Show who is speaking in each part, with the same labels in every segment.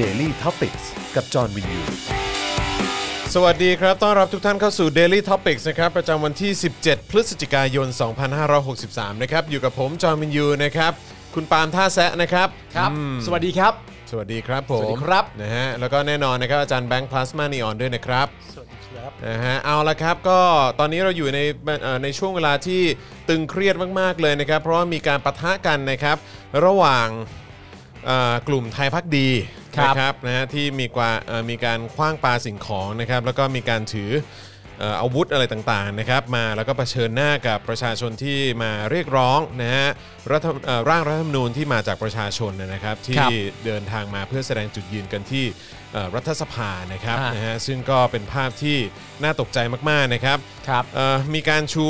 Speaker 1: Daily t o p i c กกับจอห์นวินยู
Speaker 2: สวัสดีครับ ต้อนรับทุกท่านเข้าสู่ Daily Topics นะครับ ประจำวันที่ 17 พฤศจิกายน 2563 นะครับ อยู่กับผม จอมินยู นะครับ คุณปาล์มท่าแซะนะครับ
Speaker 3: ครับสวัสดีครับ
Speaker 2: สวัสดีครับผม
Speaker 3: สวัสดีครับ
Speaker 2: นะฮะ แล้วก็แน่นอนนะครับ อาจารย์แบงค์พลาสมานีออนด้วยนะครับ
Speaker 3: สวัสดีครับ
Speaker 2: นะฮะเอาละครับก็ตอนนี้เราอยู่ในเอ่อในช่วงเวลาที่ตึงเครียดมาก ๆ เลยนะครับ เพราะว่ามีการปะทะกันนะครับ ระหว่างเอ่อกลุ่มไทยพักดี
Speaker 3: ครับ
Speaker 2: นะครับนะฮะที่มีกว่าเอ่อมีการคว้างปาสิ่งของนะครับ แล้วก็มีการถือเอ่ออาวุธอะไรต่างๆนะครับ มาแล้วก็เผชิญหน้ากับประชาชนที่มาเรียกร้องนะฮะรัฐเอ่อร่างรัฐธรรมนูญที่มาจากประชาชนนะครับ
Speaker 3: ครั
Speaker 2: ที่
Speaker 3: บ
Speaker 2: เดินทางมาเพื่อแสดงจุดยืนกันที่เอ่อรัฐสภานะครับ
Speaker 3: อ่าน
Speaker 2: นะฮะซึ่งก็เป็นภาพที่น่าตกใจมากๆนะครับ
Speaker 3: ครับ
Speaker 2: เอ่อมีการชู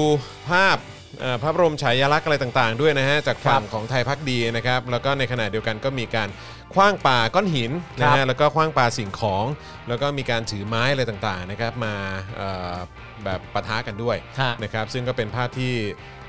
Speaker 2: ภาพเอ่อพระบรมฉายาลักษณ์อะไรต่างๆ ด้วยนะฮะจากฝั่งของไทยพักดีนะครับแล้วก็ในขณะเดียวกันก็มีการคว้างปาก้อนหิน
Speaker 3: ค
Speaker 2: นะ
Speaker 3: รับ
Speaker 2: ฮะแล้วก็คว้างปาสิ่งของ แล้วก็มีการถือไม้อะไรต่างๆนะครับมาเอ่อแบบปะทะกันด้วย
Speaker 3: ฮะ
Speaker 2: นะครับซึ่งก็เป็นภาพที่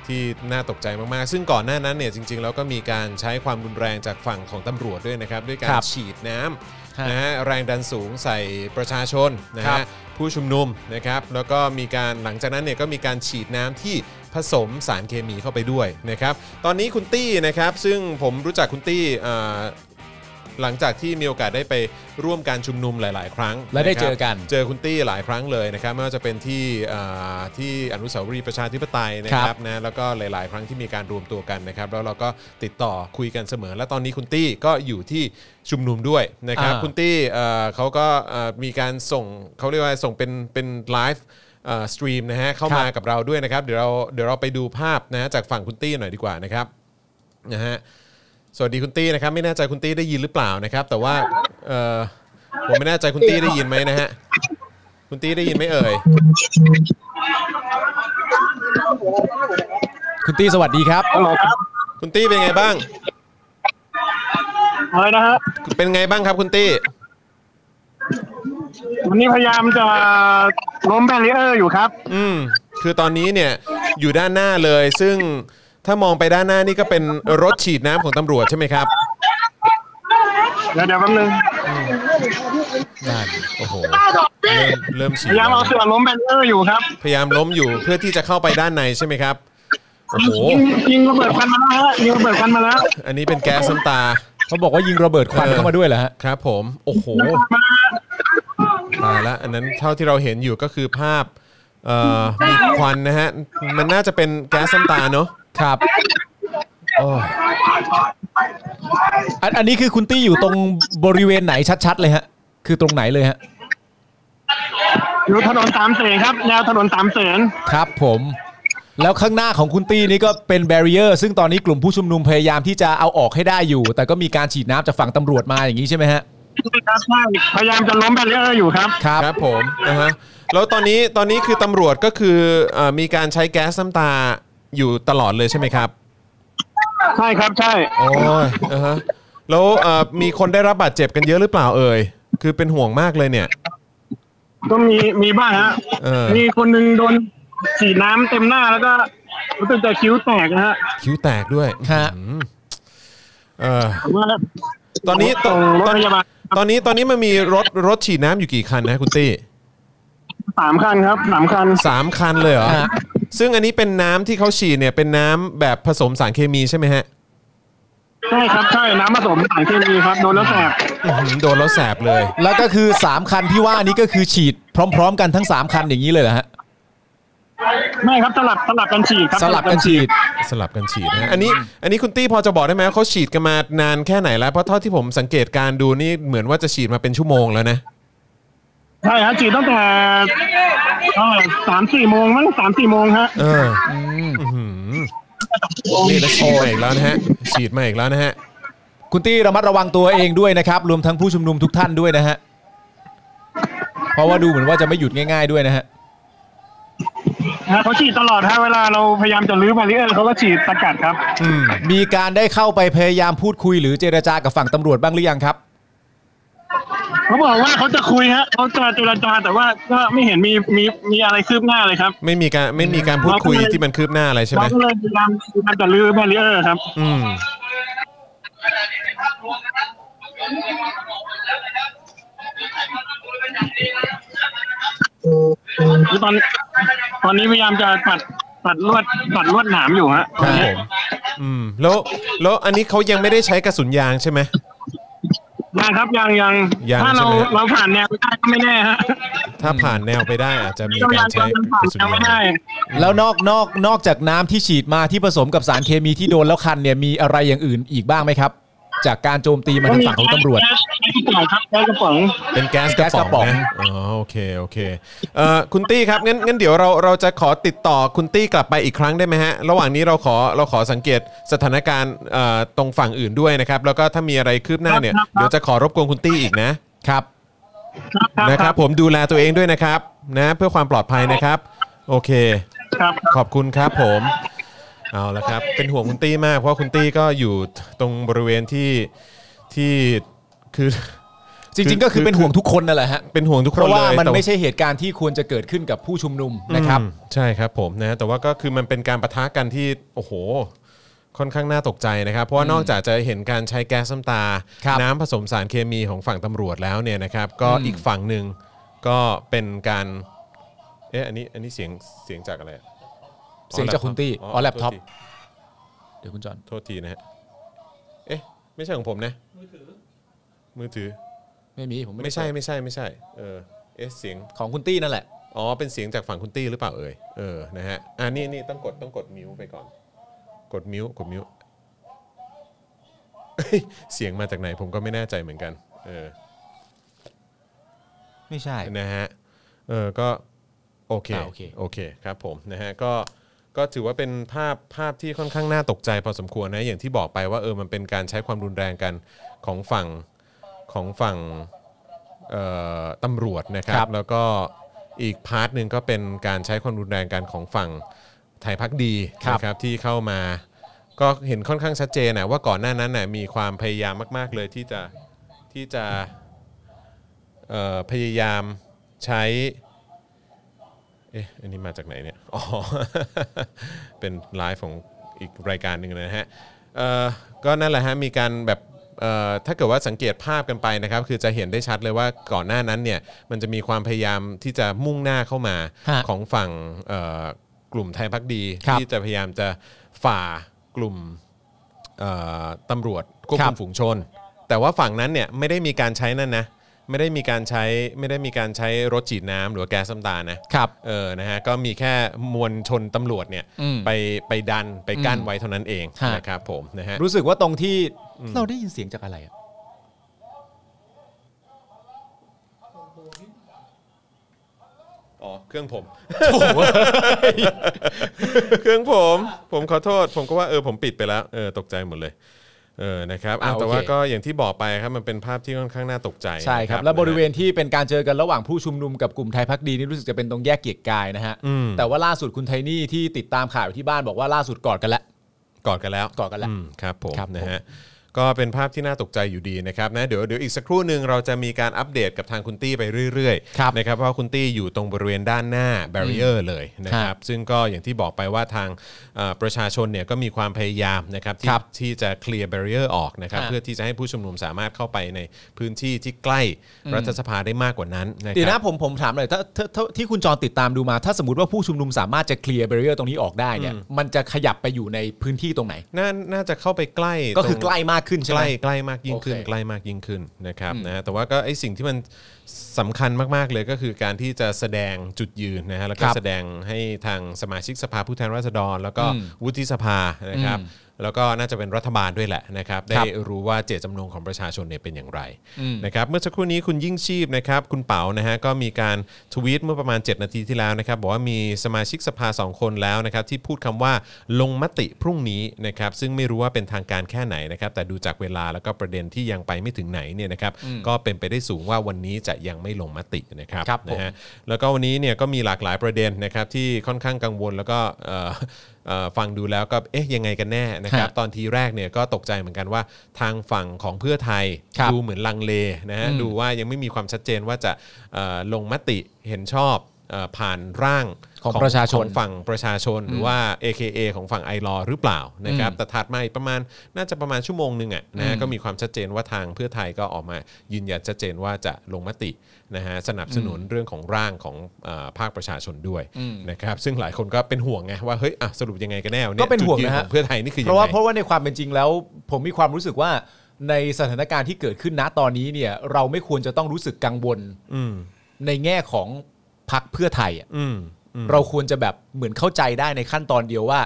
Speaker 2: ที่น่าตกใจมาก ๆ ซึ่งก่อนหน้านั้นเนี่ยจริง ๆ แล้วก็มีการใช้ความรุนแรงจากฝั่งของตำรวจด้วยนะครับ ด้วยการ
Speaker 3: ครับ
Speaker 2: ฉีดน้
Speaker 3: ฮะ
Speaker 2: ำนะฮะแรงดันสูงใส่ประชาชนนะ
Speaker 3: ครั
Speaker 2: ฮะ
Speaker 3: บ
Speaker 2: ผู้ชุมนุมนะครับแล้วก็มีการหลังจากนั้นเนี่ยก็มีการฉีดน้ำที่ผสมสารเคมีเข้าไปด้วยนะครับตอนนี้คุณตี้นะครับซึ่งผมรู้จักคุณตี้เอ่อหลังจากที่มีโอกาสได้ไปร่วมการชุมนุมหลาย ๆ ครั้ง
Speaker 3: และได้
Speaker 2: นะครับ
Speaker 3: เจอกัน
Speaker 2: เจอคุณตี้หลายครั้งเลยนะครับไม่ว่าจะเป็นที่อ่าที่อนุสาวรีย์ประชาธิปไตยนะค
Speaker 3: ครั
Speaker 2: รับบ นะแล้วก็หลาย ๆ ครั้งที่มีการรวมตัวกันนะครับแล้วเราก็ติดต่อคุยกันเสมอ และตอนนี้คุณตี้ก็อยู่ที่ชุมนุมด้วยนะครับ
Speaker 3: อ่า
Speaker 2: คุณตี้เอ่อเขาก็เอ่อมีการส่งเขาเรียกว่าส่งเป็นเป็นไลฟ์สตรีมนะฮะเข้ามา
Speaker 3: ครับ
Speaker 2: กับเราด้วยนะครับเดี๋ยวเราเดี๋ยวเราไปดูภาพนะฮะจากฝั่งคุณตี้หน่อยดีกว่านะครับนะฮะ สวัสดีคุณตี้นะครับไม่แน่ใจคุณตี้ได้ยินหรือเปล่านะครับ แต่ว่าเออผมไม่แน่ใจคุณตี้ได้ยินไหมนะฮะคุณตี้ได้ยินไหมเอ่ย
Speaker 3: คุณตี้สวัสดีครับ
Speaker 4: ฮัลโหลครับ
Speaker 2: คุณตี้เป็นไงบ้าง
Speaker 4: อะไรนะฮะ
Speaker 2: เป็นไงบ้างครับคุณตี้
Speaker 4: วันนี้พยายามจะล้มแบรีเออร์อยู่ครับ
Speaker 2: อืมคือตอนนี้เนี่ยอยู่ด้านหน้าเลย ซึ่งถ้ามองไปด้านหน้านี่ก็เป็นรถฉีดน้ำของตำรวจใช่ไหมครับ
Speaker 4: เดี๋ยวเดี๋ยวแป๊บนึง
Speaker 2: นั่นโอ้โหเริ่มเริ่มฉีด
Speaker 4: พยายาม
Speaker 2: แล้ว
Speaker 4: เอา
Speaker 2: นะ
Speaker 4: เสือล้มแบรีเออร์อยู่ครับ
Speaker 2: พยายามล้มอยู่เพื่อที่จะเข้าไปด้านในใช่ไหมครับโอ้โห
Speaker 4: ยิงยิงระเบิดควันมาแล้วฮะยิงระเบิดควันมาแล้ว
Speaker 2: อันนี้เป็นแก๊สน้ำตา
Speaker 3: เขาบอกว่ายิงระเบิดควัน
Speaker 2: เออ
Speaker 3: เข้ามาด้วยเหรอฮะ
Speaker 2: ครับผมโอ้โห
Speaker 4: มา
Speaker 2: ตายละอันนั้นเท่าที่เราเห็นอยู่ก็คือภาพเอ่อมีควันนะฮะ มันน่าจะเป็นแก๊สน้ำตาเนอะ
Speaker 3: ครับ
Speaker 2: โอ้ย
Speaker 3: อันอันนี้คือคุณตี้อยู่ตรงบริเวณไหนชัดๆเลยฮะ คือตรงไหนเลยฮะ
Speaker 4: อยู่ถนนสามเสนครับแนวถนนสามเสน
Speaker 3: ครับผม แล้วข้างหน้าของคุณตี้นี่ก็เป็นแบรีเออร์ซึ่งตอนนี้กลุ่มผู้ชุมนุมพยายามที่จะเอาออกให้ได้อยู่ แต่ก็มีการฉีดน้ำจากฝั่งตำรวจมาอย่างนี้ใช่ไหมฮะ
Speaker 4: ครับใช่พยายามจะล้มแบรีเออร์อยู่ครับ
Speaker 3: ครับ
Speaker 2: ครับผมนะฮะแล้วตอนนี้ตอนนี้คือตำรวจก็คือเอ่อมีการใช้แก๊สน้ำตาอยู่ตลอดเลยใช่ไหมครับ
Speaker 4: ใช่ครับใช่
Speaker 2: โอ้ยนะฮะแล้วเอ่อมีคนได้รับบาดเจ็บกันเยอะหรือเปล่าเอ่ยคือเป็นห่วงมากเลยเนี่ย
Speaker 4: ก็มีมีบ้างฮะ
Speaker 2: เออ
Speaker 4: มีคนหนึ่งโดนฉีดน้ำเต็มหน้าแล้วก็รู้สึกจะคิ้วแตกนะฮะ
Speaker 2: คิ้วแตกด้วย
Speaker 3: ฮะ
Speaker 2: อืมเออ
Speaker 4: ผมว่า
Speaker 2: ตอนนี้ตอ
Speaker 4: ส่
Speaker 2: น
Speaker 4: งรถ
Speaker 2: ตอน
Speaker 4: พยาบาล
Speaker 2: ตอนนี้ตอนนี้มันมีรถรถฉีดน้ำอยู่กี่คันนะคุณตี้
Speaker 4: สามคันครับสามคัน
Speaker 2: สามคันเลยเหรอ
Speaker 3: ฮะ
Speaker 2: ซึ่งอันนี้เป็นน้ำที่เขาฉีดเนี่ยเป็นน้ำแบบผสมสารเคมีใช่ไหมฮะ
Speaker 4: ใช่ครับใช่น้ำผสมสารเคมีครับโดนแล้วแสบ
Speaker 2: อื้อหือโดนแล้วแสบเลย
Speaker 3: แล้วก็คือสามคันที่ว่านี้ก็คือฉีดพร้อม ๆ กันทั้งสามคันอย่างนี้เลยเหรอฮะ
Speaker 4: ไม่ครับสลับสลับกันฉีดครับ
Speaker 3: สลับกันฉีด
Speaker 2: สลับกันฉีดนะฮะอันนี้อันนี้คุณตี้พอจะบอกได้ไหมว่าเขาฉีดกันมานานแค่ไหนแล้ว เพราะเท่าที่ผมสังเกตการณ์ดูนี่เหมือนว่าจะฉีดมาเป็นชั่วโมงแล้วนะ
Speaker 4: ใช่ฮะฉีดตั้งแต่สามสี่โมงมั้งสามสี่โมงฮะ
Speaker 2: เอออื้อหือนี่แล้วฉีดมาอีกแล้วนะฮะ ฉีดมาอีกแล้วนะฮะ
Speaker 3: คุณตี้ระมัดระวังตัวเองด้วยนะครับ รวมทั้งผู้ชุมนุมทุกท่านด้วยนะฮะ เพราะว่าดูเหมือนว่าจะไม่หยุดง่าย ๆด้วยนะฮะ
Speaker 4: ฮะเขาฉีดตลอดฮะเวลาเราพยายามจะรื้อมาเรื่อยเขาก็ฉีดสกัดครับ
Speaker 3: มีการได้เข้าไปพยายามพูดคุยหรือเจรจากับฝั่งตำรวจบ้างหรือยังครับ
Speaker 4: เขาบอกว่าเขาจะคุยฮะเขาจะเจรจาแต่ว่าก็ไม่เห็นมีมีมีอะไรคืบหน้าเลยครับ
Speaker 2: ไม่มีการไม่มีการพูดคุยที่มันคืบหน้าอะไรใช่ไหม
Speaker 4: เราก็เลยพยายามพยายามจะรื้อมาเรื่อยครับ
Speaker 2: อืม
Speaker 5: Thank you.
Speaker 4: ตอน ตอนนี้พยายามจะตัดตัดลวดตัดลวดหนามอยู่ฮะต
Speaker 2: ค
Speaker 4: อ
Speaker 2: รั
Speaker 4: น
Speaker 2: บ
Speaker 4: นี้
Speaker 2: ผมอืมแล้วแล้วอันนี้เขายังไม่ได้ใช้กระสุนยางใช่ไหม
Speaker 4: ยังครับยังยัง
Speaker 2: ยัง
Speaker 4: ถ้าเรา
Speaker 2: ใช่ไหมฮะ
Speaker 4: เราผ่านแนวไม่ได้ก็ไม่แน่ฮะ
Speaker 2: ถ้าผ่านแนวไปได้อาจจะมี
Speaker 4: เรา
Speaker 2: กา
Speaker 4: ยั
Speaker 2: รงใช้
Speaker 4: ยังผ่าน
Speaker 2: กระสุน
Speaker 4: แนวไม่
Speaker 2: ยาง
Speaker 4: ได้
Speaker 3: แล้วนอกนอกนอกจากน้ำที่ฉีดมาที่ผสมกับสารเคมีที่โดนแล้วคันเนี่ยมีอะไรอย่างอื่นอีกบ้างไหมครับ จากการโจมตีมาทางฝั่งของตำรวจ
Speaker 4: แก๊สแก๊สกระป๋องครับแก๊สกระป๋อง
Speaker 2: เป็นแก๊สกระ
Speaker 3: แก๊สกระป๋
Speaker 2: ป๋อ
Speaker 3: อง ง
Speaker 2: นะอ๋อโอเคโอเคเอ่อคุณตี้ครับงั้นงั้นเดี๋ยวเราเราจะขอติดต่อคุณตี้กลับไปอีกครั้งได้ไหมฮะ ระหว่างนี้เราขอเราขอสังเกตสถานการณ์เอ่อตรงฝั่งอื่นด้วยนะครับ แล้วก็ถ้ามีอะไรคืบหน้าเนี่ยเดี๋ยวจะขอรบกวนคุณตี้อีกนะ
Speaker 3: ครับ
Speaker 4: ครับครับ
Speaker 2: นะครับผมดูแลตัวเองด้วยนะครับนะเพื่อความปลอดภัยนะครับ โอเค
Speaker 4: ครับ
Speaker 2: ขอบคุณครับผมเอาละครับ เป็นห่วงคุณตี้มากเพราะคุณตี้ก็อยู่ตรงบริเวณที่ที่คือ
Speaker 3: จริง ๆ ก็คือเป็นห่วงทุกคนนั่นแหละฮะ
Speaker 2: เป็นห่วงทุกค
Speaker 3: เพ
Speaker 2: น
Speaker 3: ราะว่า
Speaker 2: เลย
Speaker 3: มัน
Speaker 2: แต่
Speaker 3: ไม่ใช่เหตุการณ์ที่ควรจะเกิดขึ้นกับผู้ชุมนุมนะครับ
Speaker 2: อืมใช่ครับผมนะแต่ว่าก็คือมันเป็นการประทะกันที่โอ้โห ค่อนข้างน่าตกใจนะครับ เพราะว่านอกจากจะเห็นการใช้แก๊สน้ำตา
Speaker 3: ครับ
Speaker 2: น้ำผสมสารเคมีของฝั่งตำรวจแล้วเนี่ยนะครับ ก็อีกฝั่งหนึ่งก็เป็นการเอ๊ะอันนี้อันนี้เสียงเสียงจากอะไรอะ
Speaker 3: เสียงจากคุณตี้อ๋อแล็ปท็อป เดี๋ยวคุณจอน
Speaker 2: โทษทีนะฮะเอ๊ะไม่ใช่ของผมนะมือถือ
Speaker 3: ไม่มีผม
Speaker 2: มือถือไม่
Speaker 3: ด้
Speaker 2: ใช่ไม่ใช่ไม่ใช่เออเอ๊ะเสียง
Speaker 3: ของคุณตี้นั่นแหละ
Speaker 2: อ๋อ เป็นเสียงจากฝั่งคุณตี้หรือเปล่าเอ่ย เออ นะฮะ อ่านี่นี่ต้องกดต้องกดมิวไปก่อน กดมิวกดมิวเฮ้ยเสียงมาจากไหนผมก็ไม่แน่ใจเหมือนกัน เออ
Speaker 3: ไม่ใช่
Speaker 2: นะฮะ เออ ก็โอเค
Speaker 3: อ่าโอเค
Speaker 2: โอเค ครับผม นะฮะ ก็ ก็ถือว่าเป็นภาพ ภาพที่ค่อนข้างน่าตกใจพอสมควรนะ อย่างที่บอกไปว่า เออ มันเป็นการใช้ความรุนแรงกันของฝั่ง ของฝั่ง เอ่อตำรวจนะครับ
Speaker 3: ครับ
Speaker 2: แล้วก็อีกพาร์ทหนึ่งก็เป็นการใช้ความรุนแรงกันของฝั่งไทยพักดีนะครับที่เข้ามา ก็เห็นค่อนข้างชัดเจนนะว่าก่อนหน้านั้นนะมีความพยายามมาก ๆ เลยที่จะที่จะเอ่อพยายามใช้เอ๊ะอันนี้มาจากไหนเนี่ย อ๋อ เป็นไลฟ์ของอีกรายการหนึ่งนะฮะเอ่อก็นั่นแหละฮะมีการแบบเอ่อถ้าเกิดว่าสังเกตภาพกันไปนะครับ คือจะเห็นได้ชัดเลยว่าก่อนหน้านั้นเนี่ยมันจะมีความพยายามที่จะมุ่งหน้าเข้ามา
Speaker 3: ฮะ
Speaker 2: ของฝั่งเอ่อกลุ่มไทยพักดี
Speaker 3: ครับ
Speaker 2: ที่จะพยายามจะฝ่ากลุ่ม เอ่อตำรวจควบ
Speaker 3: ครั
Speaker 2: คุม
Speaker 3: บ
Speaker 2: ฝูงชน แต่ว่าฝั่งนั้นเนี่ยไม่ได้มีการใช้นั่นนะไม่ได้มีการใช้ไม่ได้มีการใช้รถฉีดน้ำหรือว่าแก๊สน้ำตานะ
Speaker 3: คับ
Speaker 2: เออนะฮะก็มีแค่มวลชนตำรวจเนี่ย
Speaker 3: อืม
Speaker 2: ไปไปดันไปกั้นไว้เท่านั้นเอง
Speaker 3: ฮะ
Speaker 2: นะครับผมนะฮะ
Speaker 3: รู้สึกว่าตรงที่เราได้ยินเสียงจากอะไรอะ
Speaker 2: อ๋อเครื่องผม เครื่องผม ผมขอโทษ ผมก็ว่าเออผมปิดไปแล้วเออตกใจหมดเลยเออนะครับอ้าวแต่ว่าก็อย่างที่บอกไปครับมันเป็นภาพที่ค่อนข้างน่าตกใจ
Speaker 3: ใช่ครับ
Speaker 2: นะ
Speaker 3: แล้วบริเวณที่เป็นการเจอกันระหว่างผู้ชุมนุมกับกลุ่มไทยพักดีนี่รู้สึกจะเป็นตรงแยกเกียรติกายนะฮะ
Speaker 2: อืม
Speaker 3: แต่ว่าล่าสุดคุณไทนี่ที่ติดตามข่าวอยู่ที่บ้านบอกว่าล่าสุดกอดกันแล้ว
Speaker 2: กอดกันแล้ว
Speaker 3: กอดกันแล้ว
Speaker 2: มครับผม
Speaker 3: ครับผม
Speaker 2: นะฮะก็เป็นภาพที่น่าตกใจอยู่ดีนะครับนะเดี๋ยวเดี๋ยวอีกสักครู่หนึ่งเราจะมีการอัปเดตกับทางคุณตี้ไปเรื่อย
Speaker 3: ครับ
Speaker 2: ๆนะครับเพราะว่าคุณตี้อยู่ตรงบริเวณด้านหน้าแบร r เออร์เลยนะค
Speaker 3: ครั
Speaker 2: รับบ ซึ่งก็อย่างที่บอกไปว่าทางเอ่อประชาชนเนี่ยก็มีความพยายามนะครับที่
Speaker 3: ครับ
Speaker 2: ที่จะเคลียร์แบร r เออร์ออกนะครับ
Speaker 3: ฮะ
Speaker 2: เพื่อที่จะให้ผู้ชุมนุมสามารถเข้าไปในพื้นที่ที่ใกล้รัฐสภาได้มากกว่านั้นนะ
Speaker 3: เดี๋ย
Speaker 2: ค
Speaker 3: ว
Speaker 2: รั
Speaker 3: นะ
Speaker 2: บ
Speaker 3: ผมผมถามหน่อยถ้าถ้าถ้าที่คุณจรติดตามดูมา ถ้าสมมติว่าผู้ชุมนุมสามารถจะเคลียร์เบรียร์ตรงนี้ออกได้เนี่ยมันจะขยับไปอยู่ในพื้นที่ตรงไหน
Speaker 2: น่าน่าจะเข้าไปใกล้
Speaker 3: ก็คือ
Speaker 2: ตรง
Speaker 3: ใกล้มากขึ้นใช่
Speaker 2: ใก
Speaker 3: ไหม
Speaker 2: ล้ใกล้มากยิ่งขึ้น
Speaker 3: โอเค
Speaker 2: ใกล้มากยิ่งขึ้นนะครับนะแต่ว่าก็ไอสิ่งที่มันสำคัญมาก ๆ เลยก็คือการที่จะแสดงจุดยืนนะฮะแล้วก็
Speaker 3: ครับ
Speaker 2: แสดงให้ทางสมาชิกสภาผู้แทนราษฎร แล้วก็
Speaker 3: อืม
Speaker 2: วุฒิสภานะครับ แล้วก็น่าจะเป็นรัฐบาลด้วยแหละนะครับ ได้
Speaker 3: ครับ
Speaker 2: รู้ว่าเจตจำนงของประชาชนเนี่ยเป็นอย่างไร
Speaker 3: อืม
Speaker 2: นะครับเมื่อสักครู่นี้คุณยิ่งชีพนะครับคุณเป๋านะฮะก็มีการทวีตเมื่อประมาณ 7 นาทีที่แล้วนะครับบอกว่ามีสมาชิกสภาสองคนแล้วนะครับที่พูดคำว่าลงมติพรุ่งนี้นะครับซึ่งไม่รู้ว่าเป็นทางการแค่ไหนนะครับแต่ดูจากเวลาแล้วก็ประเด็นที่ยังไปไม่ถึงไหนเนี่ยนะครับก็เป็นไปได้สูงว่าวันนี้จะยังไม่ลงมตินะครับ
Speaker 3: ครับผม
Speaker 2: นะฮะแล้วก็วันนี้เนี่ยก็มีหลากหลายประเด็นนะครับที่ค่อนข้างกังวลแล้วก็เอ่อเอ่อฟังดูแล้วก็เอ๊ะยังไงกันแน่นะครับ
Speaker 3: ฮะ
Speaker 2: ตอนทีแรกเนี่ยก็ตกใจเหมือนกันว่าทางฝั่งของเพื่อไทย
Speaker 3: ครับ
Speaker 2: ดูเหมือนลังเลนะฮะ
Speaker 3: อืม
Speaker 2: ดูว่ายังไม่มีความชัดเจนว่าจะเอ่อลงมติเห็นชอบ เอ่อผ่านร่าง
Speaker 3: ของประชาช
Speaker 2: ข
Speaker 3: น
Speaker 2: องฝั่งประชาชนหรือว่า AKA ของฝั่งไอรอหรือเปล่านะครับ
Speaker 3: อืม
Speaker 2: แต่ถัดมาอีกประมาณน่าจะประมาณชั่วโมงหนึ่งอ่ะนะฮะ
Speaker 3: อืม
Speaker 2: ก็มีความชัดเจนว่าทางเพื่อไทยก็ออกมายืนยันชัดเจนว่าจะลงมตินะฮะสนับสนุนเรื่องของร่างของเอ่อภาคประชาชนด้วยนะครับซึ่งหลายคนก็เป็นห่วงไงว่าเฮ้ยอ่ะสรุปยังไงกันแน่ย
Speaker 3: ก็เป็นห่วง
Speaker 2: จุดยื
Speaker 3: นะ
Speaker 2: ข
Speaker 3: ฮะ
Speaker 2: อเพื่อไทยนี่คือยัง
Speaker 3: เพราะว่า
Speaker 2: ไง
Speaker 3: เพราะว่าในความเป็นจริงแล้ว ผมมีความรู้สึกว่าในสถานการณ์ที่เกิดขึ้นณตอนนี้เนี่ย เราไม่ควรจะต้องรู้สึกกังวล
Speaker 2: อืม
Speaker 3: ในแง่ของพักเพื่อไทยอะ
Speaker 2: อืมอืม
Speaker 3: เราควรจะแบบเหมือนเข้าใจได้ในขั้นตอนเดียวว่า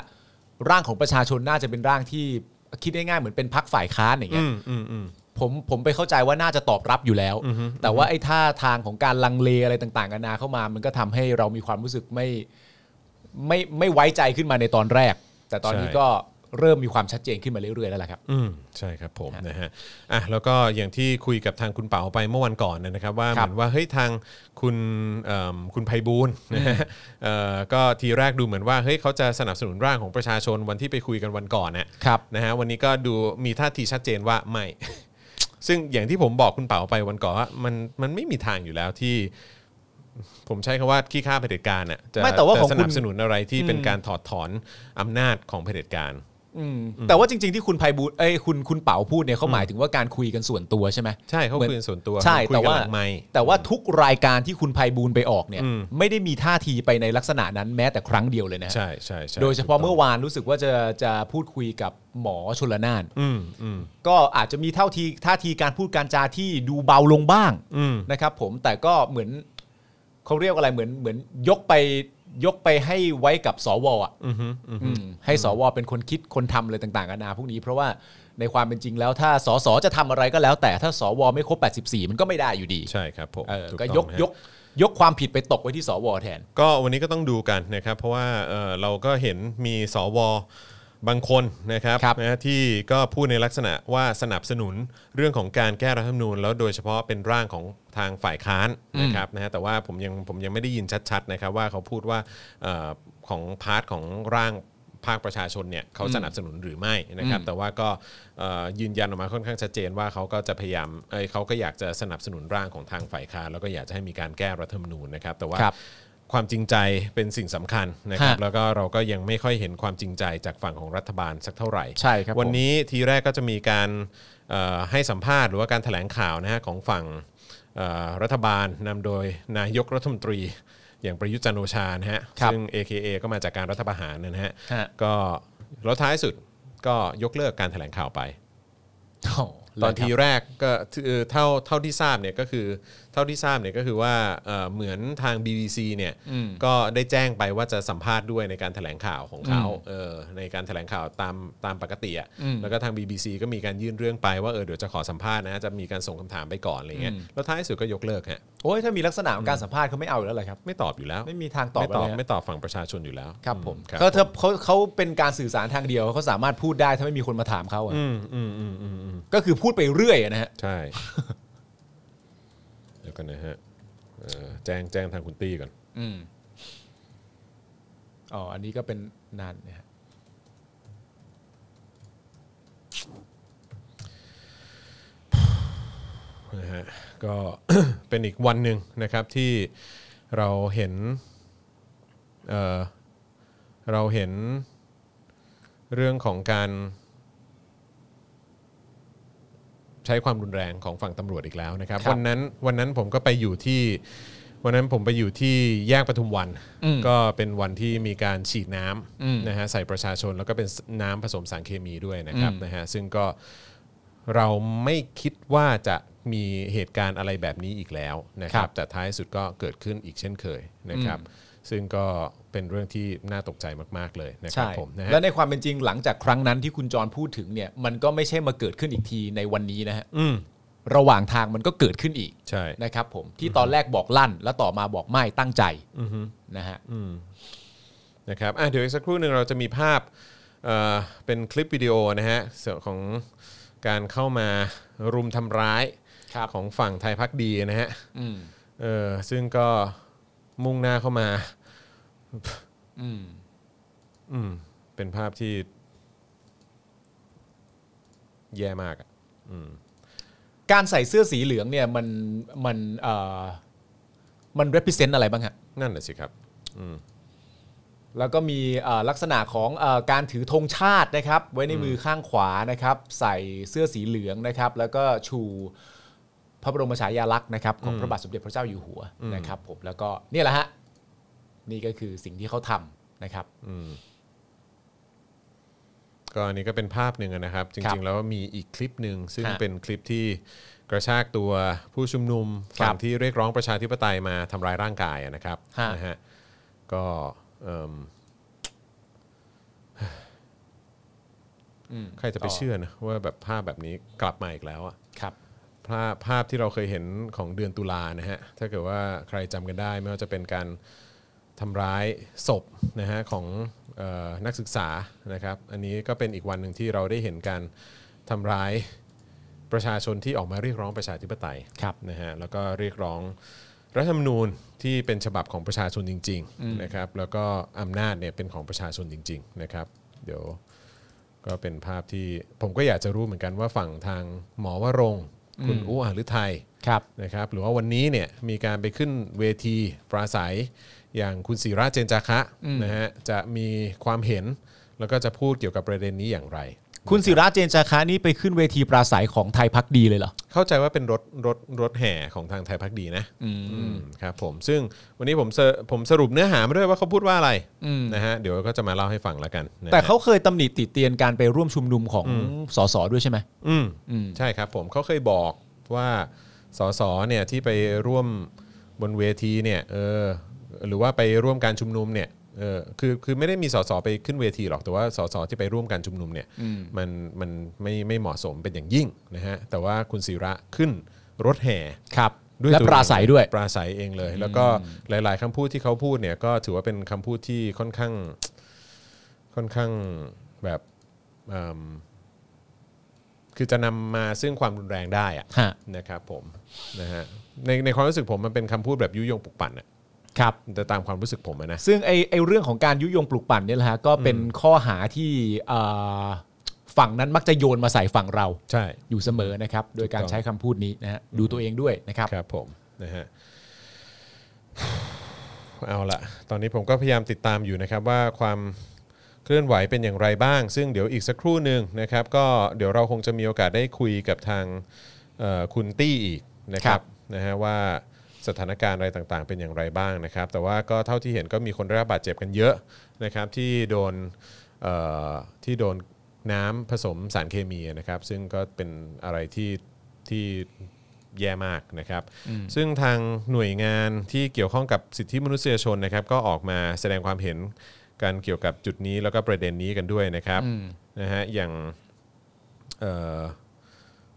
Speaker 3: ร่างของประชาชนน่าจะเป็นร่างที่คิดง่ายๆเหมือนเป็นพักฝ่ายค้านอย่างเงี้
Speaker 2: อื
Speaker 3: ย
Speaker 2: มอืมอืม
Speaker 3: ผมผมไปเข้าใจว่าน่าจะตอบรับอยู่แล้ว แต่ว่าไอ้ท่าทางของการลังเลอะไรต่างๆกันานาเข้ามา มันก็ทำให้เรามีความรู้สึกไม่ไม่ไม่ไว้ใจขึ้นมาในตอนแรก แต่ตอนนี้
Speaker 2: ใช่
Speaker 3: ก็เริ่มมีความชัดเจนขึ้นมาเรื่อยๆแล้วล่ะครับ
Speaker 2: อืมใช่ครับผมนะฮะอ่ะแล้วก็อย่างที่คุยกับทางคุณเป๋าไปเมื่อวันก่อนนะครับ ว่าเห
Speaker 3: ครับ
Speaker 2: มือนว่าเฮ้ยทางคุณเอิ่มคุณไพบูลย์นะฮะเอ่อก็ทีแรกดูเหมือนว่าเฮ้ยเขาจะสนับสนุนร่างของประชาชนวันที่ไปคุยกันวันก่อนนะครับ นะฮะวันนี้ก็ดูมีท่าทีชัดเจนว่าไม่ ซึ่งอย่างที่ผมบอกคุณเป๋าไปวันก่อนว่ามันมันไม่มีทางอยู่แล้วที่ ผมใช้คำว่าขี้ข้าเผด็จการอ่ะจะ
Speaker 3: ไม่แต่ว่า
Speaker 2: จะ
Speaker 3: ของ
Speaker 2: ส
Speaker 3: คุ
Speaker 2: นับ
Speaker 3: ณ
Speaker 2: สนุนอะไรที่เป็นการถอดถอนอำนาจของเผด็จการ
Speaker 3: แต่ว่าจริงๆที่คุณไพบูลย์เอ้ยคุณคุณเป๋าพูดเนี่ยเขาหมายถึงว่าการคุยกันส่วนตัวใช่ไหม
Speaker 2: ใช่เขา
Speaker 3: หมือ
Speaker 2: คุยกันส่วนตัว
Speaker 3: ใช่
Speaker 2: คุยกัน
Speaker 3: แต่ว่า
Speaker 2: หลังไมค์
Speaker 3: แต่ว่าทุกรายการที่คุณไพบูลย์ไปออกเนี่ย
Speaker 2: อืม
Speaker 3: ไม่ได้มีท่าทีไปในลักษณะนั้นแม้แต่ครั้งเดียวเลยนะฮะ
Speaker 2: ใช่ใช่ใช่
Speaker 3: โดยเฉพาะ
Speaker 2: ถูกต้ง
Speaker 3: เมื่อวานรู้สึกว่าจะจะพูดคุยกับหมอชลนาน
Speaker 2: อืมอืม
Speaker 3: ก็อาจจะมีเท่าทีท่าทีการพูดการจาที่ดูเบาลงบ้าง
Speaker 2: อืม
Speaker 3: นะครับผมแต่ก็เหมือนเขาเรียกอะไรเหมือนเหมือนยกไปยกไปให้ไว้กับสวอ่ะ
Speaker 2: อืมฮึอืม
Speaker 3: อืมให้สวเป็นคนคิดคนทำอะไรต่างๆกันานาพวกนี้เพราะว่าในความเป็นจริงแล้วถ้าสสจะทำอะไรก็แล้ว แต่ถ้าสวไม่ครบ 84 มันก็ไม่ได้อยู่ดี
Speaker 2: ใช่ครับผม
Speaker 3: เออ
Speaker 2: ถู
Speaker 3: ก็
Speaker 2: ต้อง
Speaker 3: ยก
Speaker 2: ฮะ
Speaker 3: ยกยกความผิดไปตกไว้ที่สวแทน
Speaker 2: ก็วันนี้ก็ต้องดูกันนะครับ เพราะว่าเออเราก็เห็นมีสวบางคนนะครับ
Speaker 3: ครับ
Speaker 2: นะฮะที่ก็พูดในลักษณะว่าสนับสนุนเรื่องของการแก้รัฐธรรมนูญแล้วโดยเฉพาะเป็นร่างของทางฝ่ายค้าน
Speaker 3: อืม
Speaker 2: นะครับนะฮะแต่ว่าผมยังผมยังไม่ได้ยินชัดๆนะครับว่าเขาพูดว่าเอ่อของพาร์ทของร่างภาคประชาชนเนี่ยเขาสนับสนุนหรือไม่นะครับ แต่ว่าก็เอ่อยืนยันออกมาค่อนข้างชัดเจนว่าเขาก็จะพยายามเอ้ยเขาก็อยากจะสนับสนุนร่างของทางฝ่ายค้านแล้วก็อยากจะให้มีการแก้รัฐธรรมนูญนะครับ แต่ว่า
Speaker 3: ครับ
Speaker 2: ความจริงใจเป็นสิ่งสำคัญนะครับ
Speaker 3: ฮะ
Speaker 2: แล้วก็เราก็ยังไม่ค่อยเห็นความจริงใจจากฝั่งของรัฐบาลสักเท่าไหร่
Speaker 3: ใช่ครับผม
Speaker 2: วันนี้ทีแรกก็จะมีการเอ่อให้สัมภาษณ์หรือว่าการแถลงข่าวนะฮะของฝั่งเอ่อรัฐบาลนำโดยนายกรัฐมนตรี อย่างประยุทธ์จันทร์โอชานะฮะ
Speaker 3: ครับ
Speaker 2: ซึ่ง AKA ก็มาจากการรัฐประหารนะฮะ
Speaker 3: ฮะ
Speaker 2: ก็แล้วท้ายสุดก็ยกเลิกการแถลงข่าวไป
Speaker 3: โอ้
Speaker 2: ตอนทีแรกก็คือเท่าเท่าที่ทราบเนี่ยก็คือเท่าที่ทราบเนี่ยก็คือว่าเอ่อเหมือนทาง BBC เนี่ยก็ได้แจ้งไปว่าจะสัมภาษณ์ด้วยในการแถลงข่าวของเขาเออในการแถลงข่าวตามตามปกติอ่ะแล้วก็ทาง BBC ก็มีการยื่นเรื่องไปว่าเออเดี๋ยวจะขอสัมภาษณ์นะจะมีการส่งคำถามไปก่อนอะไรเงี้ยแล้วท้ายสุดก็ยกเลิกฮะ
Speaker 3: โอ้ยถ้ามีลักษณะของการสัมภาษณ์เขาไม่เอาอยู่แล้วเลยครับ
Speaker 2: ไม่ตอบอยู่แล้ว
Speaker 3: ไม่มีทางตอบ
Speaker 2: ไม่ตอบ
Speaker 3: อะไรฮะ
Speaker 2: ไม่ตอบฝั่งประชาชนอยู่แล้ว
Speaker 3: ครับผม
Speaker 2: ครับ
Speaker 3: ก็เธอเขาเขาเป็นการสื่อสารทางเดียวเขาสามารถพูดได้ถ้าไม่มีคนมาถามเขาอะ
Speaker 2: อืมอืมอืมอืมอืม
Speaker 3: ก็คือพูดไปเรื่อยอะนะฮะ
Speaker 2: ใช่ เดี๋ยวกันนะฮะเออแจ้งแจ้งทางคุณตี้ก่อน
Speaker 3: อืมอ๋อ อันนี้ก็เป็นนานนะฮะ
Speaker 2: นะฮะก็ เป็นอีกวันหนึ่งนะครับที่เราเห็นเอ่อเราเห็นเรื่องของการใช้ความรุนแรงของฝั่งตำรวจอีกแล้วนะครับ วันนั้นวันนั้นผมก็ไปอยู่ที่ วันนั้นผมไปอยู่ที่แยกปทุมวัน ก็เป็นวันที่มีการฉีดน้ำนะฮะใส่ประชาชนแล้วก็เป็นน้ำผสมสารเคมีด้วยนะครับนะฮะซึ่งก็ เราไม่คิดว่าจะมีเหตุการณ์อะไรแบบนี้อีกแล้วนะครับ แต่ท้ายสุดก็เกิดขึ้นอีกเช่นเคยนะครับ ซึ่งก็เป็นเรื่องที่น่าตกใจมาก ๆ เลยนะครับผมนะฮะ
Speaker 3: และในความเป็นจริงหลังจากครั้งนั้นที่คุณจรพูดถึงเนี่ย มันก็ไม่ใช่มาเกิดขึ้นอีกทีในวันนี้นะฮะ
Speaker 2: อืม
Speaker 3: ระหว่างทางมันก็เกิดขึ้นอีก
Speaker 2: ใช่
Speaker 3: นะครับผม ที่ตอนแรกบอกลั่น แล้วต่อมาบอกไม่ตั้งใจ
Speaker 2: อือฮึ
Speaker 3: นะฮะ
Speaker 2: นะครับอ่ะเดี๋ยวอีกสักครู่หนึ่งเราจะมีภาพเอ่อเป็นคลิปวิดีโอนะฮะส่วนของการเข้ามารุมทำร้าย
Speaker 3: ครับ
Speaker 2: ของฝั่งไทยพักดีนะฮะ
Speaker 3: อืม
Speaker 2: เออซึ่งก็มุ่งหน้าเข้ามาอืมเป็นภาพที่แย่มากอะ
Speaker 3: การใส่เสื้อสีเหลืองเนี่ยมันมันเอ่อมัน represent อะไรบ้างฮะ
Speaker 2: นั่นแหละสิครับ อืม
Speaker 3: แล้วก็มีเอ่อลักษณะของเออการถือธงชาตินะครับ ไว้ในมือข้างขวานะครับ ใส่เสื้อสีเหลืองนะครับ แล้วก็ชูพระบรมฉายาลักษณ์นะครับของพระบาทสมเด็จพระเจ้าอยู่หัวนะครับ ผมแล้วก็เนี่ยแหละฮะนี่ก็คือสิ่งที่เขาทำนะครับ
Speaker 2: อืมก็อันนี้ก็เป็นภาพหนึ่งอะนะครับ จ
Speaker 3: ครั
Speaker 2: ริง ๆ
Speaker 3: บ
Speaker 2: แล้วมีอีกคลิปหนึ่งซึ่ง
Speaker 3: ฮะ
Speaker 2: เป็นคลิปที่กระชากตัวผู้ชุมนุมฝั่ง
Speaker 3: ครับ
Speaker 2: ที่เรียกร้องประชาธิปไตยมาทำร้ายร่างกายอะนะครับ
Speaker 3: ฮะ
Speaker 2: นะฮะก็เอิ่มใครจะไปเชื่อนะว่าแบบภาพแบบนี้กลับมาอีกแล้วอะ
Speaker 3: ครับ
Speaker 2: ภาพภาพที่เราเคยเห็นของเดือนตุลานะฮะ ถ้าเกิดว่าใครจำกันได้ ไม่ว่าจะเป็นการทำร้ายศพนะฮะของเออนักศึกษานะครับ อันนี้ก็เป็นอีกวันหนึ่งที่เราได้เห็นการทำร้ายประชาชนที่ออกมาเรียกร้องประชาธิปไตย
Speaker 3: ครับ
Speaker 2: นะฮะ แล้วก็เรียกร้องรัฐธรรมนูญที่เป็นฉบับของประชาชนจริงๆนะครับ แล้วก็อำนาจเนี่ยเป็นของประชาชนจริง ๆ นะครับ เดี๋ยว ก็เป็นภาพที่ผมก็อยากจะรู้เหมือนกันว่าฝั่งทางหมอวรงค์คุณอู้อาหรือไทย
Speaker 3: ครับ
Speaker 2: นะครับหรือว่าวันนี้เนี่ยมีการไปขึ้นเวทีปราศัยอย่างคุณศิราเจนจาคะนะฮะจะมีความเห็นแล้วก็จะพูดเกี่ยวกับประเด็นนี้อย่างไร
Speaker 3: คุณศิราเจนจาคะนี่ไปขึ้นเวทีปราศัยของไทยพักดีเลยเหรอ
Speaker 2: เข้าใจว่าเป็นรถรถรถแห่ของทางไทยพักดีนะอืมครับผมซึ่งวันนี้ผมเสผมสรุปเนื้อหามาด้วยว่าเขาพูดว่าอะไรนะฮะเดี๋ยวก็จะมาเล่าให้ฟังแล้วกันนะฮะ
Speaker 3: แต่เขาเคยตำหนิติเตียนการไปร่วมชุมนุมของสสด้วยใช่ไหม
Speaker 2: อืมใช่ครับผมเขาเคยบอกว่าสสเนี่ยที่ไปร่วมบนเวทีเนี่ยเออหรือว่าไปร่วมการชุมนุมเนี่ยเออคือคือไม่ได้มีสสไปขึ้นเวทีหรอกแต่ว่าสสที่ไปร่วมการชุมนุมเนี่ยมันมันไม่ไม่เหมาะสมเป็นอย่างยิ่งนะฮะแต่ว่าคุณศิระขึ้นรถแห่
Speaker 3: ครับ
Speaker 2: ด้วย
Speaker 3: และ
Speaker 2: ตัว
Speaker 3: ปราศัยด้วย
Speaker 2: ปราศัยเองเลย แล้วก็หลาย ๆคำพูดที่เขาพูดเนี่ยก็ถือว่าเป็นคำพูดที่ค่อนข้างค่อนข้างแบบเอิ่มคือจะนำมาซึ่งความรุนแรงได้อะ
Speaker 3: ฮะ
Speaker 2: นะครับผมนะฮะในในความรู้สึกผมมันเป็นคำพูดแบบยุยงปลุกปั่นอะ
Speaker 3: ครับ
Speaker 2: แต่ตามความรู้สึกผมอะนะ
Speaker 3: ซึ่งไอไอเรื่องของการยุยงปลุกปั่นเนี่ยแหละฮะก็เป็นข้อหาที่เอ่อฝั่งนั้นมักจะโยนมาใส่ฝั่งเรา
Speaker 2: ใช่
Speaker 3: อยู่เสมอนะครับ โดยกา
Speaker 2: ถูก
Speaker 3: ร
Speaker 2: ต้อง
Speaker 3: ใช้คำพูดนี้นะฮะดูตัวเองด้วยนะครับ
Speaker 2: ครับผมนะฮะเอาละตอนนี้ผมก็พยายามติดตามอยู่นะครับว่าความเคลื่อนไหวเป็นอย่างไรบ้าง ซึ่งเดี๋ยวอีกสักครู่หนึ่งนะครับ ก็เดี๋ยวเราคงจะมีโอกาสได้คุยกับทางเอ่อคุณตี้อีกนะครั
Speaker 3: ครับ บ
Speaker 2: นะฮะว่าสถานการณ์อะไรต่างๆ เป็นอย่างไรบ้างนะครับ แต่ว่าก็เท่าที่เห็นก็มีคนได้รับบาดเจ็บกันเยอะนะครับที่โดนเอ่อที่โดนน้ำผสมสารเคมีนะครับ ซึ่งก็เป็นอะไรที่ที่ แย่มากนะครับ ซึ่งทางหน่วยงานที่เกี่ยวข้องกับสิทธิมนุษยชนนะครับ ก็ออกมาแสดงความเห็นการเกี่ยวกับจุดนี้แล้วก็ประเด็นนี้กันด้วยนะครับนะฮะอย่างเอ่อ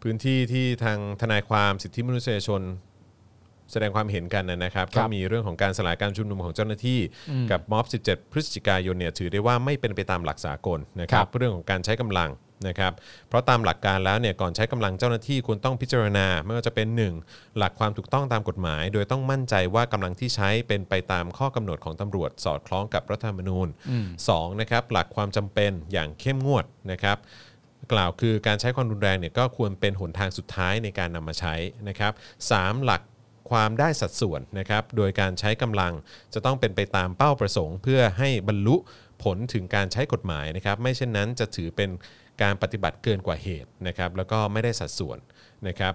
Speaker 2: พื้นที่ที่ทางทนายความสิทธิมนุษยชน แสดงความเห็นกันนะครับ
Speaker 3: ครั
Speaker 2: ก็
Speaker 3: บ
Speaker 2: มีเรื่องของการสลายการชุมนุมของเจ้าหน้าที่ กับม็อบ 17 พฤศจิกายนเนี่ยถือได้ว่าไม่เป็นไปตามหลักสากลนะครั
Speaker 3: ครับ บ
Speaker 2: เรื่องของการใช้กำลังนะครับ เพราะตามหลักการแล้วเนี่ยก่อนใช้กำลังเจ้าหน้าที่ควรต้องพิจารณา ไม่ว่าจะเป็น 1. หลักความถูกต้องตามกฎหมาย โดยต้องมั่นใจว่ากำลังที่ใช้เป็นไปตามข้อกำหนดของตำรวจ สอดคล้องกับรัฐธรรมนูญ 2. นะครับหลักความจำเป็นอย่างเข้มงวดนะครับ กล่าวคือการใช้ความรุนแรงเนี่ยก็ควรเป็นหนทางสุดท้ายในการนำมาใช้นะครับสามหลักความได้สัดส่วนนะครับ โดยการใช้กำลังจะต้องเป็นไปตามเป้าประสงค์ เพื่อให้บรรลุผลถึงการใช้กฎหมายนะครับ ไม่เช่นนั้นจะถือเป็นการปฏิบัติเกินกว่าเหตุนะครับ แล้วก็ไม่ได้สัดส่วนนะครับ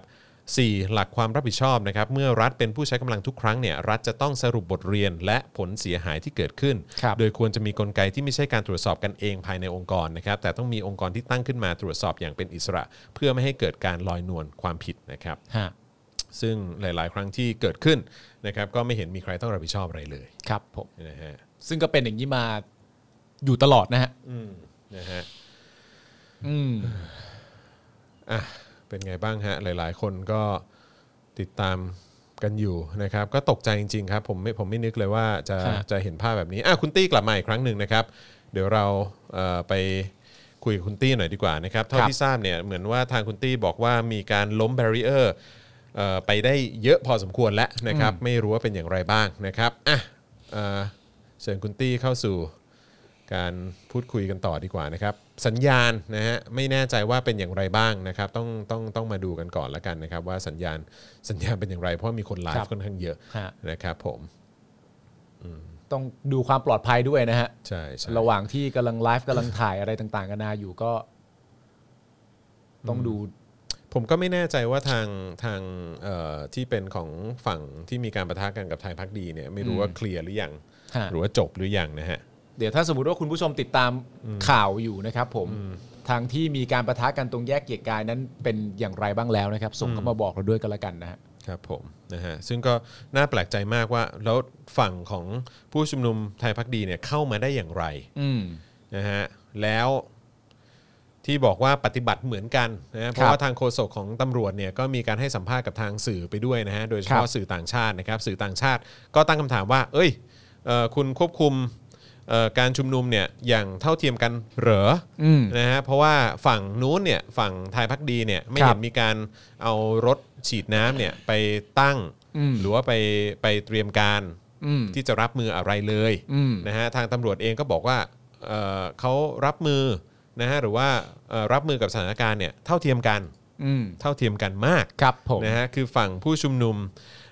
Speaker 2: 4. หลักความรับผิดชอบนะครับ เมื่อรัฐเป็นผู้ใช้กำลังทุกครั้งเนี่ยรัฐจะต้องสรุปบทเรียนและผลเสียหายที่เกิดขึ้น
Speaker 3: ครับ
Speaker 2: โดยควรจะมีกลไกที่ไม่ใช่การตรวจสอบกันเองภายในองค์กรนะครับ แต่ต้องมีองค์กรที่ตั้งขึ้นมาตรวจสอบอย่างเป็นอิสระ เพื่อไม่ให้เกิดการลอยนวลความผิดนะครับ
Speaker 3: ฮะ
Speaker 2: ซึ่งหลาย ๆ ครั้งที่เกิดขึ้นนะครับ ก็ไม่เห็นมีใครต้องรับผิดชอบอะไรเลย
Speaker 3: ครับผม
Speaker 2: นะฮะ
Speaker 3: ซึ่งก็เป็นอย่างนี้มาอยู่ตลอดนะฮะ
Speaker 2: อืมนะฮะ
Speaker 3: อืม
Speaker 2: อ่ะเป็นไงบ้างฮะ หลาย ๆ คนก็ติดตามกันอยู่นะครับ ก็ตกใจจริง ๆ ครับ ผมไม่ผมไม่นึกเลยว่าจะ
Speaker 3: ครับ
Speaker 2: จะเห็นภาพแบบนี้อ่ะคุณตี้กลับมาอีกครั้งหนึ่งนะครับ เดี๋ยวเราเอ่อไปคุยกับคุณตี้หน่อยดีกว่านะครับเท่าที่ทราบเนี่ยเหมือนว่าทางคุณตี้บอกว่ามีการล้มแบรีเออร์เอ่อไปได้เยอะพอสมควรแล้วนะครับ ไม่รู้ว่าเป็นอย่างไรบ้างนะครับอ่ะเอ่อเชิญคุณตี้เข้าสู่ การพูดคุยกันต่อดีกว่านะครับ สัญญาณนะฮะไม่แน่ใจว่าเป็นอย่างไรบ้างนะครับ ต้องต้องต้องมาดูกันก่อนละกันนะครับ ว่าสัญญาณสัญญาณเป็นอย่างไร เพราะมีคนไล
Speaker 3: ครั
Speaker 2: ฟ์
Speaker 3: บ
Speaker 2: ค่อนข้างเยอะ
Speaker 3: ฮะ
Speaker 2: นะครับผม
Speaker 3: ต้องดูความปลอดภัยด้วยนะฮะ
Speaker 2: ใช่ใช่
Speaker 3: ระหว่างที่กำลังไลฟ์กำลังถ่ายอะไรต่างๆกันานาอยู่ก็ ต้องดู
Speaker 2: ผมก็ไม่แน่ใจว่าทางทางเอ่อที่เป็นของฝั่งที่มีการประทะกันกับไทยพักดีเนี่ยไม่รู้ว่าเคลียร์หรือยัง
Speaker 3: ฮะ
Speaker 2: หรือว่าจบหรือยังนะฮะ
Speaker 3: เดี๋ยวถ้าสมมติว่าคุณผู้ชมติดตามข่าวอยู่นะครับ ผมทางที่มีการประทะกันตรงแยกเกียรติกายนั้นเป็นอย่างไรบ้างแล้วนะครับ ส่งเข้ามาบอกเราด้วยกันละกันนะฮะ
Speaker 2: ครับผมนะฮะซึ่งก็น่าแปลกใจมากว่าแล้วฝั่งของผู้ชุมนุมไทยพักดีเนี่ยเข้ามาได้อย่างไร
Speaker 3: อืม
Speaker 2: นะฮะแล้วที่บอกว่าปฏิบัติเหมือนกันนะฮะเพราะว่าทางโฆษกของตำรวจเนี่ยก็มีการให้สัมภาษณ์กับทางสื่อไปด้วยนะฮะโดยเฉ
Speaker 3: ครั
Speaker 2: พาะ
Speaker 3: บ
Speaker 2: สื่อต่างชาตินะครับสื่อต่างชาติก็ตั้งคำถามว่า เอ้ยเอ่อคุณควบคุมเอ่อการชุมนุมเนี่ยอย่างเท่าเทียมกันเหรอ
Speaker 3: อืม
Speaker 2: นะฮะเพราะว่าฝั่งนู้นเนี่ยฝั่งไทยพักดีเนี่ยไม่
Speaker 3: ครั
Speaker 2: เห็
Speaker 3: บ
Speaker 2: นมีการเอารถฉีดน้ำเนี่ยไปตั้ง
Speaker 3: อืม
Speaker 2: หรือว่าไปไปเตรียมการ
Speaker 3: อืม
Speaker 2: ที่จะรับมืออะไรเลย
Speaker 3: อืม
Speaker 2: นะฮะทางตำรวจเองก็บอกว่าเอ่อเขารับมือนะฮะหรือว่าเอ่อรับมือกับสถานการณ์เนี่ยเท่าเทียมกัน
Speaker 3: อืม
Speaker 2: เท่าเทียมกันมาก
Speaker 3: ครับผม
Speaker 2: นะฮะคือฝั่งผู้ชุมนุม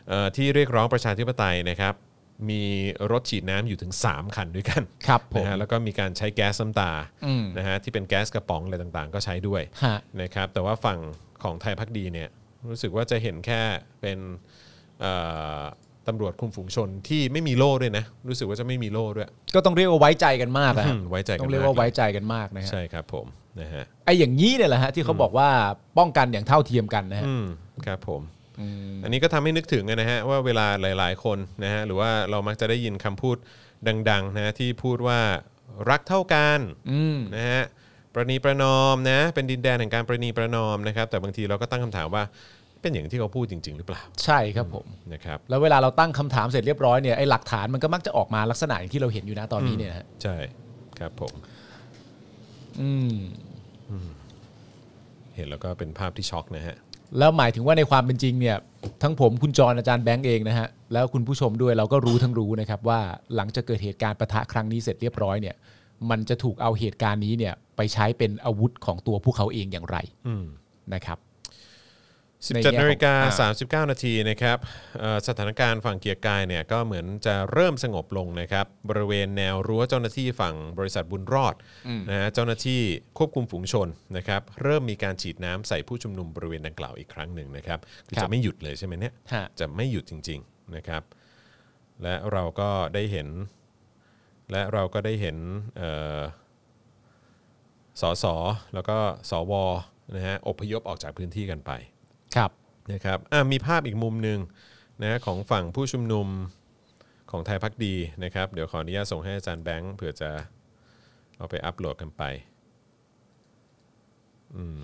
Speaker 2: เอ่อที่เรียกร้องประชาธิปไตยนะครับมีรถฉีดน้ำอยู่ถึง 3 คันด้วยกัน
Speaker 3: ครับผม
Speaker 2: นะฮะแล้วก็มีการใช้แก๊สน้ำตา
Speaker 3: อืม
Speaker 2: นะฮะที่เป็นแก๊สกระป๋องอะไรต่างๆ ก็ใช้ด้วย
Speaker 3: ฮะ
Speaker 2: นะครับแต่ว่าฝั่งของไทยพักดีเนี่ยรู้สึกว่าจะเห็นแค่เป็นเอ่อตำรวจคุมฝูงชนที่ไม่มีโล่ด้วยนะรู้สึกว่าจะไม่มีโล่ด้วย
Speaker 3: ก็ต้องเรียกว่าไว้ใจกันมากอะ
Speaker 2: อื
Speaker 3: ฮะ
Speaker 2: มไว้ใจกัน
Speaker 3: ต้องเรียกว่าไว้ใจกันมากนะฮะ
Speaker 2: ใช่ครับผมนะฮะ
Speaker 3: ไอ้อย่างนี้เนี่ยแหละฮะที่เขาบอกว่าป้องกันอย่างเท่าเทียมกันนะฮะ
Speaker 2: อืมครับผม
Speaker 3: อืม
Speaker 2: อันนี้ก็ทำให้นึกถึงนะฮะว่าเวลาหลาย ๆ คนนะฮะหรือว่าเรามักจะได้ยินคำพูดดังๆนะที่พูดว่ารักเท่ากัน
Speaker 3: อืม
Speaker 2: นะฮะประนีประนอมนะเป็นดินแดนแห่งการประนีประนอมนะครับ แต่บางทีเราก็ตั้งคำถามว่าเป็นอย่างที่เขาพูดจริง ๆ หรือเปล่า
Speaker 3: ใช่ครับผม
Speaker 2: นะครับ
Speaker 3: แล้วเวลาเราตั้งคำถามเสร็จเรียบร้อยเนี่ยไอ้หลักฐานมันก็มักจะออกมาลักษณะอย่างที่เราเห็นอยู่นะตอนนี้เนี่ยนะฮะ
Speaker 2: ใช่ครับผม
Speaker 3: อืม
Speaker 2: เห็นแล้วก็เป็นภาพที่ช็อกนะฮะ
Speaker 3: แล้วหมายถึงว่าในความเป็นจริงเนี่ย ทั้งผมคุณจรอาจารย์แบงค์เองนะฮะแล้วคุณผู้ชมด้วยเราก็รู้ทั้งรู้นะครับ ว่าหลังจากเกิดเหตุการณ์ประทะครั้งนี้เสร็จเรียบร้อยเนี่ย มันจะถูกเอาเหตุการณ์นี้เนี่ย ไปใช้เป็นอาวุธของตัวพวกเขาเองอย่างไร
Speaker 2: อืม
Speaker 3: นะครับ ใน
Speaker 2: 17
Speaker 3: แง่ของ
Speaker 2: นาฬิก
Speaker 3: อ่
Speaker 2: า39 นาทีนะครับเอ่อสถานการณ์ฝั่งเกียร์กายเนี่ยก็เหมือนจะเริ่มสงบลงนะครับบริเวณแนวรั้วเจ้าหน้าที่ฝั่งบริษัทบุญรอดนะฮะเจ้าหน้าที่ควบคุมฝูงชนนะครับเริ่มมีการฉีดน้ำใส่ผู้ชุมนุมบริเวณดังกล่าวอีกครั้งหนึ่งนะครับคือ
Speaker 3: ครั
Speaker 2: จะ
Speaker 3: บ
Speaker 2: ไม่หยุดเลยใช่ไหมเนี่ย
Speaker 3: ฮะ
Speaker 2: จะไม่หยุดจริงๆนะครับและเราก็ได้เห็น และเราก็ได้เห็นเอ่อสสแล้วก็สวนะฮะอพยพออกจากพื้นที่กันไป
Speaker 3: ครับ
Speaker 2: นะครับอ่ะมีภาพอีกมุมหนึ่งนะของฝั่งผู้ชุมนุมของไทยพักดีนะครับ เดี๋ยวขออนุญาตส่งให้อาจารย์แบงค์เผื่อจะเอาไปอัปโหลดกันไปอืม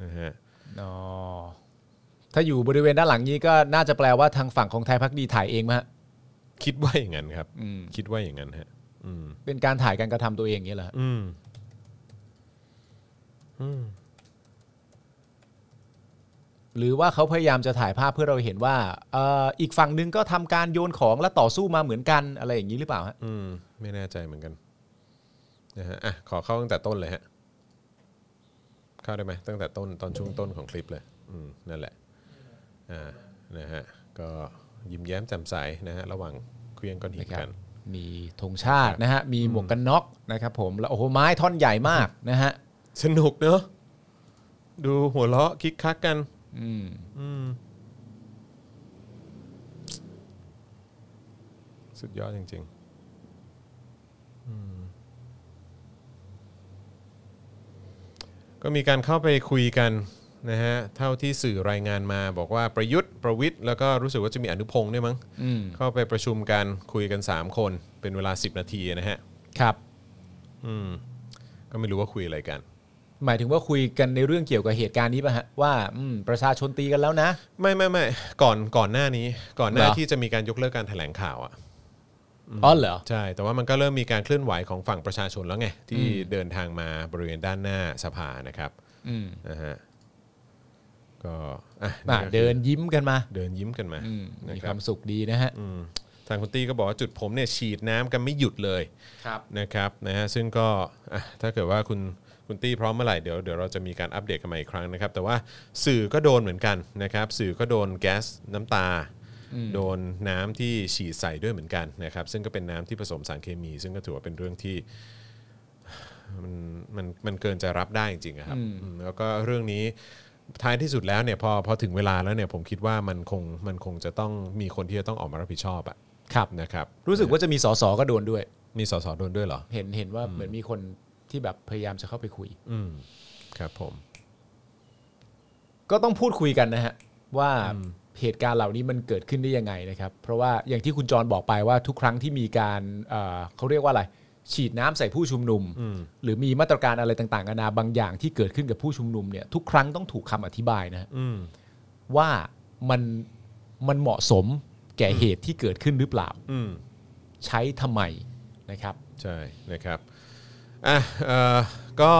Speaker 2: นะฮะ
Speaker 3: อ๋อ ถ้าอยู่บริเวณด้านหลังนี้ก็น่าจะแปลว่าทางฝั่งของไทยพักดีถ่ายเองไหมฮะ
Speaker 2: คิดว่าอย่างนั้นครับ
Speaker 3: อืม
Speaker 2: คิดว่าอย่างนั้นฮะอืม
Speaker 3: เป็นการถ่ายการกระทำตัวเองอย่างนี้เหรอฮะ
Speaker 2: อืมอืม
Speaker 3: หรือว่าเขาพยายามจะถ่ายภาพเพื่อเราเห็นว่าเอ่ออีกฝั่งหนึงก็ทำการโยนของและต่อสู้มาเหมือนกันอะไรอย่างนี้หรือเปล่าฮะ
Speaker 2: อืมไม่แน่ใจเหมือนกันนะฮะอ่ะขอเข้าตั้งแต่ต้นเลยฮะเข้าได้ไหมตั้งแต่ต้นตอนช่วงต้นของคลิปเลย อืมนั่นแหละ อ่านะฮะก็ยิ้มแย้มแจ่มใสนะฮะระหว่างเคลียงก้อนหินกัน
Speaker 3: มีธงชาตินะฮะ มีหมวกกันน็อกนะครับผม แล้วโอ้โหไม้ท่อนใหญ่มากนะฮะ
Speaker 2: สนุกเนอะดูหัวเราะคิกคักกัน
Speaker 3: อืม
Speaker 2: อืม สุดยอดจริง ๆ อืม ก็มีการเข้าไปคุยกันนะฮะ เท่าที่สื่อรายงานมา บอกว่าประยุทธ์ประวิทย์แล้วก็รู้สึกว่าจะมีอนุพงศ์ด้วยมั้ง
Speaker 3: อืม
Speaker 2: เข้าไปประชุมกันคุยกัน 3 คนเป็นเวลา 10 นาทีนะฮะ
Speaker 3: ครับ
Speaker 2: อืม ก็ไม่รู้ว่าคุยอะไรกัน
Speaker 3: หมายถึงว่าคุยกันในเรื่องเกี่ยวกับเหตุการณ์นี้ป่ะฮะ ว่าอืมประชาชนตีกันแล้วนะ
Speaker 2: ไม่ไม่ไม่ก่อนก่อนหน้านี้ ก่อนหน้า
Speaker 3: เหรอ
Speaker 2: ที่จะมีการยกเลิกการแถลงข่าวอ่ะ
Speaker 3: อ๋อเหรอ
Speaker 2: ใช่ แต่ว่ามันก็เริ่มมีการเคลื่อนไหวของฝั่งประชาชนแล้วไง ที่
Speaker 3: อืม
Speaker 2: เดินทางมาบริเวณด้านหน้าสภานะครับ
Speaker 3: อืม
Speaker 2: นะฮะก็อ่ะ
Speaker 3: อ่ะ
Speaker 2: ก็คือ
Speaker 3: เดินยิ้มกันมา
Speaker 2: เดินยิ้มกันมา
Speaker 3: อืม
Speaker 2: นะ
Speaker 3: มี
Speaker 2: ค
Speaker 3: ค
Speaker 2: รั
Speaker 3: วา
Speaker 2: บ
Speaker 3: มสุขดีนะฮะ
Speaker 2: อืมทางคุณตี้ก็บอกว่าจุดผมเนี่ยฉีดน้ำกันไม่หยุดเลย
Speaker 3: ครับ
Speaker 2: นะครับนะฮะซึ่งก็อ่ะถ้าเกิดว่าคุณคุณตี้พร้อมเมื่อไหร่เดี๋ยวเดี๋ยวเราจะมีการอัปเดตกันมาอีกครั้งนะครับ แต่ว่าสื่อก็โดนเหมือนกันนะครับ สื่อก็โดนแก๊สน้ำตา โดนน้ำที่ฉีดใส่ด้วยเหมือนกันนะครับ ซึ่งก็เป็นน้ำที่ผสมสารเคมี ซึ่งก็ถือว่าเป็นเรื่องที่ มันมันมันเกินจะรับได้จริงๆอะครับอืมแล้วก็เรื่องนี้ท้ายที่สุดแล้วเนี่ยพอพอถึงเวลาแล้วเนี่ยผมคิดว่ามันคงมันคงจะต้องมีคนที่จะต้องออกมารับผิดชอบอะ
Speaker 3: ครับ
Speaker 2: นะครับ
Speaker 3: รู้สึกว่าจะมีสสก็โดนด้วย
Speaker 2: มีสสโดนด้วยเหรอ
Speaker 3: เห็นเห็นว่าเหมือนมีคนที่แบบพยายามจะเข้าไปคุย
Speaker 2: อืมครับผม
Speaker 3: ก็ต้องพูดคุยกันนะฮะว่าเหตุการณ์เหล่านี้มันเกิดขึ้นได้ยังไงนะครับ เพราะว่าอย่างที่คุณจรบอกไปว่าทุกครั้งที่มีการเอ่อเขาเรียกว่าอะไร ฉีดน้ำใส่ผู้ชุมนุม หรือมีมาตรการอะไรต่างๆนานาบางอย่างที่เกิดขึ้นกับผู้ชุมนุมเนี่ยทุกครั้งต้องถูกคำอธิบายนะฮะ
Speaker 2: อืม
Speaker 3: ว่ามันมันเหมาะสมแก่เหตุที่เกิดขึ้นหรือเปล่า
Speaker 2: อืม
Speaker 3: ใช้ทำไมนะครับ
Speaker 2: ใช่นะครับอ่ะเอ่อก็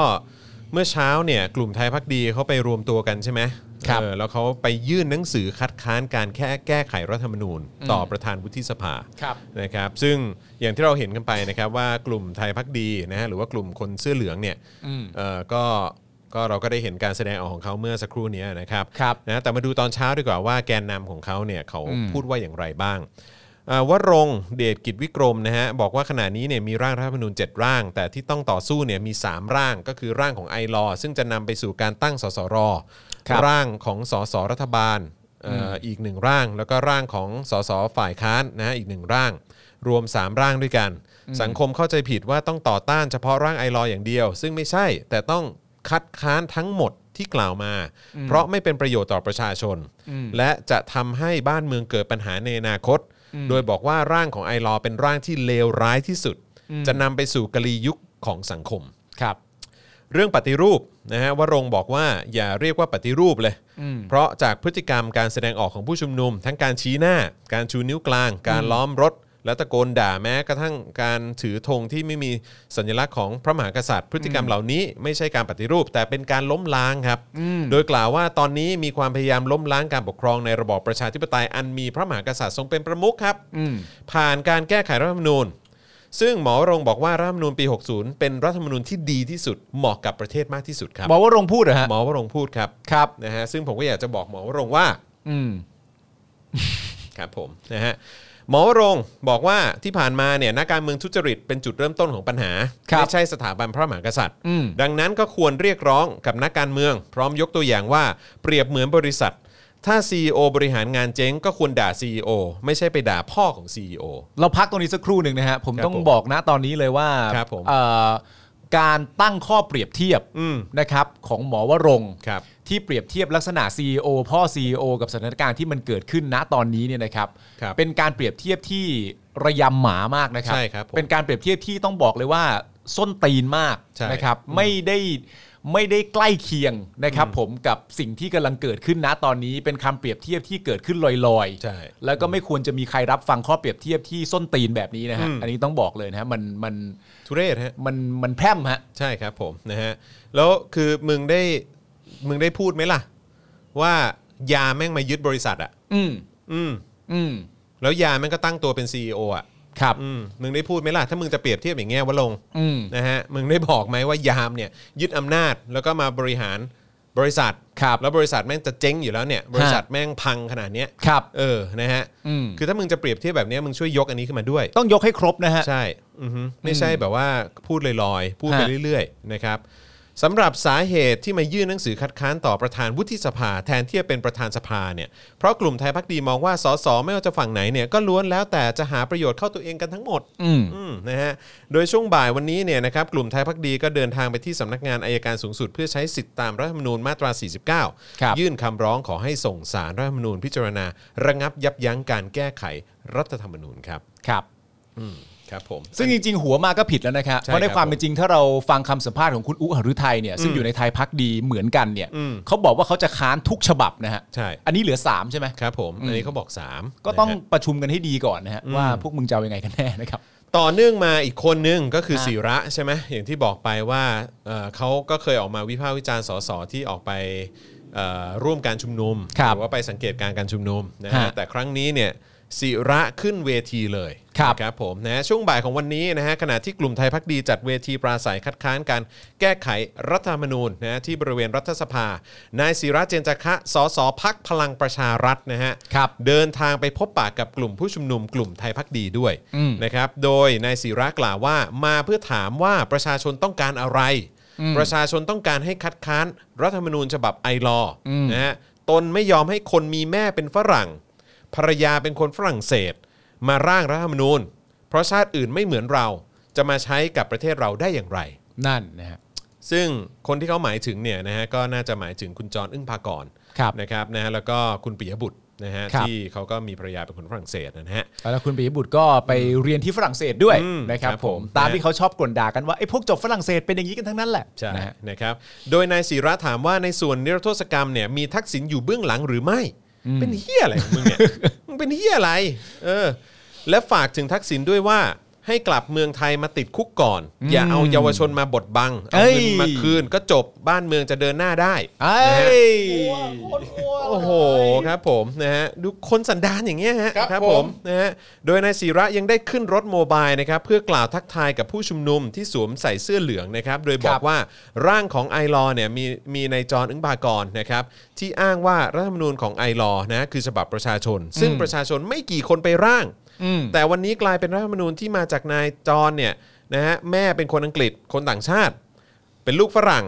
Speaker 2: เมื่อเช้าเนี่ยกลุ่มไทยพักดีเขาไปรวมตัวกันใช่ไหม
Speaker 3: ครับ
Speaker 2: เออแล้วเขาไปยื่นหนังสือคัดค้านการแค่แก้ไขรัฐธรรมนูญ ต่อประธานวุฒิสภา
Speaker 3: ครับ
Speaker 2: นะครับ ซึ่งอย่างที่เราเห็นกันไปนะครับว่ากลุ่มไทยพักดีนะฮะหรือว่ากลุ่มคนเสื้อเหลืองเนี่ยเอ่อก็ก็เราก็ได้เห็นการแสดงออกของเขาเมื่อสักครู่เนี้ยนะครับ
Speaker 3: ครับ
Speaker 2: นะแต่มาดูตอนเช้าดีกว่าว่าแกนนำของเขาเนี่ยเขาพูดว่าอย่างไรบ้างอ่าวรงค์เดชกิจวิกรมนะฮะบอกว่าขณะนี้เนี่ยมีร่างรัฐธรรมนูญ7ร่าง แต่ที่ต้องต่อสู้เนี่ยมี 3 ร่างก็คือร่างของไอรอซึ่งจะนำไปสู่การตั้งสสร
Speaker 3: ครับ
Speaker 2: ร่างของสสรัฐบาลเอ่อออีกหนึ่งร่าง แล้วก็ร่างของสสฝ่ายค้านนะฮะอีกหนึ่งร่าง รวม 3 ร่างด้วยกัน สังคมเข้าใจผิดว่าต้องต่อต้านเฉพาะร่างไอรออย่างเดียว ซึ่งไม่ใช่แต่ต้องคัดค้านทั้งหมดที่กล่าวมา เพราะไม่เป็นประโยชน์ต่อประชาชน และจะทำให้บ้านเมืองเกิดปัญหาในอนาคต โดยบอกว่าร่างของไอรอเป็นร่างที่เลวร้ายที่สุด จะนำไปสู่กลียุคของสังคม
Speaker 3: ครับ
Speaker 2: เรื่องปฏิรูปนะฮะวรงค์บอกว่าอย่าเรียกว่าปฏิรูปเลย เพราะจากพฤติกรรมการแสดงออกของผู้ชุมนุม ทั้งการชี้หน้า การชูนิ้วกลาง การล้อมรถ และตะโกนด่าแม้กระทั่งการถือธงที่ไม่มีสัญลักษณ์ของพระมหากษัตริย์ พฤติกรรมเหล่านี้ไม่ใช่การปฏิรูป แต่เป็นการล้มล้างครับ โดยกล่าวว่าตอนนี้มีความพยายามล้มล้างการปกครองในระบอบประชาธิปไตยอันมีพระมหากษัตริย์ทรงเป็นประมุขครับผ่านการแก้ไขรัฐธรรมนูญ ซึ่งหมอวรงค์บอกว่ารัฐธรรมนูญปี 60 เป็นรัฐธรรมนูญที่ดีที่สุดเหมาะกับประเทศมากที่สุดครับ
Speaker 3: หมอว่ารงค์พูดเหรอฮะ
Speaker 2: หมอวรงค์พูดครับ
Speaker 3: ครับ
Speaker 2: นะฮะซึ่งผมก็อยากจะบอกหมอวรงค์ว่า
Speaker 3: อืม
Speaker 2: ครับผมนะฮะหมอวรงค์บอกว่าที่ผ่านมาเนี่ยนักการเมืองทุจริตเป็นจุดเริ่มต้นของปัญหา
Speaker 3: ครับ
Speaker 2: ไม่ใช่สถาบันพระมหากษัตริย์
Speaker 3: อืม
Speaker 2: ดังนั้นก็ควรเรียกร้องกับนักการเมือง พร้อมยกตัวอย่างว่าเปรียบเหมือนบริษัท ถ้า CEO บริหารงานเจ๊งก็ควรด่า CEO ไม่ใช่ไปด่าพ่อของ CEO
Speaker 3: เราพักตรงนี้สักครู่หนึ่งนะฮะผม
Speaker 2: ครับ
Speaker 3: ต้อง
Speaker 2: ผม
Speaker 3: บอกนะตอนนี้เลยว่า
Speaker 2: ครับผม
Speaker 3: เอ่อการตั้งข้อเปรียบเทียบ
Speaker 2: อืม
Speaker 3: นะครับของหมอวรงค์
Speaker 2: ครับ
Speaker 3: ที่เปรียบเทียบลักษณะ CEO พ่อ CEO กับสถานการณ์ที่มันเกิดขึ้นณตอนนี้เนี่ยนะครับ
Speaker 2: ครับ
Speaker 3: เป็นการเปรียบเทียบที่ระยำหมามากนะครับ
Speaker 2: ใช่ครับผม
Speaker 3: เป็นการเปรียบเทียบที่ต้องบอกเลยว่าส้นตีนมาก
Speaker 2: ใช่
Speaker 3: นะครับ ไม่ได้ไม่ได้ใกล้เคียงนะครับ ผมกับสิ่งที่กำลังเกิดขึ้นนะตอนนี้เป็นคำเปรียบเทียบที่เกิดขึ้นลอยๆ
Speaker 2: ใช่
Speaker 3: แล้วก็ไม่ควรจะมีใครรับฟังข้อเปรียบเทียบที่ส้นตีนแบบนี้นะฮะ อันนี้ต้องบอกเลยนะฮะ มันมัน
Speaker 2: ทุเรศฮะ
Speaker 3: มันมันแพร่มฮะ
Speaker 2: ใช่ครับผมนะฮะแล้วคือมึงได้มึงได้พูดไหมล่ะ ว่ายาแม่งมายึดบริษัทอ่ะ
Speaker 3: อืม
Speaker 2: อืม
Speaker 3: อืม
Speaker 2: แล้วยาแม่งก็ตั้งตัวเป็น CEO อ่ะ
Speaker 3: ครับ
Speaker 2: อืมมึงได้พูดไหมล่ะ ถ้ามึงจะเปรียบเทียบอย่างเงี้ยวะลง
Speaker 3: อืม
Speaker 2: นะฮะมึงได้บอกไหมว่ายามเนี่ยยึดอำนาจแล้วก็มาบริหารบริษัท
Speaker 3: ครับ
Speaker 2: แล้วบริษัทแม่งจะเจ๊งอยู่แล้วเนี่ยบริษัทแม่งพังขนาดเนี้ย
Speaker 3: ครับ
Speaker 2: เออนะฮะ
Speaker 3: อืม
Speaker 2: คือถ้ามึงจะเปรียบเทียบแบบเนี้ยมึงช่วยยกอันนี้ขึ้นมาด้วย
Speaker 3: ต้องยกให้ครบนะฮะ
Speaker 2: ใช่อือฮึไม่ใช่แบบว่าพูดลอยๆ พูดไป
Speaker 3: ฮะ
Speaker 2: เรื่อยๆ นะครับสำหรับสาเหตุที่มายื่นหนังสือคัดค้านต่อประธานวุฒิสภา แทนที่จะเป็นประธานสภาเนี่ย เพราะกลุ่มไทยพักดีมองว่าสสไม่ว่าจะฝั่งไหนเนี่ยก็ล้วนแล้วแต่จะหาประโยชน์เข้าตัวเองกันทั้งหมด
Speaker 3: อืม
Speaker 2: อืมนะฮะ โดยช่วงบ่ายวันนี้เนี่ยนะครับกลุ่มไทยพักดีก็เดินทางไปที่สำนักงานอายการสูงสุด เพื่อใช้สิทธิตามรัฐธรรมนูญมาตรา
Speaker 3: ครับ
Speaker 2: 49 ยื่นคำร้องขอให้ส่งสารรัฐธรรมนูญพิจารณา ระงับยับยั้งการแก้ไขรัฐธรรมนูญครับ
Speaker 3: ครับ
Speaker 2: อืมครับผม
Speaker 3: ซึ่งจริง ๆ หัวมาก็ผิดแล้วนะครับ
Speaker 2: ใช่
Speaker 3: เพราะใน
Speaker 2: ครับ
Speaker 3: ความเป็นจริงถ้าเราฟังคำสัมภาษณ์ของคุณอุหฤทัยเนี่ยซึ่งอยู่ในไทยพักดีเหมือนกันเนี่ย
Speaker 2: อืม
Speaker 3: เขาบอกว่าเขาจะค้านทุกฉบับนะฮะ
Speaker 2: ใช่
Speaker 3: อันนี้เหลือสามใช่ไหม
Speaker 2: ครับผม
Speaker 3: อืม
Speaker 2: อันนี้เขาบอก 3
Speaker 3: ก็ต้องประชุมกันให้ดีก่อนนะฮะว่าพวกมึงจะเอายังไงกันแน่นะครับ
Speaker 2: ต่อเนื่องมาอีกคนนึงก็คือ
Speaker 3: ฮะ
Speaker 2: ศิระใช่ไหมอย่างที่บอกไปว่าเอ่อเขาก็เคยออกมาวิพากษ์วิจารณ์สสที่ออกไปเอ่อร่วมการชุมนุม
Speaker 3: ครับ
Speaker 2: หรือว่าไปสังเกตการณ์การชุมนุมนะฮะ
Speaker 3: ฮะ
Speaker 2: แต่ครั้งนี้เนี่ย ศิระขึ้นเวทีเลย
Speaker 3: ครับ
Speaker 2: นะครับผมนะช่วงบ่ายของวันนี้นะฮะขณะที่กลุ่มไทยพักดีจัดเวทีปราศัยคัดค้านการแก้ไขรัฐธรรมนูญนะฮะที่บริเวณรัฐสภา นายศิระเจนจคะสสพักพลังประชารัฐนะฮะ
Speaker 3: ครับ
Speaker 2: เดินทางไปพบปะกับกลุ่มผู้ชุมนุมกลุ่มไทยพักดีด้วยนะครับโดยนายศิระกล่าวว่ามาเพื่อถามว่าประชาชนต้องการอะไร ประชาชนต้องการให้คัดค้านรัฐธรรมนูญฉบับไอรอว์นะฮะตนไม่ยอมให้คนมีแม่เป็นฝรั่ง ภรรยาเป็นคนฝรั่งเศส มาร่างรัฐธรรมนูญ เพราะชาติอื่นไม่เหมือนเรา จะมาใช้กับประเทศเราได้อย่างไร
Speaker 3: นั่นนะฮะ
Speaker 2: ซึ่งคนที่เขาหมายถึงเนี่ยนะฮะก็น่าจะหมายถึงคุณจรอึ้งภากร
Speaker 3: ครับ
Speaker 2: นะครับนะฮะแล้วก็คุณปิยบุตรนะฮะ
Speaker 3: ครับ
Speaker 2: ที่เขาก็มีภรรยาเป็นคนฝรั่งเศสนะฮะ
Speaker 3: แล้วคุณปิยบุตรก็ไปเรียนที่ฝรั่งเศสด้วย
Speaker 2: อืม
Speaker 3: นะครับ
Speaker 2: ครับ
Speaker 3: ผ
Speaker 2: ผม ม
Speaker 3: ตามที่เขาชอบกล่นด่ากันว่าไอ้พวกจบฝรั่งเศสเป็นอย่างนี้กันทั้งนั้นแหละ
Speaker 2: ใช่
Speaker 3: นะฮะ
Speaker 2: นะครับ โดยนายศิระถามว่าในส่วนนิรโทษกรรมเนี่ยมีทักษิณอยู่เบื้องหลังหรือไม่ เป็นเฮียอะไรของมึงเนี่ย มึงเป็นเฮียอะไร เออ และฝากถึงทักษิณด้วยว่าให้กลับเมืองไทยมาติดคุกก่อน อย่าเอาเยาวชนมาบดบัง เอาเงิน
Speaker 3: เอ้ย
Speaker 2: มาคืนก็จบบ้านเมืองจะเดินหน้าได้
Speaker 3: ไอ้
Speaker 2: นะฮะ
Speaker 3: ย
Speaker 2: โอ้โหครับผมนะฮะดูคนสันดานอย่างเงี้ยฮะ
Speaker 3: ครับผม
Speaker 2: นะฮะโดยนายศิระยังได้ขึ้นรถโมบายนะครับเพื่อกล่าวทักทายกับผู้ชุมนุมที่สวมใส่เสื้อเหลืองนะครับโดยบอ
Speaker 3: ครั
Speaker 2: ก
Speaker 3: บ
Speaker 2: ว่าร่างของไอรอว์เนี่ยมีมีนายจรอึ้งบากรนะครับที่อ้างว่ารัฐธรรมนูญของไอรอว์นะคือฉบับประชาชน ซึ่งประชาชนไม่กี่คนไปร่าง
Speaker 3: อืม
Speaker 2: แต่วันนี้กลายเป็นรัฐธรรมนูญที่มาจากนายจรเนี่ยนะฮะแม่เป็นคนอังกฤษคนต่างชาติ เป็นลูกฝรั่ง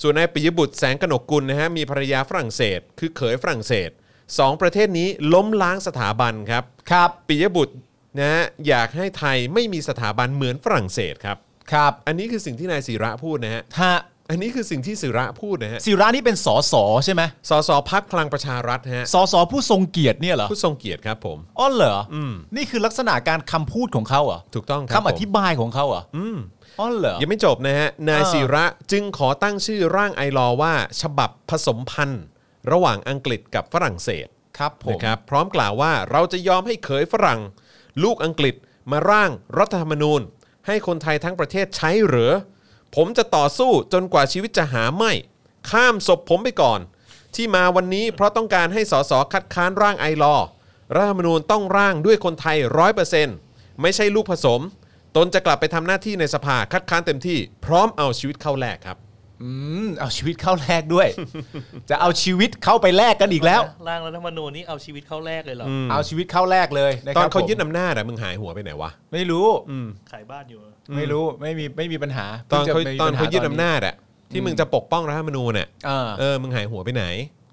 Speaker 2: ส่วนนายปิยบุตรแสงกนกกุลนะฮะมีภรรยาฝรั่งเศส คือเขยฝรั่งเศสสองประเทศนี้ล้มล้างสถาบันครับ
Speaker 3: ครับ
Speaker 2: ปิยบุตรนะฮะอยากให้ไทยไม่มีสถาบันเหมือนฝรั่งเศสครับ
Speaker 3: ครับ
Speaker 2: อันนี้คือสิ่งที่นายศิระพูดนะฮะ
Speaker 3: ฮะ
Speaker 2: อันนี้คือสิ่งที่ศิระพูดนะฮะ
Speaker 3: ศิระนี่เป็นสสใช่ไหม
Speaker 2: สสพักพลังประชารัฐนะฮะ
Speaker 3: สสผู้ทรงเกียรติเนี่ยเหรอ
Speaker 2: ผู้ทรงเกียรติครับผม
Speaker 3: อ้อเหรออ
Speaker 2: ม
Speaker 3: นี่คือลักษณะการคำพูดของเขาเหรอ
Speaker 2: ถูกต้องครับ
Speaker 3: คำอ
Speaker 2: ผม
Speaker 3: ธิบายของเขาเหรอออ้อเหรอ
Speaker 2: ยังไม่จบนะฮะ นาย
Speaker 3: เออ
Speaker 2: ศิระจึงขอตั้งชื่อร่างไอลอว์ว่า ฉบับผสมพันธ์ ระหว่างอังกฤษกับฝรั่งเศส
Speaker 3: ครับผม
Speaker 2: นะครับพร้อมกล่าวว่าเราจะยอมให้เขยฝรั่ง ลูกอังกฤษมาร่างรัฐธรรมนูญ ให้คนไทยทั้งประเทศใช้เหรือ ผมจะต่อสู้จนกว่าชีวิตจะหาไม่ ข้ามศพผมไปก่อน ที่มาวันนี้เพราะต้องการให้สสคัดค้านร่างไอลอว์รัฐธรรมนูญต้องร่างด้วยคนไทยร้อยเปอร์เซ็นต์ไม่ใช่ลูกผสม ตนจะกลับไปทำหน้าที่ในสภาคัดค้านเต็มที่ พร้อมเอาชีวิตเข้าแลกครับ
Speaker 3: อืมเอาชีวิตเข้าแลกด้วย จะเอาชีวิตเข้าไปแลกกันอีกแล้ว
Speaker 5: ร่างรัฐธรรมนูญนี่เอาชีวิตเข้าแลกเลยเหรออ
Speaker 3: เอาชีวิตเข้าแลกเลยะ
Speaker 2: ต
Speaker 3: ครับ
Speaker 2: อนเขายึด
Speaker 3: ผม
Speaker 2: อำนาจอะมึงหายหัวไปไหนวะ
Speaker 3: ไม่รู้
Speaker 5: ขายบ้านอยู่
Speaker 3: ไม่รู้ไม่มีไม่มีปัญหา
Speaker 2: ตอนเขา
Speaker 3: พิ่งจะ
Speaker 2: ตอนเขายึด
Speaker 3: ปัญห
Speaker 2: อำนาจอะที่มึงจะปกป้องรัฐธรรมนูญเนี่ย
Speaker 3: อ่า
Speaker 2: เออมึงหายหัวไปไหน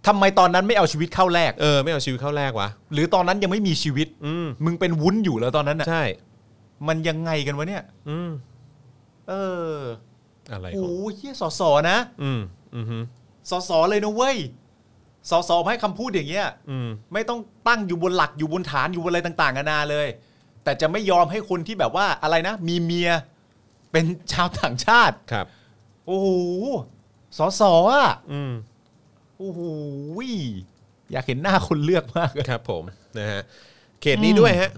Speaker 3: ทำไมตอนนั้นไม่เอาชีวิตเข้าแลก
Speaker 2: เออ ไม่เอาชีวิตเข้าแลกวะ
Speaker 3: หรือตอนนั้นยังไม่มีชีวิต
Speaker 2: อืม
Speaker 3: มึงเป็นวุ้นอยู่แล้วตอนนั้นน่ะ
Speaker 2: ใช่
Speaker 3: มันยังไงกันวะเนี่ย
Speaker 2: อืม
Speaker 3: เออ
Speaker 2: อะไรข
Speaker 3: โอ้
Speaker 2: อง
Speaker 3: ยเฮียสอสอนะ
Speaker 2: อืมอืมฮึ
Speaker 3: สอสอเลยนะเว้ยสอสอให้คำพูดอย่างเงี้ย
Speaker 2: อืม
Speaker 3: ไม่ต้องตั้งอยู่บนหลักอยู่บนฐานอยู่บนอะไรต่างๆนานาเลย แต่จะไม่ยอมให้คนที่แบบว่าอะไรนะ มีเมียเป็นชาวต่างชาติ
Speaker 2: ครับ
Speaker 3: โอ้โหสอสออ่ะ
Speaker 2: อืม
Speaker 3: โอ้โหอยากเห็นหน้าคนเลือกมากเลย
Speaker 2: ครับผม นะฮะ เขตนี้ด้วยฮะ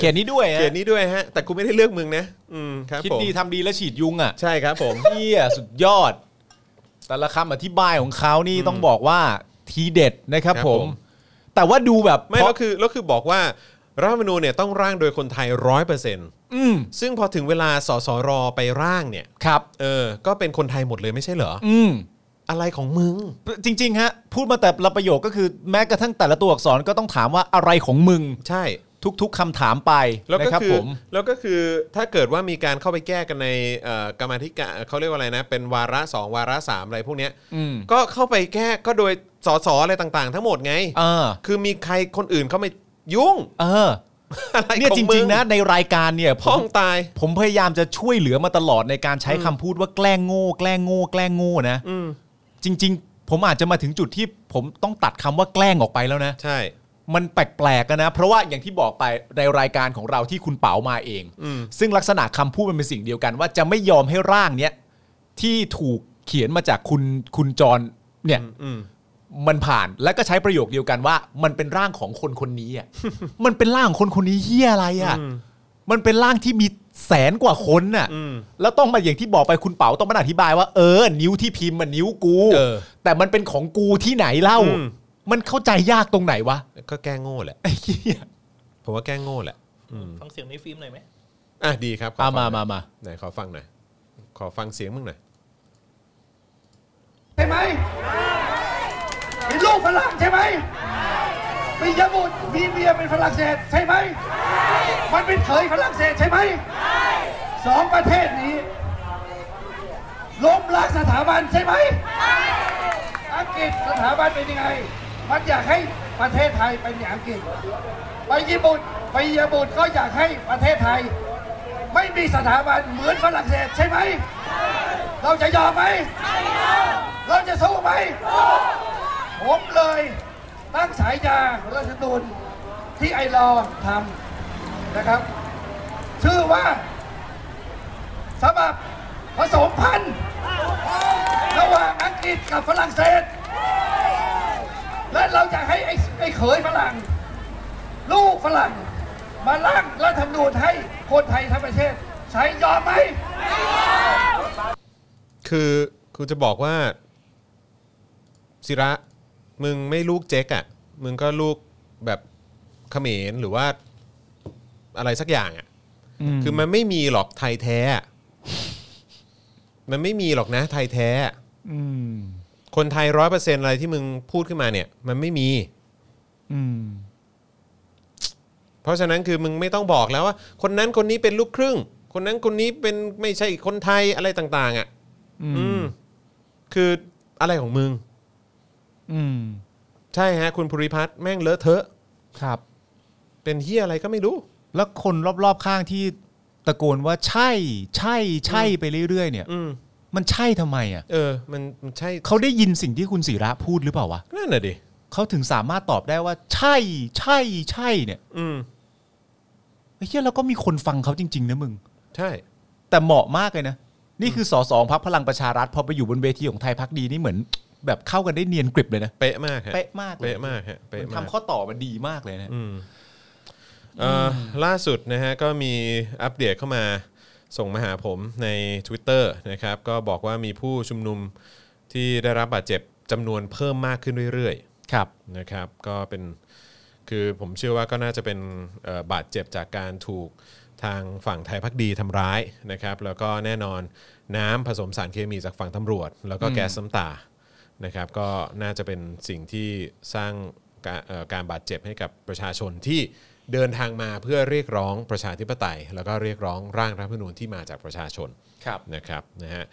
Speaker 3: เขียนนี้ด้วย
Speaker 2: เขตนี้ด้วยฮะ แต่กูไม่ได้เลือกมึงนะ อืม ครับ
Speaker 3: คิด
Speaker 2: ผม
Speaker 3: ดีทำดีแล้วฉีดยุงอ่ะ
Speaker 2: ใช่ครับผม
Speaker 3: เฮียสุดยอด แต่ละคำอธิบายของเขานี่ต้องบอกว่าทีเด็ดนะครับ
Speaker 2: ครับ
Speaker 3: ผ
Speaker 2: ผม ม
Speaker 3: แต่ว่าดูแบบ
Speaker 2: ไม่
Speaker 3: พ
Speaker 2: แล้วคือแล้วคือบอกว่ารัฐธรรมนูญเนี่ยต้องร่างโดยคนไทยร้อยเปอร์เซ็นต์
Speaker 3: อืม
Speaker 2: ซึ่งพอถึงเวลาสสรไปร่างเนี่ย
Speaker 3: ครับ
Speaker 2: เออ ก็เป็นคนไทยหมดเลยไม่ใช่เหรอ
Speaker 3: อืม
Speaker 2: อะไรของมึง
Speaker 3: จริงๆ ฮะ พูดมาแต่ละประโยคก็คือแม้กระทั่งแต่ละตัวอักษรก็ต้องถามว่าอะไรของมึง
Speaker 2: ใช่
Speaker 3: ทุกๆคำถามไป
Speaker 2: แล้ว
Speaker 3: นะ
Speaker 2: ก็
Speaker 3: ครับ
Speaker 2: คือ
Speaker 3: ผม
Speaker 2: แล้วก็คือถ้าเกิดว่ามีการเข้าไปแก้กันในเอ่อกรรมาธิการเขาเรียกว่าอะไรนะ เป็นวาระ 2 วาระ 3 อะไรพวกเนี้ย
Speaker 3: อืม
Speaker 2: ก็เข้าไปแก้ก็โดยสสอะไรต่างๆ ทั้งหมดไง
Speaker 3: เออ
Speaker 2: คือมีใครคนอื่นเข้ามายุ่ง
Speaker 3: เออ
Speaker 2: อะไร
Speaker 3: เนี่ย
Speaker 2: ของ
Speaker 3: จ
Speaker 2: มึ
Speaker 3: ริง ๆ นะในรายการเนี่ยผ
Speaker 2: พ้อ
Speaker 3: ม
Speaker 2: งตาย
Speaker 3: ผมพยายามจะช่วยเหลือมาตลอดในการใช้คำพูดว่าแกล้งโง่แกล้งโง่แกล้งโง่นะ
Speaker 2: อืม
Speaker 3: จริง ๆ ผมอาจจะมาถึงจุดที่ผมต้องตัดคำว่าแกล้งออกไปแล้วนะ
Speaker 2: ใช่
Speaker 3: มันแปลกๆอะนะ เพราะว่าอย่างที่บอกไปในรายการของเราที่คุณเป๋ามาเอง
Speaker 2: อืม
Speaker 3: ซึ่งลักษณะคำพูดมันเป็นสิ่งเดียวกันว่าจะไม่ยอมให้ร่างเนี้ยที่ถูกเขียนมาจากคุณคุณจรเนี่ย
Speaker 2: อืม
Speaker 3: มันผ่านแล้วก็ใช้ประโยคเดียวกันว่า มันเป็นร่างของคนคนนี้อ่ะ มันเป็นร่างของคนคนนี้เฮียอะไรอ่ะ
Speaker 2: อืม
Speaker 3: มันเป็นร่างที่มีแสนกว่าคนน่ะ
Speaker 2: อืม
Speaker 3: แล้วต้องมาอย่างที่บอกไปคุณเป๋าต้องมาอธิบายว่าเออ นิ้วที่พิมพ์มันนิ้วกู
Speaker 2: เออ
Speaker 3: แต่มันเป็นของกูที่ไหนเล่า
Speaker 2: อืม
Speaker 3: มันเข้าใจยากตรงไหนวะ
Speaker 2: ก็แก้โง่แหละ
Speaker 3: ไอ้เหี้ย
Speaker 2: ผมว่าแกล้งโง่แหละอืม
Speaker 5: ฟังเสียงในฟิล์มหน่อยไหม
Speaker 2: อ่ะดีครับขอ
Speaker 3: อ่ะ
Speaker 2: ฟั
Speaker 3: มาง
Speaker 2: หน่
Speaker 3: มา
Speaker 2: อย
Speaker 3: มา
Speaker 2: ไหนขอฟังหน่อยขอฟังเสียงมึงหน่อย
Speaker 6: ใช่ไหมเป็นลูกฝรั่งใช่ไหมมียบุตรมีเมียเป็นฝรั่งเศสใช่ไหม มันเป็นเขยฝรั่งเศสใช่ไหมสองประเทศนี้ล้มล้างสถาบันใช่ไหมอังกฤษสถาบันเป็นยังไง มันอยากให้ประเทศไทยเป็นอย่างอังกฤษ ไปญี่ปุ่นไปเยอรมันก็อยากให้ประเทศไทย ไม่มีสถาบันเหมือนฝรั่งเศสใช่ไหม เราจะยอมไหม เราจะสู้ไหม ผมเลยตั้งสายยาราชตูนที่ไอรอว์ทำนะครับ ชื่อว่าสำหรับผสมพันธุ์ระหว่างอังกฤษกับฝรั่งเศส และเราอยากให้ไอ้ไอ้เขยฝรั่ง ลูกฝรั่ง มาล่างรัฐธรรมนูญให้คนไทยทั้งประเทศ ใช้ยอมไหม
Speaker 2: คือคือจะบอกว่าศิระมึงไม่ลูกเจ๊กอ่ะมึงก็ลูกแบบเขมรหรือว่าอะไรสักอย่างอ่ะ คือมันไม่มีหรอกไทยแท้อะมันไม่มีหรอกนะไทยแท้อะ
Speaker 3: อืม
Speaker 2: คนไทยร้อยเปอร์เซ็นต์อะไรที่มึงพูดขึ้นมาเนี่ย มันไม่มี
Speaker 3: อืม
Speaker 2: เพราะฉะนั้นคือมึงไม่ต้องบอกแล้วว่า คนนั้นคนนี้เป็นลูกครึ่ง คนนั้นคนนี้เป็นไม่ใช่คนไทยอะไรต่าง ๆ อ่ะ อืม คืออะไรของมึง
Speaker 3: อืม
Speaker 2: ใช่ฮะ คุณภูริพัฒน์แม่งเลอะเทอะ
Speaker 3: ครับ
Speaker 2: เป็นเฮียอะไรก็ไม่รู้
Speaker 3: แล้วคนรอบๆข้างที่ตะโกนว่าใช่ ใช่ใช่ไปเรื่อยๆเนี่ย
Speaker 2: อืม
Speaker 3: มันใช่ทำไมอ่ะ
Speaker 2: เออ มันมันใช่
Speaker 3: เขาได้ยินสิ่งที่คุณศิระพูดหรือเปล่าวะ
Speaker 2: นั่นน่ะดิ
Speaker 3: เขาถึงสามารถตอบได้ว่า ใช่ใช่ใช่เนี่ย
Speaker 2: อืม
Speaker 3: ไอ้เหี้ยแล้วก็มีคนฟังเขาจริง ๆ นะมึง
Speaker 2: ใช่
Speaker 3: แต่เหมาะมากเลยนะ นี่คือสอสองพักพลังประชารัฐพอไปอยู่บนเวทีของไทยพักดีนี่เหมือน แบบเข้ากันได้เนียนกริบเลยนะ
Speaker 2: เป๊ะมากฮะ
Speaker 3: เป๊ะมากเลย
Speaker 2: เป๊ะมากฮะเป๊ะมา
Speaker 3: มัน
Speaker 2: ก
Speaker 3: ทำข้อต่อมันดีมากเลยนะ
Speaker 2: อืมเอ่ออล่าสุดนะฮะก็มีอัปเดตเข้ามาส่งมาหาผมใน Twitter นะครับก็บอกว่ามีผู้ชุมนุมที่ได้รับบาดเจ็บจำนวนเพิ่มมากขึ้นเรื่อย
Speaker 3: ครับ
Speaker 2: ๆนะครับก็เป็นคือผมเชื่อว่าก็น่าจะเป็นเอ่อบาดเจ็บจากการถูกทางฝั่งไทยพักดีทำร้ายนะครับแล้วก็แน่นอนน้ำผสมสารเคมีจากฝั่งตำรวจ แล้วก็แก๊สน้ำตานะครับก็น่าจะเป็นสิ่งที่สร้าง การเอ่อการบาดเจ็บให้กับประชาชนที่เดินทางมาเพื่อเรียกร้องประชาธิปไตย แล้วก็เรียกร้องร่างรัฐธรรมนูญที่มาจากประชาชน
Speaker 3: ครับ
Speaker 2: นะครับนะฮะ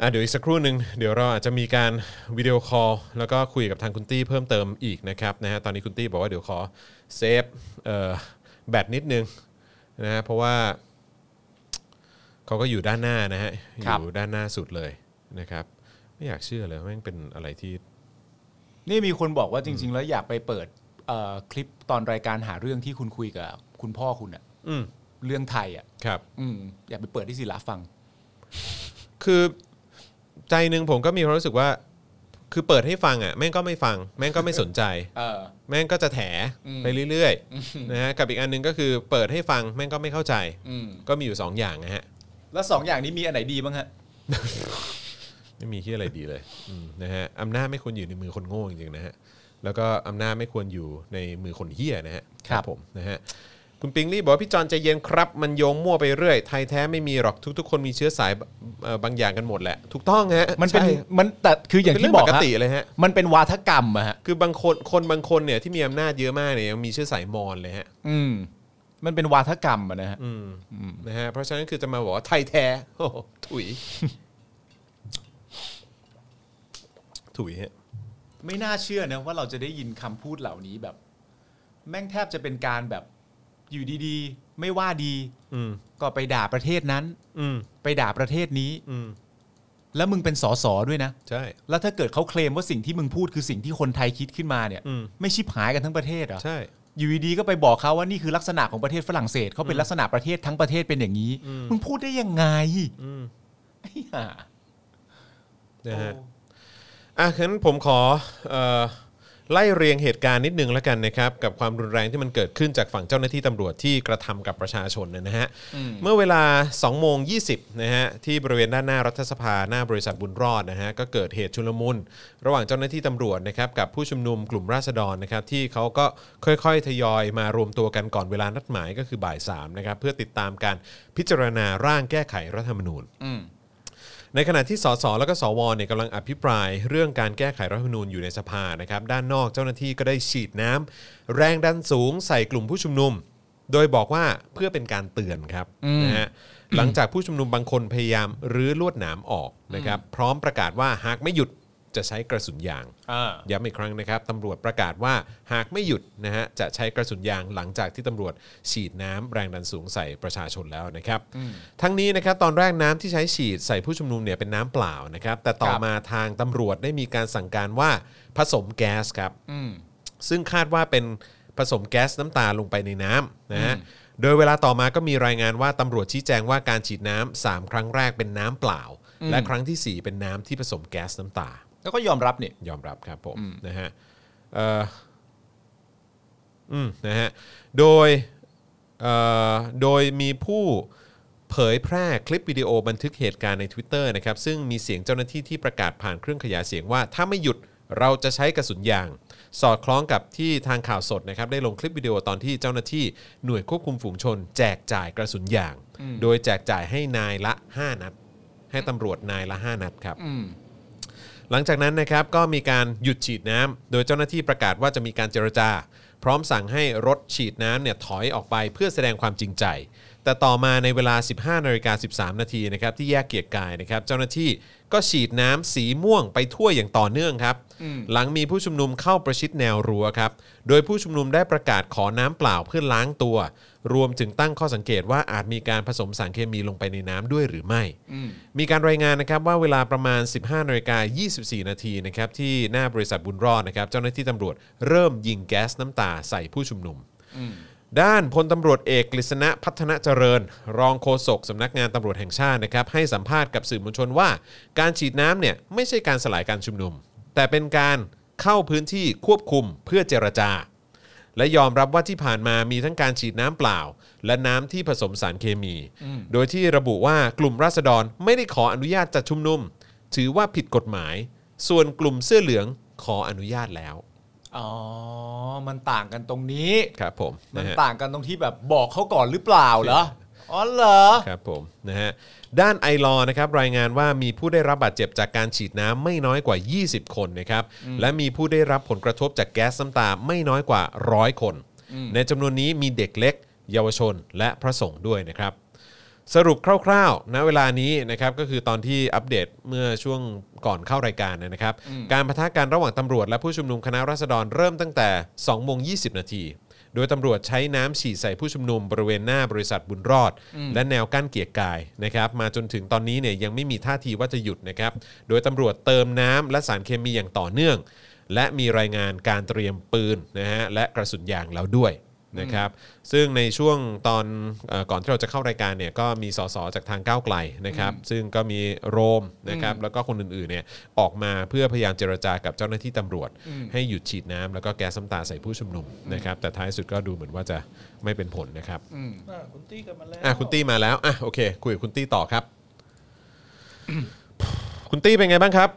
Speaker 2: อ่ะเดี๋ยวอีกสักครู่หนึ่งเดี๋ยวเราอาจจะมีการวิดีโอคอลแล้วก็คุยกับทางคุณตี้เพิ่มเติมอีกนะครับนะฮะตอนนี้คุณตี้บอกว่าเดี๋ยวขอเซฟเอ่อแบตนิดนึงนะฮะเพราะว่าเขาก็อยู่ด้านหน้านะฮะอ
Speaker 3: ครับ
Speaker 2: ยู่ด้านหน้าสุดเลยนะครับไม่อยากเชื่อเลยว่าแม่งเป็นอะไรที่
Speaker 3: นี่มีคนบอกว่าจริง ๆ แล้วอยากไปเปิดเอ่อคลิปตอนรายการหาเรื่องที่คุณคุยกับคุณพ่อคุณอะ
Speaker 2: อืม
Speaker 3: เรื่องไทยอะ
Speaker 2: ครับ
Speaker 3: อืมอยากไปเปิดที่ศิลาฟัง
Speaker 2: คือใจหนึ่งผมก็มีความรู้สึกว่า คือเปิดให้ฟังอ่ะแม่งก็ไม่ฟัง แม่งก็ไม่สนใจ
Speaker 3: เออ
Speaker 2: แม่งก็จะแถไปเรื่อยๆนะฮะกับอีกอันหนึงก็คือเปิดให้ฟังแม่งก็ไม่เข้าใจ
Speaker 3: อืม
Speaker 2: ก็มีอยู่ 2 อย่างนะฮะ
Speaker 3: แล้วสองอย่างนี้มีอันไหนดีบ้างฮะ
Speaker 2: ไม่มีที่อะไรดีเลยอืมนะฮะอำนาจไม่ควรอยู่ในมือคนโง่จริงๆนะฮะแล้วก็อำนาจไม่ควรอยู่ในมือคนเฮี้ยนะฮะ
Speaker 3: ครับ
Speaker 2: ผมนะฮะคุณปิงลี่บอกว่าพี่จอนใจเย็นครับ มันโยงมั่วไปเรื่อยไทยแท้ไม่มีหรอกทุก ๆ คนมีเชื้อสายเอ่อบางอย่างกันหมดแหละถูกต้องฮะ
Speaker 3: มันเป็น
Speaker 2: ใช่
Speaker 3: มันแต่คืออย่าง
Speaker 2: เป็น
Speaker 3: ที่
Speaker 2: เรื่อง
Speaker 3: บอ
Speaker 2: ป
Speaker 3: ก
Speaker 2: ก
Speaker 3: ฮะ
Speaker 2: ติเลยฮะ
Speaker 3: มันเป็นวาทกรรมอะฮะ
Speaker 2: คือบางคนคนบางคนเนี่ยที่มีอำนาจเยอะมากเนี่ยยังมีเชื้อสายมอญเลยฮะ
Speaker 3: อืม มันเป็นวาทกรรมอะนะฮะ
Speaker 2: อืมนะฮะเพราะฉะนั้นคือจะมาบอกว่าไทยแท้ โอ้โหถุย ถุยฮะ
Speaker 3: ไม่น่าเชื่อนะว่าเราจะได้ยินคำพูดเหล่านี้แบบ แม่งแทบจะเป็นการแบบอยู่ดีๆ ไม่ว่าดี
Speaker 2: อืม
Speaker 3: ก็ไปด่าประเทศนั้น
Speaker 2: อืม
Speaker 3: ไปด่าประเทศนี้
Speaker 2: อืม
Speaker 3: แล้วมึงเป็นสอสอด้วยนะ
Speaker 2: ใช่
Speaker 3: แล้วถ้าเกิดเขาเคลมว่าสิ่งที่มึงพูดคือสิ่งที่คนไทยคิดขึ้นมาเนี่ย
Speaker 2: อืม
Speaker 3: ไม่ชิบหายกันทั้งประเทศเหรอ
Speaker 2: ใช่
Speaker 3: อยู่ดีๆก็ไปบอกเขาว่านี่คือลักษณะของประเทศฝรั่งเศสเขาเป็นลักษณะประเทศทั้งประเทศเป็นอย่างนี้
Speaker 2: อืม
Speaker 3: มึงพูดได้ยังไง
Speaker 2: อืม
Speaker 3: ไอ้ห่า
Speaker 2: นะฮะ
Speaker 3: โอ้
Speaker 2: 어. อ่ะงั้นผมขอเอ่อ ไล่เรียงเหตุการณ์นิดนึงแล้วกันนะครับกับความรุนแรงที่มันเกิดขึ้นจากฝั่งเจ้าหน้าที่ตำรวจที่กระทำกับประชาชนนะฮะเมื่อเวลา2โมง20นะฮะที่บริเวณด้านหน้ารัฐสภาหน้าบริษัทบุญรอดนะฮะก็เกิดเหตุชุลมุนระหว่างเจ้าหน้าที่ตำรวจนะครับกับผู้ชุมนุมกลุ่มราษฎรนะครับที่เขาก็ค่อยๆทยอยมารวมตัวกันก่อนเวลานัดหมายก็คือบ่าย3นะครับเพื่อติดตามการพิจารณาร่างแก้ไขรัฐธรรมนูญ ในขณะที่สสแล้วก็สวเนี่ยกำลังอภิปราย เรื่องการแก้ไขรัฐธรรมนูญอยู่ในสภานะครับด้านนอกเจ้าหน้าที่ก็ได้ฉีดน้ำแรงดันสูงใส่กลุ่มผู้ชุมนุม โดยบอกว่าเพื่อเป็นการเตือนครับนะฮะหลังจากผู้ชุมนุมบางคนพยายามรื้อลวดหนามออกนะครับพร้อมประกาศว่าหากไม่หยุดจะใช้กระสุนยาง
Speaker 3: อ่า
Speaker 2: ย้ำอีกครั้งนะครับตำรวจประกาศว่าหากไม่หยุดนะฮะจะใช้กระสุนยางหลังจากที่ตำรวจฉีดน้ำแรงดันสูงใส่ประชาชนแล้วนะครับ ทั้งนี้นะครับตอนแรกน้ำที่ใช้ฉีดใส่ผู้ชุมนุมเนี่ยเป็นน้ำเปล่านะครับแต่ต่อ
Speaker 3: ครับ
Speaker 2: มาทางตำรวจได้มีการสั่งการว่าผสมแก๊สครับ
Speaker 3: อืม
Speaker 2: ซึ่งคาดว่าเป็นผสมแก๊สน้ำตาลงไปในน้ำนะฮะ โดยเวลาต่อมาก็มีรายงานว่าตำรวจชี้แจงว่าการฉีดน้ำสามครั้งแรกเป็นน้ำเปล่า และครั้งที่สี่เป็นน้ำที่ผสมแก๊สน้ำตา
Speaker 3: แล้วก็ยอมรับเนี่ย
Speaker 2: ยอมรับครับผมนะฮะเอ่ออืมนะฮะโดยเอ่อโดยมีผู้เผยแพร่คลิปวิดีโอบันทึกเหตุการณ์ใน Twitter นะครับซึ่งมีเสียงเจ้าหน้าที่ที่ประกาศผ่านเครื่องขยายเสียงว่า ถ้าไม่หยุดเราจะใช้กระสุนยาง สอดคล้องกับที่ทางข่าวสดนะครับได้ลงคลิปวิดีโอตอนที่เจ้าหน้าที่หน่วยควบคุมฝูงชน แจกจ่ายกระสุนยาง โดยแจกจ่ายให้นายละ 5 นัด ให้ตำรวจนายละ 5 นัดครับ หลังจากนั้นนะครับก็มีการหยุดฉีดน้ำโดยเจ้าหน้าที่ประกาศว่าจะมีการเจรจา พร้อมสั่งให้รถฉีดน้ำเนี่ยถอยออกไปเพื่อแสดงความจริงใจ แต่ต่อมาในเวลา 15นาฬิกา13 นาทีนะครับที่แยกเกียรติกายนะครับเจ้าหน้าที่ก็ฉีดน้ำสีม่วงไปทั่วอย่างต่อเนื่องครับหลังมีผู้ชุมนุมเข้าประชิดแนวรั้วครับโดยผู้ชุมนุมได้ประกาศขอน้ำเปล่าเพื่อล้างตัว รวมถึงตั้งข้อสังเกตว่าอาจมีการผสมสารเคมีลงไปในน้ำด้วยหรือไม่ มีการรายงานนะครับว่าเวลาประมาณ 15นาฬิกา24 นาทีนะครับที่หน้าบริษัทบุญรอดนะครับเจ้าหน้าที่ตำรวจเริ่มยิงแก๊สน้ำตาใส่ผู้ชุมนุม ด้านพลตำรวจเอกกฤษณะพัฒนาเจริญ รองโฆษกสำนักงานตำรวจแห่งชาตินะครับให้สัมภาษณ์กับสื่อมวลชนว่า การฉีดน้ำเนี่ยไม่ใช่การสลายการชุมนุม แต่เป็นการเข้าพื้นที่ควบคุมเพื่อเจรจา และยอมรับว่าที่ผ่านมามีทั้งการฉีดน้ำเปล่า และน้ำที่ผสมสารเคมี โดยที่ระบุว่ากลุ่มราษฎรไม่ได้ขออนุญาตจัดชุมนุม ถือว่าผิดกฎหมาย ส่วนกลุ่มเสื้อเหลืองขออนุญาตแล้ว
Speaker 3: อ๋อ มันต่างกันตรงนี้
Speaker 2: ครับผม
Speaker 3: มัน
Speaker 2: ฮ
Speaker 3: ต่างกันตรงที่แบบบอกเขาก่อนหรือเปล่าเหรอ อ๋อเหรอ
Speaker 2: ครับผมนะฮะด้านไอรอนะครับรายงานว่ามีผู้ได้รับบาดเจ็บจากการฉีดน้ำไม่น้อยกว่า 20 คนนะครับและมีผู้ได้รับผลกระทบจากแก๊สน้ำตาไม่น้อยกว่าร้อยคน ในจำนวนนี้มีเด็กเล็ก เยาวชนและพระสงฆ์ด้วยนะครับ สรุปคร่าวๆ ณ เวลานี้นะครับก็คือตอนที่อัปเดตเมื่อช่วงก่อนเข้ารายการนะครับ การปะทะกันระหว่างตำรวจและผู้ชุมนุมคณะราษฎรเริ่มตั้งแต่2โมง20 นาที โดยตำรวจใช้น้ำฉีดใส่ผู้ชุมนุมบริเวณหน้าบริษัทบุญรอด และแนวกั้นเกียรกายนะครับมาจนถึงตอนนี้เนี่ยยังไม่มีท่าทีว่าจะหยุดนะครับ โดยตำรวจเติมน้ำและสารเคมีอย่างต่อเนื่อง และมีรายงานการเตรียมปืนนะฮะและกระสุนยางแล้วด้วย นะครับซึ่งในช่วงตอนเออก่อนที่เราจะเข้ารายการเนี่ยก็มีสสจากทางก้าวไกลนะครับซึ่งก็มีโรมนะครับแล้วก็คนอื่นๆเนี่ยออกมาเพื่อพยายามเจรจากับเจ้าหน้าที่ตำรวจ ให้หยุดฉีดน้ำแล้วก็แก๊สซ้ำตาใส่ผู้ชุมนุมนะครับแต่ท้ายสุดก็ดูเหมือนว่าจะไม่เป็นผลนะครับ
Speaker 5: อ่ะคุณตี้กลับมาแล้ว
Speaker 2: อ่ะคุณตี้มาแล้วอ่ะโอเคคุยกับคุณตี้ต่อครับ คุณตี้เป็นไงบ้างครับ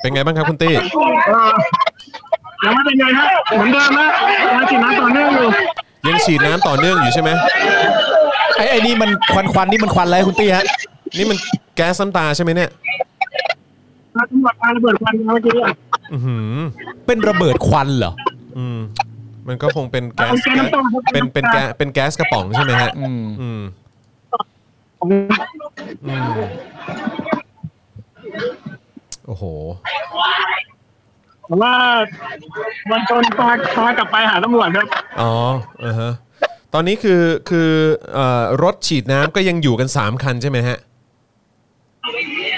Speaker 2: เป็นไงบ้างครับคุณตี้
Speaker 4: เอ่อยังไม่เป็นไงฮะเหมือนเดิมฮะยังฉีดน้ำต่อเนื่อง
Speaker 2: ยังฉีดน้ำต่อเนื่องอ
Speaker 4: อยู่
Speaker 2: ยู่ใช่ไหม
Speaker 3: ไอ้ไอ้นี่มันควันควันนี่มันควันอะไรคุณตี้ฮะ
Speaker 2: นี่มันแก๊สซ้ำตาใช่ไหมเนี่ย
Speaker 4: แล้วตำรวจมาระเบิดควันเมื่อกี้อะ
Speaker 2: อือหือ
Speaker 3: เป็นระเบิดควันเหรอ
Speaker 2: อืมมันก็คงเป็นแก๊ส
Speaker 4: เป็นแก๊สน้ำตาครับ
Speaker 2: เป็นเป็นแก๊สเป็นแก๊สกระป๋องใช่ไหมฮะ
Speaker 3: อืม
Speaker 2: อืมอืมโอ้โห
Speaker 4: ผมว่าวันชนพาพากลับไปหาตำรวจครับ
Speaker 2: อ๋ออ่าฮะตอนนี้คือคือเอ่อรถฉีดน้ำก็ยังอยู่กัน 3 คันใช่ไหมฮะ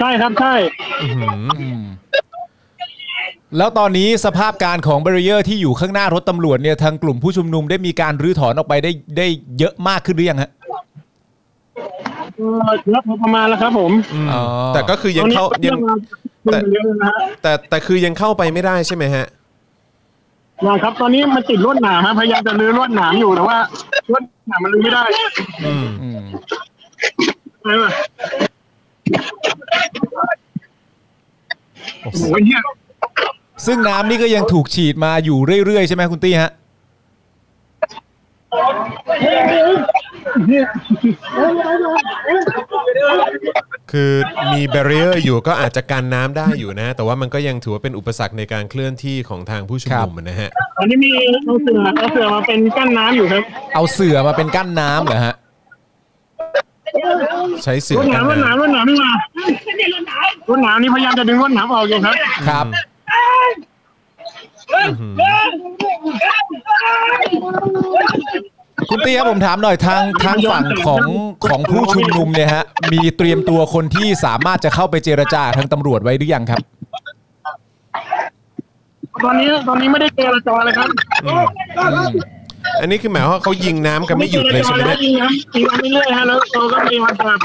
Speaker 4: ใช่ครับใช่
Speaker 2: อื้อหือ
Speaker 3: แล้วตอนนี้สภาพการของบริเออร์ที่อยู่ข้างหน้ารถตำรวจเนี่ยทางกลุ่มผู้ชุมนุมได้มีการรื้อถอนออกไปได้ได้เยอะมากขึ้นหรือยังฮะ
Speaker 4: เออรับพอประมาณแล้วครับผม
Speaker 2: ม
Speaker 3: อ๋อ
Speaker 2: แต่ก็คือ
Speaker 4: ต
Speaker 2: ยั
Speaker 4: อง นนี้
Speaker 2: เข้ายั
Speaker 4: เรื่องงมาเป็นเยอะนะฮะ
Speaker 2: แต่แต่คือยังเข้าไปไม่ได้ใช่ไหมฮะ
Speaker 4: ยังครับ ตอนนี้มันติดลวดหนามฮะพยายามจะลื้อลวดหนามอยู่แต่ว่าลวดหนามมันลื้อไม่ได้
Speaker 2: อืม
Speaker 3: อืม
Speaker 4: อะไรวะโอ้โหเหี้ย
Speaker 3: ซึ่งน้ำนี่ก็ยังถูกฉีดมาอยู่เรื่อยๆใช่ไหมคุณตี้ฮะ
Speaker 4: เหี้ย
Speaker 2: คือมีแบเรียร์อยู่ก็อาจจะกันน้ำได้อยู่นะ แต่ว่ามันก็ยังถือว่าเป็นอุปสรรคในการเคลื่อนที่ของทางผู้ชุมนุมนะฮะ
Speaker 4: ตอนนี้มีเอาเสือเอาเสือมาเป็นกั้นน้ำอยู่ครับ
Speaker 3: เอาเสือมาเป็นกั้นน้ำเหรอฮะ
Speaker 2: ใช้เสื
Speaker 4: ล
Speaker 2: อ
Speaker 4: วดห
Speaker 2: กัน
Speaker 4: านมลวดหนาม
Speaker 2: น้ำ
Speaker 4: ลวดหนามนี่มาลวดหนามนี่พยายามจะดึงลวดหนามออกอยู่ครับ
Speaker 3: ครับ
Speaker 2: อืม
Speaker 3: คุณตี้ครับผมถามหน่อยทางทางฝั่งของของผู้ชุมนุมเนี่ยฮะ มีเตรียมตัวคนที่สามารถจะเข้าไปเจรจาทางตำรวจไว้หรือยังครับ
Speaker 4: ตอนนี้ตอนนี้ไม่ได้เจรจาเลยครับ
Speaker 2: อันนี้คือหมายความว่าเขายิงน้ำกันไม่หยุดเลยใช่ไหมเนี่ย
Speaker 4: ยิงครับยิงกันเรื่อยๆฮะแล้วเราก็มีวันแบบ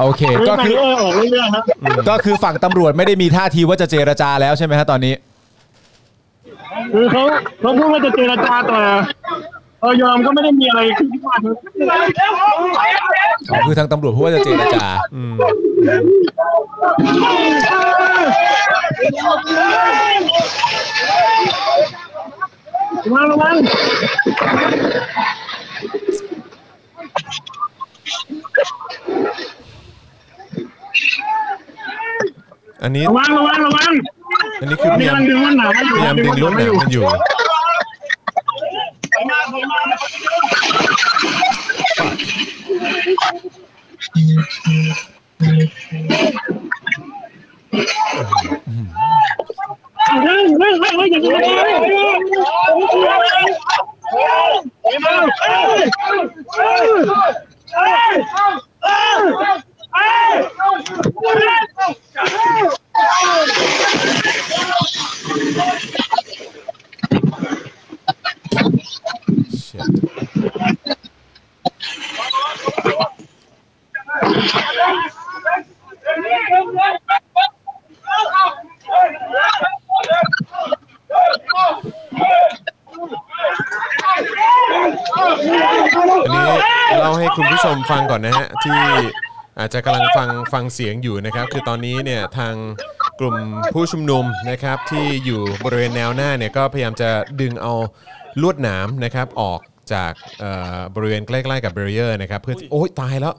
Speaker 3: โอเค ก็
Speaker 4: ไป
Speaker 3: คือ
Speaker 4: เรื่อยๆออกเรื่อยๆครับ
Speaker 3: ก็คือฝั่งตำรวจไม่ได้มีท่าทีว่าจะเจรจาแล้วใช่ไหมฮะตอนนี้
Speaker 4: คือเขาเขาพูดว่าจะเจรจาแต่เออยอมก็ไม่ได้มีอะไรขึ้นมาครับ
Speaker 3: อ๋อคือทางตำรวจพูดว่าจะเจรจา
Speaker 4: ระวังระวัง
Speaker 2: อันนี้
Speaker 4: ระวังระวังระวัง
Speaker 2: อันนี้คือพ
Speaker 4: มี
Speaker 2: ยายา
Speaker 4: อั
Speaker 2: ม
Speaker 4: นดึงวันหนาวมาอยู่
Speaker 2: พยายามดึงลวดหนามกันอยู่
Speaker 4: เฮ้ยเฮ้ยเฮ้ยเฮ้ยอย่าดึงเลย
Speaker 2: อันนี้เล่าให้คุณผู้ชมฟังก่อนนะฮะ ที่อาจจะกำลังฟังฟังเสียงอยู่นะครับ คือตอนนี้เนี่ยทางกลุ่มผู้ชุมนุมนะครับ ที่อยู่บริเวณแนวหน้าเนี่ยก็พยายามจะดึงเอาลวดหนามนะครับ ออกจากเอ่อบริเวณใกล้ๆกับเบรียร์นะครับเพื่อที่โอ้ยตายแล้ว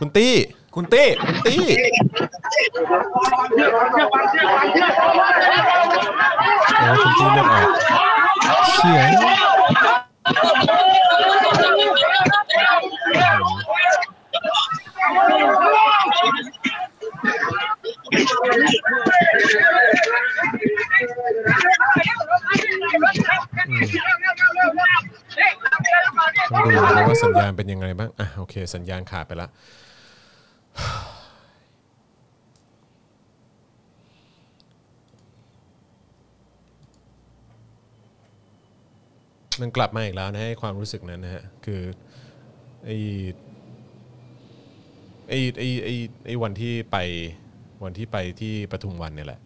Speaker 2: คุณตี้
Speaker 3: คุณตี้
Speaker 2: คุณตี้โอ้ยคุณตี้เลือดออก
Speaker 3: เชี่ย
Speaker 2: ต้องดูนะว่าสัญญาณเป็นยังไงบ้าง อ่ะโอเค สัญญาณขาดไปละ มันกลับมาอีกแล้วนะให้ความรู้สึกนั้นนะฮะ คือไอไอไอไอไอวันที่ไปวันที่ไปที่ปทุมวันเนี่ยแหละ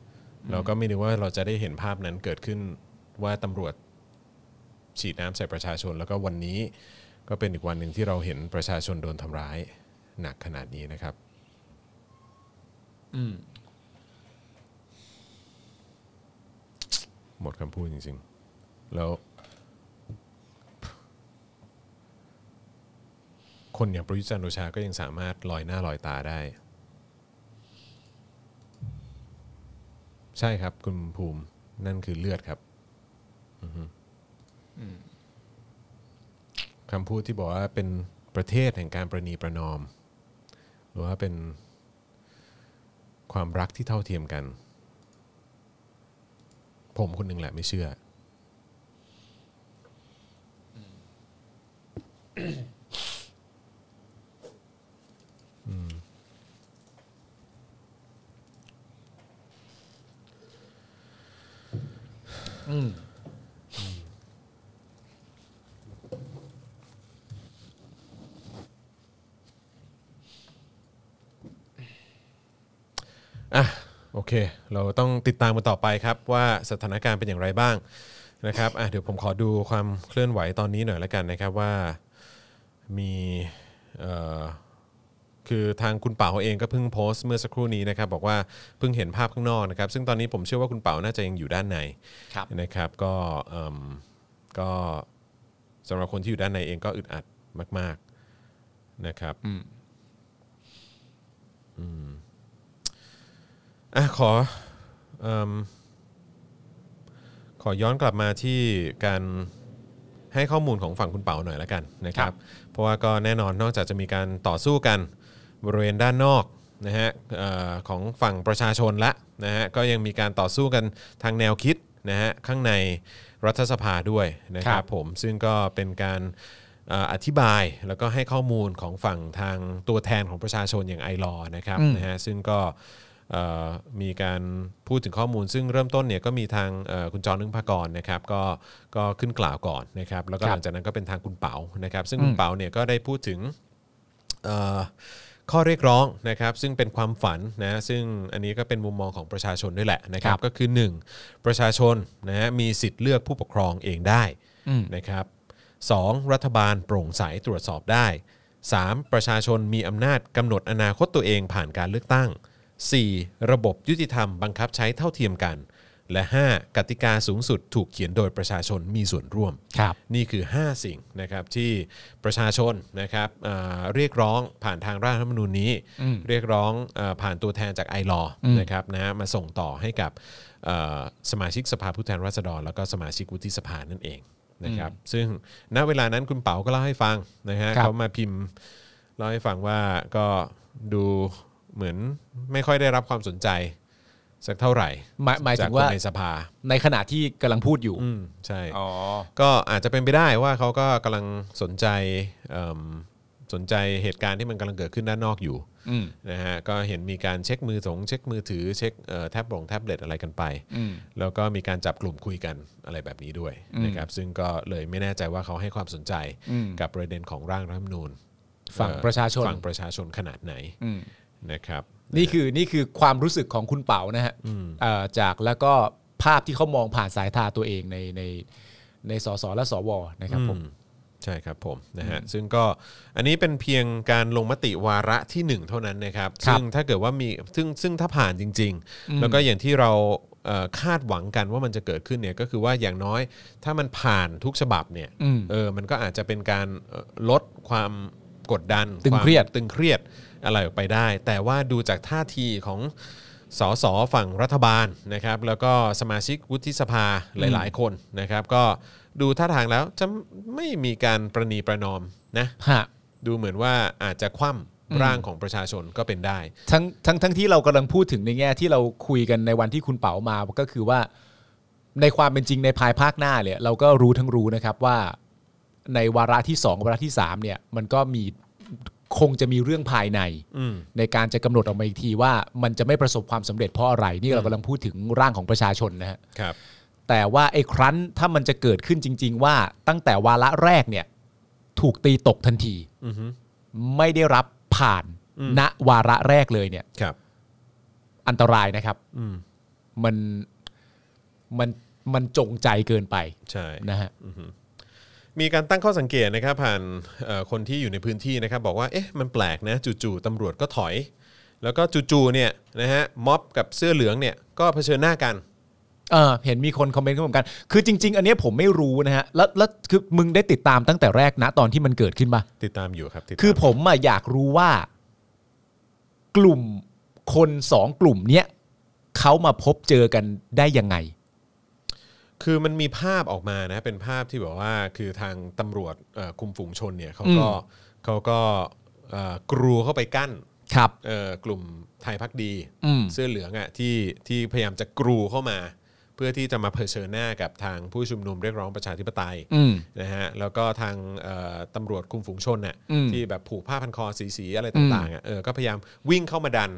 Speaker 2: เราก็ไม่นึกว่าเราจะได้เห็นภาพนั้นเกิดขึ้นว่าตำรวจ ฉีดน้ำใส่ประชาชนแล้วก็วันนี้ก็เป็นอีกวันหนึ่งที่เราเห็นประชาชนโดนทำร้ายหนักขนาดนี้นะครับ หมดคำพูดจริงๆ แล้ว คนอย่างประยุทธ์จันทร์โอชาก็ยังสามารถลอยหน้าลอยตาได้ ใช่ครับคุณภูมินั่นคือเลือดครับ คำพูดที่บอกว่าเป็นประเทศแห่งการประนีประนอม หรือว่าเป็นความรักที่เท่าเทียมกัน ผมคนหนึ่งแหละไม่เชื่อออืม อ่ะโอเค เราต้องติดตามกันต่อไปครับว่าสถานการณ์เป็นอย่างไรบ้างนะครับอ่ะเดี๋ยวผมขอดูความเคลื่อนไหวตอนนี้หน่อยละกันนะครับว่ามีเอ่อคือทางคุณเป๋าเองก็เพิ่งโพสต์เมื่อสักครู่นี้นะครับบอกว่าเพิ่งเห็นภาพข้างนอกนะครับ ซึ่งตอนนี้ผมเชื่อว่าคุณเป๋าน่าจะยังอยู่ด้านใน
Speaker 3: ครับ
Speaker 2: นะครับก็เอิ่มก็สำหรับคนที่อยู่ด้านในเองก็อึดอัดมาก ๆนะครับ อ่ะขอเอมขอย้อนกลับมาที่การให้ข้อมูลของฝั่งคุณเปาหน่อยละกันนะครับ เพราะว่าก็แน่นอนนอกจากจะมีการต่อสู้กันบริเวณด้านนอกนะฮะเออของฝั่งประชาชนละนะฮะก็ยังมีการต่อสู้กันทางแนวคิดนะฮะข้างในรัฐสภาด้วยนะค
Speaker 3: ครั
Speaker 2: รับบ ผมซึ่งก็เป็นการเอ่ออธิบายแล้วก็ให้ข้อมูลของฝั่งทางตัวแทนของประชาชนอย่างไอรอนะครับนะฮะซึ่งก็ เอ่อมีการพูดถึงข้อมูล ซึ่งเริ่มต้นเนี่ยก็มีทางเอ่อคุณจอนึงพากรนะครับก็ก็ขึ้นกล่าวก่อนนะครับแล้วก็
Speaker 3: ครับ
Speaker 2: หลังจากนั้นก็เป็นทางคุณเปานะครับ ซึ่งคุณเปาเนี่ยก็ได้พูดถึงเอ่อข้อเรียกร้องนะครับซึ่งเป็นความฝันนะซึ่งอันนี้ก็เป็นมุมมองของประชาชนด้วยแหละนะครับ
Speaker 3: ครับ
Speaker 2: ก็คือ 1. ประชาชนนะฮะมีสิทธิ์เลือกผู้ปกครองเองได้
Speaker 3: อืม
Speaker 2: นะครับสองรัฐบาลโปร่งใสตรวจสอบได้ 3. ประชาชนมีอำนาจกำหนดอนาคตตัวเองผ่านการเลือกตั้ง 4. ระบบยุติธรรมบังคับใช้เท่าเทียมกัน และ 5. กติกาสูงสุดถูกเขียนโดยประชาชนมีส่วนร่วม
Speaker 3: ครับ
Speaker 2: นี่คือ 5 สิ่งนะครับที่ประชาชนนะครับเอ่อเรียกร้องผ่านทางร่างรัฐธรรมนูญนี้ เรียกร้องเออผ่านตัวแทนจากไอรอนะครับนะฮะมาส่งต่อให้กับเอ่อสมาชิกสภาผู้แทนราษฎร แล้วก็สมาชิกวุฒิสภานั่นเองนะครับซึ่งณเวลานั้นคุณเป๋าก็เล่าให้ฟังนะฮะ
Speaker 3: ครับ
Speaker 2: เขามาพิมพ์ เล่าให้ฟังว่าก็ดูเหมือนไม่ค่อยได้รับความสนใจ สักเท่าไหร่
Speaker 3: หมายหมายถึงว่า
Speaker 2: จกคนในสภา
Speaker 3: ในขณะที่กำลังพูดอยู่
Speaker 2: อืมใช่
Speaker 3: อ๋อ
Speaker 2: ก็อาจจะเป็นไปได้ว่าเขาก็กำลังสนใจเอิ่มสนใจเหตุการณ์ที่มันกำลังเกิดขึ้นด้านนอกอยู่
Speaker 3: อืม
Speaker 2: นะฮะก็เห็นมีการเช็คมือถงเช็คมือถือเช็คเอ่อแท็บลงแท็บเล็ตอะไรกันไป
Speaker 3: อืม
Speaker 2: แล้วก็มีการจับกลุ่มคุยกันอะไรแบบนี้ด้วยนะครับซึ่งก็เลยไม่แน่ใจว่าเขาให้ความสนใจ
Speaker 3: อืม
Speaker 2: กับประเด็นของร่างรัฐธรรมนูญ
Speaker 3: ฝั่ง
Speaker 2: เอ่อ
Speaker 3: ประชาชน
Speaker 2: ฝั่งประชาชนขนาดไหน
Speaker 3: อืม
Speaker 2: นะครับ
Speaker 3: นี่คือนี่คือความรู้สึกของคุณเป๋านะฮะเอ่อจากแล้วก็ภาพที่เขามองผ่านสายตาตัวเองในในในสสและสวนะครับผม
Speaker 2: อืมใช่ครับผมนะฮะซึ่งก็อันนี้เป็นเพียงการลงมติวาระที่ 1 เท่านั้นนะครับ
Speaker 3: ครับ
Speaker 2: ซึ่งถ้าเกิดว่ามีซึ่งซึ่งถ้าผ่านจริง ๆ แล้วก็อย่างที่เราเอ่อคาดหวังกันว่ามันจะเกิดขึ้นเนี่ยก็คือว่าอย่างน้อยถ้ามันผ่านทุกฉบับเนี่ย
Speaker 3: อืม
Speaker 2: เออมันก็อาจจะเป็นการเอ่อลดความกดดัน
Speaker 3: ตึง
Speaker 2: วาม
Speaker 3: เครียด
Speaker 2: ตึงเครียดอะไรออกไปได้ แต่ว่าดูจากท่าทีของสสฝั่งรัฐบาลนะครับ แล้วก็สมาชิกวุฒิสภาหลาย ๆ คนนะครับ ก็ดูท่าทางแล้วจะไม่มีการประนีประนอมนะ
Speaker 3: ฮะ
Speaker 2: ดูเหมือนว่าอาจจะคว่ำร่างของประชาชนก็เป็นได้
Speaker 3: ทั้งทั้งทั้งที่เรากำลังพูดถึงในแง่ที่เราคุยกันในวันที่คุณเป๋ามาก็คือว่าในความเป็นจริงในภายภาคหน้าเนี่ยเราก็รู้ทั้งรู้นะครับว่าในวาระที่สองวาระที่สามเนี่ยมันก็มีคงจะมีเรื่องภายใน
Speaker 2: อืม
Speaker 3: ในการจะกำหนดออกมาอีกทีว่ามันจะไม่ประสบความสำเร็จเพราะอะไรนี่เรากำลังพูดถึงร่างของประชาชนนะฮะ
Speaker 2: ครับ
Speaker 3: แต่ว่าไอ้ครั้นถ้ามันจะเกิดขึ้นจริง ๆ ว่าตั้งแต่วาระแรกเนี่ย ถูกตีตกทันที
Speaker 2: อือฮึ
Speaker 3: ไม่ได้รับผ่านณวาระแรกเลยเนี่ย
Speaker 2: ครับ
Speaker 3: อันตรายนะครับ
Speaker 2: อืม
Speaker 3: มันมันมันจงใจเกินไป
Speaker 2: ใช่
Speaker 3: นะฮะ
Speaker 2: มีการตั้งข้อสังเกตนะครับผ่านเอ่อคนที่อยู่ในพื้นที่นะครับ บอกว่าเอ๊ะมันแปลกนะจู่ๆตำรวจก็ถอย แล้วก็จู่ๆเนี่ยนะฮะม็อบกับเสื้อเหลืองเนี่ยก็เผชิญหน้ากัน
Speaker 3: เออเห็นมีคนคอมเมนต์เข้ามาเหมือนกัน คือจริง ๆ อันเนี้ยผมไม่รู้นะฮะ แล้วแล้วคือมึงได้ติดตามตั้งแต่แรกนะตอนที่มันเกิดขึ้นปะ
Speaker 2: ติดตามอยู่ครับติดตาม
Speaker 3: คือผมอะอยากรู้ว่า กลุ่มคนสองกลุ่มเนี้ยเขามาพบเจอกันได้ยังไง
Speaker 2: คือมันมีภาพออกมานะเป็นภาพที่แบบว่าคือทางตำรวจเอ่อคุมฝูงชนเนี่ยเขาก็
Speaker 3: อืม
Speaker 2: เขาก็เอ่อกรูเข้าไปกั้น
Speaker 3: ครับ
Speaker 2: เอ่อกลุ่มไทยพักดี
Speaker 3: อืม
Speaker 2: เสื้อเหลืองอ่ะที่ที่พยายามจะกรูเข้ามา เพื่อที่จะมาเผชิญหน้ากับทางผู้ชุมนุมเรียกร้องประชาธิปไตย
Speaker 3: อืม
Speaker 2: นะฮะแล้วก็ทางเอ่อตำรวจคุมฝูงชนน่ะ
Speaker 3: อืม
Speaker 2: ที่แบบผูกผ้าพันคอสีๆอะไรต่างๆอ่ะเออก็พยายามวิ่งเข้ามาดัน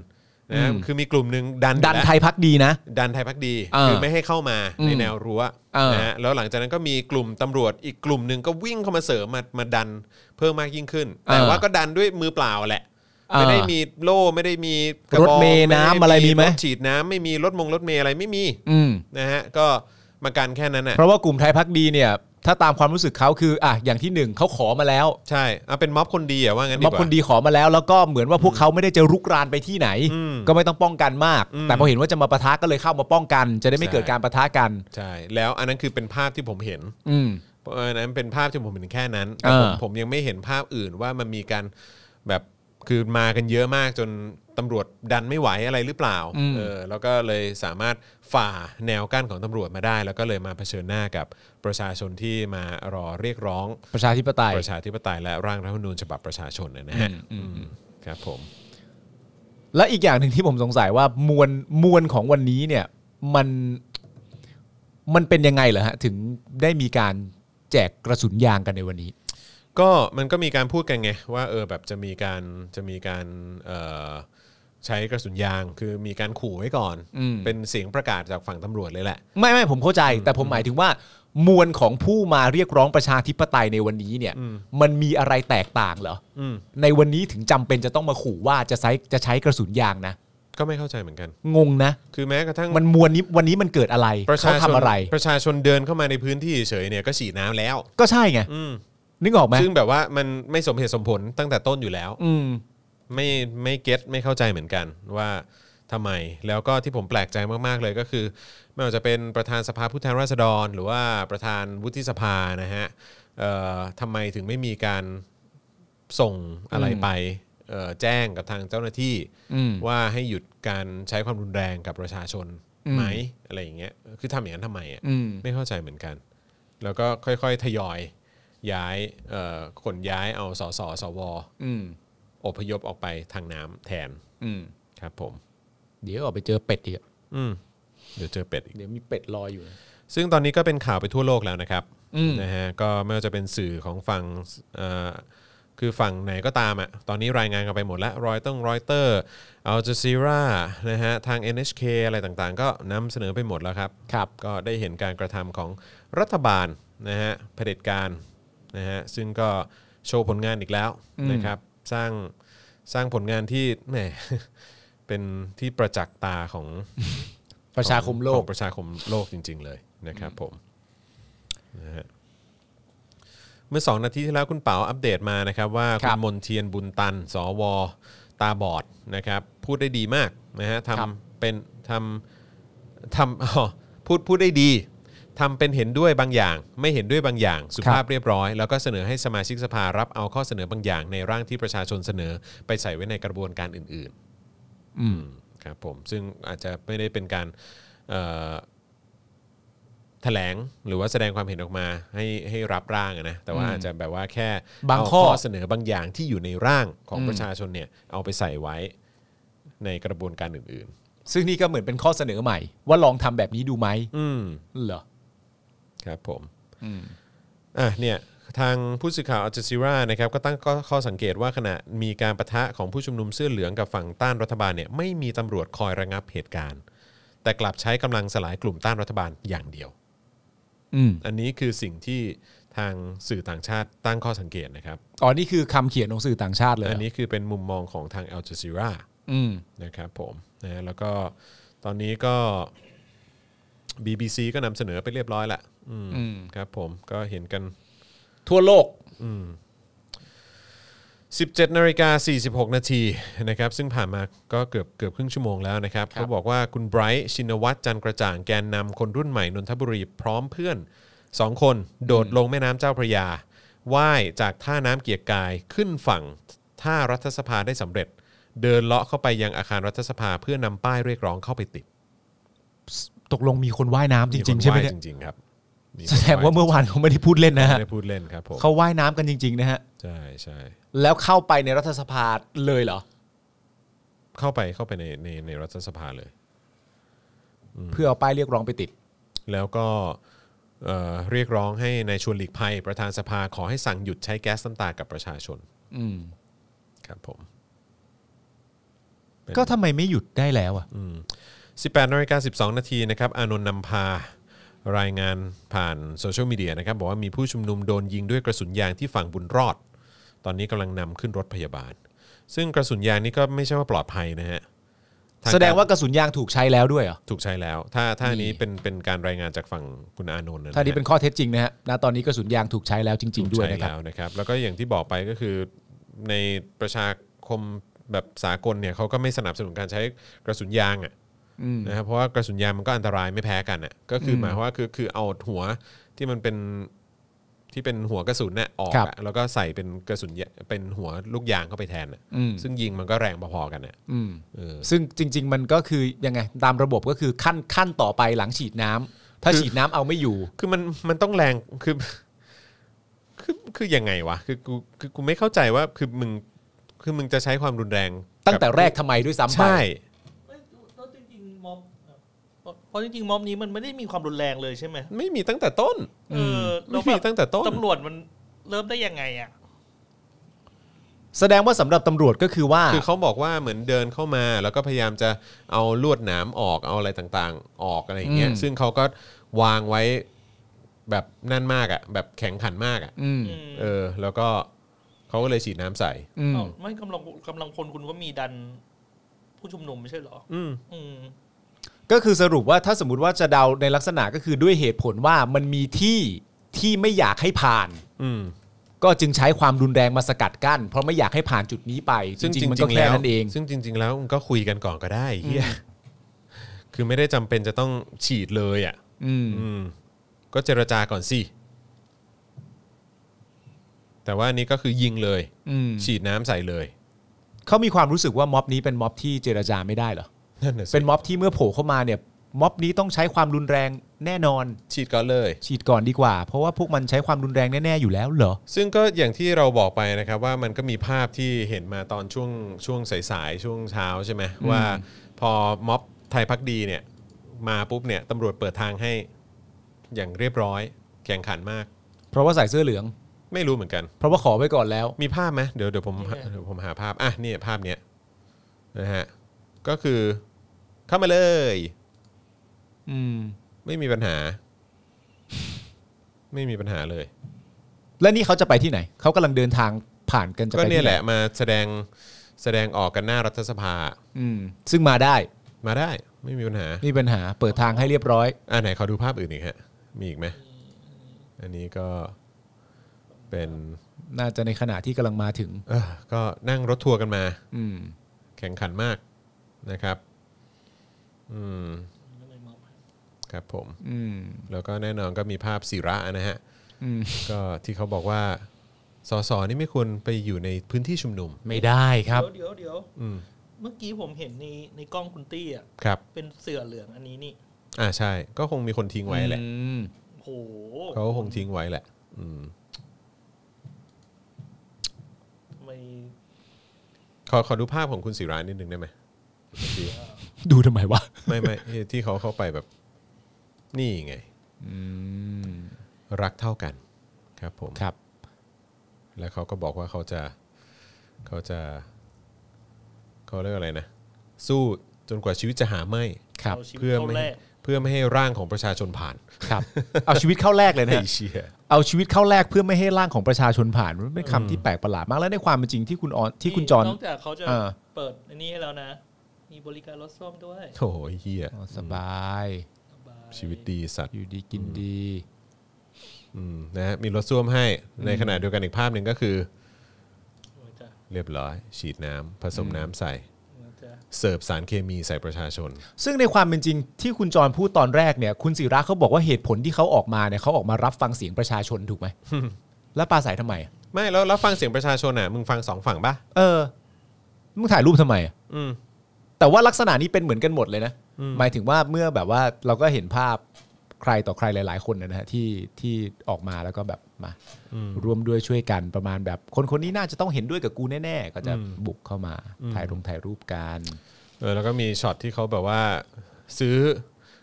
Speaker 2: นะฮะ
Speaker 3: อืม
Speaker 2: คือมีกลุ่มหนึ่งดันอ
Speaker 3: ดัน
Speaker 2: แล้ว
Speaker 3: ไทยพักดีนะ
Speaker 2: ดันไทยพักดี
Speaker 3: เออ
Speaker 2: คือไม่ให้เข้ามา
Speaker 3: อืม
Speaker 2: ในแนวรั้ว
Speaker 3: เออ
Speaker 2: นะฮะแล้วหลังจากนั้นก็มีกลุ่มตำรวจอีกกลุ่มหนึ่งก็วิ่งเข้ามาเสริมมามาดันเพิ่มมากยิ่งขึ้น แต่ว่าก็ดันด้วยมือเปล่าแหละ
Speaker 3: อ่า
Speaker 2: ไม่ได้มีโล่ไม่ได้มีกะบอง
Speaker 3: รถเมล์น้ำอะไรมีไหม
Speaker 2: ถฉีดน้ำไม่มีรถมงรถเมล์อะไรไม่มี
Speaker 3: อืม
Speaker 2: นะฮะก็มากันแค่นั้นน่ะ
Speaker 3: เพราะว่ากลุ่มไทยพักดีเนี่ย ถ้าตามความรู้สึกเขาคืออ่ะอย่างที่หนึ่งเขาขอมาแล้ว
Speaker 2: ใช่เอาเป็นม็อบคนดีอ่ะว่างั้นดีก
Speaker 3: ม็อ
Speaker 2: ว่า
Speaker 3: บคนดีขอมาแล้ว แล้วก็เหมือนว่าพวกเขาไม่ได้จะรุกรานไปที่ไหน
Speaker 2: อืม
Speaker 3: ก็ไม่ต้องป้องกันมาก
Speaker 2: อืม
Speaker 3: แต่พอเห็นว่าจะมาปะทะก็เลยเข้ามาป้องกัน จะได้ไม่
Speaker 2: ใช่
Speaker 3: เกิดการปะทะกัน
Speaker 2: ใช่แล้วอันนั้นคือเป็นภาพที่ผมเห็น
Speaker 3: อืม
Speaker 2: เพราะอันนั้นเป็นภาพที่ผมเห็นแค่นั้น
Speaker 3: เออ
Speaker 2: ผมผมยังไม่เห็นภาพอื่นว่ามันมีการแบบคือมากันเยอะมากจนตำรวจดันไม่ไหวอะไรหรือเปล่า
Speaker 3: อืม
Speaker 2: เออแล้วก็เลยสามารถฝ่าแนวกั้นของตำรวจมาได้ แล้วก็เลยมาเผชิญหน้ากับประชาชนที่มารอเรียกร้อง
Speaker 3: ประชาธิปไตย
Speaker 2: ประชาธิปไตยและร่างรัฐธรรมนูญฉบับประชาชนนะนะฮะอืมครับผม
Speaker 3: และอีกอย่างหนึ่งที่ผมสงสัยว่ามวลมวลของวันนี้เนี่ยมันมันเป็นยังไงเหรอฮะ ถึงได้มีการแจกกระสุนยางกันในวันนี้
Speaker 2: ก็มันก็มีการพูดกันไงว่าเออแบบจะมีการจะมีการเอ่อใช้กระสุนยางคือมีการขู่ไว้ก่อน
Speaker 3: อืม
Speaker 2: เป็นเสียงประกาศจากฝั่งตำรวจเลยแหละ
Speaker 3: ไม่ไม่ผมเข้าใจ แต่ผมหมายถึงว่า มวลของผู้มาเรียกร้องประชาธิปไตยในวันนี้เนี่ย มันมีอะไรแตกต่างเหรออ
Speaker 2: อืม
Speaker 3: ในวันนี้ถึงจำเป็นจะต้องมาขู่ว่าจะใช้จะใช้กระสุนยางนะ
Speaker 2: ก็ไม่เข้าใจเหมือนกัน
Speaker 3: งงนะ
Speaker 2: คือแม้กระทั่ง
Speaker 3: มันมวลนี้วันนี้มันเกิดอะไร
Speaker 2: ประ
Speaker 3: เขา
Speaker 2: ชาช
Speaker 3: ทำ
Speaker 2: น
Speaker 3: อะไร
Speaker 2: ประชาชนเดินเข้ามาในพื้นที่เฉยๆเนี่ยก็ฉีดน้ำแล้ว
Speaker 3: ก็ใช่ไง
Speaker 2: อืม
Speaker 3: นึกออกไหม
Speaker 2: ซึ่งแบบว่ามันไม่สมเหตุสมผลตั้งแต่ต้นอยู่แล้ว
Speaker 3: อืม
Speaker 2: ไม่ไม่เก็ตไม่เข้าใจเหมือนกันว่าทำไม แล้วก็ที่ผมแปลกใจมาก ๆ เลยก็คือ ไม่ว่าจะเป็นประธานสภาผู้แทนราษฎร หรือว่าประธานวุฒิสภานะฮะเอ่อทำไมถึงไม่มีการส่งอะไรไปเอ่อแจ้งกับทางเจ้าหน้าที่
Speaker 3: อืม
Speaker 2: ว่าให้หยุดการใช้ความรุนแรงกับประชาชน
Speaker 3: อืม
Speaker 2: ไหมอะไรอย่างเงี้ยคือทำอย่างนั้นทำไมอ่ะ
Speaker 3: อืม
Speaker 2: ไม่เข้าใจเหมือนกัน แล้วก็ค่อยๆ ทยอยย้ายเอ่อขนย้ายเอาสสสว
Speaker 3: อืม
Speaker 2: อพยพออกไปทางน้ำแทน
Speaker 3: อืม
Speaker 2: ครับผม
Speaker 3: เดี๋ยวออกไปเจอเป็ดอีกอะ
Speaker 2: อืมเดี๋ยวเจอเป็ดอีก
Speaker 3: เดี๋ยวมีเป็ดลอยอยู่นะ
Speaker 2: ซึ่งตอนนี้ก็เป็นข่าวไปทั่วโลกแล้วนะครับ
Speaker 3: อืม
Speaker 2: นะฮะก็ไม่ว่าจะเป็นสื่อของฝั่งเอ่อคือฝั่งไหนก็ตามอ่ะตอนนี้รายงานกันไปหมดแล้วรอยต้องรอยเตอร์อัลจซีรานะฮะทาง NHK อะไรต่างๆ ก็นำเสนอไปหมดแล้วครับ
Speaker 3: ครับ
Speaker 2: ก็ได้เห็นการกระทำของรัฐบาลนะฮะเผด็จการนะฮะซึ่งก็โชว์ผลงานอีกแล้วนะครับ สร้างสร้างผลงานที่แหม เป็นที่ประจักษ์ตาของ
Speaker 3: ประชาคมโล
Speaker 2: ข
Speaker 3: ก
Speaker 2: องประชาคมโลกจริง ๆ เลยนะครับผมนะฮะเมื่อ 2 นาทีที่แล้วคุณเปาอัปเดตมานะครับ ว่า
Speaker 3: ค
Speaker 2: คุ
Speaker 3: รั
Speaker 2: ณ
Speaker 3: บ
Speaker 2: มนเทียนบุญตัน สว ตาบอดนะครับ พูดได้ดีมากนะฮะท
Speaker 3: ครับ
Speaker 2: ำเป็นทำ ทำอ๋ อพูดพูดได้ดีทำเป็นเห็นด้วยบางอย่าง ไม่เห็นด้วยบางอย่าง สุภาพเรียบร้อย แล้วก็เสนอให้สมาชิกสภารับเอาข้อเสนอบางอย่าง ในร่างที่ประชาชนเสนอไปใส่ไว้ในกระบวนการอื่น
Speaker 3: อืม
Speaker 2: ๆครับผมซึ่งอาจจะไม่ได้เป็นการเอ่อแถลงหรือว่าแสดงความเห็นออกมาให้ให้รับร่างอะนะแต่ว่าอาจจะแบบว่าแค่
Speaker 3: บาง
Speaker 2: เอ
Speaker 3: ข้อ
Speaker 2: เสนอบางอย่างที่อยู่ในร่างของประชาชนเนี่ยเอาไปใส่ไว้ในกระบวนการอื่น
Speaker 3: ซึ่งนี่ก็เหมือนเป็นข้อเสนอใหม่ ว่าลองทำแบบนี้ดูไหม
Speaker 2: ๆ อืม
Speaker 3: เหรอ
Speaker 2: ครับผม อ่ะเนี่ยทางผู้สื่อข่าวอัลจซีรานะครับก็ตั้งข้อข้อสังเกตว่าขณะมีการประทะของผู้ชุมนุมเสื้อเหลืองกับฝั่งต้านรัฐบาลเนี่ยไม่มีตำรวจคอยระงับเหตุการณ์ แต่กลับใช้กำลังสลายกลุ่มต้านรัฐบาลอย่างเดียว
Speaker 3: อืม
Speaker 2: อันนี้คือสิ่งที่ทางสื่อต่างชาติตั้งข้อสังเกตนะครับ
Speaker 3: อ๋อนี่คือคำเขียนของสื่อต่างชาติเลยเหร
Speaker 2: อั
Speaker 3: อั
Speaker 2: นนี้คือเป็นมุมมองของทางอัลจซีรา
Speaker 3: อืม
Speaker 2: นะครับผมนะแล้วก็ตอนนี้ก็ BBC ก็นำเสนอไปเรียบร้อยละอืม
Speaker 3: อืม
Speaker 2: ครับผมก็เห็นกัน
Speaker 3: ทั่วโลก
Speaker 2: 17นาฬิกา46 นาทีนะครับซึ่งผ่านมาก็เกือบเกือบครึ่งชั่วโมงแล้วนะครับเขาบอกว่าคุณไบรท์ชินวัตรจันทร์กระจ่างแกนนำคนรุ่นใหม่นนทบุรีพร้อมเพื่อน 2 คน โดดลงแม่น้ำเจ้าพระยาว่ายจากท่าน้ำเกียรกายขึ้นฝั่งท่ารัฐสภาได้สำเร็จ เดินเลาะเข้าไปยังอาคารรัฐสภาเพื่อนำป้ายเรียกร้องเข้าไปติด
Speaker 3: ตกลงมีคนว่ายน้ำจริง ๆ ใช่ไหม
Speaker 2: คนว่า
Speaker 3: เนี่
Speaker 2: ย ยจริงๆครับ
Speaker 3: แสดงว่าเมื่อวานเขาไม่ได้พูดเล่นนะ
Speaker 2: ไม่
Speaker 3: ฮะ
Speaker 2: ได้พูดเล่นครับผม
Speaker 3: เขาว่ายน้ำกันจริง ๆ นะฮะ
Speaker 2: ใช่ใช่
Speaker 3: แล้วเข้าไปในรัฐสภาเลยเหรอ
Speaker 2: เข้าไปเข้าไปในในในรัฐสภาเลย
Speaker 3: เพื่อเอาป้ายเรียกร้องไปติด
Speaker 2: แล้วก็เอ่อเรียกร้องให้ในายชวนหลีกภัย ประธานสภาขอให้สั่งหยุดใช้แก๊สน้ำตากับประชาชน
Speaker 3: อืม
Speaker 2: ครับผม เป็น
Speaker 3: ก็ทำไมไม่หยุดได้แล้วอ่ะ
Speaker 2: 18นาฬิกา12 นาทีนะครับ อานนท์นำพารายงานผ่านโซเชียลมีเดียนะครับ บอกว่ามีผู้ชุมนุมโดนยิงด้วยกระสุนยางที่ฝั่งบุญรอด ตอนนี้กำลังนำขึ้นรถพยาบาล ซึ่งกระสุนยางนี่ก็ไม่ใช่ว่าปลอดภัยนะฮะทกร
Speaker 3: แสดงว่ากระสุนยางถูกใช้แล้วด้วยเหรอ
Speaker 2: ถูกใช้แล้ว ถ้าถ้าอันนี้
Speaker 3: นี่
Speaker 2: เป็นเป็นการรายงานจากฝั่งคุณอานนท์นะ
Speaker 3: ถ้านี้เป็น
Speaker 2: ฮะ
Speaker 3: ข้อเท็จจริงนะฮะณตอนนี้กระสุนยางถูกใช้แล้วจริง
Speaker 2: ถูก
Speaker 3: ๆด้วย
Speaker 2: ใช้
Speaker 3: นะครับ
Speaker 2: แล้วนะครับ แล้วก็อย่างที่บอกไปก็คือในประชาคมแบบสากลเนี่ยเขาก็ไม่สนับสนุนการใช้กระสุนยางอ่ะนะครับเพราะว่ากระสุนยางมันก็อันตรายไม่แพ้กันอ่ะก็คืออหมายความว่าคือคือเอาหัวที่มันเป็นที่เป็นหัวกระสุนเนี่ยออก
Speaker 3: ครับ
Speaker 2: อะแล้วก็ใส่เป็นกระสุนยาเป็นหัวลูกยางเข้าไปแทนอ่ะซึ่งยิงมันก็แรงพอๆกันอ่ะ
Speaker 3: อืม
Speaker 2: เออ
Speaker 3: ซึ่งจริง ๆ มันก็คือยังไงตามระบบก็คือขั้นขั้นต่อไปหลังฉีดน้ำถ้า
Speaker 2: คือ
Speaker 3: ฉีดน้ำเอาไม่อยู่
Speaker 2: คือมันมันต้องแรงคือคือคือยังไงวะคือกูคือกูไม่เข้าใจว่าคือมึงคือมึงจะใช้ความรุนแรง
Speaker 3: ตั้งแต่
Speaker 2: บ
Speaker 3: แรกทำไมด้วยซ้ำไป
Speaker 2: ใช่
Speaker 5: แล้วจริงๆม็อบเพราะเพราะจริงๆม็อบนี้มันไม่ได้มีความรุนแรงเลยใช่ไหม
Speaker 2: ไม่มีตั้งแต่ต้น
Speaker 5: เออ
Speaker 2: ไม่
Speaker 5: แบ
Speaker 2: มี
Speaker 5: บ
Speaker 2: ตั้งแต่ต้น
Speaker 5: ตำรวจมันเริ่มได้ยังไงอ่ะ
Speaker 3: แสดงว่าสำหรับตำรวจก็คือว่า
Speaker 2: คือเขาบอกว่าเหมือนเดินเข้ามา แล้วก็พยายามจะเอาลวดหนามออกเอาอะไรต่างๆ ออกอะไรอย่างเงี้ย
Speaker 3: อืม
Speaker 2: ซึ่งเขาก็วางไว้แบบนั่นมากอะ่ะ แบบแข็งขันมากอะ่ะ
Speaker 3: อืม
Speaker 5: อืม
Speaker 2: เออ แล้วก็เขาก็เลยฉีดน้ำใส่
Speaker 3: อืม
Speaker 5: เอ้าไม่กำลังกำลังคนคุณก็มีดัน ผู้ชุมนุมไม่ใช่เหรอ
Speaker 2: อืม
Speaker 5: อืม
Speaker 3: ก็คือสรุปว่าถ้าสมมติว่าจะเดาในลักษณะก็คือด้วยเหตุผลว่ามันมีที่ที่ไม่อยากให้ผ่าน
Speaker 2: อืม
Speaker 3: ก็จึงใช้ความรุนแรงมาสกัดกั้น เพราะไม่อยากให้ผ่านจุดนี้ไป จ
Speaker 2: ซึ่งจ
Speaker 3: ริ
Speaker 2: ริ
Speaker 3: ง
Speaker 2: ง
Speaker 3: ๆ มัน
Speaker 2: ๆ
Speaker 3: ก็แค่
Speaker 2: แล้ว
Speaker 3: นั้นเอง
Speaker 2: ซึ่งจริง ๆ แล้วมันก็คุยกันก่อนก็ได้เฮียคือไม่ได้จำเป็นจะต้องฉีดเลยอ่ะ
Speaker 3: อืม
Speaker 2: อืม ก็เจรจาก่อนสิ แต่ว่าอันนี้ก็คือยิงเลย
Speaker 3: อืม
Speaker 2: ฉีดน้ำใส่เลย
Speaker 3: เขามีความรู้สึกว่าม็อบนี้เป็นม็อบที่เจรจาไม่ได้เหรอ
Speaker 2: นั่นน่ะสิ
Speaker 3: เป็นม็อบที่เมื่อโผล่เข้ามาเนี่ย ม็อบนี้ต้องใช้ความรุนแรงแน่นอน
Speaker 2: ฉีดก่อนเลย
Speaker 3: ฉีดก่อนดีกว่า เพราะว่าพวกมันใช้ความรุนแรงแน่ ๆ อยู่แล้วเหรอ
Speaker 2: ซึ่งก็อย่างที่เราบอกไปนะครับ ว่ามันก็มีภาพที่เห็นมาตอนช่วงช่วงสายๆช่วงเช้าใช่ไหมว่า พอม็อบไทยพักดีเนี่ย มาปุ๊บเนี่ยตำรวจเปิดทางให้อย่างเรียบร้อย แข่งขันมาก
Speaker 3: เพราะว่าใส่เสื้อเหลือง
Speaker 2: ไม่รู้เหมือนกัน
Speaker 3: เพราะว่าขอไว้ก่อนแล้ว
Speaker 2: มีภาพไหมเดี๋ยวเดี๋ยวผมหาเดี๋ยวผมหาภาพ อ่ะเนี่ยภาพเนี้ยนะฮะ ก็คือเข้ามาเลย
Speaker 3: อืม
Speaker 2: ไม่มีปัญหา ไม่มีปัญหาเลย
Speaker 3: และนี่เขาจะไปที่ไหน เขากำลังเดินทางผ่านกันจะ
Speaker 2: ก็
Speaker 3: ไป
Speaker 2: เนี่ยแห
Speaker 3: ที่ไหน
Speaker 2: ละมาแสดงแสดงออกกันหน้ารัฐสภา
Speaker 3: อืม ซึ่งมาได้
Speaker 2: มาได้ ไม่มีปัญหา
Speaker 3: นี่ปัญหา เปิดทางให้เรียบร้อย
Speaker 2: อ่ะไหนขอดูภาพอื่นอีกฮะ มีอีกไหมอันนี้ก็เป็น
Speaker 3: น่าจะในขณะที่กำลังมาถึง
Speaker 2: เออก็นั่งรถทัวร์กันมา
Speaker 3: อืม
Speaker 2: แข่งขันมากนะครับ อืมครับผม
Speaker 3: อืม
Speaker 2: แล้วก็แน่นอนก็มีภาพศิระนะฮะ
Speaker 3: อืม
Speaker 2: ก็ที่เขาบอกว่าสสนี่ไม่ควรไปอยู่ในพื้นที่ชุมนุม
Speaker 3: ไม่ได้ครับ
Speaker 5: เดี๋ยวเดี๋ยวเดี๋
Speaker 2: อื
Speaker 5: ยว
Speaker 2: ม
Speaker 5: เมื่อกี้ผมเห็นในในกล้องคุณตี้อ่ะ
Speaker 2: ครับ
Speaker 5: เป็นเสือเหลืองอันนี้นี่
Speaker 2: อ่าใช่ ก็คงมีคนทิ้งไว้แหละ
Speaker 3: อืม
Speaker 5: โห
Speaker 2: เขาก็คงทิ้งไว้แหละ อืม
Speaker 5: ทำไม
Speaker 2: ขอขอดูภาพของคุณศิระนิดนึงได้ไหมเมื่อกี้
Speaker 3: ดูทำไมวะ
Speaker 2: ไม่ไม่ที่เขาเข้าไปแบบ นี่ไง
Speaker 3: อืม
Speaker 2: รักเท่ากัน ครับผม
Speaker 3: ครับ
Speaker 2: แล้วเขาก็บอกว่าเขาจะเขาจะเขาเรียกอะไรนะสู้จนกว่าชีวิตจะหาไม่
Speaker 3: ครับ
Speaker 5: เอาชีวิต
Speaker 2: เพื่อ
Speaker 5: เข้า
Speaker 2: ไม่
Speaker 5: แร
Speaker 2: ให้
Speaker 5: ก
Speaker 2: เพื่อไม่ให้ร่างของประชาชน ผ่าน
Speaker 3: ครับ เอาชีวิตเข้าแรกเลยนะ
Speaker 2: ไอ้
Speaker 3: ฮะ
Speaker 2: เชี่ย
Speaker 3: เอาชีวิตเข้าแลกเพื่อไม่ให้ร่างของประชาชนผ่านมันเป็นคำที่แปลกประหลาดมากและในความเป็นจริงที่คุณออนที่คุณจอน
Speaker 5: นอกจากเขาจะ
Speaker 3: เออ
Speaker 5: เปิดอันนี้ให้แล้วนะ มีบริการรถส้วมด้วย
Speaker 2: โอ้โหเฮีย
Speaker 3: อ๋อสบาย
Speaker 5: สบาย
Speaker 2: ชีวิตดีสัตว์
Speaker 3: อยู่ดีกินดี
Speaker 2: อืมนะฮะมีรถส้วมให้ในขณะเดียวกันอีกภาพหนึ่งก็คือ
Speaker 5: โอ้ยจ้ะ
Speaker 2: เรียบร้อย ฉีดน้ำผสมน้ำใส่
Speaker 5: โอ้ยจ้ะ
Speaker 2: เสิร์ฟสารเคมีใส่ประชาชน
Speaker 3: ซึ่งในความเป็นจริงที่คุณจรพูดตอนแรกเนี่ย คุณศิระเขาบอกว่าเหตุผลที่เขาออกมาเนี่ยเขาออกมารับฟังเสียงประชาชนถูก ไหมแล้วปาใสทำไมอะ
Speaker 2: ไม่แล้วรับฟังเสียงประชาชนอ่ะมึงฟังสองฝั่งปะ
Speaker 3: เออมึงถ่ายรูปทำไมอะ
Speaker 2: อืม
Speaker 3: แต่ว่าลักษณะนี้เป็นเหมือนกันหมดเลยนะหมายถึงว่าเมื่อแบบว่าเราก็เห็นภาพใครต่อใครหลาย ๆ คนนะฮะที่ที่ออกมาแล้วก็แบบมา ร่วมด้วยช่วยกันประมาณแบบคนคนนี้น่าจะต้องเห็นด้วยกับกูแน่ๆ ก็จะบุกเข้ามาถ่ายรงถ่ายรูปกัน
Speaker 2: เออแล้วก็มีช็อตที่เขาแบบว่า ซื้อ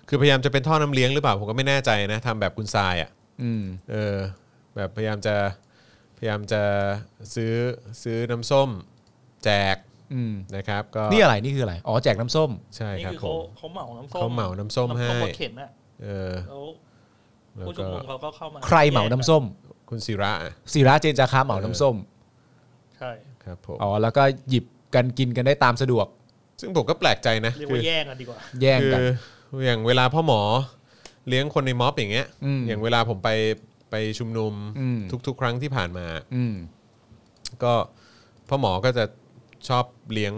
Speaker 2: คือพยายามจะเป็นท่อน้ำเลี้ยงหรือเปล่าผมก็ไม่แน่ใจนะทำแบบคุณทรายอ่ะ
Speaker 3: อืม
Speaker 2: เออแบบพยายามจะพยายามจะซื้อซื้อน้ำส้มแจก
Speaker 3: อืม
Speaker 2: นะครับ ก็
Speaker 3: นี่อะไรนี่คืออะไร อ๋อแจกน้ำส้ม
Speaker 2: ใช่
Speaker 5: นี่
Speaker 2: ครับ
Speaker 5: คือ
Speaker 2: ผ
Speaker 5: เขา
Speaker 2: ม
Speaker 5: เขาเหมาน้ำส้ม
Speaker 2: เขาเหมาน้ำส้มให้
Speaker 5: รถเข็นอ่ะ
Speaker 2: เออแล้
Speaker 5: แล้ว
Speaker 2: ว
Speaker 5: ผู้ชุม
Speaker 2: ก็
Speaker 5: นุมเขาก็เข้ามา
Speaker 3: ใครเหมาน้ำส้ม
Speaker 2: คุณศิระอ่ะ
Speaker 3: ศิระเจนจาคาเหมาน้ำส้ม
Speaker 5: ใช่
Speaker 2: ครับผม
Speaker 3: อ๋อแล้วก็หยิบ กันกินกันได้ตามสะดวก
Speaker 2: ซึ่งผมก็แปลกใจนะ
Speaker 5: เรียก
Speaker 2: คื
Speaker 5: ว่า
Speaker 2: อ
Speaker 5: แย่งกันดีกว่า
Speaker 3: แย่ง
Speaker 2: คือ
Speaker 3: กัน
Speaker 2: อย่างเวลาพ่อหมอเลี้ยงคนในม็อบอย่างเงี้ย
Speaker 3: อืม
Speaker 2: อย่างเวลาผมไปไปชุมนุม
Speaker 3: อืม
Speaker 2: ทุก ๆ ครั้งที่ผ่านมา
Speaker 3: อืม
Speaker 2: ก็พ่อหมอก็จะชอบเลี้ยง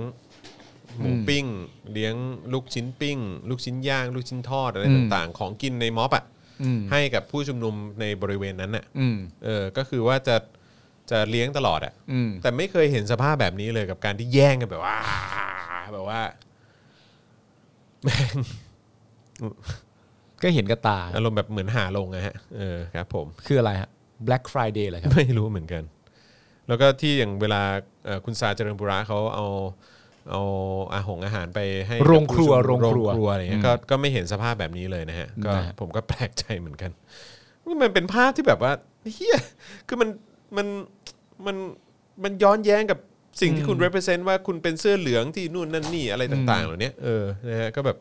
Speaker 2: หมูปิ้ง เลี้ยงลูกชิ้นปิ้ง ลูกชิ้นย่าง ลูกชิ้นทอดอะไร
Speaker 3: อืม
Speaker 2: ต่างๆ ของกินในม็อบอ่ะ
Speaker 3: อืม
Speaker 2: ให้กับผู้ชุมนุมในบริเวณนั้นน่ะ
Speaker 3: อืม
Speaker 2: เออก็คือว่าจะจะเลี้ยงตลอดอ่ะ
Speaker 3: อืม
Speaker 2: แต่ไม่เคยเห็นสภาพแบบนี้เลยกับการที่แย่งกันแบบว่าแบบว่าแม่ง
Speaker 3: ก็เห็นกับตา
Speaker 2: อารมณ์แบบเหมือนหาลงนะฮะเออครับผม
Speaker 3: คืออะไรฮะ Black Friday เหรอครับ
Speaker 2: ไม่รู้เหมือนกัน แล้วก็ที่อย่างเวลาเอ่อคุณซาเจริญบุระเขาเอาเอาอาหงอาหารไปให้
Speaker 3: โรงครัว
Speaker 2: กับ
Speaker 3: โร
Speaker 2: ผู้
Speaker 3: ง
Speaker 2: ชุมนุม
Speaker 3: ครัว
Speaker 2: โงอะไรเงี้ยก็ก็ไม่เห็นสภาพแบบนี้เลยนะฮะก็
Speaker 3: นะฮะ
Speaker 2: ผมก็แปลกใจเหมือนกัน มันเป็นภาพที่แบบว่าเฮียคือมันมันมันมันย้อนแย้งกับสิ่งที่คุณ represent ว่าคุณเป็นเสื้อเหลืองที่นู่นนั่นนี่อะไรต่างๆเหล่านี้เออนะฮะก็แบบ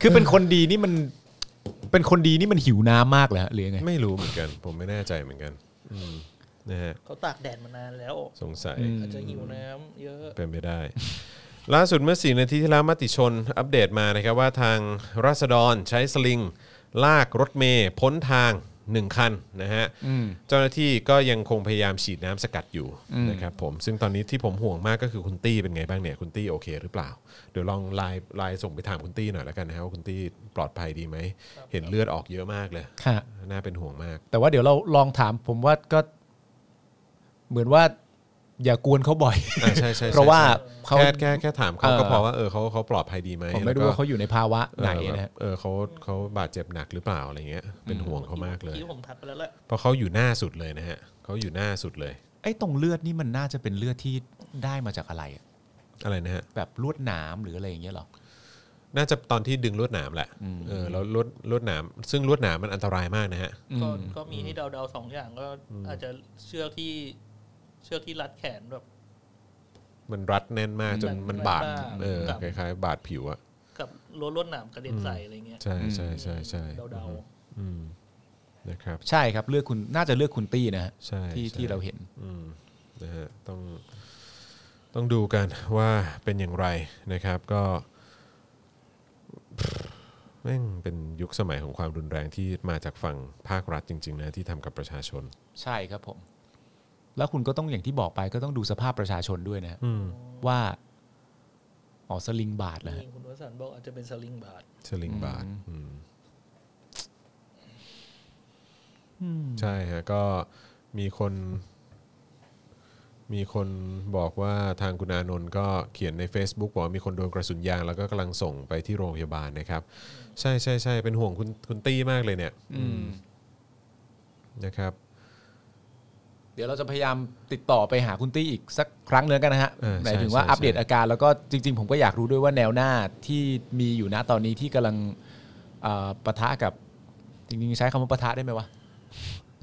Speaker 3: คือเป็นคนดีนี่มันเป็นคนดีนี่มันหิวน้ำมากเลยหรือยังไง
Speaker 2: ไม่รู้เหมือนกัน ผมไม่แน่ใจเหมือนกันอืมนะฮะ
Speaker 5: เขาตากแดดมานานแล้ว
Speaker 2: สงสัย
Speaker 5: อาจจะหิวน้ำเยอะ
Speaker 2: เป็นไปได้ ล่าสุดเมื่อสี่นาทีที่แล้วมติชนอัปเดตมานะครับว่าทางราษฎรใช้สลิง ลากรถเมย์พ้นทาง 1 คันนะฮะเจ้าหน้าที่ก็ยังคงพยายามฉีดน้ำสกัดอยู่นะครับผมซึ่งตอนนี้ที่ผมห่วงมากก็คือคุณตี้เป็นไงบ้างเนี่ยคุณตี้โอเคหรือเปล่า เดี๋ยวลองไลน์ไลน์ส่งไปถามคุณตี้หน่อยแล้วกันนะครับว่าคุณตี้ปลอดภัยดีไหม เห็นเลือดออกเยอะมากเลย
Speaker 3: ค่ะ
Speaker 2: น่าเป็นห่วง มาก
Speaker 3: แต่ว่าเดี๋ยวเราลองถามผมว่าก็ เหมือนว่า อย่ากวนเขา บ่อย
Speaker 2: อ่าใช่ใช่ใช่
Speaker 3: เพราะว่าเขา
Speaker 2: แค่แค่แค่ถามเขาก็
Speaker 3: เออ
Speaker 2: พอว่าเออเขาเขาปลอดภัยดีไหม
Speaker 3: ผมไม่รู้
Speaker 2: แล้วก็
Speaker 3: ว่าเขาอยู่ในภาวะไหนนะฮะ
Speaker 2: เออเขาเขาบาดเจ็บหนักหรือเปล่าอะไรเงี้ยเป็นห่วงเขามากเลย
Speaker 5: ที่ผมทักไปแล้วแหละ
Speaker 2: เพราะเขาอยู่หน้าสุดเลยนะฮะเขาอยู่หน้าสุดเลย
Speaker 3: ไอ้ตรงเลือดนี่มันน่าจะเป็นเลือดที่ได้มาจากอะไรอะ
Speaker 2: อะไรนะฮะ
Speaker 3: แบบลวดหนามหรืออะไรอย่างเงี้ยเหรอ
Speaker 2: น่าจะตอนที่ดึงลวดหนามแหละเออแล้วลวดลวดหนาม ซึ่งลวดหนามมันอันตรายมากนะฮะ
Speaker 5: ก็ก็มีให้เดาๆสองอย่างก็อาจจะเชือกที่เชือกที่รัดแขนแบบ
Speaker 2: มันรัดแน่นมากจนมันบาด
Speaker 5: มันบาด
Speaker 2: เออคล้ายๆ บาดผิวอะ
Speaker 5: กับรถลวดหนามกระเด็นใส่อะไรเงี้ย
Speaker 2: ใช่ใช่ใช่ใช่
Speaker 5: เดา
Speaker 2: อืมนะครับ
Speaker 3: ใช่ครับเลือกคุณน่าจะเลือกคุณตี้นะฮะ
Speaker 2: ใช่
Speaker 3: ที่
Speaker 2: ใช่
Speaker 3: ที่เราเห็น
Speaker 2: อืมนะฮะต้องต้องดูกันว่าเป็นอย่างไรนะครับก็แม่งเป็นยุคสมัยของความรุนแรงที่มาจากฝั่งภาครัฐจริง ๆ นะ ที่ทำกับประชาชน
Speaker 3: ใช่ครับผม แล้วคุณก็ต้องอย่างที่บอกไปก็ต้องดูสภาพประชาชนด้วยนะฮะ
Speaker 2: อืม
Speaker 3: ว่าอ๋อสลิงบาท
Speaker 5: ๆ
Speaker 3: เหรอฮะ
Speaker 5: นี่คุณวสันต์บอกอาจจะเป็นสลิงบาท
Speaker 2: สลิงบาทอืมใช่ฮะก็มีคน มีคนบอกว่าทางคุณอานนท์ก็เขียนใน Facebook บอกว่ามีคนโดนกระสุนยาง แล้วก็กำลังส่งไปที่โรงพยาบาลนะครับ ใช่ใช่ใช่เป็นห่วงคุณคุณตี้มากเลยเนี่ย
Speaker 3: อืม
Speaker 2: นะครับ
Speaker 3: เดี๋ยวเราจะพยายามติดต่อไปหาคุณตี้อีกสักครั้งหนึงกันนะฮะ
Speaker 2: เออใช่
Speaker 3: หมายถึงว่า
Speaker 2: ใช่ใช่
Speaker 3: อัปเดตอาการแล้วก็จริง ๆ ผมก็อยากรู้ด้วยว่าแนวหน้าที่มีอยู่นะตอนนี้ที่กำลังเอ่อปะทะกับ จริงๆ ใช้คำว่าปะทะได้ไหมวะ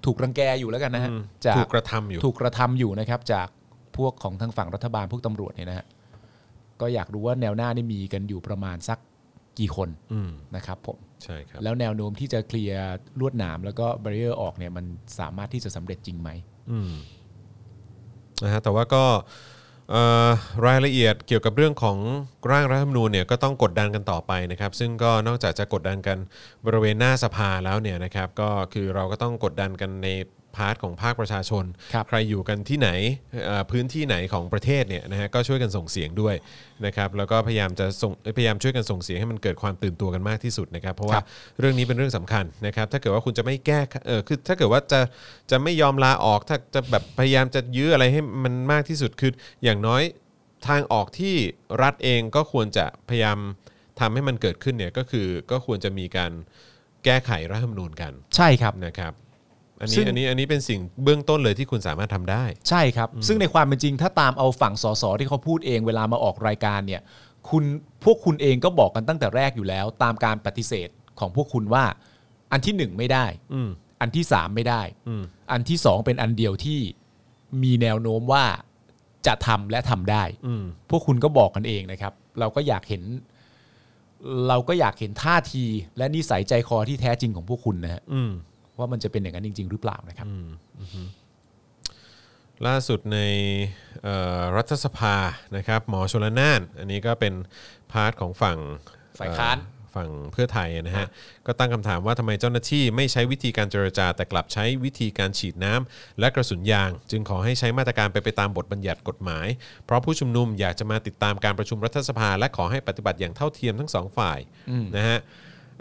Speaker 3: ถูกรังแกอยู่แล้วกันนะฮะจาก
Speaker 2: ถูกกระทำอยู่
Speaker 3: ถูกกระทำอยู่นะครับ จากพวกของทางฝั่งรัฐบาลพวกตำรวจเนี่ยนะฮะก็อยากรู้ว่าแนวหน้านี่มีกันอยู่ประมาณสักกี่คน
Speaker 2: อืม
Speaker 3: นะครับผม
Speaker 2: ใช่ครับ
Speaker 3: แล้วแนวโน้มที่จะเคลียร์ลวดหนามแล้วก็บรีเออร์ออกเนี่ยมันสามารถที่จะสำเร็จจริงไหม
Speaker 2: อืมนะฮะแต่ว่าก็เอ่อรายละเอียดเกี่ยวกับเรื่องของร่างรัฐธรรมนูญเนี่ยก็ต้องกดดันกันต่อไปนะครับ ซึ่งก็นอกจากจะกดดันกันบริเวณหน้าสภาแล้วเนี่ยนะครับ ก็คือเราก็ต้องกดดันกันในพาร์ทของภาคประชาชน
Speaker 3: ครับ
Speaker 2: ใครอยู่กันที่ไหนเอ่อพื้นที่ไหนของประเทศเนี่ยนะฮะก็ช่วยกันส่งเสียงด้วยนะครับแล้วก็พยายามจะส่งเอ้ยพยายามช่วยกันส่งเสียงให้มันเกิดความตื่นตัวกันมากที่สุดนะครับ เพราะว่าเรื่องนี้เป็นเรื่องสำคัญนะครับ ถ้าเกิดว่าคุณจะไม่แก้เออคือถ้าเกิดว่าจะจะไม่ยอมลาออก ถ้าจะแบบพยายามจะยื้ออะไรให้มันมากที่สุดคืออย่างน้อยทางออกที่รัฐเองก็ควรจะพยายามทำให้มันเกิดขึ้นเนี่ยก็คือก็ควรจะมีการแก้ไขรัฐธรรมนูญกัน
Speaker 3: ใช่ครับ
Speaker 2: นะครับอัน
Speaker 3: ซึ่
Speaker 2: นี้
Speaker 3: ง
Speaker 2: อันนี้อันนี้เป็นสิ่งเบื้องต้นเลยที่คุณสามารถทำได้
Speaker 3: ใช่ครับ ซึ่งในความเป็นจริงถ้าตามเอาฝั่งสสที่เขาพูดเองเวลามาออกรายการเนี่ย คุณพวกคุณเองก็บอกกันตั้งแต่แรกอยู่แล้ว ตามการปฏิเสธของพวกคุณว่า อันที่หนึ่งไม่ได้
Speaker 2: อืม
Speaker 3: อันที่สามไม่ได้
Speaker 2: อืม
Speaker 3: อันที่สองเป็นอันเดียวที่มีแนวโน้มว่าจะทำและทำได้
Speaker 2: อืม
Speaker 3: พวกคุณก็บอกกันเองนะครับ เราก็อยากเห็น เราก็อยากเห็นท่าทีและนิสัยใจคอที่แท้จริงของพวกคุณนะฮะ
Speaker 2: อืม
Speaker 3: ว่ามันจะเป็นอย่างนั้นจริง ๆ หรือเปล่านะครับ
Speaker 2: ล่าสุดในเอ่อรัฐสภานะครับหมอชลน่าน อันนี้ก็เป็นพาร์ทของฝั่ง
Speaker 3: ฝ่ายค้าน
Speaker 2: เอ่อฝั่งเพื่อไทยนะฮะก็ตั้งคำถามว่าทำไมเจ้าหน้าที่ไม่ใช้วิธีการเจรจา แต่กลับใช้วิธีการฉีดน้ำและกระสุนยาง จึงขอให้ใช้มาตรการไปนไปตามบทบัญญัติกฎหมาย เพราะผู้ชุมนุมอยากจะมาติดตามการประชุมรัฐสภา และขอให้ปฏิบัติอย่างเท่าเทียมทั้งสองฝ่ายนะฮะ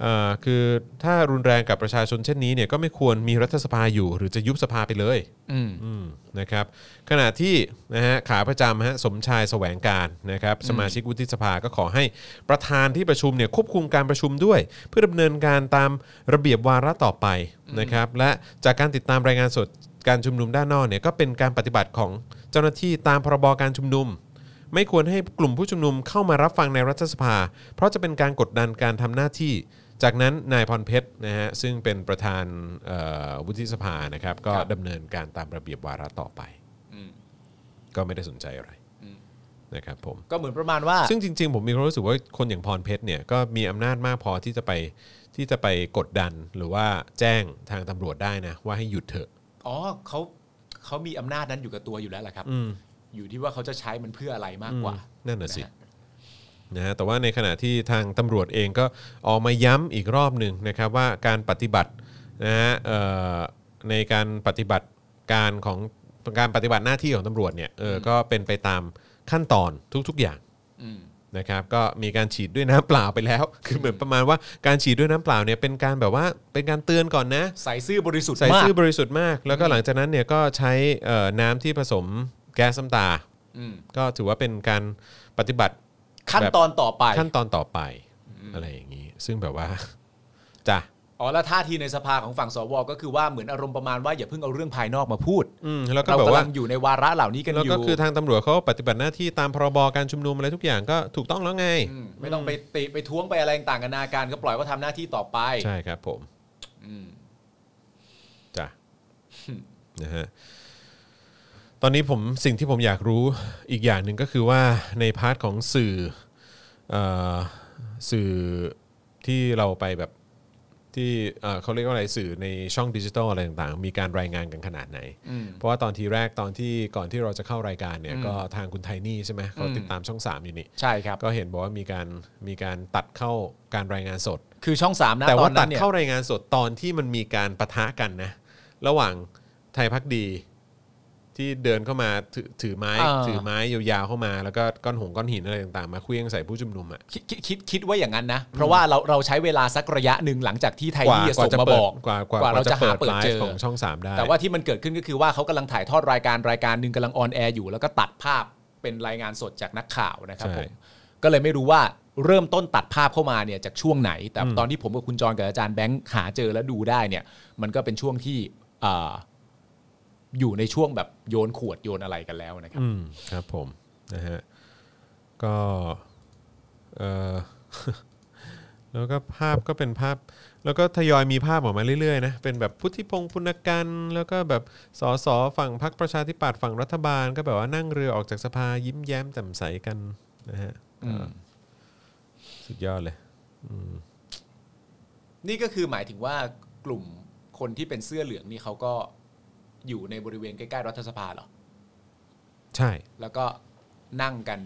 Speaker 2: เอ่อคือถ้ารุนแรงกับประชาชนเช่นนี้เนี่ยก็ไม่ควรมีรัฐสภาอยู่ หรือจะยุบสภาไปเลยอืมนะครับขณะที่นะฮะขาประจำฮะสมชายแสวงการนะครับสมาชิกวุฒิสภาก็ขอให้ประธานที่ประชุมเนี่ยควบคุมการประชุมด้วย เพื่อดำเนินการตามระเบียบวาระต่อไปนะครับและจากการติดตามรายงานสดการชุมนุมด้านนอกเนี่ยก็เป็นการปฏิบัติของเจ้าหน้าที่ตามพรบการชุมนุม ไม่ควรให้กลุ่มผู้ชุมนุมเข้ามารับฟังในรัฐสภา เพราะจะเป็นการกดดันการทำหน้าที่ จากนั้นนายพรเพชรนะฮะซึ่งเป็นประธานเอ่อวุฒิสภานะครับ ก็
Speaker 3: ครับ
Speaker 2: ดำเนินการตามระเบียบวาระต่อไป ก็ไม่ได้สนใจอะไรนะครับผม
Speaker 3: ก็เหมือนประมาณว่า
Speaker 2: ซึ่งจริง ๆ ผมมีความรู้สึกว่าคนอย่างพรเพชรเนี่ยก็มีอำนาจมากพอที่จะไปที่จะไปกดดันหรือว่าแจ้งทางตำรวจได้นะ ว่าให้หยุดเถอะ
Speaker 3: อ๋อเขาเขามีอำนาจนั้นอยู่กับตัวอยู่แล้วล่ะครับ
Speaker 2: อืม
Speaker 3: อยู่ที่ว่าเขาจะใช้มันเพื่ออะไรมากกว่า
Speaker 2: อืมนั่นน่ะสิ
Speaker 3: นะฮะ
Speaker 2: นะฮะแต่ว่าในขณะที่ทางตำรวจเองก็ออกมาย้ำอีกรอบหนึ่งนะครับว่าการปฏิบัตินะฮะเอ่อในการปฏิบัติการของการปฏิบัติหน้าที่ของตำรวจเนี่ยเออก็เป็นไปตามขั้นตอนทุก ๆอย่าง
Speaker 3: อืม
Speaker 2: นะครับก็มีการฉีดด้วยน้ำเปล่าไปแล้ว คือเหมือนประมาณว่าการฉีดด้วยน้ำเปล่าเนี่ยเป็นการแบบว่าเป็นการเตือนก่อนนะ
Speaker 3: ใส่ซื่อบริสุทธิ์
Speaker 2: ใส่
Speaker 3: มาก
Speaker 2: ซื่อบริสุทธิ์มาก แล้วก็หลังจากนั้นเนี่ยก็ใช้เอ่อน้ำที่ผสมแก๊สซ้ำตา
Speaker 3: อืม
Speaker 2: ก็ถือว่าเป็นการปฏิบัติ
Speaker 3: ขั้นตอนต่อไป
Speaker 2: ขั้นตอนต่อไปอะไรอย่างนี้ ซึ่งแบบว่า จ้ะ
Speaker 3: อ๋อ แล้วท่าทีในสภาของฝั่งสวก็คือว่าเหมือนอารมณ์ประมาณว่าอย่าเพิ่งเอาเรื่องภายนอกมาพูด
Speaker 2: อืมแล้วก็
Speaker 3: เรา
Speaker 2: แบบว่า
Speaker 3: กำลังอยู่ในวาระเหล่านี้กัน
Speaker 2: แล้ว
Speaker 3: อยู่
Speaker 2: ก็คือทางตำรวจเขาปฏิบัติหน้าที่ตามพรบการชุมนุมอะไรทุกอย่างก็ถูกต้องแล้วไง
Speaker 3: มไม่ต้องไปติไปท้วงไปอะไรต่างกันนาการก็ปล่อยก็ทำหน้าที่ต่อไป
Speaker 2: ใช่ครับผม
Speaker 3: อืม
Speaker 2: จ้ะนะฮะตอนนี้ผมสิ่งที่ผมอยากรู้อีกอย่างหนึ่งก็คือว่าในพาร์ทของสื่อเอ่อสื่อที่เราไปแบบที่เอ่อเขาเรียกว่าอะไรสื่อในช่องดิจิทัลอะไรต่างๆ มีการรายงานกันขนาดไหน
Speaker 3: อืม
Speaker 2: เพราะว่าตอนทีแรกตอนที่ก่อนที่เราจะเข้ารายการเนี่ยก็ทางคุณไทนี่ใช่ไหมเขาติดตามช่อง 3 อยู่นี่
Speaker 3: ใช่ครับ
Speaker 2: ก็เห็นบอกว่ามีการมีการตัดเข้าการรายงานสด
Speaker 3: คือช่องสามนะ
Speaker 2: แต่
Speaker 3: ตอ
Speaker 2: ว่าน ตั
Speaker 3: นั้
Speaker 2: ด
Speaker 3: นเนี่ย
Speaker 2: เข้ารายงานสดตอนที่มันมีการปะทะกันนะ ระหว่างไทยพักดีที่เดินเข้ามาถือถือไม้
Speaker 3: า
Speaker 2: ถือไม้ยาวๆเข้ามา แล้วก็ก้อนหงก้อนหินอะไรต่างๆ มาเคลี้ยงใส่ผู้ชุมนุมอ่ะ
Speaker 3: คิดคิดคิดคิดว่าอย่างนั้นนะ เพราะว่าเราเราใช้เวลาสักระยะหนึ่งหลังจากที่ไทยนี่ส่งมา
Speaker 2: เปิ
Speaker 3: บ
Speaker 2: ด
Speaker 3: อก
Speaker 2: กว่ากว่าก
Speaker 3: ว่า
Speaker 2: ว่า
Speaker 3: เราจะหา
Speaker 2: เปิ
Speaker 3: เปิ
Speaker 2: ด
Speaker 3: ด
Speaker 2: ไล
Speaker 3: เจ
Speaker 2: ฟ์
Speaker 3: อ
Speaker 2: ของช่องสามได้
Speaker 3: แต่ว่าที่มันเกิดขึ้นก็คือว่าเขากำลังถ่ายทอดรายการรายการหนึ่งกำลังออนแอร์อยู่ แล้วก็ตัดภาพเป็นรายงานสดจากนักข่าวนะครับผมก็เลยไม่รู้ว่าเริ่มต้นตัดภาพเข้ามาเนี่ยจากช่วงไหน แต่ตอนที่ผมกับคุณจรกับอาจารย์แบงค์หาเจอและดูได้เนี่ย มันก็เป็นช่วงที่อ่าอยู่ในช่วงแบบโยนขวดโยนอะไรกันแล้วนะครับ
Speaker 2: อืมครับผมนะฮะก็เออ แล้วก็ภาพก็เป็นภาพ แล้วก็ทยอยมีภาพออกมาเรื่อยๆนะเป็นแบบพุทธิพงศ์พุนกันต์แล้วก็แบบสสฝั่งพรรคประชาธิปัตย์ฝั่งรัฐบาล ก็แบบว่านั่งเรือออกจากสภายิ้มแย้มแจ่มใสกันนะฮะ
Speaker 3: อืม
Speaker 2: สุดยอดเลย
Speaker 3: นี่ก็คือหมายถึงว่ากลุ่มคนที่เป็นเสื้อเหลืองนี่เขาก็อยู่ในบริเวณใกล้ๆรัฐสภาเหรอ
Speaker 2: ใช่
Speaker 3: แล้วก็นั่งกัน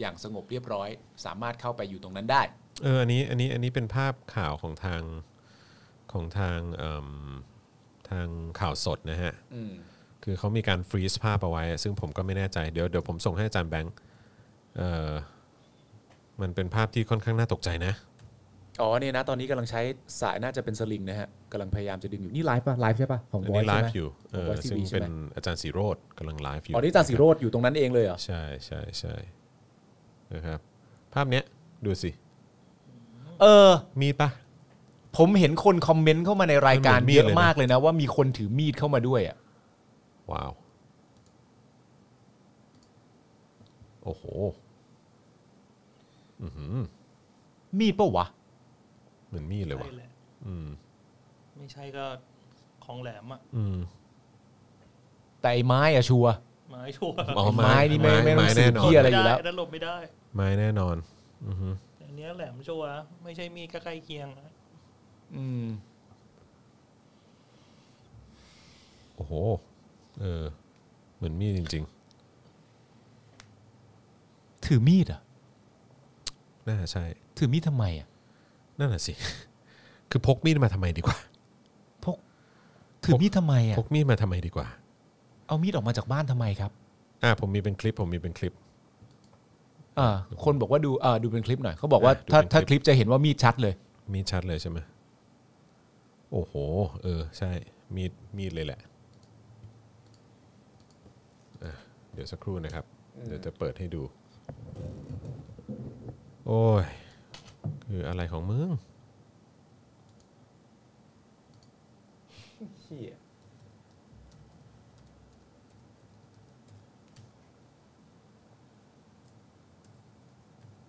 Speaker 3: อย่างสงบเรียบร้อย สามารถเข้าไปอยู่ตรงนั้นได้
Speaker 2: เอออันนี้อันนี้อันนี้เป็นภาพข่าวของทางของทางเอิ่มทางข่าวสดนะฮะ
Speaker 3: อืม
Speaker 2: คือเขามีการฟรีซภาพเอาไว้ ซึ่งผมก็ไม่แน่ใจ เดี๋ยวเดี๋ยวผมส่งให้อาจารย์แบงค์เอ่อมันเป็นภาพที่ค่อนข้างน่าตกใจนะ
Speaker 3: อ๋อเนี่ยนะตอนนี้กำลังใช้สายน่าจะเป็นสลิงนะฮะกำลังพยายามจะดึงอยู่นี่ไลฟ์ป่ะไลฟ์ใช่ป่ะของ
Speaker 2: อัน
Speaker 3: บอย
Speaker 2: นี้
Speaker 3: ใช่
Speaker 2: ไล
Speaker 3: ไหม
Speaker 2: ฟ์อยู่เออ
Speaker 3: Voice TV
Speaker 2: ซึ่งเป็น
Speaker 3: ใช่ไหม
Speaker 2: อาจารย์สีโรดกำลังไลฟ์อยู่
Speaker 3: อ๋อนี่อาจารย์สีโรดอยู่ตรงนั้นเองเลยเหรอ
Speaker 2: ใช่ใช่ใช่นะครับ ภาพเนี้ยดูสิ
Speaker 3: เออ
Speaker 2: มีปะ
Speaker 3: ผมเห็นคนคอมเมนต์เข้ามาในรายการ
Speaker 2: มันเหมือนมีด
Speaker 3: เยอะ
Speaker 2: เลยนะ
Speaker 3: มากเลยนะ ว่ามีคนถือมีดเข้ามาด้วยอ่ะ
Speaker 2: ว้าว โอ้โห อือหือ
Speaker 3: มีดปะวะ
Speaker 2: เหมือนมีดเลยว่ะ
Speaker 5: ใช่แหละ
Speaker 2: อืม
Speaker 5: ไม่ใช่ก็ของแหลมอะ
Speaker 2: อืม
Speaker 3: แต่ไอ้ไม้อะชัวร์
Speaker 5: ไม้ชัวร์
Speaker 2: อ๋อไม้
Speaker 3: ไม้นี่ไม่
Speaker 2: ไม้
Speaker 3: ไม่ต้อ
Speaker 2: ไม้
Speaker 3: ง
Speaker 2: แน่
Speaker 3: สืบ
Speaker 2: นอน
Speaker 3: เพี้ยอะไรอยู่แล้ว
Speaker 5: ม่ด้นั้นหลบไม่ได้
Speaker 2: ไม้แน่นอน อือหือ
Speaker 5: แต่อันเนี้ยแหลมชัวร์ไม่ใช่มีดก็ใกล้เคียงอะ
Speaker 3: อืม
Speaker 2: โอ้โห เออ เหมือนมีดจริง
Speaker 3: ถือมีดเหรอ่ะ
Speaker 2: ๆ น่าจะใช่
Speaker 3: ถือมีดทำไมอ่ะ
Speaker 2: นั่นน่ะสิ คือพกมีดมาทำไมดีกว่า
Speaker 3: พกถือมีดทำไมอ่ะ
Speaker 2: พกมีดมาทำไมดีกว่า
Speaker 3: เอามีดออกมาจากบ้านทำไมครับ
Speaker 2: อ่าผมมีเป็นคลิป ผมมีเป็นคลิป
Speaker 3: อ่าคนบอกว่าดูเอ่อดูเป็นคลิปหน่อยเขาบอกว่า
Speaker 2: อ่ะดู
Speaker 3: ถ้า
Speaker 2: เป็น
Speaker 3: ถ้า
Speaker 2: คลิป
Speaker 3: คลิปจะเห็นว่ามีดชัดเลย
Speaker 2: มีดชัดเลยใช่ไหมโอ้โห เออ ใช่ มีด มีดเลยแหละอ่ะเดี๋ยวสักครู่นะครับ เดี๋ยวจะเปิดให้ดู โอ้ย คืออะไรของมึง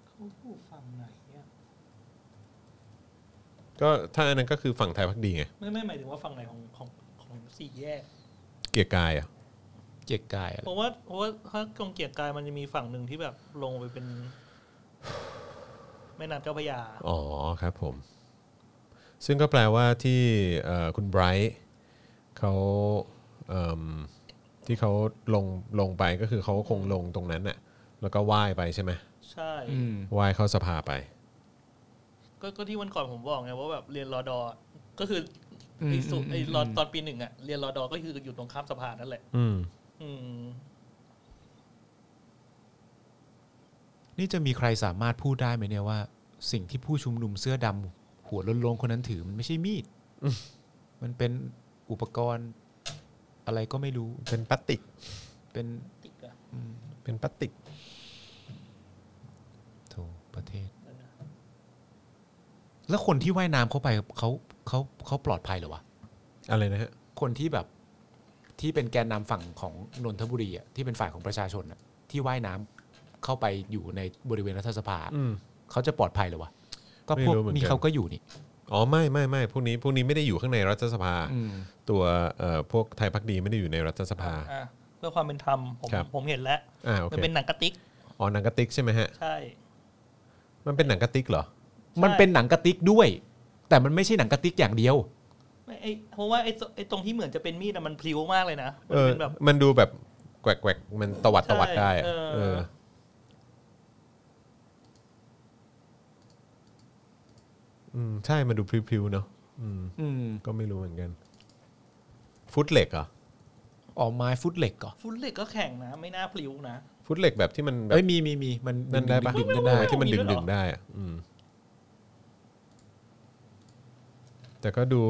Speaker 5: เขาพูดฝั่งไหนอะ
Speaker 2: ก็ถ้าอันนั้นก็คือฝั่งไทยพักดีไง
Speaker 5: ไม่ไม่หมายถึงว่าฝั่งไหนของของของสี่แยก
Speaker 2: เกียร์กายอ่ะ
Speaker 3: เจ็กกายอะ
Speaker 5: เพ
Speaker 3: ไร
Speaker 5: ราะว่าเพราะว่าถ้ากองเกียรติกายมันจะมีฝั่งหนึ่งที่แบบลงไปเป็น แม่น้ำเจ้าพระยา
Speaker 2: อ๋อครับผม ซึ่งก็แปลว่าที่เอ่อคุณไบรท์เขาเอิ่มที่เขาลงลงไปก็คือเขาคงลงตรงนั้นน่ะแล้วก็ว่ายไปใช่ไหม
Speaker 5: ใช่
Speaker 3: อืม
Speaker 2: ว่ายเข้าสภาไป
Speaker 5: ก็ก็ที่วันก่อนผมบอกไงว่าแบบเรียนรอดอก็คืออ
Speaker 3: ม
Speaker 5: ไอ้สุไอ้รอตอนปีหนึ่งอะเรียนรอดอก็คืออยู่ตรงข้ามสะพานนั่นแหละ
Speaker 2: อืม
Speaker 5: อืม
Speaker 3: นี่จะมีใครสามารถพูดได้ไหมเนี่ยว่า สิ่งที่ผู้ชุมนุมเสื้อดำหัวโล้นๆคนนั้นถือมันไม่ใช่มีดมันเป็นอุปกรณ์ อะไรก็ไม่รู้
Speaker 2: เป็นพลาสติก
Speaker 3: เป็น
Speaker 5: ติดอะ
Speaker 2: เป็นพลาสติก
Speaker 3: โถประเทศ แล้วคนที่ว่ายน้ำเข้าไปเขาเขาเขาปลอดภัยเหรอวะ
Speaker 2: อะไรนะฮะ
Speaker 3: คนที่แบบที่เป็นแกนนำฝั่งของนนทบุรีอ่ะที่เป็นฝ่ายของประชาชนอ่ะที่ว่ายน้ำเข้าไปอยู่ในบริเวณรัฐสภา
Speaker 2: อืม
Speaker 3: เขาจะปลอดภัยเหรอวะก็
Speaker 2: ไม่
Speaker 3: พวก
Speaker 2: รู้เหมือนกัน
Speaker 3: นี่เขาก็อยู่นี่
Speaker 2: อ๋อไม่ไม่ไม่พวกนี้พวกนี้ไม่ได้อยู่ข้างในรัฐสภา
Speaker 3: อืม
Speaker 2: ตัวเอ่อพวกไทยพักดีไม่ได้อยู่ในรัฐสภา
Speaker 5: อ่ะเพื่อความเป็นธรรมผม
Speaker 2: ครับ
Speaker 5: ผมเห็นแล้ว
Speaker 2: อ่าโอ
Speaker 5: มัน
Speaker 2: เค
Speaker 5: เป็นหนังกระติก
Speaker 2: อ๋อหนังกระติกใช่ไหมฮะ
Speaker 5: ใช่
Speaker 2: มันเป็นหนังกระติกเหรอ
Speaker 3: มันเป็นหนังกระติกด้วย แต่มันไม่ใช่หนังกระติกอย่างเดียว
Speaker 5: ไม่ไอเพราะว่าไอตไอตรงที่เหมือนจะเป็นมีดอะมันพลิ้วมากเลยนะ มั
Speaker 2: เอน อ
Speaker 5: เป็นแบบ
Speaker 2: มันดูแบบแกวกแกวกมันตวัดตวัดได้อะ
Speaker 5: ใช่เออ
Speaker 2: เออ อืมใช่มันดูพริ้วๆเนาะอืม
Speaker 3: อืม
Speaker 2: ก็ไม่รู้เหมือนกัน ฟุตเหล็กเหรอ
Speaker 3: ออกไม้ฟุตเหล็กก่อน
Speaker 5: ฟุตเหล็กก็แข็งนะ ไม่น่าพลิ้วนะ
Speaker 2: ฟุตเหล็กแบบที่มันแบบ
Speaker 3: เอ้ยมีมีมีมัน
Speaker 2: นั่นได้ปะ
Speaker 3: ดึงๆ
Speaker 2: ดึ
Speaker 3: กั
Speaker 2: ง
Speaker 3: น
Speaker 2: ได้
Speaker 3: ได้
Speaker 2: ที่มัน
Speaker 5: มี
Speaker 2: ดึ
Speaker 5: ด้
Speaker 2: ง
Speaker 5: วยเหร
Speaker 2: ดึ
Speaker 5: อ
Speaker 2: งได้อะอืม แต่ก็ดู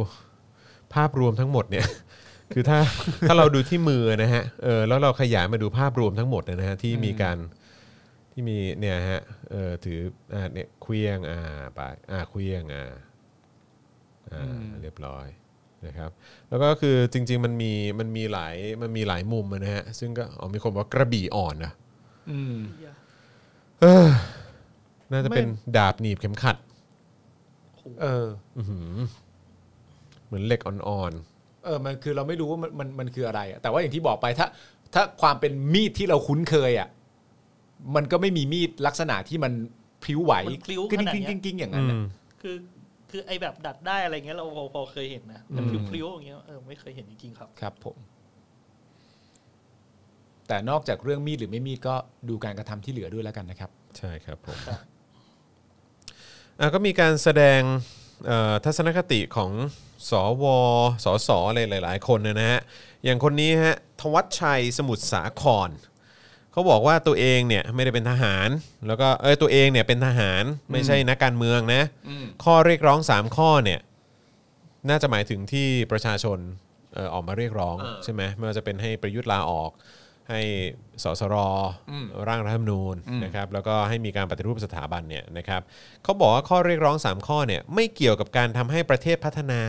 Speaker 2: ภาพรวมทั้งหมดเนี่ย คือถ้าถ้าเราดูที่มือนะฮะเออแล้วเราขยายมาดูภาพรวมทั้งหมดนะฮะที่มีการ ที่มีเนี่ยฮะ เออถือ อ่า เนี่ยเควียง อ่า ไป อ่าเควียง อ่า อ่า เรียบร้อย นะครับ แล้วก็คือจริง ๆ มันมี มันมีหลาย มันมีหลายมุมอะนะฮะ ซึ่งก็ อ๋อ มีคนบอกว่ากระบี่อ่อนนะ
Speaker 3: อืม
Speaker 2: เออน่าจะเป็น
Speaker 3: ไม่
Speaker 2: ดาบหนีบเข็มขัด
Speaker 3: เออ
Speaker 2: อื้อหือเหมือนเหล็กอ่อน
Speaker 3: เออ มันคือเราไม่รู้ว่ามันมันมันคืออะไรอะแต่ว่าอย่างที่บอกไปถ้า ถ้าความเป็นมีดที่เราคุ้นเคยอ่ะ มันก็ไม่มีมีดลักษณะที่มันพลิ้วไหว
Speaker 5: มันพลิ้ว
Speaker 3: กริ้ง
Speaker 5: ขนาด
Speaker 3: กริ้งกริ้
Speaker 5: เนี้ย
Speaker 3: งกริ้งอย่า
Speaker 2: ๆ
Speaker 3: งนั้
Speaker 2: อื
Speaker 3: นอะ
Speaker 2: ม
Speaker 5: คือคือไอแบบดัดได้อะไรเงี้ยเราพอพอเคยเห็นนะแต่พลิ้วๆอย่างเงี้ยเออไม่เคยเห็นจริงๆครับ
Speaker 3: ครับผม แต่นอกจากเรื่องมีดหรือไม่มีดก็ดูการกระทำที่เหลือด้วยแล้วกันนะครับ
Speaker 2: ใช่ครับผม
Speaker 5: ครับ
Speaker 2: อ่ะก็มีการแสดงเอ่อทัศนคติของสวสสอะไรหลาย ๆ คนเนยนะฮะ อย่างคนนี้ฮะทวัชชัยสมุทรสาคร เขาบอกว่าตัวเองเนี่ยไม่ได้เป็นทหาร แล้วก็เออตัวเองเนี่ยเป็นทหารไม่ใช่นักการเมืองนะ ข้อเรียกร้อง 3 ข้อเนี่ย น่าจะหมายถึงที่ประชาชนเอ่อออกมาเรียกร้องใช่ไหมไม่ว่าจะเป็นให้ประยุทธ์ลาออก ให้สสรร่างรัฐธรรมนูญนะครับแล้วก็ให้มีการปฏิรูปสถาบันเนี่ยนะครับเขาบอกว่าข้อเรียกร้อง 3 ข้อเนี่ยไม่เกี่ยวกับการทำให้ประเทศพัฒนา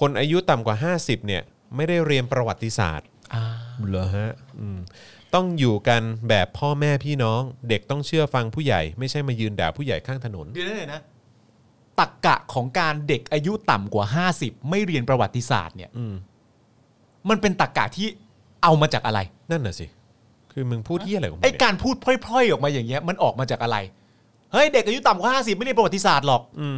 Speaker 2: คนอายุต่ำกว่า 50เนี่ยไม่ได้เรียนประวัติศาสตร์
Speaker 3: อ่า
Speaker 2: เหรอฮะอืมต้องอยู่กันแบบพ่อแม่พี่น้อง เด็กต้องเชื่อฟังผู้ใหญ่ ไม่ใช่มายืนด่าผู้ใหญ่ข้างถนน
Speaker 3: เดี๋ยวนะนะตักกะของการเด็กอายุต่ำกว่าห้าสิบไม่เรียนประวัติศาสตร์เนี่ย
Speaker 2: อืม
Speaker 3: มันเป็นตักกะที่เอามาจากอะไร
Speaker 2: นั่นน่ะสิ คือมึงพูดที่อะไรของมึง
Speaker 3: ไอ้
Speaker 2: เนี่ย
Speaker 3: การพูดพร่อยๆ ออกมาอย่างเงี้ยมันออกมาจากอะไร เฮ้ย เด็กอายุต่ำกว่าห้าสิบไม่เรียนประวัติศาสตร์หรอก
Speaker 2: อืม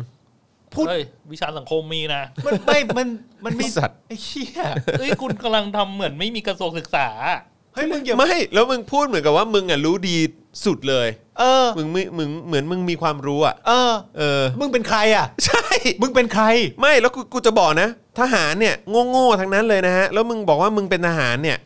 Speaker 3: พูด
Speaker 5: เฮ้ยวิชาสังคมมี นะ
Speaker 3: มันไม่มันมันมี
Speaker 2: ไอ้สัตว์
Speaker 3: ไอ้เหี้ย
Speaker 5: เอ้ยคุณกำลังทำเหมือนไม่มีกระทรวงศึกษา
Speaker 3: เฮ้ยมึงอย่า
Speaker 2: ไม่แล้วมึงพูดเหมือนกับว่ามึงอ่ะรู้ดีสุดเลย
Speaker 3: เออ
Speaker 2: มึงมึงมึงเหมือนมึงมีความรู้อ่ะ
Speaker 3: เออ
Speaker 2: เออ
Speaker 3: มึงเป็นใครอ่ะ
Speaker 2: ใช่
Speaker 3: มึงเป็นใคร
Speaker 2: ไม่แล้วกูกูจะบอกนะ ทหารเนี่ยโง่ๆทั้งนั้นเลยนะฮะ แล้วมึงบอกว่ามึงเป็นทหารเนี่ย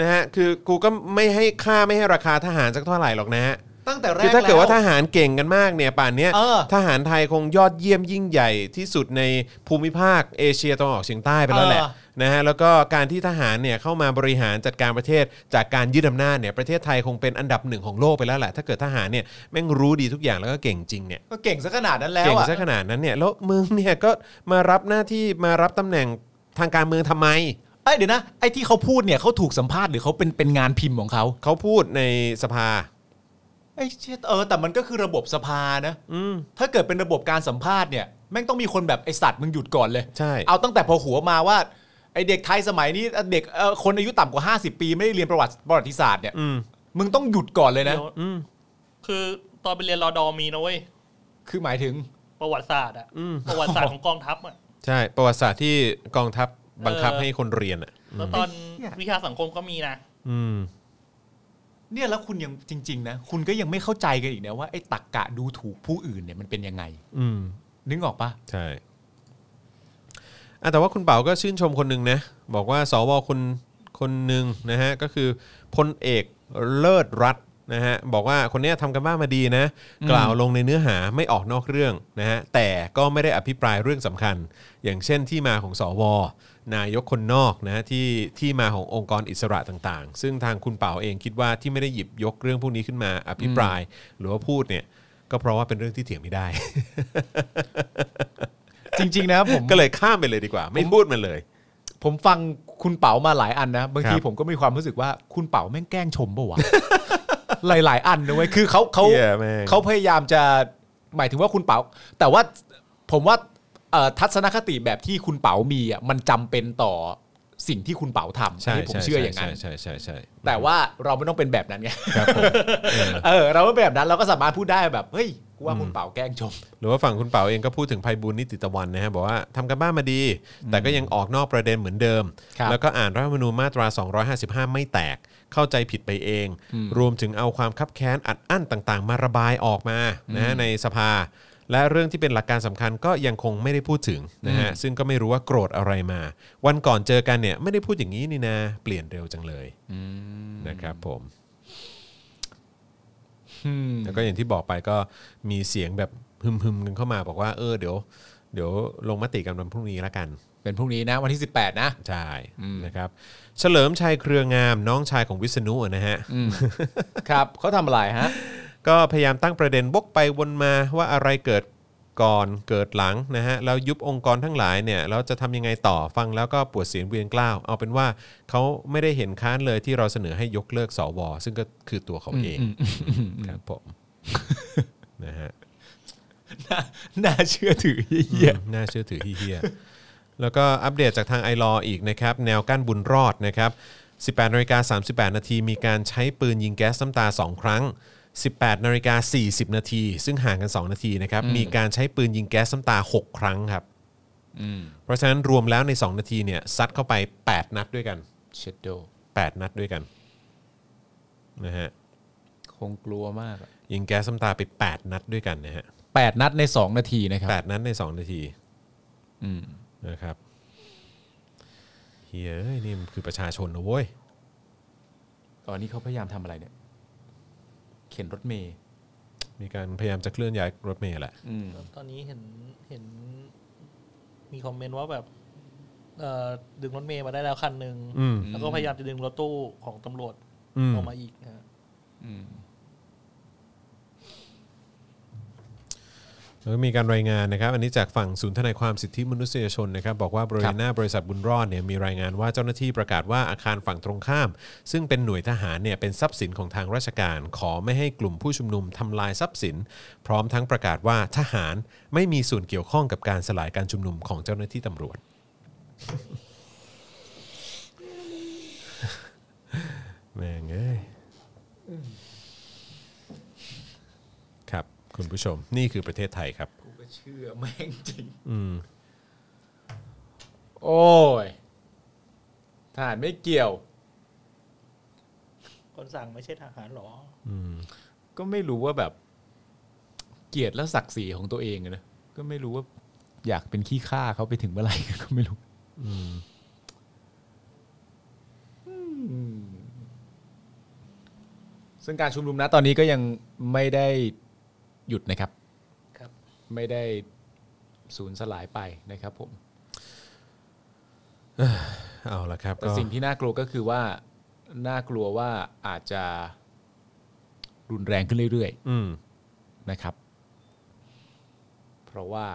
Speaker 2: นะฮะคือกูก็ไม่ให้ค่าไม่ให้ราคาทหารสักเท่าไหร่หรอกนะฮะ
Speaker 3: ตั้งแต่แรก
Speaker 2: คือถ้าเกิดว่า
Speaker 3: แล้
Speaker 2: ทหารเก่งกันมากเนี่ยป่านเนี้ย
Speaker 3: เออ
Speaker 2: ทหารไทยคงยอดเยี่ยมยิ่งใหญ่ที่สุดในภูมิภาคเอเชียตะวันออกเฉียงใต้ไปแล้วแหละ
Speaker 3: เอ
Speaker 2: นะฮะแล้วก็การที่ทหารเนี่ยเข้ามาบริหารจัดการประเทศจากการยึดอำนาจเนี่ยประเทศไทยคงเป็นอันดับหนึ่งของโลกไปแล้วแหละถ้าเกิดทหารเนี่ยแม่งรู้ดีทุกอย่างแล้วก็เก่งจริงเนี่ย
Speaker 3: ก็เก่งซะขนาดนั้นแล้ว
Speaker 2: เก่ง
Speaker 3: อ่ะ
Speaker 2: ซะขนาดนั้นเนี่ยแล้วมึงเนี่ยก็มารับหน้าที่มารับตำแหน่งทางการเมืองทำไม
Speaker 3: เอ้ยเดี๋ยวนะไอ้ที่เขาพูดเนี่ยเขาถูกสัมภาษณ์หรือเขาเป็นเป็นงานพิมพ์ของเขา
Speaker 2: เขาพูดในสภา
Speaker 3: ไอ้เชี่ยเออแต่มันก็คือระบบสภานะ
Speaker 2: อืม
Speaker 3: ถ้าเกิดเป็นระบบการสัมภาษณ์เนี่ยแม่งต้องมีคนแบบไอสัตว์มึงหยุดก่อนเลย
Speaker 2: ใช่
Speaker 3: เอาตั้งแต่พอหัวมาว่าไอเด็กไทยสมัยนี้เด็กเอ่อคนอายุต่ำกว่า 50 ปีไม่ได้เรียนประวัติประวัติศาสตร์เนี่ย
Speaker 2: อืม
Speaker 3: มึงต้องหยุดก่อนเลยนะ
Speaker 5: เดี๋ยวคือตอนไปเรียนรอดอมีนะเว้ย
Speaker 3: คือหมายถึง
Speaker 5: ประวัติศาสตร์อะประวัติศาสตร์ของกองทัพอะ
Speaker 2: ใช่ ประวัติศาสตร์ที่กองทัพบังคับ
Speaker 5: เออ
Speaker 2: ให้คนเรียนอ่ะ
Speaker 5: แล้วตอนวิชาสังคมก็มีนะ
Speaker 2: อืม
Speaker 3: เนี่ยแล้วคุณยังจริง ๆ นะ คุณก็ยังไม่เข้าใจกันอีกนะว่าไอ้ตักกะดูถูกผู้อื่นเนี่ยมันเป็นยังไง
Speaker 2: อืม
Speaker 3: นึกออกปะ
Speaker 2: ใช่อ่ะแต่ว่าคุณเป๋าก็ชื่นชมคนหนึ่งนะ บอกว่าสวคนคนหนึ่งนะฮะ ก็คือพลเอกเลิศรัตน์นะฮะ บอกว่าคนเนี้ยทำกันบ้านมาดีนะ กล่าวลงในเนื้อหาไม่ออกนอกเรื่องนะฮะ แต่ก็ไม่ได้อภิปรายเรื่องสำคัญ อย่างเช่นที่มาของสว นายกคนนอกนะที่ที่มาขององค์กรอิสระต่างๆ ซึ่งทางคุณเป๋าเองคิดว่าที่ไม่ได้หยิบยกเรื่องพวกนี้ขึ้นมาอภิปราย หรือว่าพูดเนี่ยก็เพราะว่าเป็นเรื่องที่เถียงไม่ได้
Speaker 3: จริง ๆ นะ ผม
Speaker 2: ก็เลยข้ามไปเลยดีกว่า ไม่พูดมันเลย
Speaker 3: ผมฟังคุณเป๋ามาหลายอันนะ บาง
Speaker 2: ค
Speaker 3: ที
Speaker 2: รับ
Speaker 3: ผมก็มีความรู้สึกว่าคุณเป๋าแม่งแกล้งชมปะวะ หลาย ๆ อันนะเว้ยคือเขาเขา
Speaker 2: เหี้ยแม่ง
Speaker 3: เขาพยายามจะหมายถึงว่าคุณเป๋า แต่ว่าผมว่าเอ่อทัศนคติแบบที่คุณเป๋ามีอ่ะมันจำเป็นต่อสิ่งที่คุณเป๋าทำอันนี้ผมเชื่ออย่างนั้น
Speaker 2: ใช่ใช่ใช่ใช่
Speaker 3: แต่ว่าเราไม่ต้องเป็นแบบนั้นไง
Speaker 2: ครับผมเออ
Speaker 3: เออเราไม่เป็นแบบนั้นเราก็สามารถพูดได้แบบเฮ้ยกูว่าคุณเป๋าแกล้งชม
Speaker 2: หรือว่าฝั่งคุณเปาเองก็พูดถึงภัยบุญนิติตะวันนะฮะบอกว่าทำกันบ้านมาดี แต่ก็ยังออกนอกประเด็นเหมือนเดิม
Speaker 3: ครับ
Speaker 2: แล้วก็อ่านรัฐธรรมนูญมาตรา 255 ไม่แตก เข้าใจผิดไปเอง รวมถึงเอาความคับแค้นอัดอั้นต่างๆ มาระบายออกมานะฮะในสภา และเรื่องที่เป็นหลักการสำคัญก็ยังคงไม่ได้พูดถึงนะฮะซึ่งก็ไม่รู้ว่าโกรธอะไรมา วันก่อนเจอกันเนี่ยไม่ได้พูดอย่างนี้นี่นะเปลี่ยนเร็วจังเลยนะครับผม แล้วก็อย่างที่บอกไปก็มีเสียงแบบฮึมๆกันเข้ามาบอกว่าเออเดี๋ยว เดี๋ยวลงมติกันวันพรุ่งนี้ละกัน
Speaker 3: เป็นพรุ่งนี้นะวันที่ 18 นะ
Speaker 2: ใช่นะครับเฉลิมชัยเครืองามน้องชายของวิษณุอะนะฮะ
Speaker 3: ครับเขาทำอะไรฮะ
Speaker 2: ก็พยายามตั้งประเด็นวกไปวนมาว่าอะไรเกิดก่อนเกิดหลังนะฮะแล้วยุบองค์กรทั้งหลายเนี่ยแล้วจะทำยังไงต่อฟังแล้วก็ปวดเสียงเวียนเกล้าว เอาเป็นว่าเขาไม่ได้เห็นค้านเลยที่เราเสนอให้ยกเลิกสวซึ่งก็คือตัวเขาเองครับผมนะฮะ
Speaker 3: น่าเชื่อถือเยี่ย
Speaker 2: อืมน่าเชื่อถือที่เฮียแล้วก็อัปเดตจากทางไอรออีกนะครับ แนวกั้นบุญรอดนะครับ 18นาฬิกา38 นาทีมีการใช้ปืนยิงแก๊สน้ำตา 2 ครั้ง 18นาฬิกา40 นาที ซึ่งห่างกัน 2 นาทีนะครับ มีการใช้ปืนยิงแก๊สน้ำตา 6 ครั้งครับเพราะฉะนั้นรวมแล้วใน 2 นาทีเนี่ยซัดเข้าไป 8 นัดด้วยกัน
Speaker 3: เชดโด
Speaker 2: 8 นัดด้วยกันนะฮะ
Speaker 3: คงกลัวมากอะ
Speaker 2: ยิงแก๊สน้ำตาไป 8 นัดด้วยกันนะฮะ
Speaker 3: แปดนัดใน 2 นาทีนะครับ
Speaker 2: แปดนั้นในสองนาทีนะครับเฮ้ยเอ้ยนี่มันคือประชาชนนะเว้ย
Speaker 3: ตอนนี้เขาพยายามทำอะไรเนี่ย เข็นรถเมย์
Speaker 2: มีการพยายามจะเคลื่อนย้ายรถเมล์แหละ
Speaker 5: ตอนนี้เห็นเห็น มีคอมเมนต์ว่าแบบ เอ่อดึงรถเมย์มาได้แล้วคันหนึ่ง
Speaker 2: อืม
Speaker 5: แล้วก็พยายามจะดึงรถตู้ของตำรวจ
Speaker 2: อืม
Speaker 5: ออกมาอีกนะฮะ
Speaker 2: แล้วก็มีการรายงานนะครับ อันนี้จากฝั่งศูนย์ทนายความสิทธิมนุษยชนนะครับ บอกว่าบริเวณหน้าบริษัทบุญรอดเนี่ยมีรายงานว่าเจ้าหน้าที่ประกาศว่าอาคารฝั่งตรงข้าม ซึ่งเป็นหน่วยทหารเนี่ยเป็นทรัพย์สินของทางราชการ ขอไม่ให้กลุ่มผู้ชุมนุมทำลายทรัพย์สิน พร้อมทั้งประกาศว่าทหารไม่มีส่วนเกี่ยวข้องกับการสลายการชุมนุมของเจ้าหน้าที่ตำรวจ แม่งเอ้ยครับ คุณผู้ชมนี่คือประเทศไทยครับ
Speaker 3: กูก็ เชื่อแม่งจริง
Speaker 2: อืม
Speaker 3: โอ้ยทหารไม่เกี่ยว
Speaker 5: คนสั่งไม่ใช่ทหารหรอ
Speaker 2: อืม
Speaker 3: ก็ไม่รู้ว่าแบบ เกียรติและศักดิ์ศรีของตัวเองอะนะก็ไม่รู้ว่า อยากเป็นขี้ข้าเขาไปถึงเมื่อไหร่ ก็ไม่รู้
Speaker 2: อืม
Speaker 3: ซึ่งการชุมนุมนะตอนนี้ก็ยังไม่ได้หยุดนะครับ
Speaker 5: ครับ
Speaker 3: ไม่ได้สูญสลายไปนะครับผม
Speaker 2: เอาละครับ
Speaker 3: แต่
Speaker 2: ก็
Speaker 3: สิ่งที่น่ากลัวก็คือว่าน่ากลัวว่าอาจจะรุนแรงขึ้นเรื่อย
Speaker 2: อืม
Speaker 3: ๆนะครับ เพราะว่า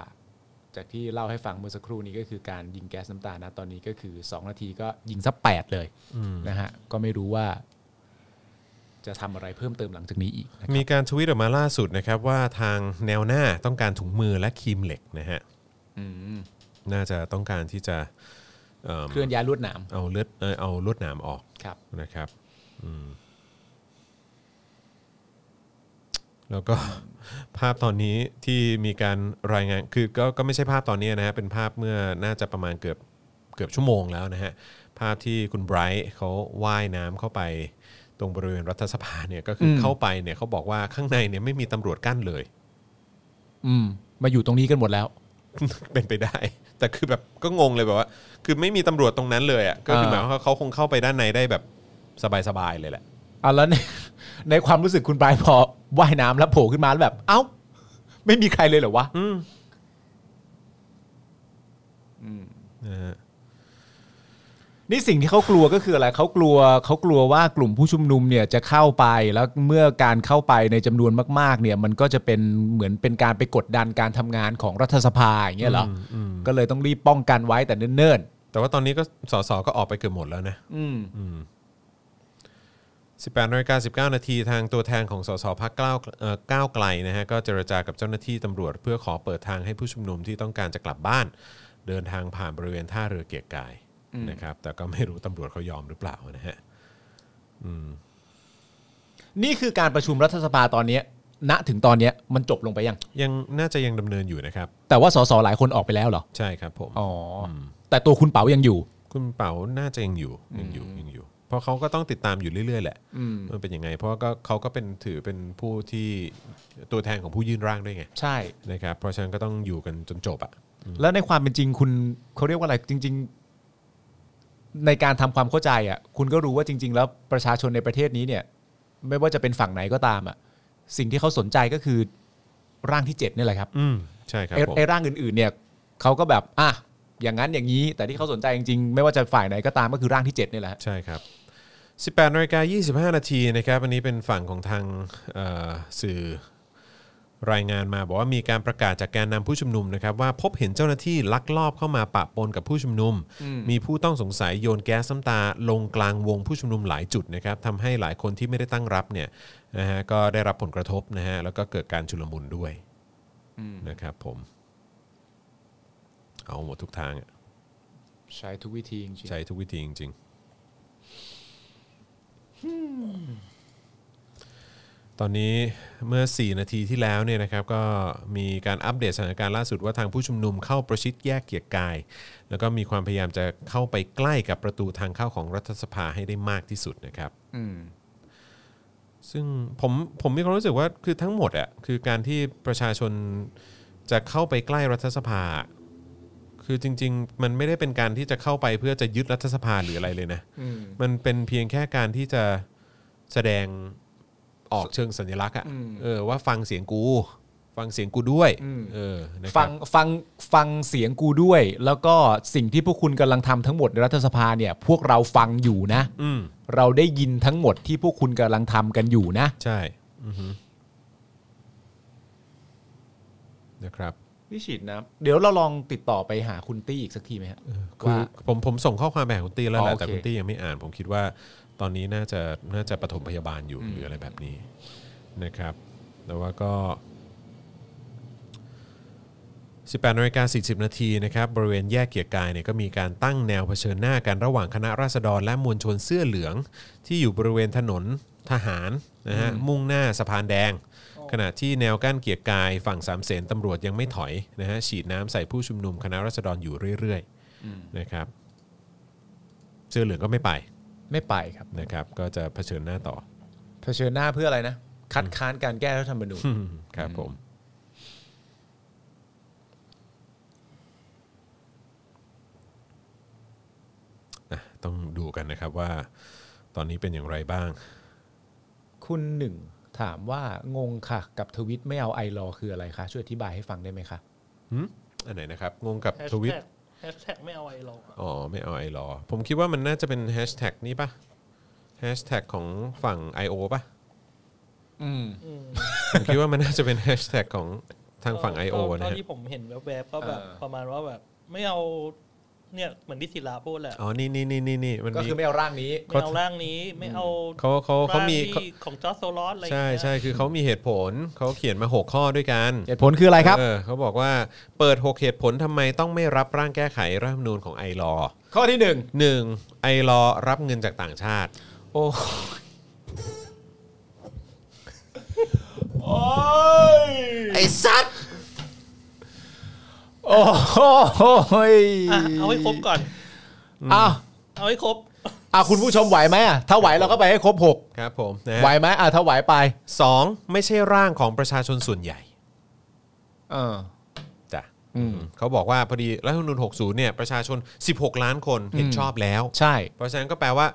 Speaker 3: จากที่เล่าให้ฟังเมื่อสักครู่นี้ก็คือการยิงแก๊สน้ำตานะตอนนี้ก็คือ 2 นาทีก็ยิงสักแปดเลย
Speaker 2: อืม
Speaker 3: นะฮะก็ไม่รู้ว่า จะทำอะไรเพิ่มเติมหลังจากนี้อีกนะครับ
Speaker 2: มีการทวีตออกมาล่าสุดนะครับ ว่าทางแนวหน้าต้องการถุงมือและครีมเหล็กนะฮะ
Speaker 3: อืม
Speaker 2: น่าจะต้องการที่จะเอิ่ม
Speaker 3: เคลื่อนย้ายลวดหนาม
Speaker 2: เอาเลือดเอ่อเอาลวดหนามออก
Speaker 3: ครับ
Speaker 2: นะครับอืมแล้วก็ ภาพตอนนี้ที่มีการรายงานคือก็ก็ไม่ใช่ภาพตอนนี้นะฮะเป็นภาพเมื่อน่าจะประมาณเกือบเกือบชั่วโมงแล้วนะฮะภาพที่คุณไบรท์เขาว่ายน้ำเข้าไปตรงบริเวณรัฐสภาเนี่ยก็คืออ
Speaker 3: ม
Speaker 2: เข้าไปเนี่ยเขาบอกว่าข้างในเนี่ยไม่มีตำรวจกั้นเลย
Speaker 3: อืม มาอยู่ตรงนี้กันหมดแล้ว
Speaker 2: เป็นไปได้ แต่คือแบบก็งงเลยแบบว่า คือไม่มีตำรวจตรงนั้นเลยอ่ะก็คือหมายความว่าเขาคงเข้าไปด้านในได้แบบสบายๆเลยแหละ
Speaker 3: อ่ะแล้วใน ในความรู้สึกคุณปลายพอว่ายน้ำแล้วโผล่ขึ้นมาแล้วแบบ เอ้า ไม่มีใครเลยเหรอวะ
Speaker 2: อืมนะฮะ
Speaker 3: นี่สิ่งที่เขากลัวก็คืออะไรเขากลัวเขากลัวว่ากลุ่มผู้ชุมนุมเนี่ยจะเข้าไปแล้วเมื่อการเข้าไปในจำนวนมาก ๆ เนี่ย มันก็จะเป็นเหมือนเป็นการไปกดดันการทำงานของรัฐสภาอย่างเงี้ยเหรอ
Speaker 2: อืม
Speaker 3: ก็เลยต้องรีบป้องกันไว้แต่เนิ่น
Speaker 2: แต่ว่าตอนนี้ก็สสก็ออกไปเกือบหมดแล้วนะ
Speaker 3: ๆอืม
Speaker 2: 18นาฬิกา19 นาทีทางตัวแทนของสสพักก้าวเอ่อก้าวไกลนะฮะก็เจรจากับเจ้าหน้าที่ตำรวจ เพื่อขอเปิดทางให้ผู้ชุมนุมที่ต้องการจะกลับบ้าน เดินทางผ่านบริเวณท่าเรือเกียรติกายนะครับแต่ก็ไม่รู้ตำรวจเขายอมหรือเปล่านะฮะ
Speaker 3: นี่คือการประชุมรัฐสภาตอนเนี้ยณถึงตอนเนี้ยมันจบลงไปยัง
Speaker 2: ยังน่าจะยังดำเนินอยู่นะครับ
Speaker 3: แต่ว่าสสหลายคนออกไปแล้วเหรอ
Speaker 2: ใช่ครับผม
Speaker 3: อ๋ออแต่ตัวคุณเป๋ายังอยู่
Speaker 2: คุณเป๋าน่าจะยังอยู่ยังอยู่ยังอยู่ เพราะเขาก็ต้องติดตามอยู่เรื่อยๆแหละ
Speaker 3: อืม
Speaker 2: มันเป็นยังไง เพราะก็เขาก็เป็นถือเป็นผู้ที่ตัวแทนของผู้ยื่นร่างด้วยไง
Speaker 3: ใช่
Speaker 2: นะครับเพราะฉะนั้นก็ต้องอยู่กันจนจบอ่ะ
Speaker 3: แล้วในความเป็นจริงคุณเขาเรียกว่าอะไรจริง ๆ ในการทำความเข้าใจอ่ะคุณก็รู้ว่าจริง ๆ แล้วประชาชนในประเทศนี้เนี่ย ไม่ว่าจะเป็นฝั่งไหนก็ตามอ่ะสิ่งที่เขาสนใจก็คือร่างที่เจ็ดนี่แหละครับ
Speaker 2: อืมใช่ครับ
Speaker 3: ไอ้
Speaker 2: ผม
Speaker 3: ไอ้ร่างอื่นๆเนี่ยเขาก็แบบอ่ะอย่างนั้นอย่างนี้แต่ที่เขาสนใจจริงๆ ไม่ว่าจะฝ่ายไหนก็ตามก็คือร่างที่เจ็ดนี่แหละฮะ
Speaker 2: ใช่ครับ 18นาฬิกา25 นาทีนะครับอันนี้เป็นฝั่งของทางเอ่อสื่อรายงานมาบอกว่ามีการประกาศจากแกนนำผู้ชุมนุมนะครับว่าพบเห็นเจ้าหน้าที่ลักลอบเข้ามาปะปนกับผู้ชุมนุม มีผู้ต้องสงสัยโยนแก๊สน้ำตา ลงกลางวงผู้ชุมนุมหลายจุดนะครับทำให้หลายคนที่ไม่ได้ตั้งรับเนี่ยนะฮะก็ได้รับผลกระทบนะฮะแล้วก็เกิดการชุลมุนด้วย นะครับผม เอาหมดทุกทางอะ
Speaker 3: ใช้ทุกวิธีจริง
Speaker 2: ใช้ทุกวิธีจริงๆ ตอนนี้เมื่อ 4 นาทีที่แล้วเนี่ยนะครับก็มีการอัปเดตสถานการณ์ล่าสุดว่าทางผู้ชุมนุมเข้าประชิดแยกเกียรติกาย แล้วก็มีความพยายามจะเข้าไปใกล้กับประตูทางเข้าของรัฐสภาให้ได้มากที่สุดนะครับ
Speaker 3: ๆอืม
Speaker 2: ซึ่งผมผมมีความรู้สึกว่าคือทั้งหมดอะคือการที่ประชาชนจะเข้าไปใกล้รัฐสภา คือจริง ๆ มันไม่ได้เป็นการที่จะเข้าไปเพื่อจะยึดรัฐสภาหรืออะไรเลยนะ
Speaker 3: อืม
Speaker 2: มันเป็นเพียงแค่การที่จะแสดงออกเชิงสัญลักษณ์อะ
Speaker 3: อืม
Speaker 2: เออว่าฟังเสียงกู ฟังเสียงกูด้วย
Speaker 3: อืม
Speaker 2: เออนะครับ
Speaker 3: ฟังฟังฟังเสียงกูด้วย แล้วก็สิ่งที่พวกคุณกำลังทำทั้งหมดในรัฐสภาเนี่ย พวกเราฟังอยู่นะ
Speaker 2: อืม
Speaker 3: เราได้ยินทั้งหมดที่พวกคุณกำลังทำกันอยู่นะ
Speaker 2: ใช่อือฮึนะครับ
Speaker 3: นี่ฉีดน้ำเดี๋ยวเราลองติดต่อไปหาคุณตี้อีกสักทีไหมฮะ
Speaker 2: คือ
Speaker 3: ว่า
Speaker 2: ผมผมส่งข้อความไปหาคุณตี้แล้วแห
Speaker 3: อ๋
Speaker 2: ละ
Speaker 3: อโอเค
Speaker 2: แต่คุณตี้ยังไม่อ่าน ผมคิดว่าตอนนี้น่าจะน่าจะปฐมพยาบาลอยู่หรืออะไรแบบนี้นะครับ แต่ว่าก็ 18นาฬิกา40 นาทีนะครับบริเวณแยกเกียรติกายเนี่ยก็มีการตั้งแนวเผชิญหน้ากันระหว่างคณะราษฎรและมวลชนเสื้อเหลือง ที่อยู่บริเวณถนนทหารนะฮะมุ่งหน้าสะพานแดง ขณะที่แนวกั้นเกียร์กายฝั่งสามเสนตำรวจยังไม่ถอยนะฮะฉีดน้ำใส่ผู้ชุมนุมคณะราษฎรอยู่เรื่อยๆนะครับเสื้อเหลืองก็ไม่ไป
Speaker 3: ไม่ไปครับ
Speaker 2: นะครับก็จะเผชิญหน้าต่อ
Speaker 3: เผชิญหน้าเพื่ออะไรนะ คัดค้านการแก้รัฐธรรมนูญ
Speaker 2: อืมครับผม อ่ะต้องดูกันนะครับว่าตอนนี้เป็นอย่างไรบ้าง
Speaker 3: คุณหนึ่งถามว่างงค่ะ กับทวิตไม่เอาไอรอว์คืออะไรคะ ช่วยอธิบายให้ฟังได้ไหมคะ
Speaker 2: หืมอันไหนนะครับ งงกับทวิต
Speaker 5: แฮชแท็กไม่เอาไอ้เราอะ
Speaker 2: อ๋อ ไม่เอาไอรอผมคิดว่ามันน่าจะเป็นแฮชแท็กนี้ปะแฮชแท็กของฝั่ง I.O. ปะ
Speaker 3: อืม
Speaker 2: ผมคิดว่ามันน่าจะเป็นแฮชแท็กของทางฝั่ง I.O.
Speaker 5: ก็
Speaker 2: นะฮะ
Speaker 5: ที่ผมเห็นแวบๆก็แบบ
Speaker 3: เออ
Speaker 5: ประมาณว่าแบบไม่เอาเนี่ยเหมือนที่ศิลาพูดแหละ
Speaker 2: อ๋อ นี่นี่นี่นี่นี่มัน
Speaker 3: ก็
Speaker 2: มี
Speaker 3: คือไม่เอาร่างนี้
Speaker 5: ไม่เอาร่างนี้ไม่เอา
Speaker 2: เขาเขาเขามี
Speaker 5: ร่ง
Speaker 2: เขา
Speaker 5: ที่ของจอร์จโซลอสอะไรอย่าง
Speaker 2: ใช่
Speaker 5: เงี้ย
Speaker 2: ใช่คือเขามีเหตุผลเขาเขียนมา 6 ข้อด้วยกัน
Speaker 3: เหตุผลคืออะไรครับ
Speaker 2: เออเขาบอกว่าเปิด 6 เหตุผลทำไมต้องไม่รับร่างแก้ไขรัฐธรรมนูญของไอรอ
Speaker 3: ข้อที่หนึ่ง
Speaker 2: หนึ่งไอรอรับเงินจากต่างชาติ
Speaker 3: โอ้ย
Speaker 2: ไอสัต
Speaker 3: โอ้ย
Speaker 5: อ่ะเอาให้ครบก่อน
Speaker 3: อ้าว
Speaker 5: เอาให้ครบ
Speaker 3: อ่ะคุณผู้ชมไหวไหมอ่ะถ้าไหวเราก็ไปให้ครบหก
Speaker 2: ครับผมนะฮะ
Speaker 3: ไหวไหมอ่ะถ้าไหวไป
Speaker 2: สองไม่ใช่ร่างของประชาชนส่วนใหญ่
Speaker 3: เออ
Speaker 2: จ้ะ
Speaker 3: อืม
Speaker 2: เขาบอกว่าพอดีรัฐธรรมนูญ60เนี่ยประชาชน 16 ล้านคนเห็นชอบแล้ว
Speaker 3: ใช่
Speaker 2: เพราะฉะนั้นก็แปลว่า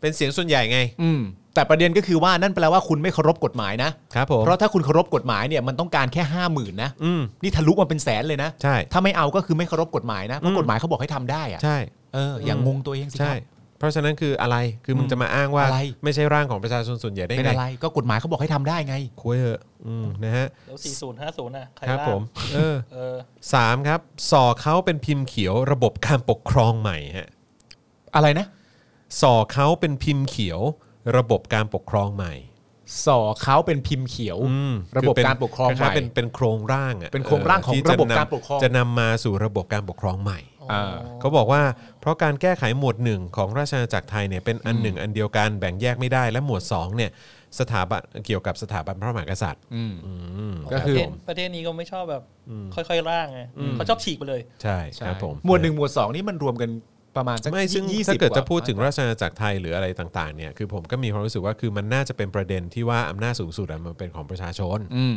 Speaker 2: เป็นเสียงส่วนใหญ่ไง
Speaker 3: อืม แต่ประเด็นก็คือว่านั่นแปลว่าคุณไม่เคารพกฎหมายนะ
Speaker 2: ครับผม
Speaker 3: เพราะถ้าคุณเคารพกฎหมายเนี่ยมันต้องการแค่ห้าหมื่นนะ
Speaker 2: อืม
Speaker 3: นี่ทะลุมาเป็นแสนเลยนะ
Speaker 2: ใช่
Speaker 3: ถ้าไม่เอาก็คือไม่เคารพกฎหมายนะเพราะกฎหมายเขาบอกให้ทำได้อะ
Speaker 2: ใช่
Speaker 3: เอออย่างงงตัวเองสิค
Speaker 2: ใช่
Speaker 3: รับ
Speaker 2: เพราะฉะนั้นคืออะไรคือมึงจะมาอ้างว่า
Speaker 3: อะไร
Speaker 2: ไม่ใช่ร่างของประชาชนส่วนใหญ่ได้
Speaker 3: เป็น
Speaker 2: ไง
Speaker 3: อะไรก็กฎหมายเขาบอกให้ทำได้ไง
Speaker 2: คุยเหอะอืมนะฮะ
Speaker 5: แล้ว 40 50น่ะใคร
Speaker 2: ครับ
Speaker 5: ล่า
Speaker 2: ผมเออ
Speaker 5: เออ
Speaker 2: สามครับส่อเขาเป็นพิมพ์เขียวระบบการปกครองใหม่ฮะ
Speaker 3: อะไรนะ
Speaker 2: ส่อเขาเป็นพิมพ์เขียวระบบการปกครองใหม่
Speaker 3: สอเขาเป็นพิมพ์เขียว
Speaker 2: อืม
Speaker 3: ระบบ
Speaker 2: คืเน
Speaker 3: การปกครองให
Speaker 2: ล้ายๆ
Speaker 3: ม่
Speaker 2: เป็นเป็นโครงร่างอะ
Speaker 3: เป็นโครงร่างของ
Speaker 2: เที่จ
Speaker 3: ระบบ
Speaker 2: นำ
Speaker 3: การปกครอง
Speaker 2: จะนำมาสู่ระบบการปกครองใหม่
Speaker 3: อ่า
Speaker 2: เขาบอกว่าเพราะการแก้ไขหมวด 1 ของราชอาณาจักรไทยเนี่ยเป็นอันหนึ่งอันเดียวกันแบ่งแยกไม่ได้และหมวด2เนี่ยสถาบันเกี่ยวกับสถาบันพระมหากษัตริย์
Speaker 3: อืม
Speaker 2: อืม
Speaker 3: ก็
Speaker 5: ประ
Speaker 3: คือ
Speaker 5: เทศประเทศนี้ก็ไม่ชอบแบบค่อยๆร่างไงเขาชอบฉีกไปเลย
Speaker 2: ใช่
Speaker 3: ใช่
Speaker 2: ครับผม
Speaker 3: หมวดหนึ่งหมวดสองนี่มันรวมกันประมาณสัก
Speaker 2: ไม่ซึ่ง
Speaker 3: ยี่สิบ
Speaker 2: ถ้าเกิดจะพูดถึง
Speaker 3: กว่
Speaker 2: ราชอาณาจักรไทยหรืออะไรต่างๆเนี่ยคือผมก็มีความรู้สึกว่าคือมันน่าจะเป็นประเด็นที่ว่าอำนาจสูงสุดอะมันเป็นของประชาชน
Speaker 3: อืม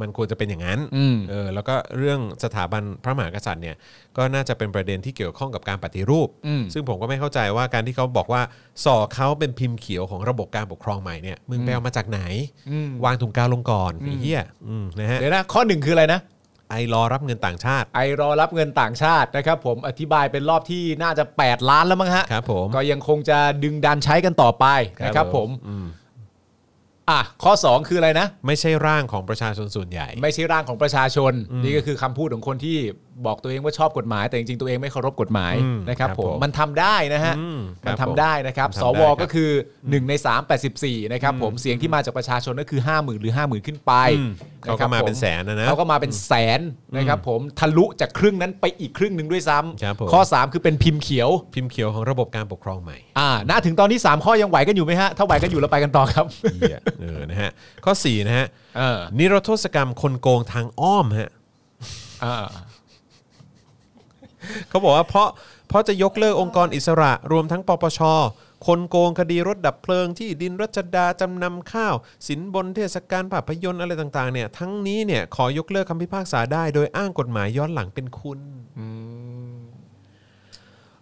Speaker 2: มันควรจะเป็นอย่างนั้น
Speaker 3: อืม
Speaker 2: เออ แล้วก็เรื่องสถาบันพระมหากษัตริย์เนี่ย ก็น่าจะเป็นประเด็นที่เกี่ยวข้องกับการปฏิรูป
Speaker 3: อืม
Speaker 2: ซึ่งผมก็ไม่เข้าใจว่าการที่เขาบอกว่าส่อเขาเป็นพิมพ์เขียวของระบบการปกครองใหม่เนี่ย มึงไปเอามาจากไหน
Speaker 3: อืม
Speaker 2: วางถุงกาวลงก่อนไอ้เหี้ยอืมนะฮะ
Speaker 3: เดี๋ยวนะข้อหนึ่งคืออะไรนะ
Speaker 2: ไอรอรับเงินต่างชาติ
Speaker 3: ไอรอรับเงินต่างชาตินะครับผมอธิบายเป็นรอบที่น่าจะ 8 ล้านแล้วมั้งฮะ
Speaker 2: ครับผม
Speaker 3: ก็ยังคงจะดึงดันใช้กันต่อไปนะครับผม
Speaker 2: อืม
Speaker 3: อ่ะข้อ 2 คืออะไรนะ
Speaker 2: ไม่ใช่ร่างของประชาชนส่วนใหญ่
Speaker 3: ไม่ใช่ร่างของประชาชน นี่ก็คือคำพูดของคนที่บอกตัวเองว่าชอบกฎหมาย แต่จริงๆตัวเองไม่เคารพกฎหมาย
Speaker 2: อืม
Speaker 3: นะครับ
Speaker 2: ครับ
Speaker 3: ผ
Speaker 2: ผม
Speaker 3: มมันทำได้นะฮะ
Speaker 2: อืม
Speaker 3: มัน
Speaker 2: ครั
Speaker 3: ทำ
Speaker 2: บผม
Speaker 3: ได้นะครับ
Speaker 2: มันทำ
Speaker 3: ส
Speaker 2: ได้
Speaker 3: ว
Speaker 2: ครับ
Speaker 3: ก็คือ 1 ใน 3 84นะครับผมเสียงที่มาจากประชาชนก็คือ 5 0,000 หรือ 50,000 ขึ้นไป
Speaker 2: อืมเขาก็
Speaker 3: ะครับ
Speaker 2: มาเป็น
Speaker 3: ผ
Speaker 2: แสนนะนะ
Speaker 3: เขาก็มาเป็นแสนนะครับผมทะลุจากครึ่งนั้นไปอีกครึ่งหนึ่งด้วยซ้
Speaker 2: ครับผม
Speaker 3: ำข้อ 3 คือเป็นพิมพ์เขียว
Speaker 2: พิมพ์เขียวของระบบการปกครองใหม่
Speaker 3: อ่าณถึงตอนนี้ 3 ข้อยังไหวกันอยู่ไหมฮะถ้าไหวกันอยู่เราไปกันต่อครับ
Speaker 2: เหี้ย เออ นะฮะ ข้อสี่นะฮะ
Speaker 3: เออ
Speaker 2: นิรโทษกรรมคนโกงทางอ้อมฮะ
Speaker 3: อ่า
Speaker 2: เขาบอกว่าเพราะเพราะจะยกเลิกองค์กรอิสระรวมทั้งปปช คนโกงคดีรถดับเพลิงที่ดินรัชดาจำนำข้าว สินบนเทศกาลภาพยนตร์อะไรต่างๆเนี่ยทั้งนี้เนี่ยขอยกเลิกคำพิพากษาได้โดยอ้างกฎหมายย้อนหลังเป็นคุณ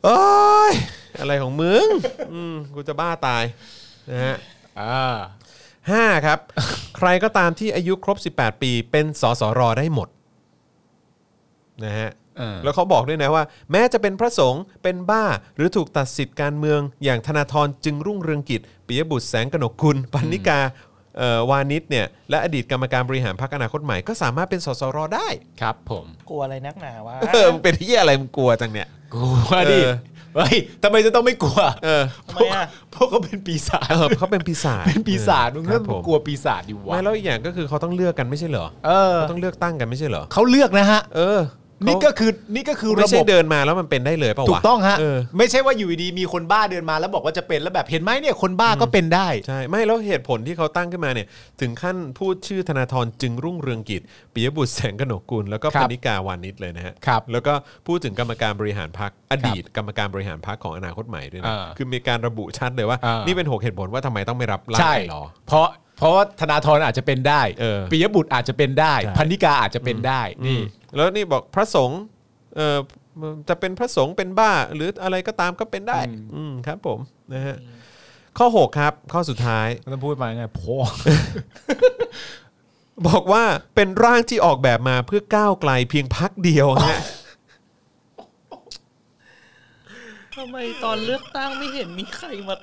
Speaker 2: เอ้ยอะไรของมึง อืมกูจะบ้าตายนะฮะ
Speaker 3: อ่า
Speaker 2: 5 ครับ ใครก็ตามที่อายุครบ 18 ปี เป็นสสรได้หมดนะฮะ
Speaker 3: เออ
Speaker 2: แล้วเขาบอกด้วยนะว่า แม้จะเป็นพระสงฆ์เป็นบ้าหรือถูกตัดสิทธิ์การเมือง อย่างธนาธรจึงรุ่งเรืองกิจปิยบุตรแสงกนกคุณปันนิกาเอ่อวานิชเนี่ยและอดีตกรรมการบริหารพรรคอนาคตใหม่ก็สามารถเป็นสสรได้
Speaker 3: ครับผม
Speaker 5: กลัวอะไรนักหนาวะ
Speaker 2: เออมึงเป็นที่อะไรมึงกลัวจังเนี่ย
Speaker 3: กลัวดิ
Speaker 2: เออ
Speaker 3: เฮ้ยทำไมจะต้องไม่กลัว
Speaker 2: เออ
Speaker 3: พ
Speaker 5: ทำไม
Speaker 3: วก
Speaker 5: อ่ะ
Speaker 3: พวกเขาเป็นปีศาจ
Speaker 2: เออเขาเป็นปีศาจ
Speaker 3: เป็นปีศาจมึง
Speaker 2: ค
Speaker 3: ก็
Speaker 2: รับผม
Speaker 3: กลัวปีศาจอยู่วะ
Speaker 2: ไม่แล้วอีกอย่างก็คือเขาต้องเลือกกันไม่ใช่เหรอ
Speaker 3: เออ
Speaker 2: เขาต้องเลือกตั้งกันไม่ใช่เหรอ
Speaker 3: เขาเลือกนะฮะ
Speaker 2: เออ
Speaker 3: นี่ก็คือนี่ก็คือ
Speaker 2: ไม่
Speaker 3: ระบ
Speaker 2: ใช่
Speaker 3: บ
Speaker 2: เดินมาแล้วมันเป็นได้เลยเปล่าวะ
Speaker 3: ถูกต้องฮะ
Speaker 2: เ
Speaker 3: ไม่ใช่ว่าอยู่ดีๆมีคนบ้าเดินมาแล้วบอกว่าจะเป็นแล้วแบบเห็นไหมเนี่ยคนบ้าก็เป็นได้
Speaker 2: ใช่ ไม่แล้วเหตุผลที่เขาตั้งขึ้นมาเนี่ย ถึงขั้นพูดชื่อธนาธรจึงรุ่งเรืองกิจปิยบุตรแสงกนกกุล แล้วก็
Speaker 3: ครั
Speaker 2: ป
Speaker 3: บ
Speaker 2: ณิกาวานิชเลยนะฮะ
Speaker 3: ครับ
Speaker 2: แล้วก็พูดถึงกรรมการบริหารพักอดีต กรรมการบริหารพักของอนาคตใหม่ด้วยนะ
Speaker 3: อ่า
Speaker 2: คือมีการระบุชัดเลยว่า
Speaker 3: อ่านี่
Speaker 2: นี่เป็นหกเหตุผลว่าทำไมต้องไม่รับร่าง
Speaker 3: ใช่
Speaker 2: ไอลอ
Speaker 3: เพราะเพราะว่าธนาธรอาจจะเป็นได้
Speaker 2: เออ
Speaker 3: ปิยบุตรอาจจะเป็นได้
Speaker 2: ใช่
Speaker 3: พันนิกาอาจจะเป็นได้นี่
Speaker 2: แล้วนี่บอกพระสงฆ์เอ่อจะเป็นพระสงฆ์เป็นบ้า หรืออะไรก็ตามก็เป็นได้ อืมครับผมนะฮะข้อ 6 ครับ ข้อสุดท้าย
Speaker 3: มันพูดมาไง พ่อ
Speaker 2: บอกว่าเป็นร่างที่ออกแบบมาเพื่อก้าวไกลเพียงพักเดียวฮะ
Speaker 5: ทำไมตอนเลือกตั้งไม่เห็นมีใครมา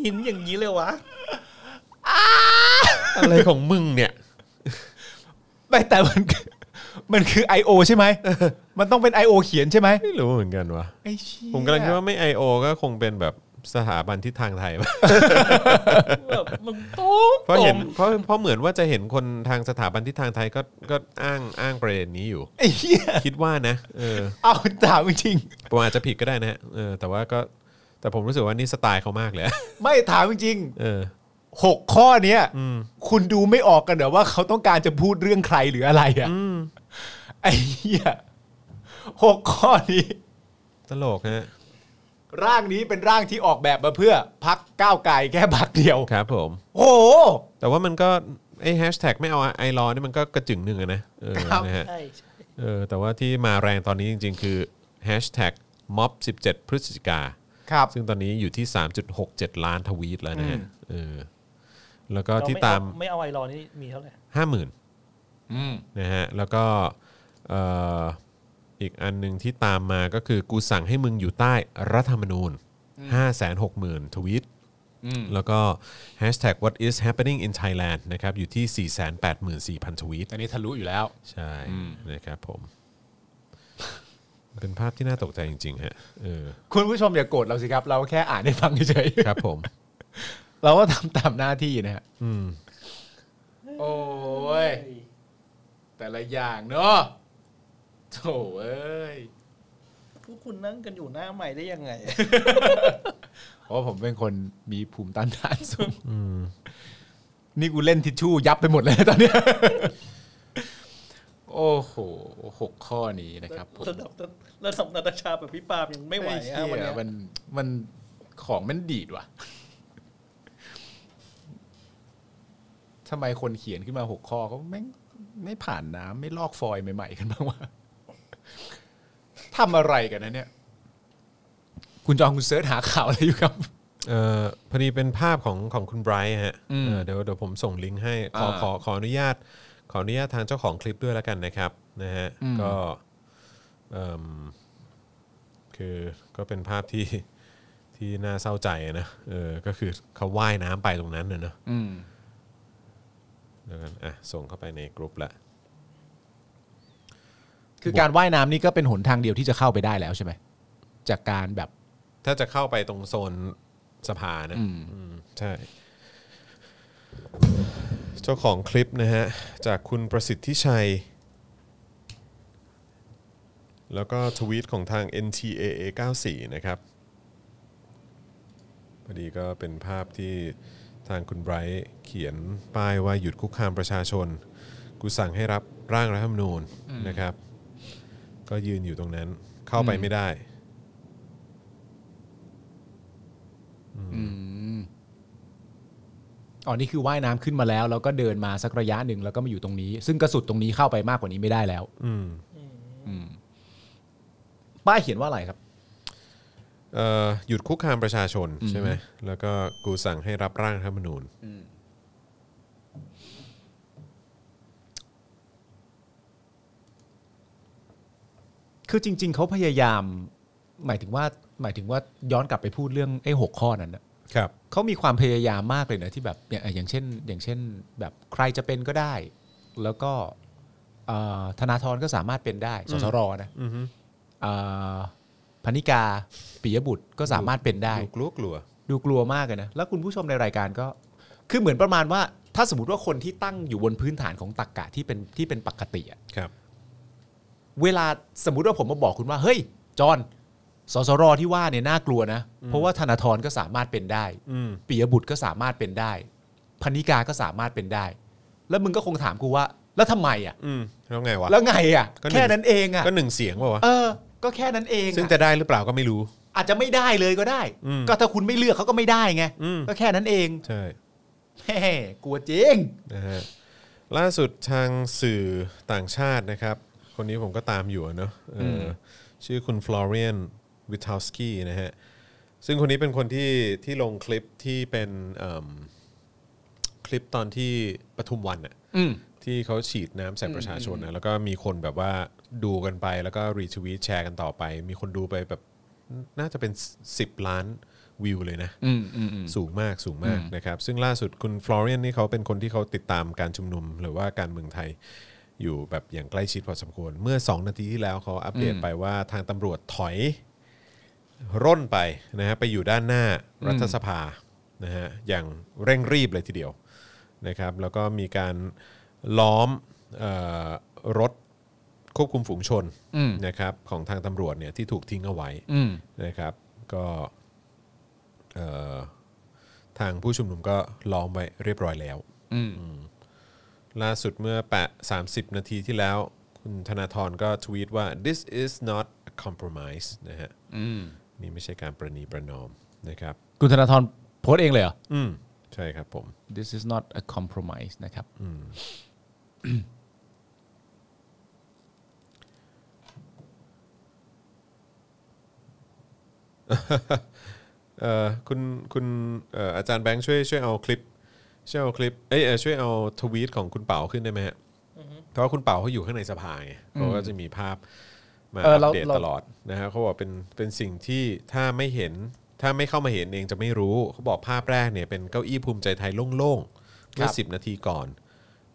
Speaker 5: หินอย่างนี้เลยวะ
Speaker 2: อะไรของมึงเนี่ย
Speaker 3: ไม่แต่มัน มันคือ I.O. ใช่ไหมมันต้องเป็น I.O. เขียนใช่ไหม
Speaker 2: ไม่รู้เหมือนกันวะ
Speaker 3: ไอ้เชี่ย
Speaker 2: ผมกำลังคิดว่าไม่ I.O. ก็คงเป็นแบบสถาบันทิศทางไทย ปะ
Speaker 5: แบบมึงตุ้ม
Speaker 2: เพราะเห็น
Speaker 5: ตุ้ม
Speaker 2: เพราะเพราะเหมือนว่าจะเห็นคนทางสถาบันทิศทางไทยก็ก็อ้างอ้างประเด็นนี้ อยู่
Speaker 3: ไอ้เหี้ย
Speaker 2: คิดว่านะเออ
Speaker 3: เอาถามจริง
Speaker 2: ผมอาจจะผิดก็ได้นะฮะเออแต่ว่าก็แต่ผมรู้สึกว่านี่สไตล์เขามากเลยอะ
Speaker 3: ๆไม่ถามจริง
Speaker 2: เออ
Speaker 3: ๆหกข้อเนี้ย
Speaker 2: อืม
Speaker 3: คุณดูไม่ออกกันเหรอว่าเขาต้องการจะพูดเรื่องใครหรืออะไรอ่ะไอ้เหี้ยหกข้อนี้
Speaker 2: ตลกฮะ
Speaker 3: ร่างนี้เป็นร่างที่ออกแบบมาเพื่อพักก้าวไกลแค่บักเดียว
Speaker 2: ครับผม
Speaker 3: โอ้โห
Speaker 2: แต่ว่ามันก็ไอ้แฮชแท็กไม่เอาไอรอนี่มันก็กระจึงหนึ่งอะนะเออ
Speaker 3: ครับ
Speaker 2: นะฮะ
Speaker 5: ใช่ใช่
Speaker 2: เออแต่ว่าที่มาแรงตอนนี้จริง ๆ คือ hashtag mob 17 พฤศจิกา
Speaker 3: ครับ
Speaker 2: ซึ่งตอนนี้อยู่ที่ 3.67 ล้านทวีตแล้วนะฮะเออแล้วก็
Speaker 5: เร
Speaker 2: ที่
Speaker 5: ไเอ
Speaker 2: ตาม
Speaker 5: ไม่เอาไอรอนนี่มีเท่าไหร่
Speaker 2: 50,000
Speaker 3: อืม
Speaker 2: นะฮะแล้วก็เอ่ออีกอันหนึ่งที่ตามมาก็คือ กูสั่งให้มึงอยู่ใต้รัฐธรรมนูญ 560,000 ทวีต
Speaker 3: อืม
Speaker 2: แล้วก็ hashtag what is happening in Thailand นะครับอยู่ที่ 484,000 ทวีต
Speaker 3: อันนี้ทะลุอยู่แล้ว
Speaker 2: ใช่นะครับผม เป็นภาพที่น่าตกใจจริง ๆ ฮะเออ
Speaker 3: คุณผู้ชมอย่าโกรธเราสิครับ เราแค่อ่านให้ฟังเฉยๆ
Speaker 2: ครับผม
Speaker 3: เราก็ทำตามหน้าที่นะฮะ
Speaker 2: อืม
Speaker 3: โอ้ย แต่ละอย่างเนาะโถเอ้ย
Speaker 5: พวกคุณนั่งกันอยู่หน้าใหม่ได้ยังไง
Speaker 3: เพราะผมเป็นคนมีภูมิต้านทานสูงนี่กูเล่นทิชชู่ยับไปหมดเลยตอนเนี้ยโอ้โหหกข้อนี้นะครับผม
Speaker 5: ระดับระดับนาตาชาแบบพี่ปาล์มยังไม่ไหว
Speaker 3: เชี่
Speaker 5: อ่ะ
Speaker 3: ย
Speaker 5: วันเนี้ย
Speaker 3: มันมันของมันดีดว่ะทำไมคนเขียนขึ้นมาหกข้อเขาแม่งไม่ผ่านน้ำไม่ลอกฟอยล์ใหม่ ๆ กันบ้างวะทำอะไรกันนะเนี่ย คุณจองคุณเสิร์ชหาข่าวอะไรอยู่ครับ
Speaker 2: เอ่อพอดีเป็นภาพของของคุณไบรท์ฮะ
Speaker 3: อืม
Speaker 2: เออเดี๋ยวเดี๋ยวผมส่งลิงก์ให้ขอ
Speaker 3: อ่า
Speaker 2: ขอขออนุญาต ขออนุญาตทางเจ้าของคลิปด้วยแล้วกันนะครับนะฮะ
Speaker 3: อืม
Speaker 2: ก็เอิ่มคือก็เป็นภาพที่ที่น่าเศร้าใจนะเออก็คือเขาว่ายน้ำไปตรงนั้นน่ะเนอะ
Speaker 3: อืม
Speaker 2: เดี๋ยวกันอ่ะส่งเข้าไปในกรุ๊ปละ
Speaker 3: คือการว่ายน้ำนี่ก็เป็นหนทางเดียวที่จะเข้าไปได้แล้วใช่ไหม จากการแบบ
Speaker 2: ถ้าจะเข้าไปตรงโซนสภานะ
Speaker 3: อืม
Speaker 2: อืมใช่ เจ้าของคลิปนะฮะ จากคุณประสิทธิชัย แล้วก็ทวีตของทาง NTAA 94 นะครับ พอดีก็เป็นภาพที่ทางคุณไบรท์เขียนป้ายว่าหยุดคุกคามประชาชน กูสั่งให้รับร่างรัฐธรรมนูญนะครับ ก็ยืนอยู่ตรงนั้นเข้าไปไม่ได้
Speaker 3: อ๋อนี่คือว่ายน้ำขึ้นมาแล้ว แล้วก็เดินมาสักระยะหนึ่งแล้วก็มาอยู่ตรงนี้ ซึ่งกระสุดตรงนี้เข้าไปมากกว่านี้ไม่ได้แล้ว
Speaker 2: อืม
Speaker 3: ป้ายเขียนว่าอะไรครับ
Speaker 2: เอ่อหยุดคุกคามประชาชนใช่ไหมแล้วก็กูสั่งให้รับร่างรัฐธรรมนูญ
Speaker 3: คือจริง ๆ เขาพยายาม หมายถึงว่าหมายถึงว่าย้อนกลับไปพูดเรื่องไอ้หกข้อนั้นนะครับ เขามีความพยายามมากเลยนะที่แบบอย่างอย่างเช่น อย่างเช่น แบบใครจะเป็นก็ได้ แล้วก็เอ่อธนาธรก็สามารถเป็นได้สสรนะ
Speaker 2: อือฮึ
Speaker 3: เอ่อพนิกาปิยบุตรก็สามารถเป็นได้
Speaker 2: ดูกลัวกลัว
Speaker 3: ดูกลัวมากเลยนะ แล้วคุณผู้ชมในรายการก็ คือเหมือนประมาณว่า ถ้าสมมติว่าคนที่ตั้งอยู่บนพื้นฐานของตรรกกะที่เป็นที่เป็นปกติอะ
Speaker 2: ครับ
Speaker 3: เวลาสมมุติว่าผมมาบอกคุณว่า เฮ้ย จอห์นสสรที่ว่าเนี่ยน่ากลัวนะ เพราะว่าธนาธรก็สามารถเป็นได้
Speaker 2: อืม
Speaker 3: ปิยบุตรก็สามารถเป็นได้พนิกาก็สามารถเป็นได้ แล้วมึงก็คงถามกูว่า แล้วทำไมอ่ะ
Speaker 2: อืมแล้วไงวะ
Speaker 3: แล้วไงอ่ะ
Speaker 2: ก็หนึ่ง
Speaker 3: แค่นั้นเองอ่ะ
Speaker 2: ก็หนึ่งเสียงเปล่าวะ
Speaker 3: เออ ก็แค่นั้นเองอะ
Speaker 2: ซึ่งจะได้หรือเปล่าก็ไม่รู้
Speaker 3: อาจจะไม่ได้เลยก็ได้
Speaker 2: อืม
Speaker 3: ก็ถ้าคุณไม่เลือกเขาก็ไม่ได้ไง
Speaker 2: อืม
Speaker 3: ก็แค่นั้นเอง
Speaker 2: ใช่
Speaker 3: แหมกลัวจริง
Speaker 2: นะฮะล่าสุดทางสื่อต่างชาตินะครับ คนนี้ผมก็ตามอยู่อะเนอะเอออ
Speaker 3: ม
Speaker 2: ชื่อคุณฟลอเรียนวิทาวสกี้นะฮะ ซึ่งคนนี้เป็นคนที่ที่ลงคลิปที่เป็นเอิ่มคลิปตอนที่ปทุมวันอะ
Speaker 3: อืม
Speaker 2: ที่เขาฉีดน้ำใส่ประชาชนนะแล้วก็มีคนแบบว่าดูกันไปแล้วก็รีทวีตแชร์กันต่อไป มีคนดูไปแบบน่าจะเป็น 10 ล้านวิวเลยนะ
Speaker 3: อืมอืมอืม
Speaker 2: สูงมากสูงมากนะครับ ซึ่งล่าสุดคุณฟลอเรียนนี่เขาเป็นคนที่เขาติดตามการชุมนุม หรือว่าการเมืองไทยอยู่แบบอย่างใกล้ชิดพอสมควร เมื่อ 2 นาทีที่แล้วเขาอัปเดตไปว่าทางตำรวจถอยร่นไปนะฮะไปอยู่ด้านหน้ารัฐสภานะฮะอย่างเร่งรีบเลยทีเดียวนะครับ แล้วก็มีการล้อมเออรถควบคุมฝูงชน
Speaker 3: อืม
Speaker 2: นะครับของทางตำรวจเนี่ยที่ถูกทิ้งเอาไว้
Speaker 3: อืม
Speaker 2: นะครับก็เอ่อทางผู้ชุมนุมก็ล้อมไว้เรียบร้อยแล้ว
Speaker 3: อืม
Speaker 2: ล่าสุดเมื่อแปะ30 นาทีที่แล้ว คุณธนาธรก็ทวีตว่า this is not a compromise นะฮะ
Speaker 3: อืม
Speaker 2: นี่ไม่ใช่การประนีประนอมนะครับ
Speaker 3: คุณธนาธรโพสต์เองเลยเหรอ
Speaker 2: อืมใช่ครับผม
Speaker 3: this is not a compromise นะครับ
Speaker 2: เอ่อคุณคุณเอ่ออาจารย์แบงค์ช่วยช่วยเอาคลิปช่วยเอาคลิปเอยเอ่อช่วยเอาทวีตของคุณเป๋าขึ้นได้ไหมฮะเพราะว่าคุณเป๋าเขาอยู่ข้างในสภาไงเขาก็จะมีภาพมา
Speaker 3: เออ
Speaker 2: อัป
Speaker 3: เรา
Speaker 2: เดต
Speaker 3: เรา
Speaker 2: ตลอดนะฮะเขาบอกเป็นเป็นสิ่งที่ถ้าไม่เห็นถ้าไม่เข้ามาเห็นเองจะไม่รู้เขาบอกภาพแรกเนี่ยเป็นเก้าอี้ภูมิใจไทยโล่งๆเมื่อสิบนาทีก่อน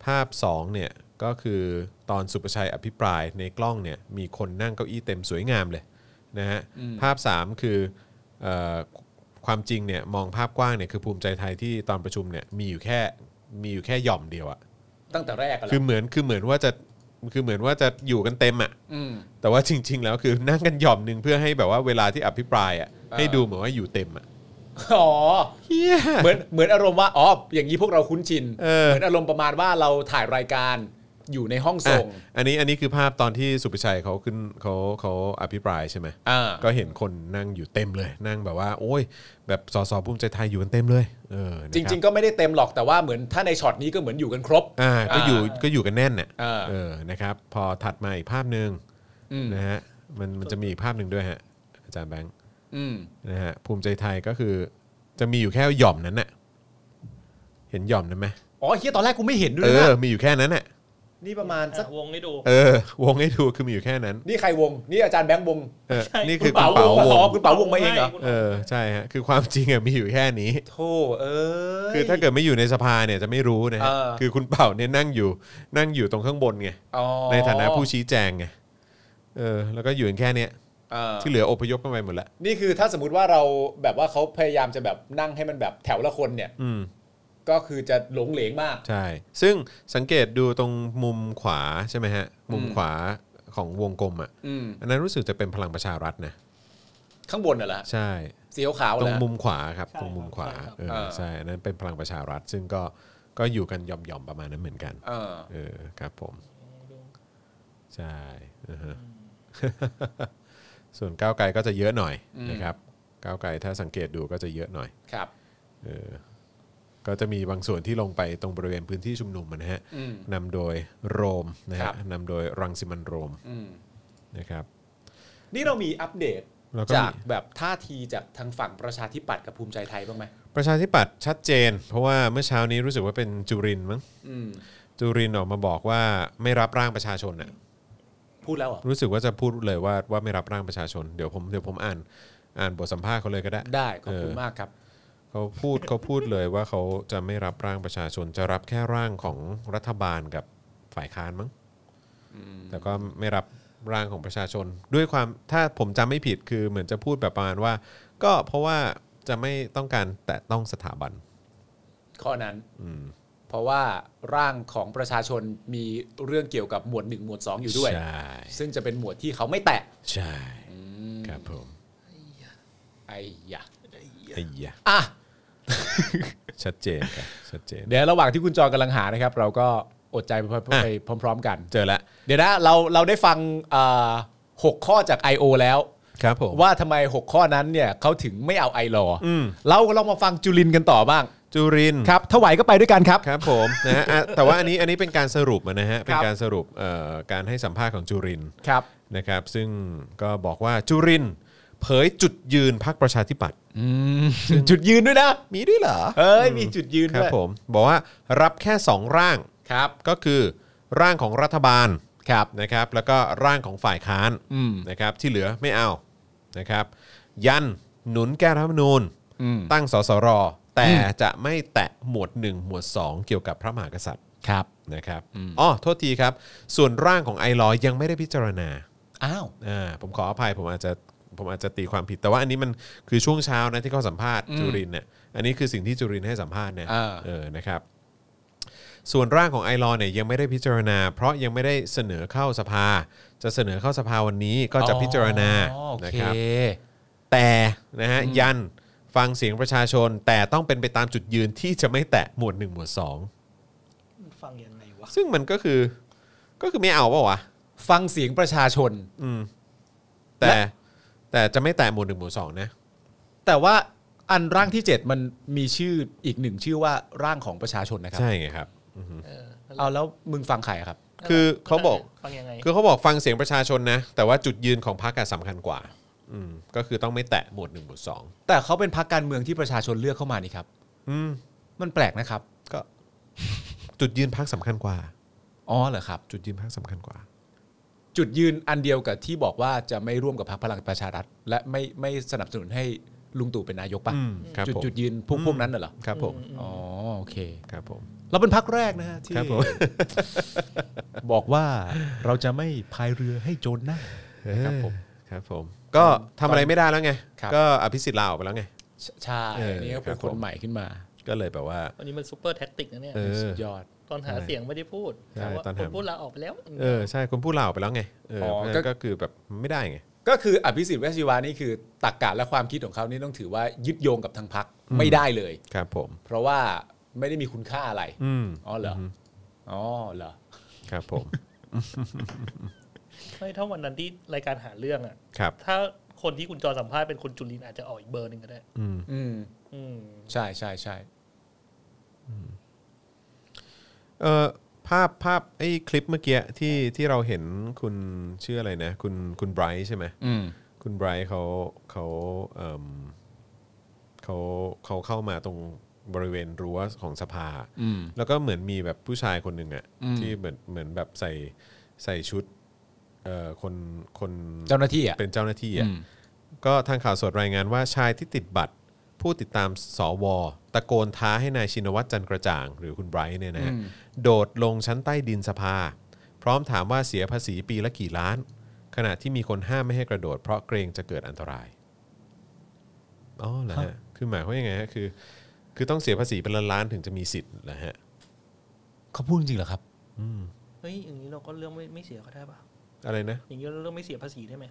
Speaker 2: ภาพสองเนี่ยก็คือตอนสุประชัยอภิปรายในกล้องเนี่ยมีคนนั่งเก้าอี้เต็มสวยงามเลยนะฮะภาพสามคือเออความจริงเนี่ยมองภาพกว้างเนี่ยคือภูมิใจไทยที่ตอนประชุมเนี่ยมีอยู่แค่มีอยู่แค่หย่อมเดียวอะ
Speaker 3: ตั้งแต่แรกอะ
Speaker 2: คือเหมือนคือเหมือนว่าจะคือเหมือนว่าจะอยู่กันเต็มอะ
Speaker 3: อืม
Speaker 2: แต่ว่าจริง ๆ แล้วคือนั่งกันหย่อมหนึ่งเพื่อให้แบบว่าเวลาที่อภิปรายอะ
Speaker 3: อ่า
Speaker 2: ให้ดูเหมือนว่าอยู่เต็มอะ
Speaker 3: อ๋อ
Speaker 2: เฮีย
Speaker 3: เหมือน เหมือนอารมณ์ว่า อ๋อ อย่างนี้พวกเราคุ้นชิน
Speaker 2: เออ
Speaker 3: เหมือนอารมณ์ประมาณว่าเราถ่ายรายการอยู่ในห้องส่ง
Speaker 2: อ่ะอันนี้อันนี้คือภาพตอนที่สุประชัยเขาขึ้นเขาเขาอภิปรายใช่ไหม
Speaker 3: อ่า
Speaker 2: ก็เห็นคนนั่งอยู่เต็มเลย นั่งแบบว่า โอ้ย แบบสสภูมิใจไทยอยู่กันเต็มเลยเออนะค
Speaker 3: จ
Speaker 2: บ
Speaker 3: ริง ๆ ก็ไม่ได้เต็มหรอก แต่ว่าเหมือนถ้าในช็อตนี้ก็เหมือนอยู่กันครบ
Speaker 2: อ่าก็อยู่ก็อยู่กันแน่นเนี่ย
Speaker 3: อ่า
Speaker 2: เออนะครับ พอถัดมาอีกภาพหนึ่งนะฮะมันมันจะมีอีกภาพหนึ่งด้วยฮะอาจารย์แบงค์
Speaker 3: อืม
Speaker 2: นะฮะภูมิใจไทยก็คือ จะมีอยู่แค่หย่อมนั้นน่ะเห็นหย่อมนั้นไหม
Speaker 3: อ๋อเฮียตอนแรกกูไม่เห็นด้ว
Speaker 2: เอย
Speaker 3: นะ
Speaker 2: อ มีอยู่แค่นั้นน่ะ
Speaker 3: นี่ประมาณสัก
Speaker 5: อ่ะวงให้ดู
Speaker 2: เออ วงให้ดูคือมีอยู่แค่นั้น
Speaker 3: นี่ใครวง นี่อาจารย์แบงค์วง
Speaker 2: เออ
Speaker 5: ใช่
Speaker 2: นี่คือคุณเป๋าว
Speaker 3: อ๋อง คุณเป๋าวงมาเองเหรอ
Speaker 2: เออใช่ฮะคือความจริงอะมีอยู่แค่นี้
Speaker 3: โธ่เอ้ย
Speaker 2: คือถ้าเกิดไม่อยู่ในสภาเนี่ยจะไม่รู้นะฮะ
Speaker 3: เออ
Speaker 2: คือคุณเป่าเนี่ยนั่งอยู่นั่งอยู่ตรงข้างบนไง
Speaker 3: อ๋อ
Speaker 2: ในฐานะผู้ชี้แจงไงเออแล้วก็อยู่กันแค่เนี้ย
Speaker 3: เออ
Speaker 2: ที่เหลืออพยพกันไปหมดแล้ว
Speaker 3: นี่คือถ้าสมมติว่าเราแบบว่าเขาพยายามจะแบบนั่งให้มันแบบแถวละคนเนี่ย
Speaker 2: อืม
Speaker 3: ก็คือจะหลงเหลงมาก
Speaker 2: ใช่ ซึ่งสังเกตดูตรงมุมขวาใช่ไหมฮะ มุม
Speaker 3: อืม
Speaker 2: ขวาของวงกลมอ่ะ
Speaker 3: อืม
Speaker 2: อันนั้นรู้สึกจะเป็นพลังประชารัฐนะ
Speaker 3: ข้างบนน่ะเหรอ
Speaker 2: ใช่
Speaker 3: สีขาว
Speaker 2: ต
Speaker 3: ๆ
Speaker 2: ร
Speaker 3: เหรง อ
Speaker 2: มุมขวาครับ
Speaker 5: ใช่
Speaker 2: ตรงมุมขวา
Speaker 5: ครับ
Speaker 2: เออ
Speaker 3: เออ
Speaker 2: ใช่อันนั้นเป็นพลังประชารัฐ ซึ่งก็ก็อยู่กันหย่อมๆประมาณนั้นเหมือนกัน
Speaker 3: เออ
Speaker 2: เออครับผมใช่อือฮะ ส่วนก้าวไกลก็จะเยอะหน่อย
Speaker 3: อืม
Speaker 2: นะครับก้าวไกลถ้าสังเกตดูก็จะเยอะหน่อย
Speaker 3: ครับ
Speaker 2: เออก็จะมีบางส่วนที่ลงไปตรงบริเวณพื้นที่ชุมนุมอะนะฮะ
Speaker 3: อืม
Speaker 2: นำโดยโรมนะ
Speaker 3: ครั
Speaker 2: ฮะ
Speaker 3: บ
Speaker 2: นำโดยรังสิมันต์โรม
Speaker 3: อืม
Speaker 2: นะครับ
Speaker 3: นี่เรามีอัปเดต
Speaker 2: แล้วก็
Speaker 3: จาก
Speaker 2: มี
Speaker 3: แบบท่าทีจากทางฝั่งประชาธิปัตย์กับภูมิใจไทยบ้างไหม
Speaker 2: ประชาธิปัตย์ชัดเจน เพราะว่าเมื่อเช้านี้รู้สึกว่าเป็นจุรินทร์มั้ง
Speaker 3: อืม
Speaker 2: จุรินทร์ออกมาบอกว่าไม่รับร่างประชาชนน่ะ
Speaker 3: พูดแล้วเหรอ
Speaker 2: รู้สึกว่าจะพูดเลยว่าว่าไม่รับร่างประชาชน เดี๋ยวผมเดี๋ยวผมอ่านอ่านบทสัมภาษณ์เขาเลยก็ได้
Speaker 3: ได้ขอบคุณ
Speaker 2: เออ
Speaker 3: มากครับ
Speaker 2: เขาพูดเขาพูดเลยว่าเขาจะไม่รับร่างประชาชน จะรับแค่ร่างของรัฐบาลกับฝ่ายค้านมั้งแต่ก็ไม่รับร่างของประชาชน ด้วยความถ้าผมจำไม่ผิดคือเหมือนจะพูดแบบประมาณว่า ก็เพราะว่าจะไม่ต้องการแตะต้องสถาบัน
Speaker 3: ข้อนั้น เพราะว่าร่างของประชาชนมีเรื่องเกี่ยวกับหมวด 1 หมวด 2 อยู่ด้วย
Speaker 2: ใช่
Speaker 3: ซึ่งจะเป็นหมวดที่เขาไม่แตะ
Speaker 2: ใช่ครับผม
Speaker 3: ไอ้ยะ
Speaker 2: ไอ้เหี้ย
Speaker 3: อ่ะ
Speaker 2: ชัดเจนครับชัดเจน
Speaker 3: เดี๋ยวระหว่างที่คุณจอนกำลังหานะครับ เราก็อดใจไปพร้อม
Speaker 2: อ่ะ
Speaker 3: ไปพร้อม ๆ กัน
Speaker 2: เจอละ
Speaker 3: เดี๋ยวนะเราเราได้ฟังเอ่อหกข้อจาก I.O. แล้ว
Speaker 2: ครับผม
Speaker 3: ว่าทำไม 6 ข้อนั้นเนี่ยเขาถึงไม่เอาไอรอว์
Speaker 2: อืม
Speaker 3: เราลองมาฟังจุลินกันต่อบ้าง
Speaker 2: จุรินทร์
Speaker 3: ครับถวายก็ไปด้วยกันครับ
Speaker 2: ครับผมนะฮะอ่ะแต่ว่าอันนี้อันนี้เป็นการสรุปนะฮะ เป็น
Speaker 3: ครับ
Speaker 2: การสรุปเอ่อการให้สัมภาษณ์ของจุรินทร์
Speaker 3: ครับ
Speaker 2: นะครับ ซึ่งก็บอกว่าจุรินทร์เผยจุดยืนพรรคประชาธิปัตย์
Speaker 3: จุดยืนด้วยนะ
Speaker 2: มีด้วยเหรอ
Speaker 3: เอ้ย มีจุดยืน
Speaker 2: ครั
Speaker 3: ด้
Speaker 2: บ
Speaker 3: วย
Speaker 2: ผมบอกว่ารับแค่ 2 ร่าง
Speaker 3: ครับ
Speaker 2: ก็คือร่างของรัฐบาล
Speaker 3: ครับ
Speaker 2: นะครับ แล้วก็ร่างของฝ่ายค้าน
Speaker 3: อืม
Speaker 2: นะครับที่เหลือไม่เอานะครับ ยันหนุนแก้รัฐธรรมนูญ
Speaker 3: อืม
Speaker 2: ตั้งสสร แต่จะไม่แตะหมวด 1 หมวด 2 เกี่ยวกับพระมหากษัตริย์
Speaker 3: ครับ
Speaker 2: นะครับ อ๋อ โทษทีครับ ส่วนร่างของไอรอยังไม่ได้พิจารณา
Speaker 3: อ้าว
Speaker 2: อ่า ผมขออภัย ผมอาจจะ ผมอาจจะตีความผิด แต่ว่าอันนี้มันคือช่วงเช้านะที่เขาสัมภาษณ์จุรินทร์เนี่ย อันนี้คือสิ่งที่จุรินทร์ให้สัมภาษณ์เนี่ย
Speaker 3: อ่า
Speaker 2: เออ นะครับ ส่วนร่างของไอรอเนี่ยยังไม่ได้พิจารณา เพราะยังไม่ได้เสนอเข้าสภา จะเสนอเข้าสภาวันนี้ก็จะพิจารณา
Speaker 3: อ๋อโอ
Speaker 2: นะ
Speaker 3: เค
Speaker 2: ครับ แต่นะฮะยันฟังเสียงประชาชน แต่ต้องเป็นไปตามจุดยืนที่จะไม่แตะหมวด 1 หมวด 2
Speaker 5: ฟังยังไงวะ
Speaker 2: ซึ่งมันก็คือ ก็คือไม่เอาเปล่าวะ
Speaker 3: ฟังเสียงประชาชน
Speaker 2: แต่
Speaker 3: และ
Speaker 2: แต่จะไม่แตะหมวดหนึ่งหมวดสองนะ
Speaker 3: แต่ว่าอันร่างที่ 7 มันมีชื่ออีกหนึ่งชื่อว่าร่างของประชาชนนะครับ
Speaker 2: ใช่ไงครับ
Speaker 5: เออนั่นแหละ
Speaker 3: เอาแล้วมึงฟังใครอะครับ
Speaker 2: คือเขาบอก
Speaker 5: ฟังยังไง
Speaker 2: คือเขาบอกฟังเสียงประชาชนนะ แต่ว่าจุดยืนของพรรคอะสำคัญกว่า อืมก็คือต้องไม่แตะหมวดหนึ่งหมวดสอง
Speaker 3: แต่เขาเป็นพรรคการเมืองที่ประชาชนเลือกเข้ามานี่ครับ
Speaker 2: อืม
Speaker 3: มันแปลกนะครับ
Speaker 2: ก็ จุดยืนพรรคสำคัญกว่า
Speaker 3: อ๋อเหรอครับ
Speaker 2: จุดยืนพรรคสำคัญกว่า
Speaker 3: จุดยืนอันเดียวกับที่บอกว่าจะไม่ร่วมกับพรรคพลังประชารัฐ และไม่ไม่สนับสนุนให้ลุงตู่เป็นนายกปะ
Speaker 2: อืมครับ
Speaker 3: จุด
Speaker 2: ผม
Speaker 3: จุดยืนพวกพวกนั้นน่ะเหรอ
Speaker 2: ครับผม
Speaker 3: อ๋อโอเค
Speaker 2: ครับผม
Speaker 3: เราเป็นพักแรกนะฮะที่
Speaker 2: ครับผม
Speaker 3: บอกว่าเราจะไม่พายเรือให้โจรหน้า
Speaker 2: ครับผมครับผม ก็ทำอะไรไม่ได้แล้วไง
Speaker 3: ครับ
Speaker 2: ก็อภิสิทธิ์ลาออกไปแล้วไง
Speaker 3: ใช่
Speaker 2: เออ
Speaker 3: นี่ก็
Speaker 2: ครั
Speaker 3: เป็น
Speaker 2: บผ
Speaker 3: ค
Speaker 2: ม
Speaker 3: นใหม่ขึ้นมา
Speaker 2: ก็เลยแบบว่า
Speaker 5: อันนี้มันซูเปอร์แท็กติกนะเนี่ย
Speaker 2: เออ
Speaker 3: สุดยอด
Speaker 5: ตอนหาเสียงไม่ได้พูด
Speaker 2: ใช่
Speaker 5: แต่ว่า
Speaker 2: ตอนหา
Speaker 5: ผมพูดลาออกไปแล้ว
Speaker 2: เออใช่คนพูดลาออกไปแล้วไงเอออเ
Speaker 3: อ
Speaker 2: พราะฉะ
Speaker 3: ก็
Speaker 2: นั้นก็คือแบบไม่ได้ไง
Speaker 3: ก็คืออภิสิทธิ์เวชชีวานี่คือตรกกะและความคิดของเขานี่ต้องถือว่ายึดโยงกับทางพักไม่ได้เลย
Speaker 2: ครับผม
Speaker 3: เพราะว่าไม่ได้มีคุณค่าอะไร
Speaker 2: อืม
Speaker 3: อ๋อเหรออ๋อเหรอ
Speaker 2: ครับผม
Speaker 5: ไม่เท่าวันนั้นที่รายการหาเรื่องอ่ะ
Speaker 2: ครับ
Speaker 5: ถ้าคนที่คุณจอสัมภาษณ์เป็นคุณจุลินอาจจะออกอีกเบอร์หนึ่งก็ได้
Speaker 2: อืม
Speaker 3: อืม
Speaker 5: อืม
Speaker 3: ใช่ใช่ใช่
Speaker 2: เออภาพภาพไอ้คลิปเมื่อกี้ที่ที่เราเห็นคุณชื่ออะไรนะ คุณคุณไบรท์ใช่ไหม
Speaker 3: อืม
Speaker 2: คุณไบรท์เขาเขาเอมเขาเขาเข้ามาตรงบริเวณรั้วของสภา
Speaker 3: อืม
Speaker 2: แล้วก็เหมือนมีแบบผู้ชายคนหนึ่งอะที่เหมือนเหมือนแบบใส่ใส่ชุดเอ่อคนคน
Speaker 3: เจ้าหน้าที่อ่ะ
Speaker 2: เป็นเจ้าหน้าที่อะ
Speaker 3: อืม
Speaker 2: ก็ทางข่าวสดรายงานว่าชายที่ติดบัตร ผู้ติดตามสวตะโกนท้าให้นายชินวัตรจันทร์กระจ่าง หรือคุณไบรท์เนี่ยนะฮะโดดลงชั้นใต้ดินสภา พร้อมถามว่าเสียภาษีปีละกี่ล้าน ขณะที่มีคนห้ามไม่ให้กระโดด เพราะเกรงจะเกิดอันตรายอ๋อเหรอฮะคือหมายความยังไงฮะคือ คือต้องเสียภาษีเป็นล้านๆถึงจะมีสิทธิ์เหรอฮะ
Speaker 3: เขาพูดจริงเหรอครับ
Speaker 5: เฮ้ยอย่างนี้เราก็เรื่องไม่ไม่เสียเขาได้ปะ
Speaker 2: อะไรนะ
Speaker 5: อย่างนี้เราเรื่องไม่เสียภาษีได้ไหม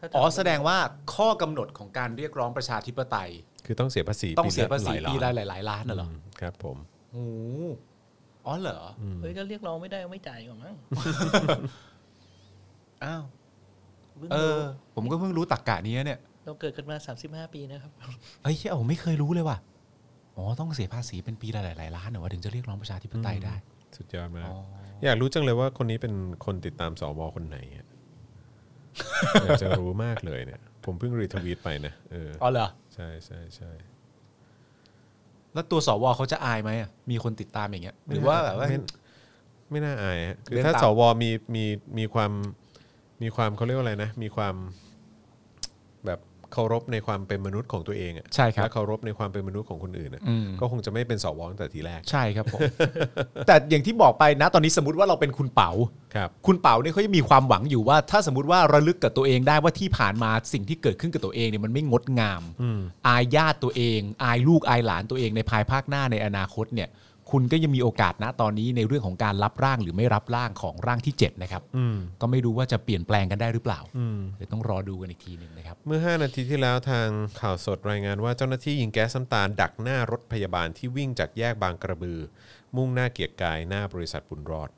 Speaker 5: ถ้าทำ
Speaker 3: อ๋อแสดงว่าข้อกำหนดของการเรียกร้องประชาธิปไตย
Speaker 2: คือต้องเสียภาษี
Speaker 3: ต้องเสียภาษี
Speaker 2: หล
Speaker 3: ปี
Speaker 2: ล้
Speaker 3: ละ
Speaker 2: น
Speaker 3: หลายๆล้านน่ะเหรอ
Speaker 2: มครับผม
Speaker 3: โอ้โหอ๋อเหรออ
Speaker 5: เฮ้ยถ้าเรียกร้องไม่ได้ไม่จ่ายก่อนมั้ง
Speaker 3: อ้าว
Speaker 5: พิ่ง
Speaker 3: เอ
Speaker 5: รู้
Speaker 3: อ ผมก็เพิ่งรู้ตักกะนี้เนี่ย
Speaker 5: เราเกิดกันมา 35 ปีนะครับ
Speaker 3: เอ้ยเหี้ยผมไม่เคยรู้เลยว่ะอ๋อต้องเสียภาษีเป็นปีละหลายๆล้านเหรอวะถึงจะเรียกร้องประชาธิปไตยได้
Speaker 2: สุดยอดมาก
Speaker 3: อ๋อ
Speaker 2: อยากรู้จังเลยว่าคนนี้เป็นคนติดตามสวคนไหนอะ อยากจะรู้มากเลยเนี่ย ผมเพิ่งรีทวีตไปนะเออ
Speaker 3: อ๋อเหรอ
Speaker 2: ใช่ใช่ใช่
Speaker 3: แล้วตัวสวเขาจะอายไหมอะมีคนติดตามอย่างเงี้ยหรือว่าแบบว่า
Speaker 2: ไม่ไม่น่าอายฮะคือ
Speaker 3: เดิน
Speaker 2: ถ้า
Speaker 3: ตาม
Speaker 2: สวมีมีมีความมีความเขาเรียกว่าอะไรนะ มีความแบบเคารพในความเป็นมนุษย์ของตัวเองอะ
Speaker 3: ใช่ครับ
Speaker 2: และเคารพในความเป็นมนุษย์ของคนอื่นอะ
Speaker 3: อืม
Speaker 2: ก็คงจะไม่เป็นสวตั้งแต่ทีแรก
Speaker 3: ใช่ครับผม แต่อย่างที่บอกไปนะตอนนี้สมมติว่าเราเป็นคุณเป๋า
Speaker 2: ครับ
Speaker 3: คุณเป๋าเนี่ยเขายังมีความหวังอยู่ว่า ถ้าสมมติว่าระลึกกับตัวเองได้ว่าที่ผ่านมาสิ่งที่เกิดขึ้นกับตัวเองเนี่ยมันไม่งดงาม
Speaker 2: อืม
Speaker 3: อายญาติตัวเอง อายลูกอายหลานตัวเองในภายภาคหน้าในอนาคตเนี่ย คุณก็ยังมีโอกาสนะตอนนี้ในเรื่องของการรับร่างหรือไม่รับร่างของร่างที่ 7 นะครับ
Speaker 2: อืม
Speaker 3: ก็ไม่รู้ว่าจะเปลี่ยนแปลงกันได้หรือเปล่า
Speaker 2: อืม
Speaker 3: เดี๋ยวต้องรอดูกันอีกทีหนึ่งนะครับ
Speaker 2: เมื่อ 5 นาทีที่แล้วทางข่าวสดรายงานว่าเจ้าหน้าที่ยิงแก๊สน้ำตาลดักหน้ารถพยาบาลที่วิ่งจากแยกบางกระบือ มุ่งหน้าเกียรติกายหน้าบริษัทบุญรอด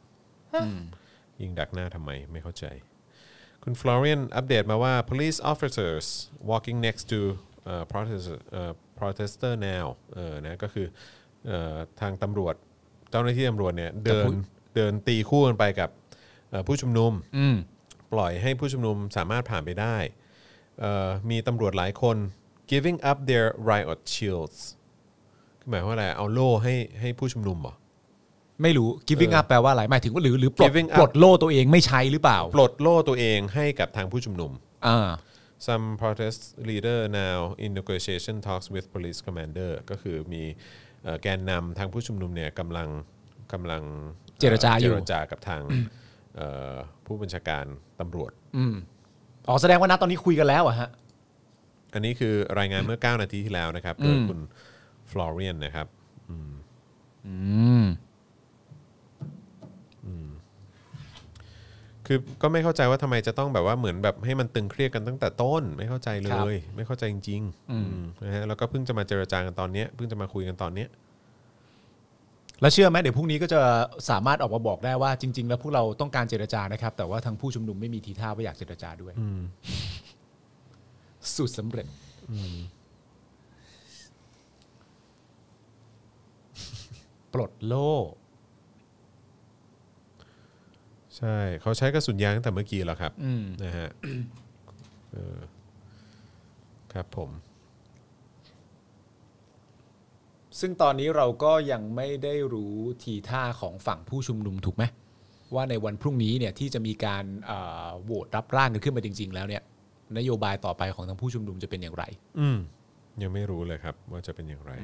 Speaker 2: ยิงดักหน้าทำไมไม่เข้าใจ คุณฟลอเรียนอัปเดตมาว่า police officers walking next to เอ่อ protest- เอ่อ protester now เออนะก็คือเอ่อทางตำรวจเจ้าหน้าที่ตำรวจเนี่ยเดินเดินตีคู่กันไปกับเอ่อผู้ชุมนุม
Speaker 3: อืม
Speaker 2: ปล่อยให้ผู้ชุมนุมสามารถผ่านไปได้เอ่อมีตำรวจหลายคน giving up their riot shields คือหมายความว่าอะไร เอาโล่ให้ให้ผู้ชุมนุมเหรอ
Speaker 3: ไม่รู้ giving up แปลว่าอะไรหมายถึงว่าหรือหรือปลด
Speaker 2: giving up
Speaker 3: ปลดโล่ตัวเองไม่ใช้หรือเปล่า
Speaker 2: ปลดโล่ตัวเองให้กับทางผู้ชุมนุม
Speaker 3: อ่า
Speaker 2: some protest leader now in negotiation talks with police commander ก็คือมีเอ่อแกนนำทางผู้ชุมนุมเนี่ยกำลังกำลัง
Speaker 3: เจรจาอยู่
Speaker 2: เจรจากับทางเอ่อผู้บัญชาการตำรวจ
Speaker 3: อ๋อแสดงว่านะตอนนี้คุยกันแล้วอะฮะ
Speaker 2: อันนี้คือรายงานเมื่อ 9 นาทีที่แล้วนะครับ โดยคุณฟลอเรียนนะครับ
Speaker 3: อืม
Speaker 2: คือก็ไม่เข้าใจว่าทำไมจะต้องแบบว่าเหมือนแบบให้มันตึงเครียดกันตั้งแต่ต้น ไม่เข้าใจเล
Speaker 3: ครับ
Speaker 2: ย ไม่เข้าใจจริงๆอืมนะฮะแล้วก็เพิ่งจะมาเจรจากันตอนเนี้ยเพิ่งจะมาคุยกันตอนเนี้ย
Speaker 3: แล้วเชื่อไหมเดี๋ยวพรุ่งนี้ก็จะสามารถออกมาบอกได้ว่าจริง ๆ แล้วพวกเราต้องการเจรจานะครับ แต่ว่าทางผู้ชุมนุมไม่มีทีท่าว่าอยากเจรจาด้วยสุดสำเร็จ ปลดโล่
Speaker 2: ใช่เขาใช้กระสุนยางตั้งแต่เมื่อกี้แล้วครับ
Speaker 3: อืม
Speaker 2: นะ ฮะเออครับผม
Speaker 3: ซึ่งตอนนี้เราก็ยังไม่ได้รู้ทีท่าของฝั่งผู้ชุมนุมถูกไหมว่าในวันพรุ่งนี้เนี่ยที่จะมีการเอ่อโหวตรับร่างกันขึ้นมาจริง ๆ แล้วเนี่ย นโยบายต่อไปของทางผู้ชุมนุมจะเป็นอย่างไร
Speaker 2: อืมยังไม่รู้เลยครับ ว่าจะเป็นอย่างไร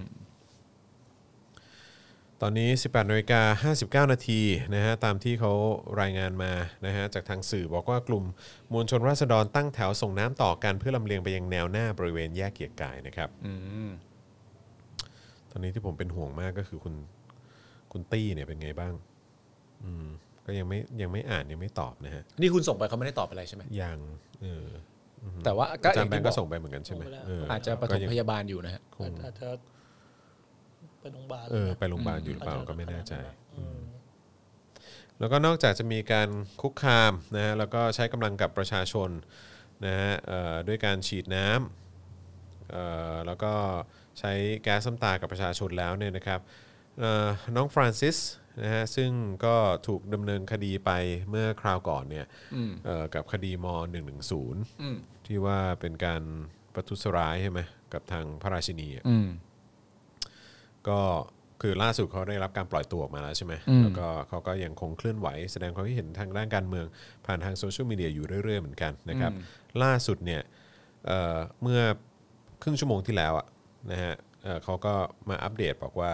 Speaker 2: ตอนนี้ 18นาฬิกา59 นาทีนะฮะตามที่เขารายงานมานะฮะจากทางสื่อบอกว่ากลุ่มมวลชนราษฎรตั้งแถวส่งน้ำต่อกันเพื่อลำเลียงไปยังแนวหน้าบริเวณแยกเกียรติกายนะครับ ตอนนี้ที่ผมเป็นห่วงมากก็คือคุณคุณตี้เนี่ยเป็นไงบ้าง อืมก็ยังไม่ยังไม่อ่านยังไม่ตอบนะฮะ
Speaker 3: นี่คุณส่งไปเขาไม่ได้ตอบอะไรใช่ไหม
Speaker 2: ยังเออ
Speaker 3: แต่ว่าก็
Speaker 2: อาจารย์แบงก์ก็
Speaker 3: อย่าที่
Speaker 2: ส่งไปเหมือนกันใช่ไหม
Speaker 5: ส่งไปแล้ว
Speaker 2: เ
Speaker 3: บอกอาจจะปฐ
Speaker 2: ก็
Speaker 3: ม
Speaker 2: ยัง
Speaker 3: พยาบาลอยู่นะฮะ
Speaker 2: คง
Speaker 5: อาจจะไปโรงพยาบาล
Speaker 2: เออไปโรงพยาบาลอยู่หรือ
Speaker 5: จ
Speaker 2: เปล่า
Speaker 5: จะ
Speaker 2: ก็ไม่แน่ใจ
Speaker 5: อืม
Speaker 2: แล้วก็นอกจากจะมีการคุกคามนะฮะแล้วก็ใช้กำลังกับประชาชนนะฮะเอ่อด้วยการฉีดน้ำเอ่อแล้วก็ใช้แก๊สซ้ำตากับประชาชนแล้วเนี่ยนะครับเอ่อน้องฟรานซิสนะฮะซึ่งก็ถูกดำเนินคดีไปเมื่อคราวก่อนเนี่ยเอ่อกับคดีม .110 ที่ว่าเป็นการประทุษร้ายใช่ไหมกับทางพระราชินีอะ
Speaker 3: อืม
Speaker 2: ก็คือล่าสุดเขาได้รับการปล่อยตัวออกมาแล้วใช่ไหมแล้วก็เขาก็ยังคงเคลื่อนไหว แสดงความคิดเห็นทางด้านการเมือง ผ่านทางโซเชียลมีเดียอยู่เรื่อย ๆ เหมือนกันนะครับ ล่าสุดเนี่ยเอ่อเมื่อครึ่งชั่วโมงที่แล้วอะนะฮะเอ่อเขาก็มาอัปเดตบอกว่า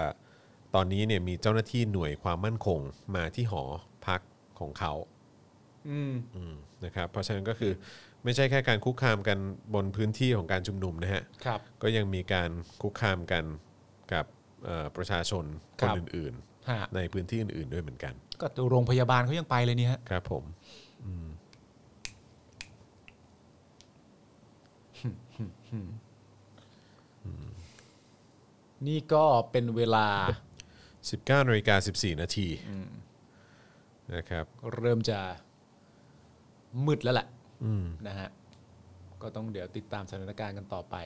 Speaker 2: ตอนนี้เนี่ยมีเจ้าหน้าที่หน่วยความมั่นคงมาที่หอพักของเขา อืมนะครับเพราะฉะนั้นก็คือไม่ใช่แค่การคุกคามกันบนพื้นที่ของการชุมนุมนะฮะ
Speaker 3: ครับ
Speaker 2: ก็ยังมีการคุกคามกันกับเอ่อประชาชน
Speaker 3: ค
Speaker 2: ค
Speaker 3: รั
Speaker 2: น
Speaker 3: บ
Speaker 2: อื่น
Speaker 3: ฮะ
Speaker 2: ๆ ในพื้นที่อื่นๆด้วยเหมือนกัน
Speaker 3: ก็โรงพยาบาลเขายังไปเลยนี่ฮะ
Speaker 2: ครับผมอืม
Speaker 3: นี่ก็เป็นเวลา
Speaker 2: 19นาฬิกา14 นาทีนะครับ
Speaker 3: เริ่มจะมืดแล้วแหละ
Speaker 2: อืม
Speaker 3: นะฮะ ก็ต้องเดี๋ยวติดตามสถานการณ์กันต่อไป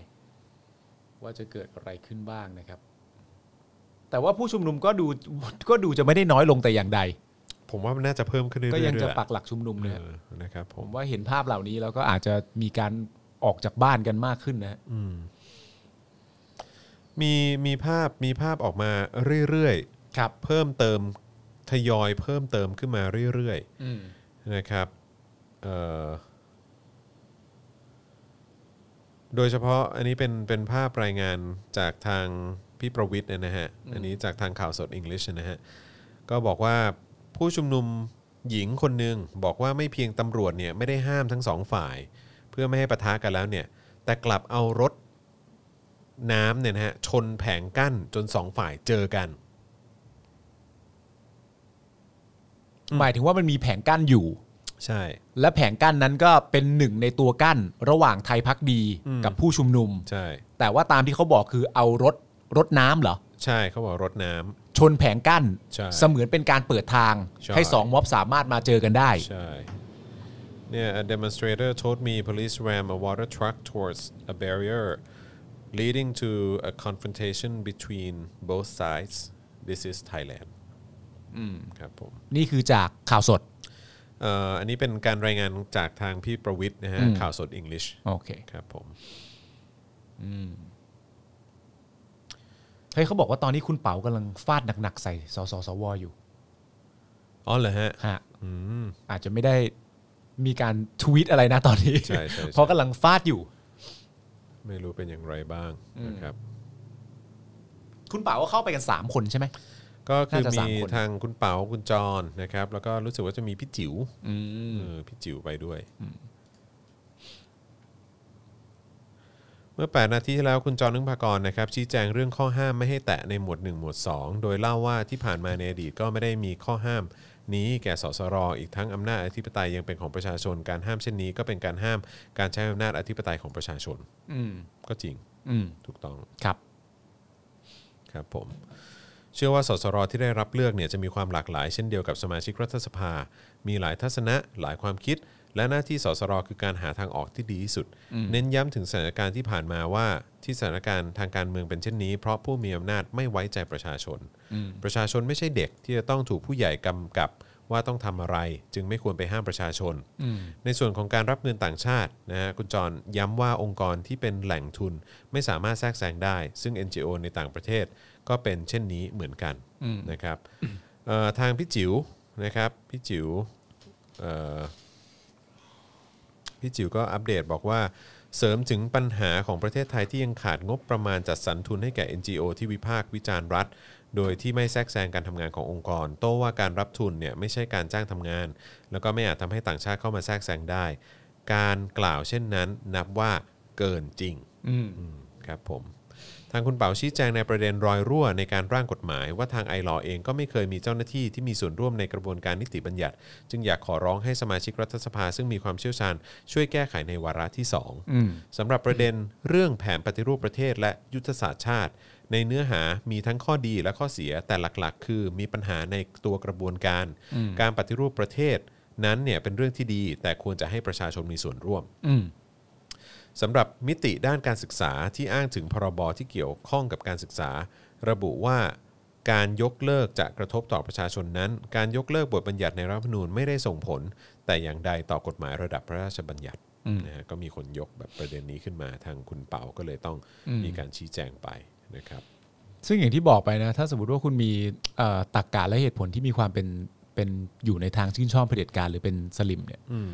Speaker 3: ว่าจะเกิดอะไรขึ้นบ้างนะครับ แต่ว่าผู้ชุมนุมก็ดู ก็ดูจะไม่ได้น้อยลงแต่อย่างใด
Speaker 2: ผมว่ามันน่าจะเพิ่มขึ้นเรื่อยๆ
Speaker 3: ก็ยังจะ
Speaker 2: ด้วยแหล
Speaker 3: ปักหลักชุมนุมนะฮะ
Speaker 2: เออนะครับผ
Speaker 3: ผม มว่าเห็นภาพเหล่านี้แล้วก็อาจจะมีการออกจากบ้านกันมากขึ้นนะฮะ
Speaker 2: อืมมีมีภาพมีภาพออกมาเรื่อย
Speaker 3: ครับ
Speaker 2: ๆ เพิ่มเติมทยอยเพิ่มเติมขึ้นมาเรื่อยๆ
Speaker 3: อืม
Speaker 2: นะครับเอ่อโดยเฉพาะอันนี้เป็นเป็นภาพรายงานจากทางพี่ประวิทย์เนี่ยนะฮะ อันนี้จากทางข่าวสดอังกฤษนะฮะ ก็บอกว่าผู้ชุมนุมหญิงคนหนึ่งบอกว่าไม่เพียงตำรวจเนี่ยไม่ได้ห้ามทั้งสองฝ่าย เพื่อไม่ให้ปะทะกันแล้วเนี่ย แต่กลับเอารถน้ำเนี่ยนะฮะชนแผงกั้นจนสองฝ่ายเจอกัน
Speaker 3: หมายถึงว่ามันมีแผงกั้นอยู่
Speaker 2: ใช่
Speaker 3: และแผงกั้นนั้นก็เป็นหนึ่งในตัวกั้นระหว่างไทยพักดีกับผู้ชุมนุม
Speaker 2: ใช่
Speaker 3: แต่ว่าตามที่เขาบอกคือเอารถรถน้ำเหรอ
Speaker 2: ใช่เขาบอกรถน้ำ
Speaker 3: ชนแผงกั้น
Speaker 2: ใช่
Speaker 3: เสมือนเป็นการเปิดทาง
Speaker 2: ใช่
Speaker 3: สองม็อบสามารถมาเจอกันได้
Speaker 2: ใช่ เนี่ย a demonstrator told me police ram a water truck towards a barrier leading to a confrontation between both sides this is Thailand ครับผม
Speaker 3: นี่คือจากข่าวสด
Speaker 2: เอ่ออันนี้เป็นการรายงานจากทางพี่ประวิทย์นะฮะ ข่าวสดอังกฤษ
Speaker 3: โอเค
Speaker 2: ครับผม
Speaker 3: เฮ้ยเขาบอกว่าตอนนี้คุณเป๋ากำลังฟาดหนักๆใส่สสสวอยู่
Speaker 2: อ๋อเหรอฮะ
Speaker 3: ฮะ
Speaker 2: อืม
Speaker 3: อาจจะไม่ได้มีการทวีตอะไรนะตอนนี้
Speaker 2: ใช่ใช่ใช่
Speaker 3: เพราะกำลังฟาดอยู่
Speaker 2: ไม่รู้เป็นอย่างไรบ้างนะครับ
Speaker 3: คุณเป๋าก็เข้าไปกัน 3 คนใช่ไหม
Speaker 2: ก็คือ
Speaker 3: น่าจะสา
Speaker 2: มี
Speaker 3: มคน
Speaker 2: ทางคุณเป๋าคุณจรนะครับ แล้วก็รู้สึกว่าจะมีพี่จิ๋วเออพี่จิ๋วไปด้วย เมื่อ 8 นาทีที่แล้วคุณจรนึงพากรนะครับ ชี้แจงเรื่องข้อห้ามไม่ให้แตะในหมวด 1 หมวด 2 โดยเล่าว่าที่ผ่านมาในอดีตก็ไม่ได้มีข้อห้าม นี้แก่สสรอีกทั้งอำนาจอธิปไตยยังเป็นของประชาชน การห้ามเช่นนี้ก็เป็นการห้ามการใช้อำนาจอธิปไตยของประชาชน
Speaker 3: อืม
Speaker 2: ก็จริง
Speaker 3: อืม
Speaker 2: ถูกต้อง
Speaker 3: ครับ
Speaker 2: ครับผมเชื่อว่าสสรที่ได้รับเลือกเนี่ยจะมีความหลากหลายเช่นเดียวกับสมาชิกรัฐสภา มีหลายทัศนะหลายความคิด และหน้าที่สสรคือการหาทางออกที่ดีที่สุด เน้นย้ำถึงสถานการณ์ที่ผ่านมาว่าที่สถานการณ์ทางการเมืองเป็นเช่นนี้ เพราะผู้มีอำนาจไม่ไว้ใจประชาชน ประชาชนไม่ใช่เด็กที่จะต้องถูกผู้ใหญ่กำกับว่าต้องทำอะไร จึงไม่ควรไปห้ามประชาชน ในส่วนของการรับเงินต่างชาตินะฮะคุณจรย้ำว่าองค์กรที่เป็นแหล่งทุนไม่สามารถแทรกแซงได้ ซึ่ง NGO ในต่างประเทศก็เป็นเช่นนี้เหมือนกันนะครับเอ่อทางพี่จิ๋วนะครับพี่จิ๋วเอ่อ พี่จิ๋วก็อัปเดตบอกว่าเสริมถึงปัญหาของประเทศไทยที่ยังขาดงบประมาณจัดสรรทุนให้แก่ NGO ที่วิพากษ์วิจารณ์รัฐ โดยที่ไม่แทรกแซงการทำงานขององค์กร โต้ว่าการรับทุนเนี่ยไม่ใช่การจ้างทำงาน แล้วก็ไม่อาจทำให้ต่างชาติเข้ามาแทรกแซงได้ การกล่าวเช่นนั้นนับว่าเกินจริง อืมครับผมทางคุณเป๋าชี้แจงในประเด็นรอยรั่วในการร่างกฎหมาย ว่าทางไอรอเองก็ไม่เคยมีเจ้าหน้าที่ที่มีส่วนร่วมในกระบวนการนิติบัญญัติ จึงอยากขอร้องให้สมาชิกรัฐสภาซึ่งมีความเชี่ยวชาญ ช่วยแก้ไขในวาระที่ 2สำหรับประเด็นเรื่องแผนปฏิรูปประเทศและยุทธศาสตร์ชาติ ในเนื้อหามีทั้งข้อดีและข้อเสียแต่หลักๆ คือมีปัญหาในตัวกระบวนการ การปฏิรูปประเทศ นั้นเนี่ยเป็นเรื่องที่ดี แต่ควรจะให้ประชาชนมีส่วนร่วม
Speaker 3: อืม
Speaker 2: สำหรับมิติด้านการศึกษาที่อ้างถึงพรบที่เกี่ยวข้องกับการศึกษา ระบุว่าการยกเลิกจะกระทบต่อประชาชนนั้น การยกเลิกบทบัญญัติในรัฐธรรมนูญไม่ได้ส่งผล แต่อย่างใดต่อกฎหมายระดับพระราชบัญญัตินะฮะก็มีคนยกแบบประเด็นนี้ขึ้นมาทางคุณเปาก็เลยต้องมีการชี้แจงไปนะครับ
Speaker 3: ซึ่งอย่างที่บอกไปนะ ถ้าสมมติว่าคุณมีเอ่อตรรกกะและเหตุผลที่มีความเป็นเป็นอยู่ในทางชื่นชอบเผด็จการหรือเป็นสลิมเนี่ย
Speaker 2: อืม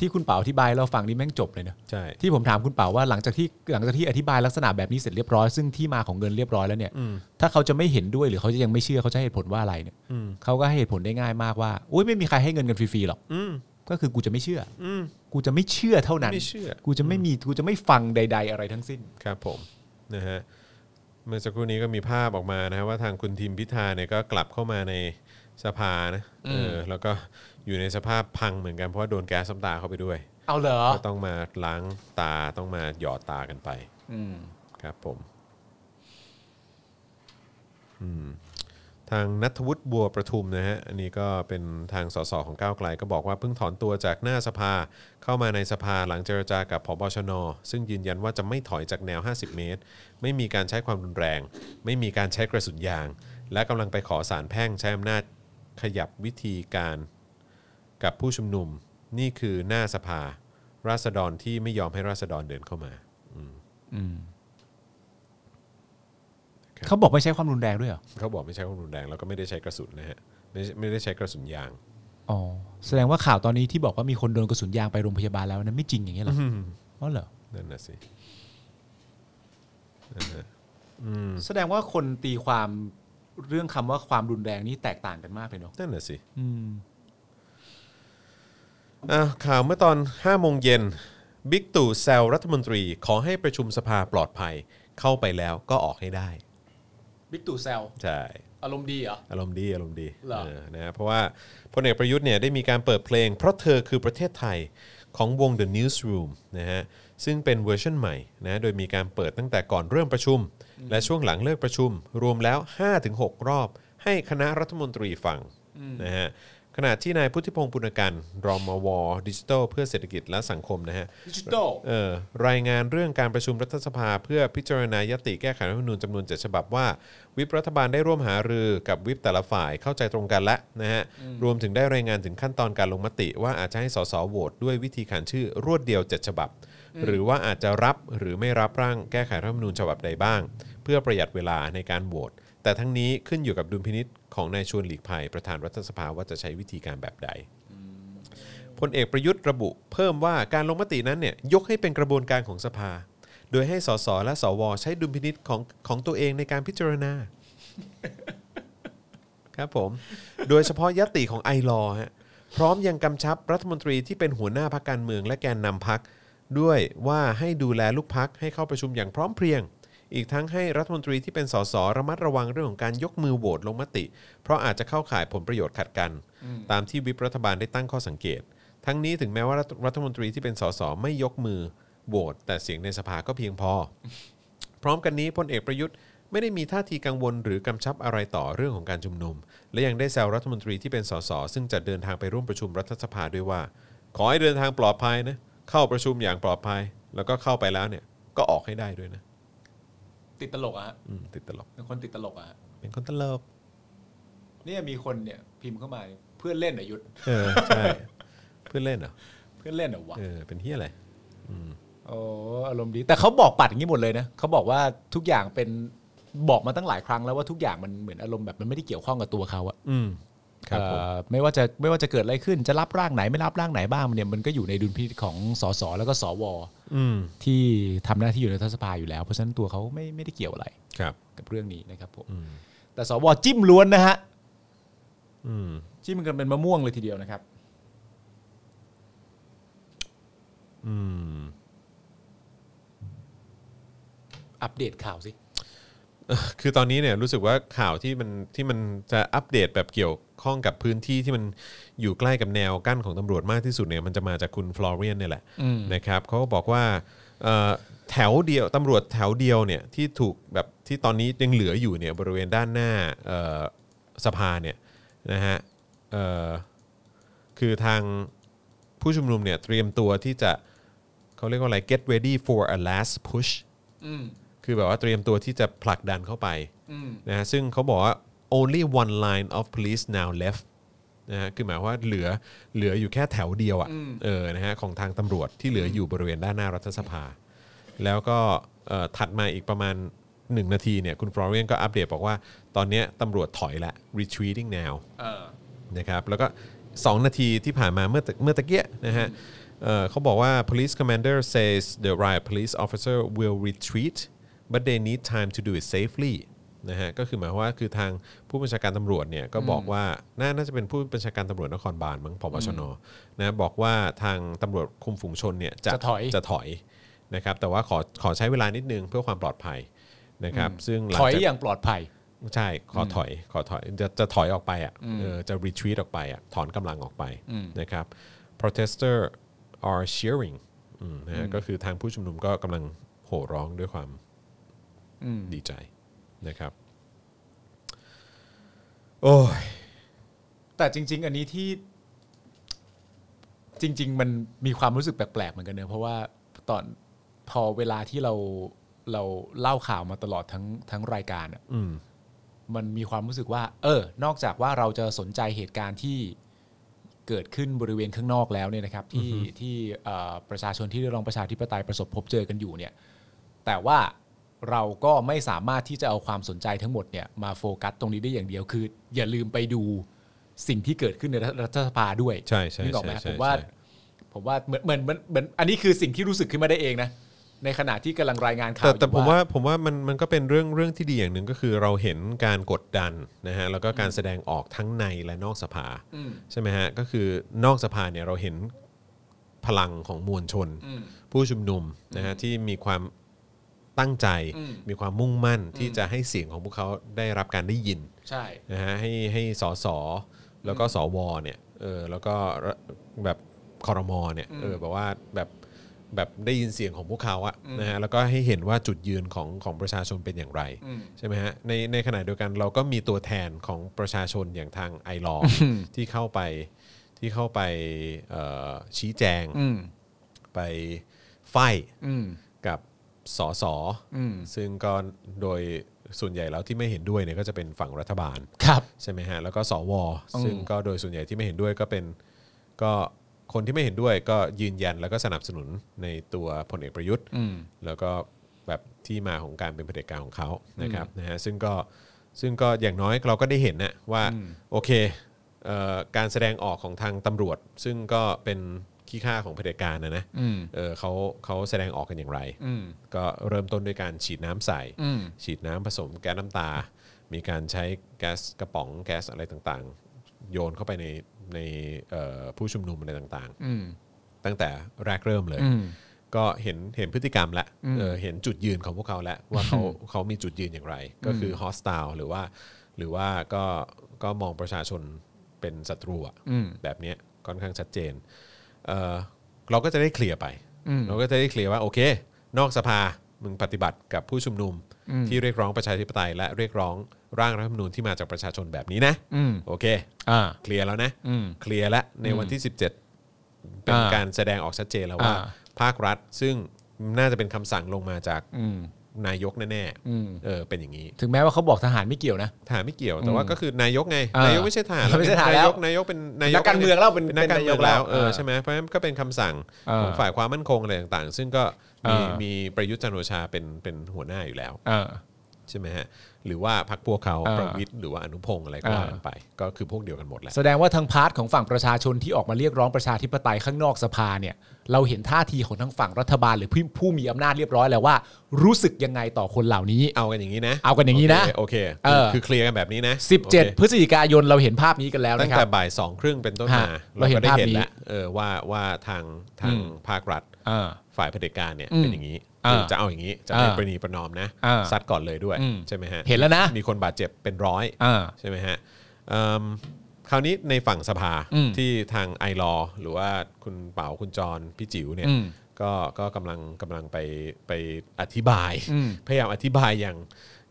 Speaker 3: ที่คุณเป๋าอธิบายเราฟังนี่แม่งจบเลยเนอะ
Speaker 2: ใช่
Speaker 3: ที่ผมถามคุณเป่าว่าหลังจากที่หลังจากที่อธิบายลักษณะแบบนี้เสร็จเรียบร้อยซึ่งที่มาของเงินเรียบร้อยแล้วเนี่ย
Speaker 2: อืม
Speaker 3: ถ้าเขาจะไม่เห็นด้วยหรือเขาจะยังไม่เชื่อเขาจะให้เหตุผลว่าอะไรเนี่ย
Speaker 2: อืม
Speaker 3: เขาก็ให้เหตุผลได้ง่ายมากว่าอุ้ยไม่มีใครให้เงินกันฟรีๆหรอก
Speaker 2: อืม
Speaker 3: ก็คือกูจะไม่เชื่อ
Speaker 2: อืม
Speaker 3: กูจะไม่เชื่อเท่านั้น
Speaker 2: ไม่เชื่อ
Speaker 3: กูจะไม่มีกูจะไม่ฟังใด ๆ อะไรทั้งสิ้น
Speaker 2: ครับผมนะฮะเมื่อสักครู่นี้ก็มีภาพออกมานะฮะว่าทางคุณทิมพิธาเนี่ยก็กลับเข้ามาในสภานะเออแล้วก็อยู่ในสภาพพังเหมือนกันเพราะว่าโดนแก๊สซ้ำตาเข้าไปด้วย
Speaker 3: เอาเหรอ
Speaker 2: ก็ต้องมาล้างตาต้องมาหยอดตากันไป
Speaker 3: อืม
Speaker 2: ครับผมอืมทางนัทวุฒิบัวประทุมนะฮะอันนี้ก็เป็นทางสสของก้าวไกล ก็บอกว่าเพิ่งถอนตัวจากหน้าสภาเข้ามาในสภาหลังเจรจากับพบชน ซึ่งยืนยันว่าจะไม่ถอยจากแนว 50 เมตร ไม่มีการใช้ความรุนแรง ไม่มีการใช้กระสุนยาง และกำลังไปขอสารแพ่งใช้อำนาจขยับวิธีการกับผู้ชุมนุม นี่คือหน้าสภา ราษฎรที่ไม่ยอมให้ราษฎรเดินเข้ามา
Speaker 3: เขาบอกไม่ใช้ความรุนแรงด้วยเหรอ
Speaker 2: เขาบอกไม่ใช้ความรุนแรงแล้วก็ไม่ได้ใช้กระสุนนะฮะไม่ไม่ได้ใช้กระสุนยาง
Speaker 3: อ๋อแสดงว่าข่าวตอนนี้ที่บอกว่ามีคนโดนกระสุนยางไปโรงพยาบาลแล้วนั้นไม่จริงอย่างเงี้ยเหรออ๋อเหรอ
Speaker 2: นั่นน่ะสิ
Speaker 3: อแสดงว่าคนตีความเรื่องคำว่าความรุนแรงนี่แตกต่างกันมากเลยเนาะ
Speaker 2: นั่นน่ะสิ
Speaker 3: อืม
Speaker 2: อ่ะข่าวเมื่อตอน5โมงเย็นบิ๊กตู่แซวรัฐมนตรี ขอให้ประชุมสภาปลอดภัย เข้าไปแล้วก็ออกให้ได้
Speaker 3: บิ๊กตู่แซว
Speaker 2: ใช่
Speaker 3: อารมณ์ดีเหรอ
Speaker 2: อารมณ์ดีอารมณ์ดี
Speaker 3: เหรอ
Speaker 2: เออนะเพราะว่าพลเอกประยุทธ์เนี่ยได้มีการเปิดเพลง เพราะเธอคือประเทศไทยของวง The Newsroom นะฮะซึ่งเป็นเวอร์ชันใหม่นะโดยมีการเปิดตั้งแต่ก่อนเริ่มประชุม และช่วงหลังเลิกประชุม รวมแล้ว 5-6 รอบ ให้คณะรัฐมนตรีฟังนะฮะขณะที่นายพุทธิพงศ์ปุณกันรองมวดิจิทัลเพื่อเศรษฐกิจและสังคมนะฮะ
Speaker 3: ดิจิทัล
Speaker 2: เอ่อรายงานเรื่องการประชุมรัฐสภาเพื่อพิจารณายติแก้ไขรัฐธรรมนูญจำนวน 7 ฉบับว่า วิปรัฐบาลได้ร่วมหารือกับวิปแต่ละฝ่ายเข้าใจตรงกันและนะฮะรวมถึงได้รายงานถึงขั้นตอนการลงมติ ว่าอาจจะให้สสโหวตด้วยวิธีขานชื่อรวดเดียว 7 ฉบับ หรือว่าอาจจะรับหรือไม่รับร่างแก้ไขรัฐธรรมนูญฉบับใดบ้าง เพื่อประหยัดเวลาในการโหวตแต่ทั้งนี้ขึ้นอยู่กับดุลพินิษของนายชวนหลีกภัยประธานรัฐสภาว่าจะใช้วิธีการแบบใด พลเอกประยุทธ์ระบุเพิ่มว่าการลงมตินั้นเนี่ยยกให้เป็นกระบวนการของสภา โดยให้สสและสว ใช้ดุลพินิษของของตัวเองในการพิจารณ า ครับผม โดยเฉพาะยติของไอรอว์ฮะพร้อมยังกำชับรัฐมนตรีที่เป็นหัวหน้าพักการเมืองและแกนนำพัก ด้วยว่าให้ดูแลลูกพักให้เข้าประชุมอย่างพร้อมเพรียง อีกทั้งให้รัฐมนตรีที่เป็นสสระมัดระวังเรื่องของการยกมือโหวตลงมติ เพราะอาจจะเข้าข่ายผลประโยชน์ขัดกัน ตามที่วิปรัฐบาลได้ตั้งข้อสังเกต ทั้งนี้ถึงแม้ว่ารัฐรัฐมนตรีที่เป็นสสไม่ยกมือโหวตแต่เสียงในสภาก็เพียงพอ พร้อมกันนี้พลเอกประยุทธ์ไม่ได้มีท่าทีกังวลหรือกำชับอะไรต่อเรื่องของการชุมนุม และยังได้แซวรัฐมนตรีที่เป็นสสซึ่งจะเดินทางไปร่วมประชุมรัฐสภาด้วยว่า ขอให้เดินทางปลอดภัยนะเข้าประชุมอย่างปลอดภัย แล้วก็เข้าไปแล้วเนี่ยก็ออกให้ได้ด้วยนะ
Speaker 3: ติดตลกอะฮะ
Speaker 2: อืมติดตลก
Speaker 3: เป็นคนติดตลกอะฮะ
Speaker 2: เป็นคนตลก
Speaker 3: เนี่ยมีคนเนี่ยพิมพ์เข้ามาเพื่อนเล่นเหรอยุทธ
Speaker 2: เออใช่เพื่อนเล่นเหรอ
Speaker 3: เพื่อนเล่นเหรอวะ
Speaker 2: เออเป็นเฮียอะไร
Speaker 3: โอ้อารมณ์ดีแต่เขาบอกปัดอย่างนี้หมดเลยนะเขาบอกว่าทุกอย่างเป็นบอกมาตั้งหลายครั้งแล้วว่าทุกอย่างมันเหมือนอารมณ์แบบมันไม่ได้เกี่ยวข้องกับตัวเขาอะ
Speaker 2: อืมครับผม
Speaker 3: เอ่อไม่ว่าจะไม่ว่าจะเกิดอะไรขึ้นจะรับร่างไหนไม่รับร่างไหนบ้างเนี่ยมันก็อยู่ในดุลพินิจของสสแล้วก็สว
Speaker 2: อืม
Speaker 3: ที่ทำหน้าที่อยู่ในรัฐสภาอยู่แล้ว เพราะฉะนั้นตัวเขาไม่ไม่ได้เกี่ยวอะไร
Speaker 2: ครับ
Speaker 3: กับเรื่องนี้นะครับผม
Speaker 2: อืม
Speaker 3: แต่สวจิ้มล้วนนะฮะ
Speaker 2: อืม
Speaker 3: จิ้มกันเป็นมะม่วงเลยทีเดียวนะครับ
Speaker 2: อืม
Speaker 3: อัปเดตข่าวสิ
Speaker 2: คือตอนนี้เนี่ยรู้สึกว่าข่าวที่มันที่มันจะอัปเดตแบบเกี่ยวข้องกับพื้นที่ที่มันอยู่ใกล้กับแนวกั้นของตำรวจมากที่สุดเนี่ยมันจะมาจากคุณฟลอเรียนเนี่ยแหละนะครับเขาก็บอกว่าเอ่อแถวเดียวตำรวจแถวเดียวเนี่ยที่ถูกแบบที่ตอนนี้ยังเหลืออยู่เนี่ยบริเวณด้านหน้าเอ่อสภาเนี่ยนะฮะเอ่อคือทางผู้ชุมนุมเนี่ยเตรียมตัวที่จะเขาเรียกว่าอะไร get ready for a last push คือแบบว่าเตรียมตัวที่จะผลักดันเข้าไปนะฮะซึ่งเขาบอกว่า only one line of police now left นะฮะคือหมายว่าเหลือเหลืออยู่แค่แถวเดียวอะ่ะเออนะฮะของทางตำรวจที่เหลืออยู่บริเวณด้านหน้ารัฐสภา แล้วก็เอ่อถัดมาอีกประมาณ 1 นาทีเนี่ยคุณฟลอเรียนก็อัปเดตบอกว่าตอนเนี้ยตำรวจถอยละ retreating now นะครับแล้วก็ 2 นาทีที่ผ่านมาเมื่อตะเมื่อตะเกียนะฮะเอ่อเขาบอกว่า police commander says the riot police officer will retreat but they need time to do it safely นะฮะก็คือหมายความว่าคือทางผู้บัญชาการตำรวจเนี่ยก็บอกว่าน่าน่าจะเป็นผู้บัญชาการตำรวจนครบาลมั้งผบชนนะบอกว่าทางตำรวจคุมฝูงชนเนี่ย
Speaker 3: จะถอย
Speaker 2: จะถอยนะครับแต่ว่าขอขอใช้เวลานิดนึงเพื่อความปลอดภัยนะครับซึ่งหลั
Speaker 3: ถอย
Speaker 2: จาก
Speaker 3: อย่างปลอดภัย
Speaker 2: ใช่ขอถอยขอถอยจะจะถอยออกไปอ่ะเออจะ retreat ออกไปอ่ะถอนกำลังออกไปนะครับ protester are cheering อืมนะฮะก็คือทางผู้ชุมนุมก็กำลังโห่ร้องด้วยความดีใจนะครับ โอ้ย
Speaker 3: แต่จริง ๆ อันนี้ที่จริง ๆ มันมีความรู้สึกแปลกๆเหมือนกันเนอะเพราะว่าตอนพอเวลาที่เราเราเล่าข่าวมาตลอดทั้งทั้งรายการอะ
Speaker 2: อืม
Speaker 3: มันมีความรู้สึกว่า เออ นอกจากว่าเราจะสนใจเหตุการณ์ที่เกิดขึ้นบริเวณข้างนอกแล้วเนี่ยนะครับ ที่ที่เอ่อประชาชนที่เรียกร้องประชาธิปไตยประสบพบเจอกันอยู่เนี่ย แต่ว่าเราก็ไม่สามารถที่จะเอาความสนใจทั้งหมดเนี่ยมาโฟกัสตรงนี้ได้อย่างเดียวคือ อย่าลืมไปดูสิ่งที่เกิดขึ้นในรัฐสภาด้วย
Speaker 2: ใช่ใช่
Speaker 3: นึกออกไหม
Speaker 2: ใช่ใช่
Speaker 3: ผมว่า
Speaker 2: ใช่
Speaker 3: ผมว่าเหมือนเหมือนเหมือนเหมือนอันนี้คือสิ่งที่รู้สึกขึ้นมาได้เองนะ ในขณะที่กำลังรายงานข่าว
Speaker 2: แต่
Speaker 3: อยู่
Speaker 2: แต่ผมว่าผมว่ามันมันก็เป็นเรื่องเรื่องที่ดีอย่างหนึ่งก็คือเราเห็นการกดดันนะฮะแล้วก็การแสดงออกทั้งในและนอกสภา
Speaker 3: อืม
Speaker 2: ใช่ไหมฮะก็คือนอกสภาเนี่ยเราเห็นพลังของมวลชน
Speaker 3: อืม
Speaker 2: ผู้ชุมนุมนะฮะที่มีความ ตั้งใจ
Speaker 3: อืม
Speaker 2: มีความมุ่งมั่นที่จะให้เสียงของพวกเขาได้รับการได้ยิน
Speaker 3: ใช่
Speaker 2: นะฮะให้ให้สสแล้วก็สวเนี่ยเออแล้วก็ระแบบคอรมอเนี่ย
Speaker 3: อืม
Speaker 2: เออแบบว่าแบบแบบได้ยินเสียงของพวกเขาอะ
Speaker 3: อืม
Speaker 2: นะฮะแล้วก็ให้เห็นว่าจุดยืนของของประชาชนเป็นอย่างไร
Speaker 3: อืม
Speaker 2: ใช่ไหมฮะในในขณะเดียวกันเราก็มีตัวแทนของประชาชนอย่างทางไอรอ
Speaker 3: อืม
Speaker 2: ที่เข้าไปที่เข้าไปเอ่อชี้แจง
Speaker 3: อืม
Speaker 2: ไปไฟท์
Speaker 3: อืม
Speaker 2: กับสส
Speaker 3: อืม
Speaker 2: ซึ่งก็โดยส่วนใหญ่แล้วที่ไม่เห็นด้วยเนี่ยก็จะเป็นฝั่งรัฐบาล
Speaker 3: ครับ
Speaker 2: ใช่ไหมฮะแล้วก็สว
Speaker 3: อืม
Speaker 2: ซึ่งก็โดยส่วนใหญ่ที่ไม่เห็นด้วยก็เป็นก็คนที่ไม่เห็นด้วยก็ยืนยันแล้วก็สนับสนุนในตัวพลเอกประยุทธ์
Speaker 3: อืม
Speaker 2: แล้วก็แบบที่มาของการเป็นเผด็จการของเขานะครับนะฮะซึ่งก็ซึ่งก็อย่างน้อยเราก็ได้เห็นนะว่าโอเคเอ่อการแสดงออกของทางตำรวจ ซึ่งก็เป็นขี้ข้าของเผด็จการนะนะ
Speaker 3: อืม
Speaker 2: เออเขาเขาแสดงออกกันอย่างไร
Speaker 3: อืม
Speaker 2: ก็เริ่มต้นด้วยการฉีดน้ำใส่
Speaker 3: อืม
Speaker 2: ฉีดน้ำผสมแก๊สน้ำตา มีการใช้แก๊สกระป๋องแก๊สอะไรต่างๆ โยนเข้าไปในในเอ่อผู้ชุมนุมอะไรต่าง
Speaker 3: อืม
Speaker 2: ๆ ตั้งแต่แรกเริ่มเลย
Speaker 3: อืม
Speaker 2: ก็เห็นเห็นพฤติกรรมละเออเห็นจุดยืนของพวกเขาแล้วว่าเขา เขามีจุดยืนอย่างไร ก็คือ hostile หรือว่า หรือว่าก็ก็มองประชาชนเป็นศัตรูอะ
Speaker 3: อืม
Speaker 2: แบบเนี้ยค่อนข้างชัดเจนเออเราก็จะได้เคลียร์ไป
Speaker 3: อืม
Speaker 2: เราก็จะได้เคลียร์ว่าโอเค นอกสภามึงปฏิบัติกับผู้ชุมนุมที่เรียกร้องประชาธิปไตย และเรียกร้องร่างรัฐธรรมนูญที่มาจากประชาชนแบบนี้นะ
Speaker 3: อืม
Speaker 2: โอเค
Speaker 3: อ่า
Speaker 2: เคลียร์แล้วนะ
Speaker 3: อืม
Speaker 2: เคลียร์แล้วในวันที่ 17 เป็น
Speaker 3: อ่า
Speaker 2: การแสดงออกชัดเจนแล้วว่า
Speaker 3: อ่า
Speaker 2: ภาครัฐซึ่งน่าจะเป็นคำสั่งลงมาจาก
Speaker 3: อืม
Speaker 2: นายกแน่
Speaker 3: อืม
Speaker 2: ๆเออเป็นอย่างนี้
Speaker 3: ถึงแม้ว่าเขาบอกทหารไม่เกี่ยวนะ
Speaker 2: ทหารไม่เกี่ยวแต่ว่าก็คือนายกไง
Speaker 3: อ่าน
Speaker 2: นายกไม่ใช่ทหาร
Speaker 3: ไม่ใช่ทหาร
Speaker 2: นายก
Speaker 3: แล้ว
Speaker 2: นายกเป็นนาย
Speaker 3: นักการเมืองแล้วเป็น
Speaker 2: เป็นนักการเมือง
Speaker 3: เป็นนายกแล้
Speaker 2: แล้ว วเออ
Speaker 3: เออ
Speaker 2: ใช่ไหมเพราะฉะนั้นก็เป็นคำสั่ง
Speaker 3: เออ
Speaker 2: ของฝ่ายความมั่นคงอะไรต่างๆ ซึ่งก็มี
Speaker 3: เออ
Speaker 2: มีประยุทธ์จันทร์โอชาเป็นเป็นหัวหน้าอยู่แล้ว
Speaker 3: เออ
Speaker 2: ใช่ไหมฮะหรือว่าพรรคพวกเขา
Speaker 3: เออ
Speaker 2: ประวิทย์หรือว่าอนุพงศ์อะไรก็
Speaker 3: เออ
Speaker 2: ว่ากันไป ก็คือพวกเดียวกันหมดแหละ
Speaker 3: แสดงว่าทางพาร์ทของฝั่งประชาชนที่ออกมาเรียกร้องประชาธิปไตยข้างนอกสภาเนี่ย เราเห็นท่าทีของทั้งฝั่งรัฐบาลหรือผู้ผู้มีอำนาจเรียบร้อยแล้วว่า รู้สึกยังไงต่อคนเหล่านี้
Speaker 2: เอากันอย่างนี้นะ
Speaker 3: เอากันอย่างนี้นะ
Speaker 2: โอเคโอเค
Speaker 3: เออ
Speaker 2: คือเคลียร์กันแบบนี้นะโอเค
Speaker 3: 17 พฤศจิกายนเราเห็นภาพนี้กันแล้ว
Speaker 2: ตั้ง
Speaker 3: นะครั
Speaker 2: แต่
Speaker 3: บ
Speaker 2: บ่ายสองครึ่งเป็นต้นมา
Speaker 3: ฮะเราเห็น
Speaker 2: ก็ได้
Speaker 3: ภาพ
Speaker 2: เห็น
Speaker 3: นี้
Speaker 2: แล้วเออว่าว่าทางทาง
Speaker 3: อืม
Speaker 2: ภาครัฐ
Speaker 3: เออ
Speaker 2: ฝ่ายเผด็จการเนี่ย
Speaker 3: อืม
Speaker 2: เป็นอย่างนี้
Speaker 3: อ่า
Speaker 2: คือจะเอาอย่างนี้จะไม่
Speaker 3: อ่า
Speaker 2: ประนีประนอมนะ
Speaker 3: อ่า
Speaker 2: ซัดก่อนเลยด้วย
Speaker 3: อืม
Speaker 2: ใช่ไหมฮะ
Speaker 3: เห็นแล้วนะ
Speaker 2: มีคนบาดเจ็บเป็นร้อย
Speaker 3: เออ
Speaker 2: ใช่ไหมฮะเอิ่มคราวนี้ในฝั่งสภา
Speaker 3: อืม
Speaker 2: ที่ทางไอรอหรือว่าคุณเป๋าคุณจรพี่จิ๋วเนี่ย
Speaker 3: อืม
Speaker 2: ก็ก็กำลังกำลังไปไปอธิบาย
Speaker 3: อืม
Speaker 2: พยายามอธิบายอย่าง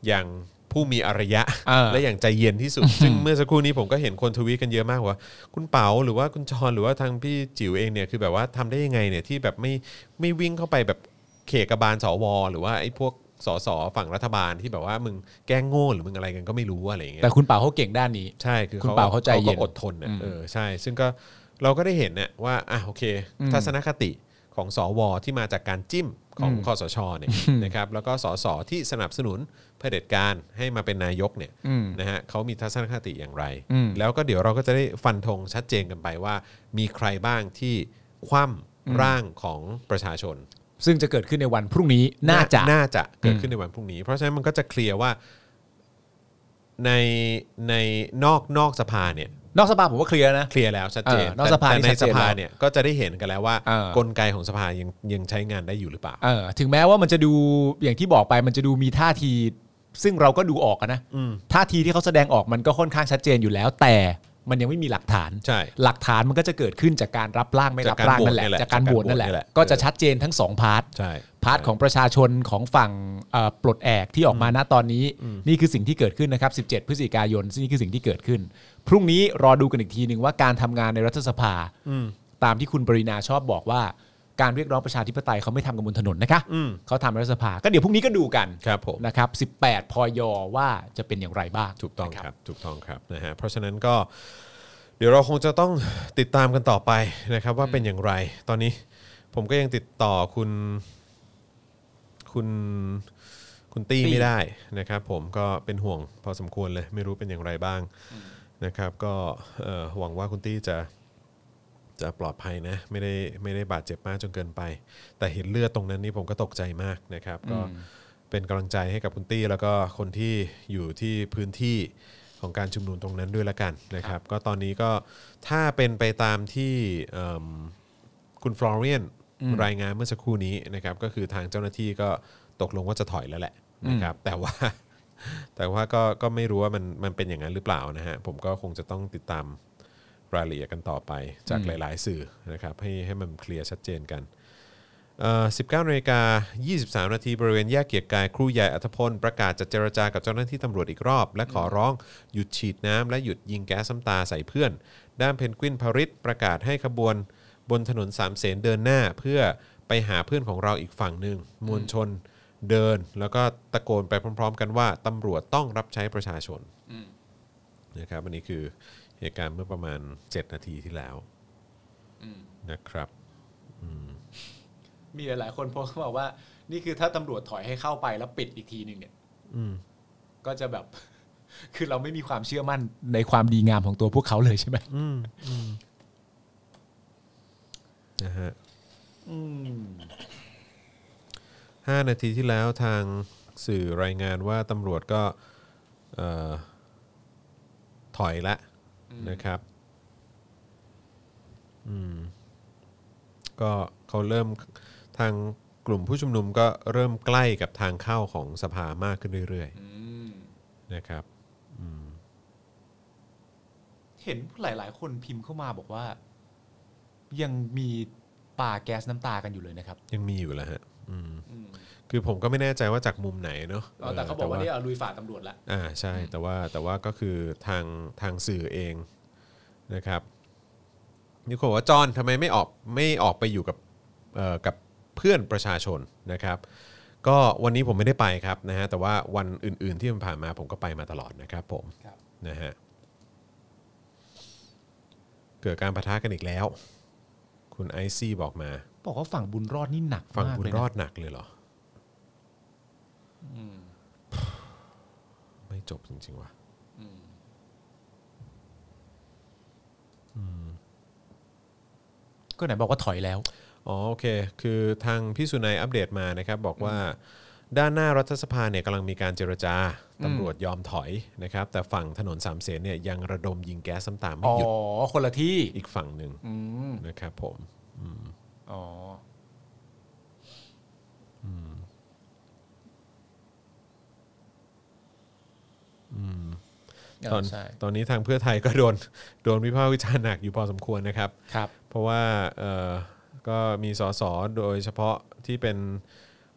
Speaker 2: อย่างผู้มีอารยะ
Speaker 3: อ่า
Speaker 2: และ อย่างใจเย็นที่สุด ซึ่งเมื่อสักครู่นี้ผมก็เห็นคนทวีตกันเยอะมากว่า คุณเปาหรือว่าคุณจรหรือว่าทางพี่จิ๋วเองเนี่ยคือแบบว่าทำได้ยังไงเนี่ยที่แบบไม่ไม่วิ่งเข้าไปแบบเขกบาลสวหรือว่าไอ้พวกสสฝั่งรัฐบาลที่แบบว่ามึงแกล้งโง่หรือมึงอะไรกันก็ไม่รู้อะไรอย่างเงี้ย
Speaker 3: แต่คุณเป่าเขาเก่งด้านนี้
Speaker 2: ใช่คือ
Speaker 3: คุณเปาเข้าใจเย็น
Speaker 2: ก็อดทนนะ
Speaker 3: อืม
Speaker 2: เออใช่ ซึ่งก็เราก็ได้เห็นเนี่ยว่าอ่ะโอเค
Speaker 3: อืม
Speaker 2: ทัศนคติของสวที่มาจากการจิ้มของ
Speaker 3: อืม
Speaker 2: คอสชเนี่ยนะครับแล้วก็สสที่สนับสนุนเผด็จการให้มาเป็นนายกเนี่ย
Speaker 3: อืม
Speaker 2: นะฮะเขามีทัศนคติอย่างไร
Speaker 3: อืม
Speaker 2: แล้วก็เดี๋ยวเราก็จะได้ฟันธงชัดเจนกันไปว่า มีใครบ้างที่คว่
Speaker 3: อืม
Speaker 2: ำร่างของประชาชน
Speaker 3: ซึ่งจะเกิดขึ้นในวันพรุ่งนี้น่าจะ
Speaker 2: น่าจะเกิดขึ้นในวันพรุ่งนี้ เพราะฉะนั้นมันก็จะเคลียร์ว่าในในนอกนอกสภาเนี่ย
Speaker 3: นอกสภาผมว่าเคลียร์นะ
Speaker 2: เคลียร์แล้วชัดเจน
Speaker 3: เออนอกสภา
Speaker 2: แต่
Speaker 3: นี่
Speaker 2: แต่ใน
Speaker 3: ชัด
Speaker 2: ส
Speaker 3: เจน
Speaker 2: ภา
Speaker 3: แล้ว
Speaker 2: เนี่ยก็จะได้เห็นกันแล้วว่า
Speaker 3: เออ
Speaker 2: กลไกของสภายังยังใช้งานได้อยู่หรือเปล่า
Speaker 3: เออถึงแม้ว่ามันจะดูอย่างที่บอกไปมันจะดูมีท่าที ซึ่งเราก็ดูออกอะนะ
Speaker 2: อืม
Speaker 3: ท่าทีที่เขาแสดงออกมันก็ค่อนข้างชัดเจนอยู่แล้ว แต่มันยังไม่มีหลักฐาน
Speaker 2: ใช่
Speaker 3: หลักฐานมันก็จะเกิดขึ้นจากการรับร่างไม่รับร่างนั่นแหละ
Speaker 2: จา
Speaker 3: จาก ก
Speaker 2: กา
Speaker 3: การ ร
Speaker 2: โห
Speaker 3: โห
Speaker 2: ว
Speaker 3: ว
Speaker 2: ต
Speaker 3: ต
Speaker 2: นั่น
Speaker 3: นั่น
Speaker 2: แหละ
Speaker 3: แหละ
Speaker 2: เออ
Speaker 3: ก็จะชัดเจนทั้งสองพาร์ท
Speaker 2: ใช่
Speaker 3: พาร์ทของประชาชนของฝั่งเอ่อปลดแอกที่ออกมาณตอนนี้ นี่คือสิ่งที่เกิดขึ้นนะครับ 17 พฤศจิกายนซึ่งนี่คือสิ่งที่เกิดขึ้น พรุ่งนี้รอดูกันอีกทีหนึ่งว่าการทำงานในรัฐสภา ตามที่คุณปรินาชอบบอกว่า การเรียกร้องประชาธิปไตยเขาไม่ทำกันบนถนนนะคะ
Speaker 2: อืม
Speaker 3: เขาทำในรัฐสภา ก็เดี๋ยวพรุ่งนี้ก็ดูกัน
Speaker 2: ครับผม
Speaker 3: นะครับ 18 พอยอว่าจะเป็นอย่างไรบ้าง
Speaker 2: ถูกต้องครับถูกต้องครับนะฮะเพราะฉะนั้นก็เดี๋ยวเราคงจะต้องติดตามกันต่อไปนะครับ ว่าเป็นอย่างไร ตอนนี้ผมก็ยังติดต่อคุณคุณคุณตี้ไม่ได้นะครับ ผมก็เป็นห่วงพอสมควรเลย ไม่รู้เป็นอย่างไรบ้างนะครับ ก็เอ่อหวังว่าคุณตี้จะจะปลอดภัยนะไม่ได้ไม่ได้บาดเจ็บมากจนเกินไป แต่เห็นเลือดตรงนั้นนี่ผมก็ตกใจมากนะครับ ก็เป็นกำลังใจให้กับคุณตี้ แล้วก็คนที่อยู่ที่พื้นที่ของการชุมนุมตรงนั้นด้วยละกันนะครับ ก็ตอนนี้ก็ถ้าเป็นไปตามที่เอิ่มคุณฟลอเรียน รายงานเมื่อสักครู่นี้นะครับก็คือทางเจ้าหน้าที่ก็ตกลงว่าจะถอยแล้วแหละนะครับแต่ว่า แต่ว่าก็ก็ไม่รู้ว่ามันมันเป็นอย่างนั้นหรือเปล่านะฮะผมก็คงจะต้องติดตามรายละเอียดกันต่อไปจากหลาย ๆ สื่อนะครับให้ให้มันเคลียร์ชัดเจนกัน เอ่อ19นาฬิกา23 นาทีบริเวณแยกเกียรติกายครูใหญ่อัธพล ประกาศจะเจรจากับเจ้าหน้าที่ตำรวจอีกรอบ และขอร้องหยุดฉีดน้ำและหยุดยิงแก๊สซ้ำตาใส่เพื่อน ด้านเพนกวินพริตประกาศให้ขบวนบนถนนสามเสนเดินหน้าเพื่อไปหาเพื่อนของเราอีกฝั่งหนึ่งมวลชนเดิน แล้วก็ตะโกนไปพร้อม ๆ กันว่าตำรวจต้องรับใช้ประชาชนนะครับอันนี้คือเหตุการณ์เมื่อประมาณ 7 นาทีที่แล้วนะครับ
Speaker 3: มีหลายๆคนโพสต์บอกว่า นี่คือถ้าตำรวจถอยให้เข้าไปแล้วปิดอีกทีหนึ่งเนี่ย
Speaker 2: อืม
Speaker 3: ก็จะแบบ คือเราไม่มีความเชื่อมั่นในความดีงามของตัวพวกเขาเลยใช่ไหม
Speaker 2: นะฮะห้านาทีที่แล้วทางสื่อรายงานว่าตำรวจก็เอ่อถอยละนะครับอืมก็เขาเริ่มทางกลุ่มผู้ชุมนุมก็เริ่มใกล้กับทางเข้าของสภามากขึ้นเรื่อยๆนะครับ
Speaker 3: เห็นหลาย ๆ คนพิมพ์เข้ามาบอกว่า ยังมีป่าแก๊สน้ำตากันอยู่เลยนะครับ
Speaker 2: ยังมีอยู่แล้วฮะอืมคือผมก็ไม่แน่ใจว่าจากมุมไหนเนาะ
Speaker 3: แต่เขาบอกว่านี่เอาลุยฝ่าตำรวจละ
Speaker 2: อ่าใช่แต่ว่าแต่ว่าก็คือทางทางสื่อเองนะครับนี่คนบอกว่าจอห์นทำไมไม่ออกไม่ออกไปอยู่กับเอ่อกับเพื่อนประชาชนนะครับ ก็วันนี้ผมไม่ได้ไปครับนะฮะแต่ว่าวันอื่น ๆที่มันผ่านมาผมก็ไปมาตลอดนะครับผม
Speaker 3: ครับ
Speaker 2: นะฮะเกิดการประทะกันอีกแล้ว คุณไอซี่บอกมา
Speaker 3: บอกว่าฝั่งบุญรอดนี่หนัก
Speaker 2: ฝั่ง
Speaker 3: มาก
Speaker 2: บุญ
Speaker 3: เล
Speaker 2: ร
Speaker 3: ยนะ
Speaker 2: อดหนักเลยเหรออ ไม่จบจริงๆว่ะ
Speaker 3: ก็ไหนบอกว่าถอยแล้ว
Speaker 2: อ๋อโอเค คือทางพี่สุนัยอัปเดตมานะครับบอกว่า ด้านหน้ารัฐสภาเนี่ยกำลังมีการเจรจาตำรวจยอมถอยนะครับ แต่ฝั่งถนนสามเสนเนี่ยยังระดมยิงแก๊สซ้ำตาไม่
Speaker 3: อ๋อ
Speaker 2: หยุด
Speaker 3: คนละที่
Speaker 2: อีกฝั่งหนึ่ง
Speaker 3: อืม
Speaker 2: นะครับผม
Speaker 3: อ๋อ อืม
Speaker 2: ตอน
Speaker 3: ใช่
Speaker 2: ตอนนี้ทางเพื่อไทยก็โดนโดนวิพากษ์วิจารณ์หนักอยู่พอสมควรนะครับ
Speaker 3: ครับ
Speaker 2: เพราะว่าเอ่อก็มีสสโดยเฉพาะที่เป็น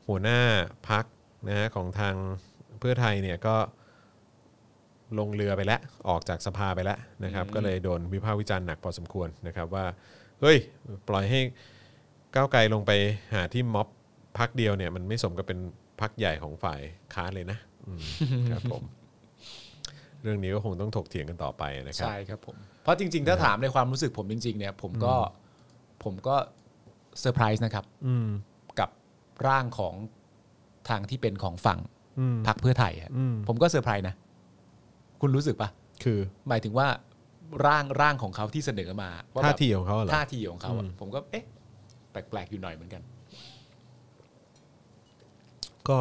Speaker 2: หัวหน้าพักนะฮะของทางเพื่อไทยเนี่ยก็ลงเรือไปแล้ว ออกจากสภาไปแล้วนะครับ ก็เลยโดนวิพากษ์วิจารณ์หนักพอสมควรนะครับว่า เฮ้ย ปล่อยให้ก้าวไกลลงไปหาที่ม็อบพักเดียวเนี่ยมันไม่สมกับเป็นพักใหญ่ของฝ่ายค้านเลยนะอืมครับผม เรื่องนี้ก็คงต้องถกเถียงกันต่อไปนะครับ
Speaker 3: ใช่ครับผม เพราะจริง ๆ ถ้าถามในความรู้สึกผมจริง ๆ เนี่ย ผมก็ผมก็เซอร์ไพรส์นะครับ
Speaker 2: อืม
Speaker 3: กับร่างของทางที่เป็นของฝั่ง
Speaker 2: อืม
Speaker 3: พรรคเพื่อไทยอะ
Speaker 2: อืม
Speaker 3: ผมก็เซอร์ไพรส์นะ คุณรู้สึกปะ
Speaker 2: คือ
Speaker 3: หมายถึงว่าร่างร่างของเขาที่เสนอมาว่แบบ
Speaker 2: ท่าทีของเขาเหรอ
Speaker 3: ท่าทีของเขาอะผมก็เอ๊ะแปลกๆอยู่หน่อยเหมือนกัน
Speaker 2: ก็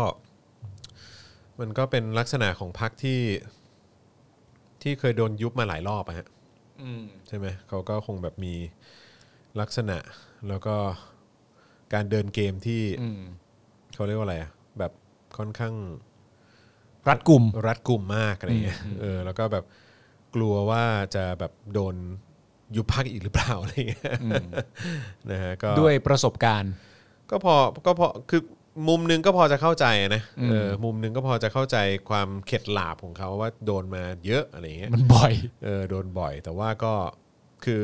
Speaker 2: มันก็เป็นลักษณะของพรรคที่ ที่เคยโดนยุบมาหลายรอบอะฮะ
Speaker 3: อืม
Speaker 2: ใช่ไหมเขาก็คงแบบมีลักษณะแล้วก็การเดินเกมที่
Speaker 3: อืม
Speaker 2: เขาเรียกว่าอะไรอะแบบค่อนข้าง
Speaker 3: รัดกลุ่ม
Speaker 2: รัดกุมมากอะไรเงี้ยเออแล้วก็แบบกลัวว่าจะแบบโดนยุบพักอีกหรือเปล่าอะไรเงี้ยนะฮะก็
Speaker 3: ด้วยประสบการณ์
Speaker 2: ก็พอก็พอคือมุมหนึงก็พอจะเข้าใจนะเออมุมหนึงก็พอจะเข้าใจความเข็ดหลาบของเขาว่าโดนมาเยอะอะไรอย่างเงี้ย
Speaker 3: มันบ่อย
Speaker 2: เออโดนบ่อย แต่ว่าก็คือ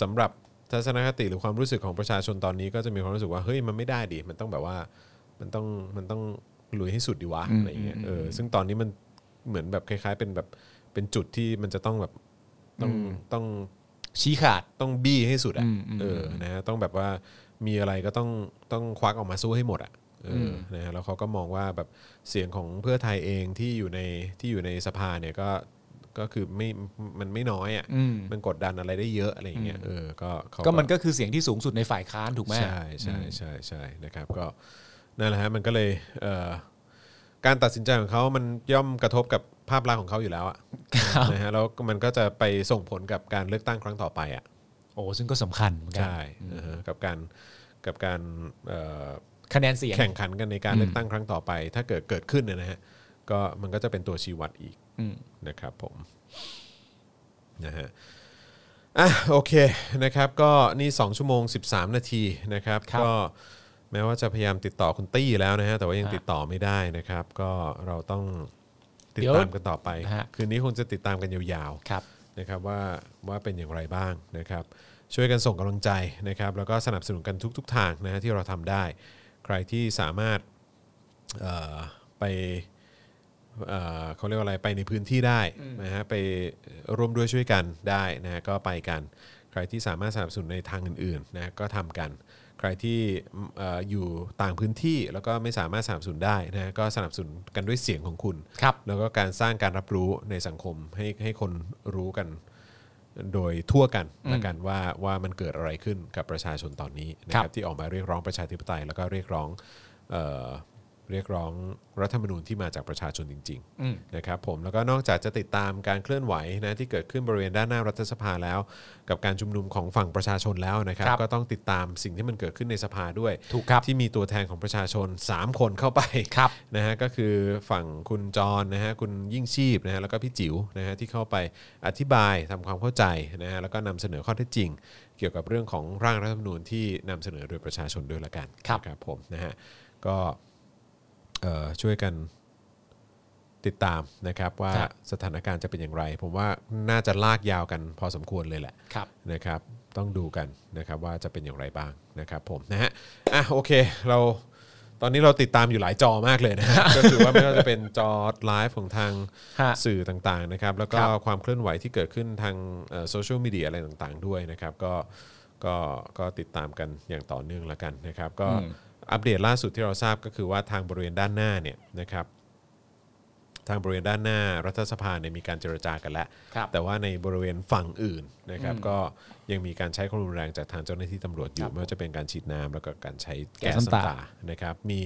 Speaker 2: สำหรับทัศนคติหรือความรู้สึกของประชาชนตอนนี้ก็จะมีความรู้สึกว่าเฮ้ยมันไม่ได้ดิมันต้องแบบว่ามันต้องมันต้องลุยให้สุดดีวะอะไรอย่างเงี้ยเออซึ่งตอนนี้มันเหมือนแบบคล้าย ๆ เป็นแบบเป็นจุดที่มันจะต้องแบบต้องต้อง
Speaker 3: ชี้ขาด
Speaker 2: ต้องบี้ให้สุดอ่ะ
Speaker 3: อืมอืม
Speaker 2: เออนะฮะต้องแบบว่ามีอะไรก็ต้องต้องควักออกมาสู้ให้หมดอ่ะเอออนะฮะแล้วเขาก็มองว่าแบบเสียงของเพื่อไทยเองที่อยู่ในที่อยู่ในสภาเนี่ยก็ก็คือไม่มันไม่น้อยอ่ะมันกดดันอะไรได้เยอะอะไรอย่างเงี้ยเออก็เขา
Speaker 3: ก็มันก็คือเสียงที่สูงสุดในฝ่ายค้านถูกไหม
Speaker 2: ใช่ใช่ใช่ใช่นะครับก็นั่นแหละฮะมันก็เลยเอ่อการตัดสินใจของเขามันย่อมกระทบกับภาพลักษณ์ของเขาอยู่แล้วอ่ะนะฮะแล้วมันก็จะไปส่งผลกับการเลือกตั้งครั้งต่อไปอ่ะ
Speaker 3: โอ้ซึ่งก็สำคัญเหมือนกัน
Speaker 2: ใช่นะฮะกับการ กับการเอ่อ
Speaker 3: คะแนนเสียง
Speaker 2: แข่งขันกันในการ
Speaker 3: อืม
Speaker 2: เลือกตั้งครั้งต่อไป ถ้าเกิดเกิดขึ้นเนยนะฮะก็มันก็จะเป็นตัวชี้วัดอีก
Speaker 3: อืม
Speaker 2: นะครับผมนะฮะอ่ะโอเคนะครับ ก็นี่ 2 ชั่วโมง 13 นาทีนะครับ
Speaker 3: ครับ
Speaker 2: ก็แม้ว่าจะพยายามติดต่อคุณตี้แล้วนะฮะแต่ว่ายังติดต่อไม่ได้นะครับ ก็เราต้องติด
Speaker 3: เดี๋ยว
Speaker 2: ตามกันต่อไป
Speaker 3: ฮะ
Speaker 2: คืนนี้คงจะติดตามกันยาว
Speaker 3: ครับ
Speaker 2: ๆนะครับว่าว่าเป็นอย่างไรบ้างนะครับ ช่วยกันส่งกำลังใจนะครับ แล้วก็สนับสนุนกันทุก ๆ ทางนะฮะที่เราทำได้ ใครที่สามารถ เอ่อไปเอ่อเขาเรียกว่าอะไรไปในพื้นที่ได้นะฮะไปร่วมด้วยช่วยกันได้นะฮะก็ไปกัน ใครที่สามารถสนับสนุนในทางอื่นๆนะก็ทำกัน ใครที่เอ่ออยู่ต่างพื้นที่แล้วก็ไม่สามารถสนับสนุนได้นะฮะก็สนับสนุนกันด้วยเสียงของคุณ
Speaker 3: ครับ
Speaker 2: แล้วก็การสร้างการรับรู้ในสังคมให้ให้คนรู้กัน โดยทั่วกันละกันว่าว่ามันเกิดอะไรขึ้นกับประชาชนตอนนี้นะค
Speaker 3: ค
Speaker 2: รั
Speaker 3: รั
Speaker 2: บบ ที่ออกมาเรียกร้องประชาธิปไตย แล้วก็เรียกร้องเอ่อเรียกร้องรัฐธรรมนูญที่มาจากประชาชนจริงๆนะครับผมแล้วก็นอกจากจะติดตามการเคลื่อนไหวนะที่เกิดขึ้นบริเวณด้านหน้ารัฐสภาแล้ว กับการชุมนุมของฝั่งประชาชนแล้วนะครับ
Speaker 3: ครับ
Speaker 2: ก็ต้องติดตามสิ่งที่มันเกิดขึ้นในสภาด้วย
Speaker 3: ถูกครับ
Speaker 2: ที่มีตัวแทนของประชาชน 3 คนเข้าไป
Speaker 3: ครับ
Speaker 2: นะฮะก็คือฝั่งคุณจรนะฮะคุณยิ่งชีพนะฮะแล้วก็พี่จิ๋วนะฮะที่เข้าไปอธิบายทำความเข้าใจนะฮะแล้วก็นำเสนอข้อเท็จจริง เกี่ยวกับเรื่องของร่างรัฐธรรมนูญที่นำเสนอโดยประชาชนด้วยละกัน
Speaker 3: ครับ
Speaker 2: นะผมนะฮะก็เอ่อช่วยกัน ติดตามนะครับว่า
Speaker 3: ครับ
Speaker 2: สถานการณ์จะเป็นอย่างไร ผมว่าน่าจะลากยาวกันพอสมควรเลยแหละ
Speaker 3: ครับ
Speaker 2: นะครับ ต้องดูกันนะครับว่าจะเป็นอย่างไรบ้างนะครับผมนะฮะอ่ะโอเคเราตอนนี้เราติดตามอยู่หลายจอมากเลยนะ ฮะ ก็คือว่าไม่ว่าจะเป็นจอไลฟ์ของทาง
Speaker 3: ฮะ
Speaker 2: สื่อต่างๆนะครับ แล้วก็
Speaker 3: ครับ
Speaker 2: ความเคลื่อนไหวที่เกิดขึ้นทางโซเชียลมีเดียอะไรต่างๆ ด้วยนะครับก็ก็ก็ติดตามกันอย่างต่อเนื่องแล้วกันนะครับ ก็
Speaker 3: อืม
Speaker 2: อัปเดตล่าสุดที่เราทราบก็คือว่าทางบริเวณด้านหน้าเนี่ยนะครับ ทางบริเวณด้านหน้ารัฐสภาเนี่ยมีการเจรจากันแล้ว
Speaker 3: ครับ
Speaker 2: แต่ว่าในบริเวณฝั่งอื่นนะครับก็ยังมีการใช้ความรุนแรงจากทางเจ้าหน้าที่ตำรวจอยู่
Speaker 3: ครับ
Speaker 2: ไม่ว่าจะเป็นการฉีดน้ำแล้วก็การใช้
Speaker 3: แก๊
Speaker 2: แก๊ส
Speaker 3: สน้ำตา
Speaker 2: น้ำตานะครับมี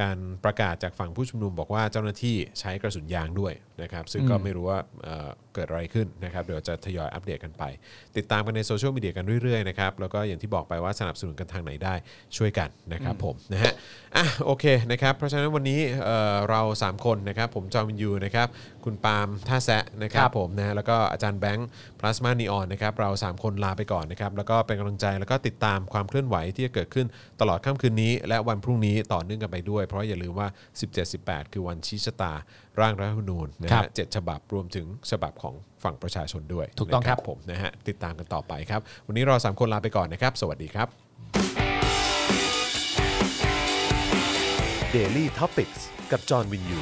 Speaker 2: การประกาศจากฝั่งผู้ชุมนุมบอกว่าเจ้าหน้าที่ใช้กระสุนยางด้วยนะครับซึ่งก็ไม่รู้ว่าเอ่อเกิดอะไรขึ้นนะครับเดี๋ยวจะทยอยอัปเดตกันไป ติดตามกันในโซเชียลมีเดียกันเรื่อยๆนะครับแล้วก็อย่างที่บอกไปว่าสนับสนุนกันทางไหนได้ช่วยกันนะครับผมนะฮะอ่ะโอเคนะครับเพราะฉะนั้นวันนี้เอ่อเราสามคนนะครับผมจอห์นวินยูนะครับคุณปาล์มท่าแซะนะครั
Speaker 3: ครับ บ
Speaker 2: ผม ผมนะฮะแล้วก็อาจารย์แบงค์พลาสมานีออนนะครับเรา 3 คนลาไปก่อนนะครับแล้วก็เป็นกำลังใจแล้วก็ติดตามความเคลื่อนไหวที่จะเกิดขึ้นตลอดค่ำคืนนี้ และวันพรุ่งนี้ต่อเนื่องกันไปด้วย เพราะอย่าลืมว่า 17-18 คือวันชี้ชะตาร่างรัฐธรรมนูญนะ
Speaker 3: ครั
Speaker 2: ฮะ
Speaker 3: บ
Speaker 2: เจ็ดฉบับรวมถึงฉบับของฝั่งประชาชนด้วย
Speaker 3: ถูกต้อง
Speaker 2: นะครับ ผมนะฮะติดตามกันต่อไปครับวันนี้เราสามคนลาไปก่อนนะครับสวัสดีครับ
Speaker 1: Daily t o p i c กกับจอห์นวินยู